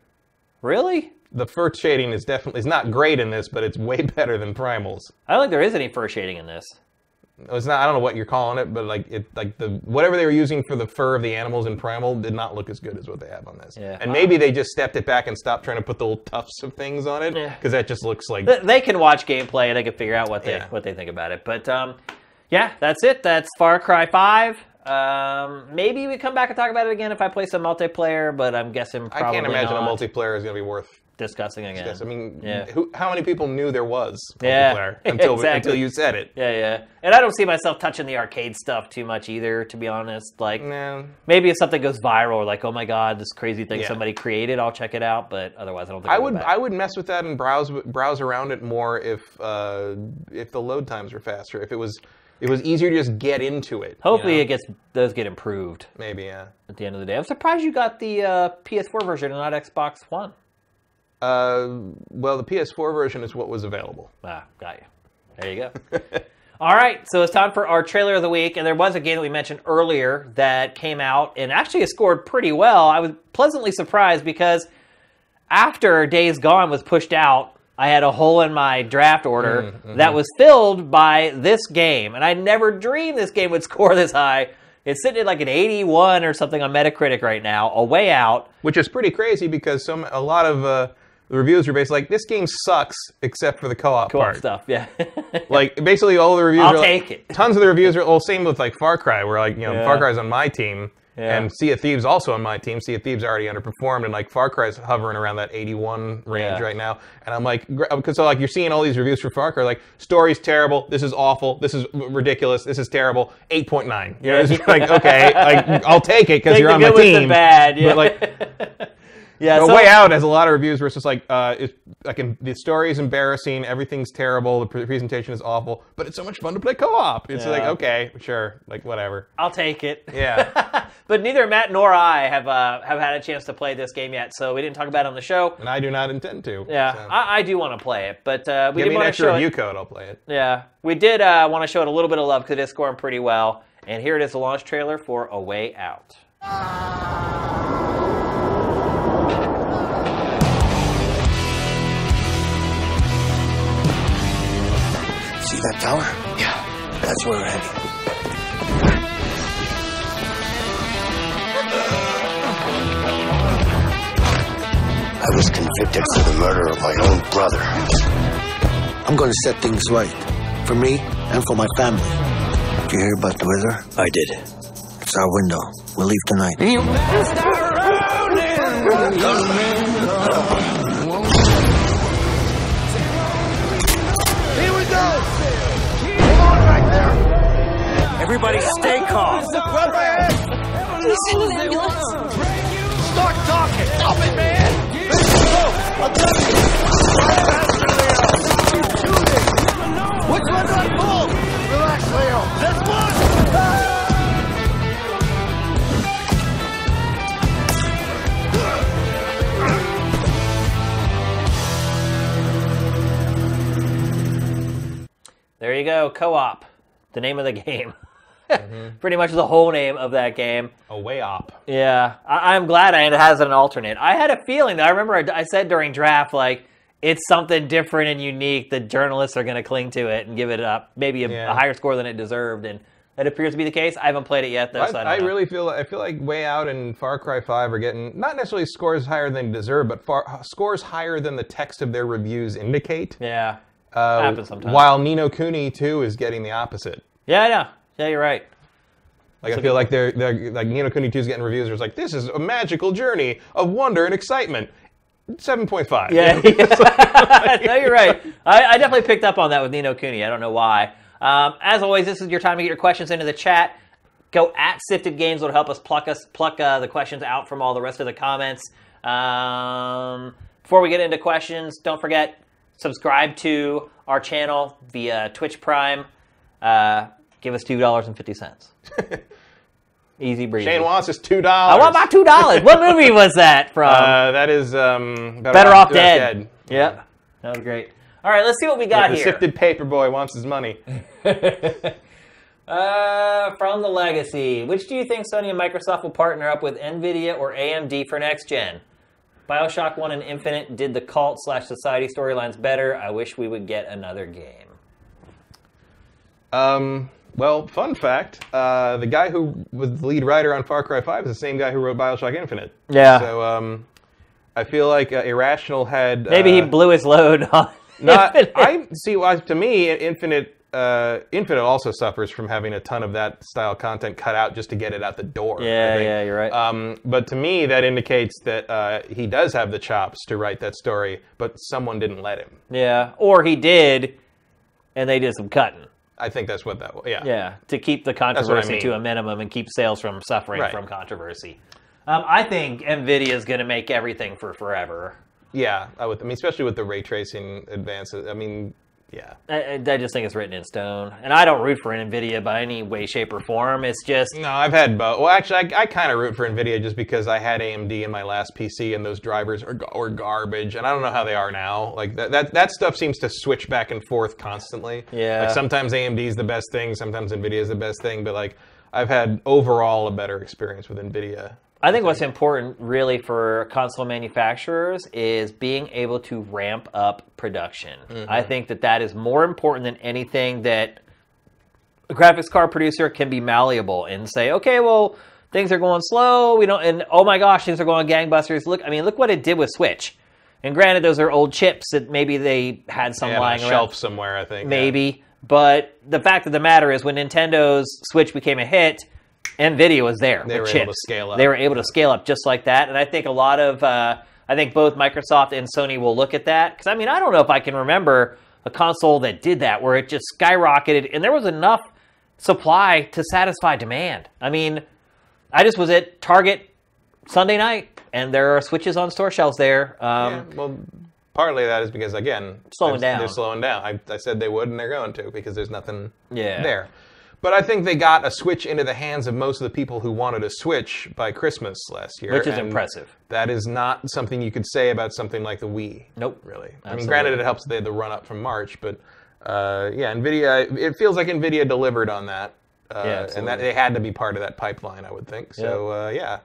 Speaker 1: Really?
Speaker 2: the first shading is definitely is not great in this, but it's way better than Primals.
Speaker 1: I don't think there is any fur shading in this.
Speaker 2: It's not. I don't know what you're calling it, but like it, like the whatever they were using for the fur of the animals in Primal did not look as good as what they have on this.
Speaker 1: Yeah.
Speaker 2: And maybe they just stepped it back and stopped trying to put the little tufts of things on it
Speaker 1: Yeah.
Speaker 2: because that just looks like
Speaker 1: Th- They can watch gameplay and they can figure out what they
Speaker 2: Yeah.
Speaker 1: what they think about it. But um, yeah, that's it. That's Far Cry Five. Um, maybe we come back and talk about it again if I play some multiplayer. But I'm guessing
Speaker 2: I
Speaker 1: probably
Speaker 2: can't imagine
Speaker 1: not
Speaker 2: a multiplayer is going to be worth.
Speaker 1: discussing again.
Speaker 2: This. I mean,
Speaker 1: Yeah.
Speaker 2: who, how many people knew there was
Speaker 1: Yeah,
Speaker 2: multiplayer until
Speaker 1: exactly.
Speaker 2: until you said it?
Speaker 1: yeah, yeah. And I don't see myself touching the arcade stuff too much either. To be honest, like
Speaker 2: Nah.
Speaker 1: maybe if something goes viral, or like oh my god, this crazy thing
Speaker 2: Yeah.
Speaker 1: somebody created, I'll check it out. But otherwise, I don't think
Speaker 2: I
Speaker 1: I'll go
Speaker 2: would
Speaker 1: back.
Speaker 2: I would mess with that and browse browse around it more if uh, if the load times were faster. If it was it was easier to just get into it. you
Speaker 1: Hopefully,
Speaker 2: know?
Speaker 1: it gets those get improved.
Speaker 2: maybe yeah.
Speaker 1: at the end of the day. I'm surprised you got the uh, PS4 version and not Xbox One.
Speaker 2: Uh, well, the PS4 version is what was available.
Speaker 1: Ah, got you. There you go. All right, so it's time for our trailer of the week, and there was a game that we mentioned earlier that came out and actually it scored pretty well. I was pleasantly surprised because after Days Gone was pushed out, I had a hole in my draft order that was filled by this game, and I never dreamed this game would score this high. It's sitting at like an 81 or something on Metacritic right now, a way out.
Speaker 2: which is pretty crazy because some a lot of uh, the reviews were basically like this game sucks except for the co-op, part.
Speaker 1: Stuff, yeah.
Speaker 2: Like basically all the reviews.
Speaker 1: I'll
Speaker 2: are like-
Speaker 1: take it.
Speaker 2: Tons of the reviews are well, same with like Far Cry, where like you know
Speaker 1: Yeah.
Speaker 2: Far Cry's on my team.
Speaker 1: Yeah.
Speaker 2: And Sea of Thieves also on my team. Sea of Thieves already underperformed, and like Far Cry's hovering around that 81 range
Speaker 1: Yeah.
Speaker 2: right now. And I'm like, because so like you're seeing all these reviews for Far Cry, like story's terrible, this is awful, this is r- ridiculous, this is terrible, 8.9. You know, it's just like okay, like I'll take it because
Speaker 1: Take
Speaker 2: you're
Speaker 1: the
Speaker 2: on
Speaker 1: good
Speaker 2: my
Speaker 1: with the
Speaker 2: team.
Speaker 1: bad, yeah.
Speaker 2: But like
Speaker 1: yeah,
Speaker 2: The
Speaker 1: so-
Speaker 2: Way Out has a lot of reviews where it's just like, uh, it's, like em- the story is embarrassing, everything's terrible, the pre- presentation is awful, but it's so much fun to play co-op. It's
Speaker 1: Yeah.
Speaker 2: like, okay, sure, like whatever.
Speaker 1: I'll take it.
Speaker 2: Yeah,
Speaker 1: But neither Matt nor I have uh, have had a chance to play this game yet, so we didn't talk about it on the show.
Speaker 2: and I do not intend to.
Speaker 1: Yeah,
Speaker 2: so.
Speaker 1: I, I do want to play it, but uh, we
Speaker 2: give
Speaker 1: did
Speaker 2: me an
Speaker 1: want to
Speaker 2: extra
Speaker 1: show
Speaker 2: review
Speaker 1: it.
Speaker 2: code, I'll play it.
Speaker 1: Yeah, we did uh, want to show it a little bit of love because it is scoring pretty well. And here it is the launch trailer for A Way Out.
Speaker 3: See that tower? Yeah. That's where we're heading. I was convicted for the murder of my own brother. I'm going to set things right. For me and for my family. Did you hear about the weather? I did. It's our window. We'll leave tonight. You
Speaker 4: Everybody stay calm.
Speaker 5: Please send an ambulance.
Speaker 1: There you go, co op, the name of the game.
Speaker 2: Mm-hmm.
Speaker 1: Pretty much the whole name of that game.
Speaker 2: A way up.
Speaker 1: Yeah, I- I'm glad I- it has an alternate. I had a feeling that I remember I, I said during draft, like, it's something different and unique. The journalists are going to cling to it and give it up, maybe a, a
Speaker 2: Yeah.
Speaker 1: higher score than it deserved. And that appears to be the case. I haven't played it yet, though.
Speaker 2: I,
Speaker 1: so I, don't
Speaker 2: I
Speaker 1: know.
Speaker 2: really feel I feel like Way Out and Far Cry Five are getting not necessarily scores higher than they deserve, but far, scores higher than the text of their reviews indicate.
Speaker 1: Yeah.
Speaker 2: Uh,
Speaker 1: happens sometimes.
Speaker 2: While Nino Cooney too is getting the opposite.
Speaker 1: Yeah, I know. Yeah, you're right.
Speaker 2: Like I feel like they're, they're like Nino Cooney two's getting reviews. It's like this is a magical journey of wonder and excitement. Seven point five.
Speaker 1: Yeah, no, you're right. I, I definitely picked up on that with Nino Cooney. I don't know why. Um, as always, this is your time to get your questions into the chat. Go at Sifted Games. It'll help us pluck us pluck uh, the questions out from all the rest of the comments. Um, before we get into questions, don't forget subscribe to our channel via Twitch Prime. Uh, give us two dollars and fifty cents. Easy breezy.
Speaker 2: Shane wants is two dollars.
Speaker 1: I want my two dollars. what movie was that from?
Speaker 2: Uh, that is um, better,
Speaker 1: Better off dead. Yep. That was great. All right, let's see what we got
Speaker 2: The
Speaker 1: here.
Speaker 2: sifted paper boy wants his money.
Speaker 1: Uh, from the legacy, which do you think Sony and Microsoft will partner up with Nvidia or AMD for next gen? Bioshock One and Infinite did the cult slash society storylines better. I wish we would get another game.
Speaker 2: Um, well, fun fact: uh, the guy who was the lead writer on Far Cry Five is the same guy who wrote Bioshock Infinite.
Speaker 1: Yeah.
Speaker 2: So um, I feel like uh, Irrational had
Speaker 1: Maybe he
Speaker 2: uh,
Speaker 1: blew his load on.
Speaker 2: not.
Speaker 1: Infinite.
Speaker 2: I see. Well, to me, Infinite uh, Infinite also suffers from having a ton of that style content cut out just to get it out the door. I
Speaker 1: yeah,
Speaker 2: think.
Speaker 1: yeah, you're right.
Speaker 2: Um, but to me, that indicates that uh, he does have the chops to write that story, but someone didn't let him.
Speaker 1: yeah, or he did, and they did some cutting.
Speaker 2: I think that's what that was. Yeah.
Speaker 1: Yeah, to keep the
Speaker 2: what I
Speaker 1: controversy
Speaker 2: mean.
Speaker 1: to a minimum and keep sales from suffering
Speaker 2: Right.
Speaker 1: from controversy. Um, I think Nvidia is going to make everything for forever.
Speaker 2: Yeah, I, would, I mean, especially with the ray tracing advances. I mean, yeah.
Speaker 1: I, I I just think it's written in stone, and I don't root for Nvidia by any way, shape, or form. It's just
Speaker 2: No, I've had both. Well, actually, I, I kind of root for Nvidia just because I had AMD in my last PC, and those drivers are, ga- were garbage, and I don't know how they are now. Like that, that, that stuff seems to switch back and forth constantly.
Speaker 1: Yeah.
Speaker 2: Like sometimes AMD is the best thing, sometimes Nvidia is the best thing, but like I've had overall a better experience with Nvidia.
Speaker 1: I think what's important really for console manufacturers is being able to ramp up production. I
Speaker 2: Mm-hmm.
Speaker 1: think that that is more important than anything that a graphics card producer can be malleable and say, okay, well, things are going slow. We don't, and oh my gosh, things are going gangbusters. Look, I mean, look what it did with Switch. And granted, those are old chips that maybe they had some
Speaker 2: Yeah, on a
Speaker 1: lying around.
Speaker 2: shelf somewhere, I think. yeah.
Speaker 1: maybe. But the fact of the matter is, when Nintendo's Switch became a hit, Nvidia was there.
Speaker 2: They
Speaker 1: with
Speaker 2: were able to
Speaker 1: chips.
Speaker 2: scale up.
Speaker 1: They were able to scale up just like that, and I think a lot of, uh, I think both Microsoft and Sony will look at that because I mean I don't know if I can remember a console that did that where it just skyrocketed and there was enough supply to satisfy demand. I mean, I just was at Target Sunday night, and there are Switches on store shelves there. Um,
Speaker 2: Yeah, well, partly that is because again,
Speaker 1: Slowing
Speaker 2: they're,
Speaker 1: down.
Speaker 2: They're slowing down. I, I said they would, and they're going to because there's nothing
Speaker 1: Yeah.
Speaker 2: there. But I think they got a switch into the hands of most of the people who wanted a switch by Christmas last year,
Speaker 1: Which is
Speaker 2: and
Speaker 1: impressive.
Speaker 2: That is not something you could say about something like the Wii.
Speaker 1: Nope.
Speaker 2: really. I
Speaker 1: Absolutely.
Speaker 2: mean, granted, it helps they had the run up from March, but uh, yeah, Nvidia. It feels like Nvidia delivered on that. Uh,
Speaker 1: Yeah,
Speaker 2: and
Speaker 1: absolutely.
Speaker 2: that they had to be part of that pipeline, I would think. So uh, yeah,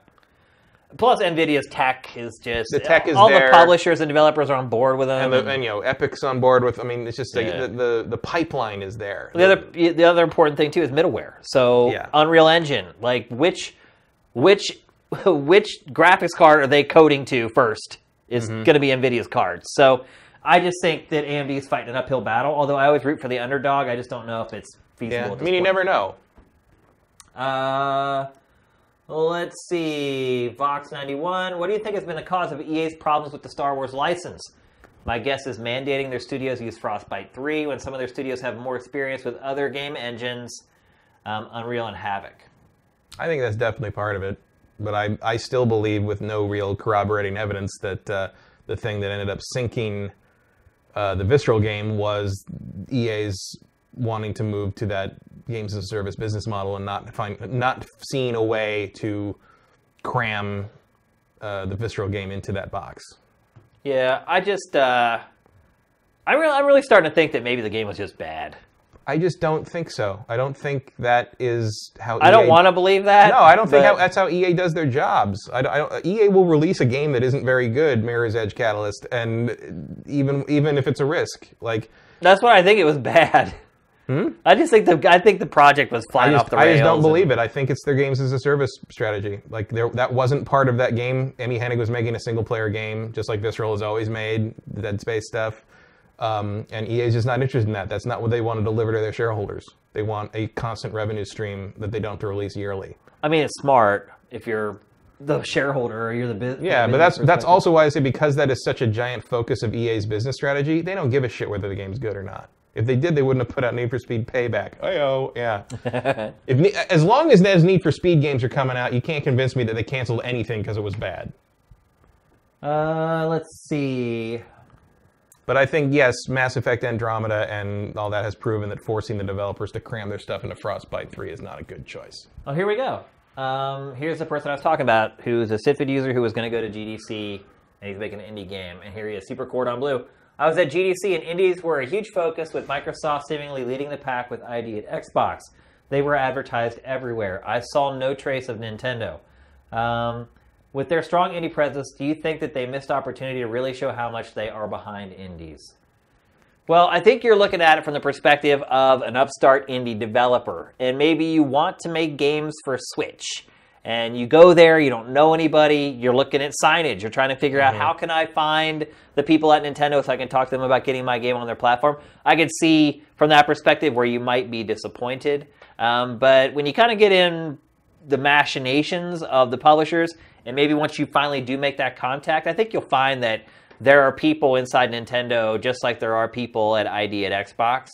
Speaker 1: Plus, Nvidia's tech is just
Speaker 2: The tech is
Speaker 1: all
Speaker 2: there.
Speaker 1: the publishers and developers are on board with them.
Speaker 2: and, the, and you know, Epic's on board with. I mean, it's just like,
Speaker 1: Yeah.
Speaker 2: the, the the pipeline is there.
Speaker 1: the other the other important thing too is middleware. So
Speaker 2: Yeah.
Speaker 1: Unreal Engine, like which which which graphics card are they coding to first is
Speaker 2: Mm-hmm.
Speaker 1: going to be Nvidia's card. So I just think that AMD is fighting an uphill battle. Although I always root for the underdog, I just don't know if it's feasible.
Speaker 2: yeah.
Speaker 1: at
Speaker 2: I
Speaker 1: this
Speaker 2: mean, you
Speaker 1: point.
Speaker 2: never know.
Speaker 1: Uh, let's see. Vox 91. What do you think has been the cause of EA's problems with the Star Wars license? My guess is mandating their studios use Frostbite 3 when some of their studios have more experience with other game engines, um, Unreal and Havoc.
Speaker 2: I think that's definitely part of it, but I, I still believe with no real corroborating evidence that uh, the thing that ended up sinking uh, the Visceral game was EA's wanting to move to that games as a service business model and not find not seeing a way to cram uh, the Visceral game into that box.
Speaker 1: Yeah, I just. Uh, I'm, really, I'm really starting to think that maybe the game was just bad.
Speaker 2: I just don't think so. I don't think that is how. E
Speaker 1: I don't want to believe that.
Speaker 2: No, I don't think
Speaker 1: but-
Speaker 2: how, that's how EA does their jobs. I, don't- I don't, EA will release a game that isn't very good, Mirror's Edge Catalyst, and even even if it's a risk, like
Speaker 1: That's why I think it was bad. I just think the I think the project was
Speaker 2: Hmm? I
Speaker 1: flying off
Speaker 2: just,
Speaker 1: the
Speaker 2: I
Speaker 1: rails.
Speaker 2: just don't
Speaker 1: and-
Speaker 2: believe it. I think it's their games as a service strategy. Like there, that wasn't part of that game. Emmy Hennig was making a single player game, just like Visceral has always made the Dead Space stuff. Um, and EA's just not interested in that. That's not what they want to deliver to their shareholders. They want a constant revenue stream that they don't have to release yearly.
Speaker 1: I mean, it's smart if you're the shareholder or you're the business.
Speaker 2: Yeah, but that's that's also why I say because that is such a giant focus of EA's business strategy, they don't give a shit whether the game's good or not. If they did, they wouldn't have put out Need for Speed Payback. Oh, yeah. if Ne- as long as those Need for Speed games are coming out, you can't convince me that they canceled anything because it was bad.
Speaker 1: Uh, let's see.
Speaker 2: But I think yes, Mass Effect Andromeda and all that has proven that forcing the developers to cram their stuff into Frostbite 3 is not a good choice.
Speaker 1: Oh, here we go. Um, here's the person I was talking about, who's a Sifid user who was going to go to GDC, and he's making an indie game. And here he is, Super Cordon Bleu. I was at GDC, and indies were a huge focus, with Microsoft seemingly leading the pack with ID at Xbox. They were advertised everywhere. I saw no trace of Nintendo. Um, with their strong indie presence, do you think that they missed opportunity to really show how much they are behind indies? Well, I think you're looking at it from the perspective of an upstart indie developer, and maybe you want to make games for Switch. And you go there, you don't know anybody, you're looking at signage, you're trying to figure out how can I find the people at Nintendo so I can talk to them about getting my game on their platform. I could see from that perspective where you might be disappointed. Um, but when you kind of get in the machinations of the publishers and maybe once you finally do make that contact i think you'll find that there are people inside nintendo just like there are people at id at xbox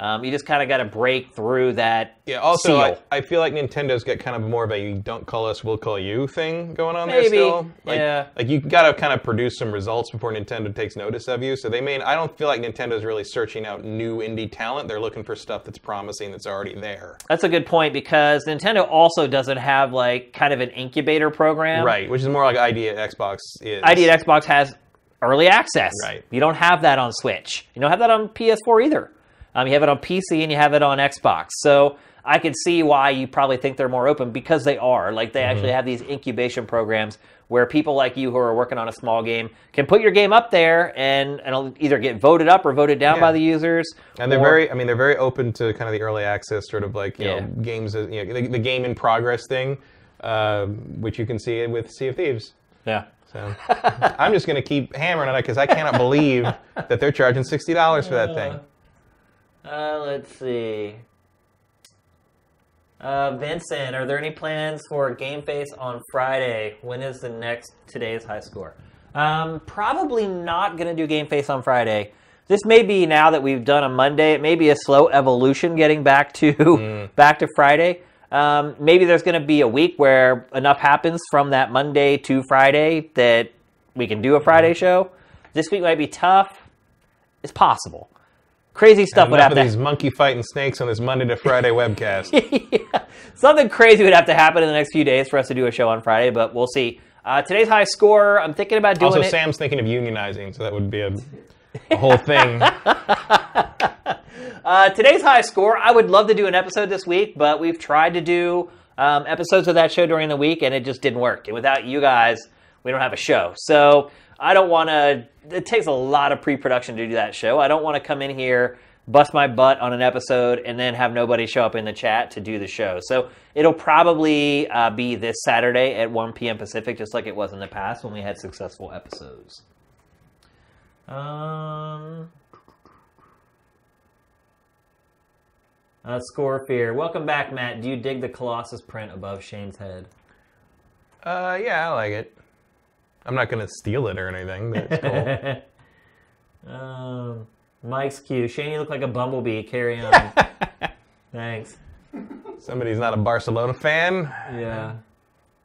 Speaker 1: um, you just kind of got to break through that
Speaker 2: Mm-hmm. Yeah, also, I,
Speaker 1: seal.
Speaker 2: I feel like Nintendo's got kind of more of a don't call us, we'll call you thing going on
Speaker 1: Maybe,
Speaker 2: there still. Like,
Speaker 1: yeah.
Speaker 2: Like, you got to kind of produce some results before Nintendo takes notice of you. So they may, I don't feel like Nintendo's really searching out new indie talent. They're looking for stuff that's promising that's already there.
Speaker 1: that's a good point because nintendo also doesn't have like kind of an incubator program
Speaker 2: Right, which is more like ID at Xbox is.
Speaker 1: id at xbox has early access
Speaker 2: Right.
Speaker 1: you don't have that on switch you don't have that on ps4 either um, you have it on pc and you have it on xbox so i could see why you probably think they're more open because they are like they
Speaker 2: Mm-hmm.
Speaker 1: actually have these incubation programs where people like you who are working on a small game can put your game up there and, and it'll either get voted up or voted down
Speaker 2: Yeah.
Speaker 1: by the users
Speaker 2: And they're
Speaker 1: or-
Speaker 2: very, I mean, they're very open to kind of the early access, sort of like you
Speaker 1: Yeah.
Speaker 2: know, games, as- you know, the, the game in progress thing, uh, which you can see with Sea of Thieves.
Speaker 1: yeah
Speaker 2: So I'm just going to keep hammering on it because I cannot believe that they're charging sixty dollars for that thing.
Speaker 1: Uh, let's see. Uh, Vincent, are there any plans for Game Face on Friday? When is the next today's high score? Um, probably not going to do Game Face on Friday. This may be now that we've done a Monday. It may be a slow evolution getting back to
Speaker 2: Hmm.
Speaker 1: back to Friday. Um, maybe there's going to be a week where enough happens from that Monday to Friday that we can do a Friday
Speaker 2: Hmm.
Speaker 1: show. This week might be tough. It's possible. Crazy stuff would
Speaker 2: Enough
Speaker 1: have
Speaker 2: of
Speaker 1: to
Speaker 2: these monkey fighting snakes on this Monday to Friday webcast.
Speaker 1: yeah. Something crazy would have to happen in the next few days for us to do a show on Friday, but we'll see. Uh, today's high score, I'm thinking about doing
Speaker 2: also,
Speaker 1: it.
Speaker 2: Sam's thinking of unionizing, so that would be a, a whole thing.
Speaker 1: Uh, today's high score. I would love to do an episode this week, but we've tried to do um, episodes of that show during the week, and it just didn't work. And without you guys, we don't have a show. So I don't want to. It takes a lot of pre-production to do that show. I don't want to come in here, bust my butt on an episode, and then have nobody show up in the chat to do the show. So it'll probably uh, be this Saturday at 1 p.m. Pacific, just like it was in the past when we had successful episodes. Um. Uh, score fear. Welcome back, Matt. Do you dig the Colossus print above Shane's head?
Speaker 2: Uh, yeah, I like it. I'm not gonna steal it or anything. But it's cool.
Speaker 1: Um, Mike's cue. Shane, you look like a bumblebee. Carry on. Thanks.
Speaker 2: Somebody's not a Barcelona fan.
Speaker 1: Yeah.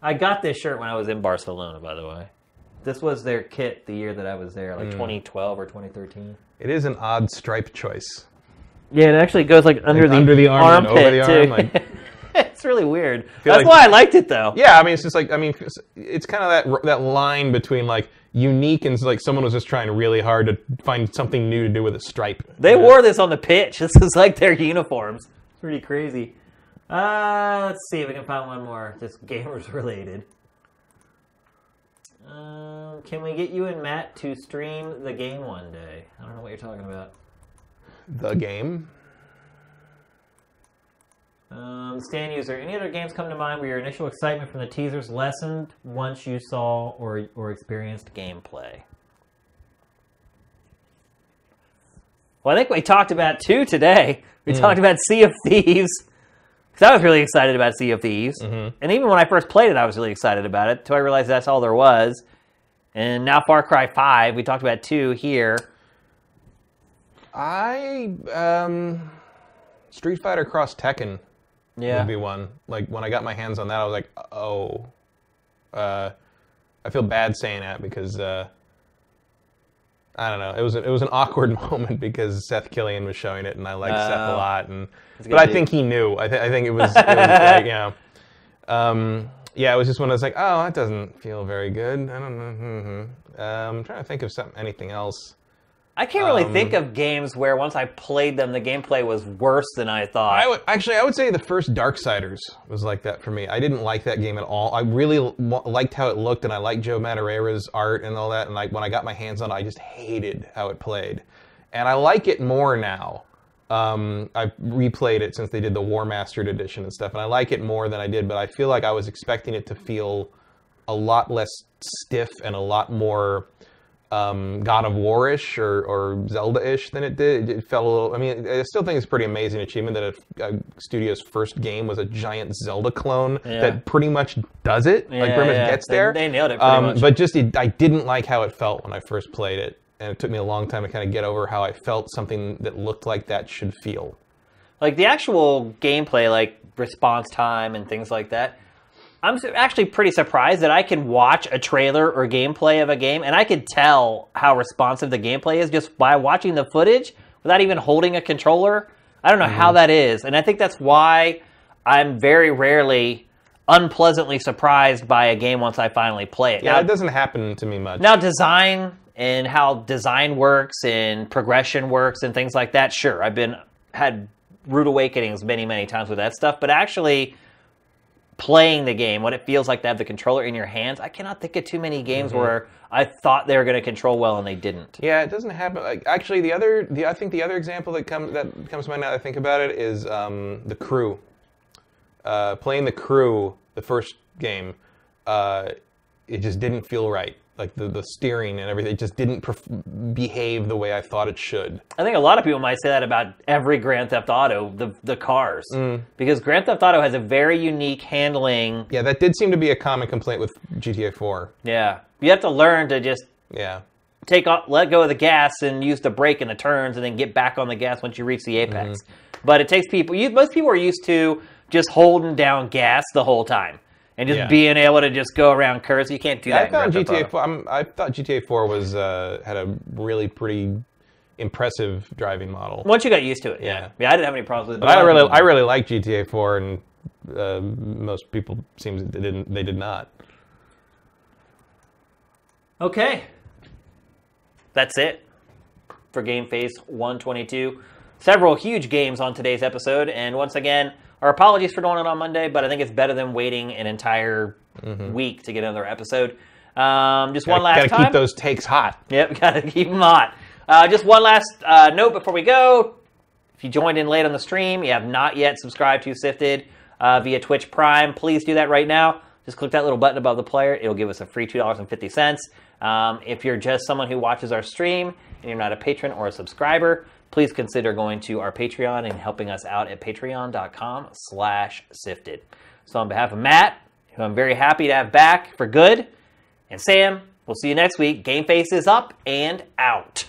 Speaker 1: I got this shirt when I was in Barcelona, by the way. This was their kit the year that I was there, like 2012 or 2013.
Speaker 2: It is an odd stripe choice.
Speaker 1: Yeah, it actually goes like under
Speaker 2: Like,
Speaker 1: the,
Speaker 2: under the arm and
Speaker 1: armpit
Speaker 2: over the arm,
Speaker 1: too.
Speaker 2: like-
Speaker 1: it's really weird. That's
Speaker 2: like-
Speaker 1: why I liked it though.
Speaker 2: Yeah, I mean, it's just like I mean, it's- it's kind of that that line between like unique and like someone was just trying really hard to find something new to do with a stripe.
Speaker 1: They wore this on the pitch. This is like their uniforms. Pretty crazy. Uh, let's see if we can find one more that's gamers related. Um, can we get you and Matt to stream the game one day? I don't know what you're talking about.
Speaker 2: the game.
Speaker 1: Um, Stan user, any other games come to mind where your initial excitement from the teasers lessened once you saw or or experienced gameplay? Well, I think we talked about two today. We talked about Sea of Thieves because I was really excited about Sea of Thieves, and even when I first played it, I was really excited about it until I realized that's all there was. And now Far Cry Five. We talked about two here.
Speaker 2: I um, Street Fighter Cross Tekken
Speaker 1: Yeah,
Speaker 2: would be one. Like when I got my hands on that, I was like, oh, uh, I feel bad saying that because uh, I don't know. It was it was an awkward moment because Seth Killian was showing it, and I liked Seth a
Speaker 1: Oh.
Speaker 2: lot, and but
Speaker 1: gonna
Speaker 2: I
Speaker 1: be-
Speaker 2: think he knew. I, th- I think it was, it was like, yeah, um, yeah. It was just when I was like, oh, that doesn't feel very good. I don't know. Mm-hmm. Um, I'm trying to think of something, anything else.
Speaker 1: I can't really think of games where once I played them, the gameplay was worse than I thought.
Speaker 2: I would actually, I would say the first Darksiders was like that for me. I didn't like that game at all. I really l- wa- liked how it looked, and I liked Joe Madureira's art and all that. And like when I got my hands on it, I just hated how it played. And I like it more now. Um, I've replayed it since they did the War Mastered edition and stuff, and I like it more than I did. But I feel like I was expecting it to feel a lot less stiff and a lot more um, God of War ish or, or Zelda ish than it did. It felt a little. I mean, I still think it's a pretty amazing achievement that a, a studio's first game was a giant Zelda clone
Speaker 1: Yeah.
Speaker 2: that pretty much does it. like
Speaker 1: Yeah,
Speaker 2: pretty much
Speaker 1: yeah.
Speaker 2: gets
Speaker 1: They-
Speaker 2: there. Um,
Speaker 1: they nailed it pretty much.
Speaker 2: But just it, I didn't like how it felt when I first played it, and it took me a long time to kind of get over how I felt something that looked like that should feel.
Speaker 1: like the actual gameplay, like response time and things like that. I'm su- actually pretty surprised that I can watch a trailer or gameplay of a game and I could tell how responsive the gameplay is just by watching the footage without even holding a controller. I don't know how
Speaker 2: Mm-hmm.
Speaker 1: that is, and I think that's why I'm very rarely unpleasantly surprised by a game once I finally play it.
Speaker 2: Yeah,
Speaker 1: Now,
Speaker 2: it doesn't happen to me much.
Speaker 1: now design and how design works and progression works and things like that sure i've been had rude awakenings many many times with that stuff but actually playing the game what it feels like to have the controller in your hands i cannot think of too many games where i thought they were going to control well and they didn't
Speaker 2: Yeah, it doesn't happen. Like, actually, the other, the I think the other example that comes that comes to mind now that I think about it is um, the crew. Uh, playing the crew, the first game, uh, it just didn't feel right. Like the, the steering and everything, it just didn't perf- behave the way I thought it should.
Speaker 1: I think a lot of people might say that about every Grand Theft Auto, the the cars, because Grand Theft Auto has a very unique handling.
Speaker 2: Yeah, that did seem to be a common complaint with GTA 4.
Speaker 1: Yeah, you have to learn to just
Speaker 2: Yeah.
Speaker 1: take off, let go of the gas and use the brake and the turns, and then get back on the gas once you reach the
Speaker 2: Mm-hmm.
Speaker 1: apex. But it takes people. You, most people are used to just holding down gas the whole time and just
Speaker 2: Yeah.
Speaker 1: being able to just go around curves. You can't do that.
Speaker 2: I
Speaker 1: in
Speaker 2: found
Speaker 1: Grand Theft
Speaker 2: GTA
Speaker 1: Auto.
Speaker 2: 4. I'm, I thought GTA 4 was uh, had a really pretty impressive driving model.
Speaker 1: Once you got used to it,
Speaker 2: Yeah.
Speaker 1: yeah, yeah, I didn't have any problems with it.
Speaker 2: But I really,
Speaker 1: Um,
Speaker 2: I really like GTA 4, and uh, most people seems that they didn't, they did not.
Speaker 1: Okay. That's it for Game Face 122. several huge games on today's episode. And once again, our apologies for doing it on Monday, but I think it's better than waiting an entire week to get another episode. Um, just one last
Speaker 2: Mm-hmm. Gotta
Speaker 1: time.
Speaker 2: keep those takes hot.
Speaker 1: Yep, gotta keep them hot. Uh, just one last uh, note before we go. If you joined in late on the stream, you have not yet subscribed to Sifted uh, via Twitch Prime, please do that right now. Just click that little button above the player. It'll give us a free $2.50. Um, if you're just someone who watches our stream and you're not a patron or a subscriber, please consider going to our Patreon and helping us out at patreon.com slash sifted. So on behalf of Matt, who I'm very happy to have back for good, and Sam, we'll see you next week. Game Face is up and out.